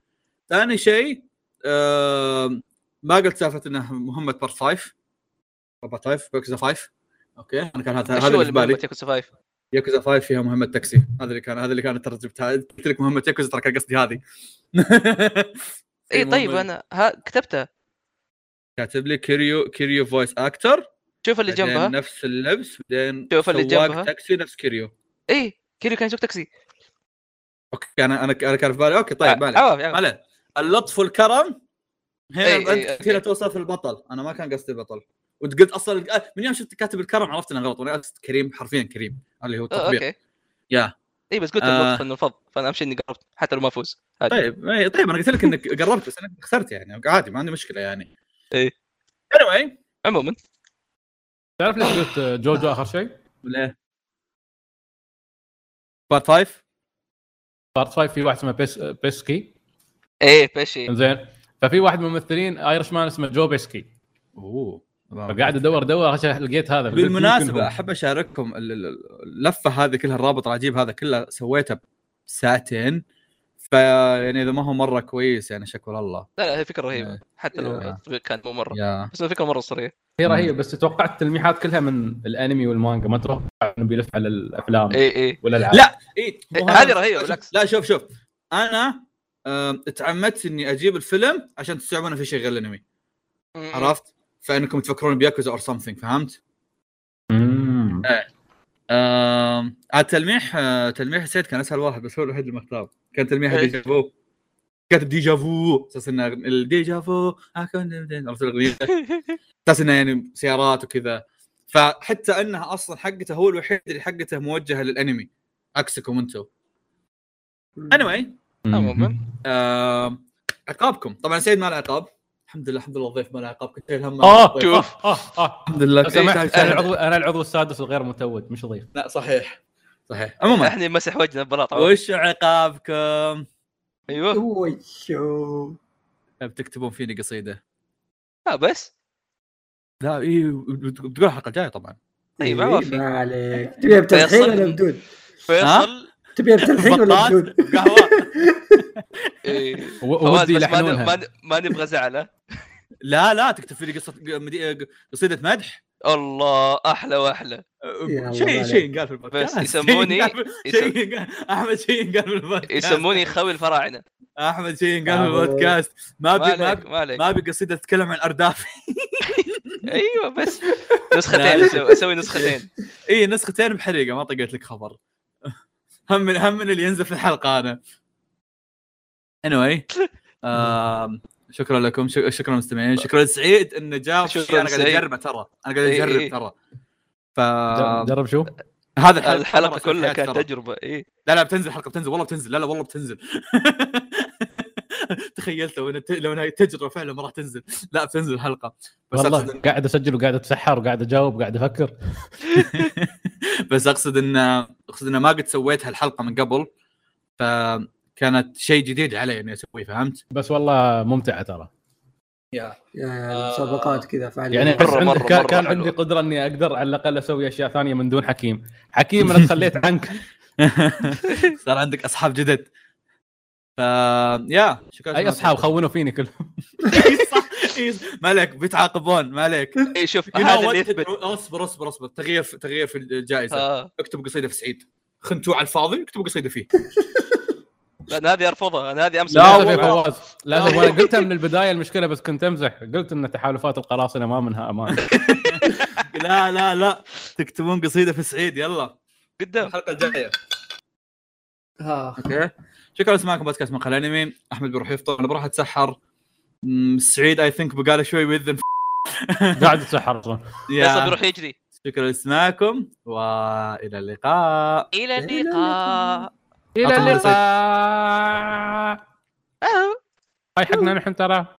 ثاني شيء آم، ما قلت سالفه انها مهمه بارت 5 بارت 5 ياكوزا 5 اوكي انا كان هذا هذا
شو
اللي في
اللي
بالي
بالك يكون سفايف
ياكوزا 5 فيها مهمه تاكسي هذا اللي كان هذا اللي كانت ترى جبتها قلت لك مهمه ياكوزا ترى كان قصدي
*laughs*
هذه في
اي طيب
مهمة-
انا ها كتبتها
كاتب لي كيريو كيريو فويس اكتر
شوف اللي
بعدين
جنبها
نفس اللبس بعدين
شوف اللي
سواق
جنبها.
تاكسي نفس كيريو
اي كيريو إيه، كان يسوق تاكسي آه،
اوكي انا انا انا كان في بالي اوكي طيب ما عليه
عوف
ما عليه. اللطف والكرم هنا
إي،
انت
إي،
كنت هنا توصل في البطل انا ما كان قصدي البطل وقلت اصلا آه، من يوم شفت كاتب الكرم عرفت انه غلط وانا قصد كريم حرفيا كريم اللي هو
آه،
التطبيق
اوكي
يا.
اي بس قلت
آه.
اللطف انه فض فانا اهم شيء اني قربت حتى لو ما فوز عادي.
طيب إي، طيب انا قلت لك انك قربت بس انا خسرت يعني عادي ما عندي مشكله يعني
إي.
anyway
عموما
تعرف ليش قلت جوجو اخر شيء؟
ليه بارت 5
بارت 5 في واحد اسمه بيس بيسكي
ايه بيشي
زين ففي واحد من الممثلين ايرش مان اسمه جو بيسكي
اوه
فقاعد ادور دور عشان لقيت هذا فقلت يمكن
بالمناسبه
هو.
احب اشارككم ال- ال- اللفه هذه كلها الرابط العجيب هذا كله سويته بساعتين فيعني اذا ما هو مره كويس يعني شكر الله
لا لا هي فكره رهيبه حتى لو
يا.
التطبيق كان مو مره
يا
بس الفكره مره صريحه
هي رهيبه بس توقعت التلميحات كلها من الانمي والمانجا ما توقع انه بيلف على الافلام
اي اي
والالعاب
لا، إيه
إيه، هذه رهيبة،
*laughs*
بالعكس.
لا شوف شوف انا آم، اتعمدت اني اجيب الفيلم عشان تستوعبون في شيء غير الانمي عرفت فانكم تفكرون بياكوزا اور سمثينج فهمت؟
مم.
آم، عاد تلميح آه، تلميح سيد كان اسهل واحد بس هو الوحيد اللي مختار كان تلميح
إيه.
ديجافو كاتب ديجافو اساس انه الديجافو عرفت الاغنيه اساس انه يعني سيارات وكذا فحتى انها اصلا حقته هو الوحيد اللي حقته موجهه للانمي عكسكم انتم anyway
عموما
آه، عقابكم طبعا سعيد ما له عقاب الحمد لله الحمد لله الضيف ما له عقاب كنت شايل هم
اه
الضيف.
شوف آه، آه.
الحمد لله
لو
كنت شايل
سمحت انا
هم.
العضو انا العضو السادس الغير متوج مش ضيف
لا صحيح صحيح عموما
احنا نمسح وجهنا بلاط
وش عقابكم؟
ايوه
وشو
بتكتبون فيني قصيده
آه بس
لا اي بت- بتقول الحلقه الجايه طبعا
طيب
أيوه.
ما
إيه،
في
ما عليك تبيها بتلحين
فيصل.
ولا بدون؟
فيصل
تبيها بتلحين ولا
بطاط
بدون؟
قهوه *laughs*
إيه.
و-
فواز
ودي
بس ما ن-
يلحنونها
ما ن- ما نبغى زعله
لا لا تكتب فيني قصه مدي- قصيده مدح
الله احلى
*laughs*
واحلى
يا الله
شيء
عليك.
شيء قال في البودكاست
بس يسموني-
شيء قال-
يسم-
شيء قال- احمد شيء قال في البودكاست
يسموني خوي الفراعنه
احمد شيء قال في
أوه.
البودكاست ما
ما
ابي ما
عليك
أبي-
ما عليك
ما ابي قصيده تتكلم عن ارداف
ايوه
*laughs*
بس نسختين أسوي- اسوي نسختين
اي نسختين بحريقه ما طقيت لك خبر *laughs* هم من هم من اللي ينزل في الحلقه انا anyway
*laughs*
آم، شكرا لكم شك- شكرا للمستمعين شكرا لسعيد انه جاء في شيء
شكراً إيه،
انا قاعد
سعيد.
اجربه ترى انا قاعد
إي، إي.
اجرب ترى ف
جرب- جرب شوف
هذا الحلقة
الحلقه
مرة
كلها
في حياتي
كانت إيه.
ترى.
تجربه اي
لا لا بتنزل حلقه بتنزل والله بتنزل لا لا والله بتنزل *laughs* تخيلت لو إن الت- لو انها تجربه فعلا ما راح تنزل لا بتنزل حلقه بس أقصد
والله قاعد اسجل وقاعد اتسحر وقاعد اجاوب وقاعد افكر
بس اقصد ان اقصد ان ما قد سويت هالحلقه من قبل فكانت شيء جديد علي اني اسويه فهمت؟
بس والله ممتعه ترى
يا مسابقات كذا فعلا
يعني
مرة-
أحس عندك
مرة-
كان,
مرة
كان
حلوة.
عندي قدره اني اقدر على الاقل اسوي اشياء ثانيه من دون حكيم حكيم انا تخليت عنك
صار عندك اصحاب جدد ف يا شكرا
اي اصحاب خونوا فيني كلهم
إي صح، إي صح. ما عليك بيتعاقبون ما عليك You
اي إيه، شوف
know
*laughs* هذا
what?
اللي يثبت
اصبر اصبر اصبر تغيير في- تغيير في الجائزه
آه.
اكتب قصيده في سعيد خنتوه على الفاضي اكتب قصيده فيه *laughs*
لا انا هذه ارفضها انا هذه امس
لا،
للاسف
والله.
يا فواز للاسف وانا قلتها من البدايه المشكله بس كنت امزح قلت ان تحالفات القراصنه ما منها امان
لا لا لا تكتبون قصيده في سعيد يلا
قدام
الحلقه الجايه
ها
اوكي شكرا لسماعكم بودكاست مقال انمي احمد بيروح يفطر انا بروح اتسحر أمم، سعيد اي ثينك بقاله شوي *laughs* ويذن
قاعد اتسحر اصلا
فيصل
يا
بيروح يجري
شكرا لسماعكم والى اللقاء
الى اللقاء
أعطونا
الى اللقاء هاي حقنا نحن ترى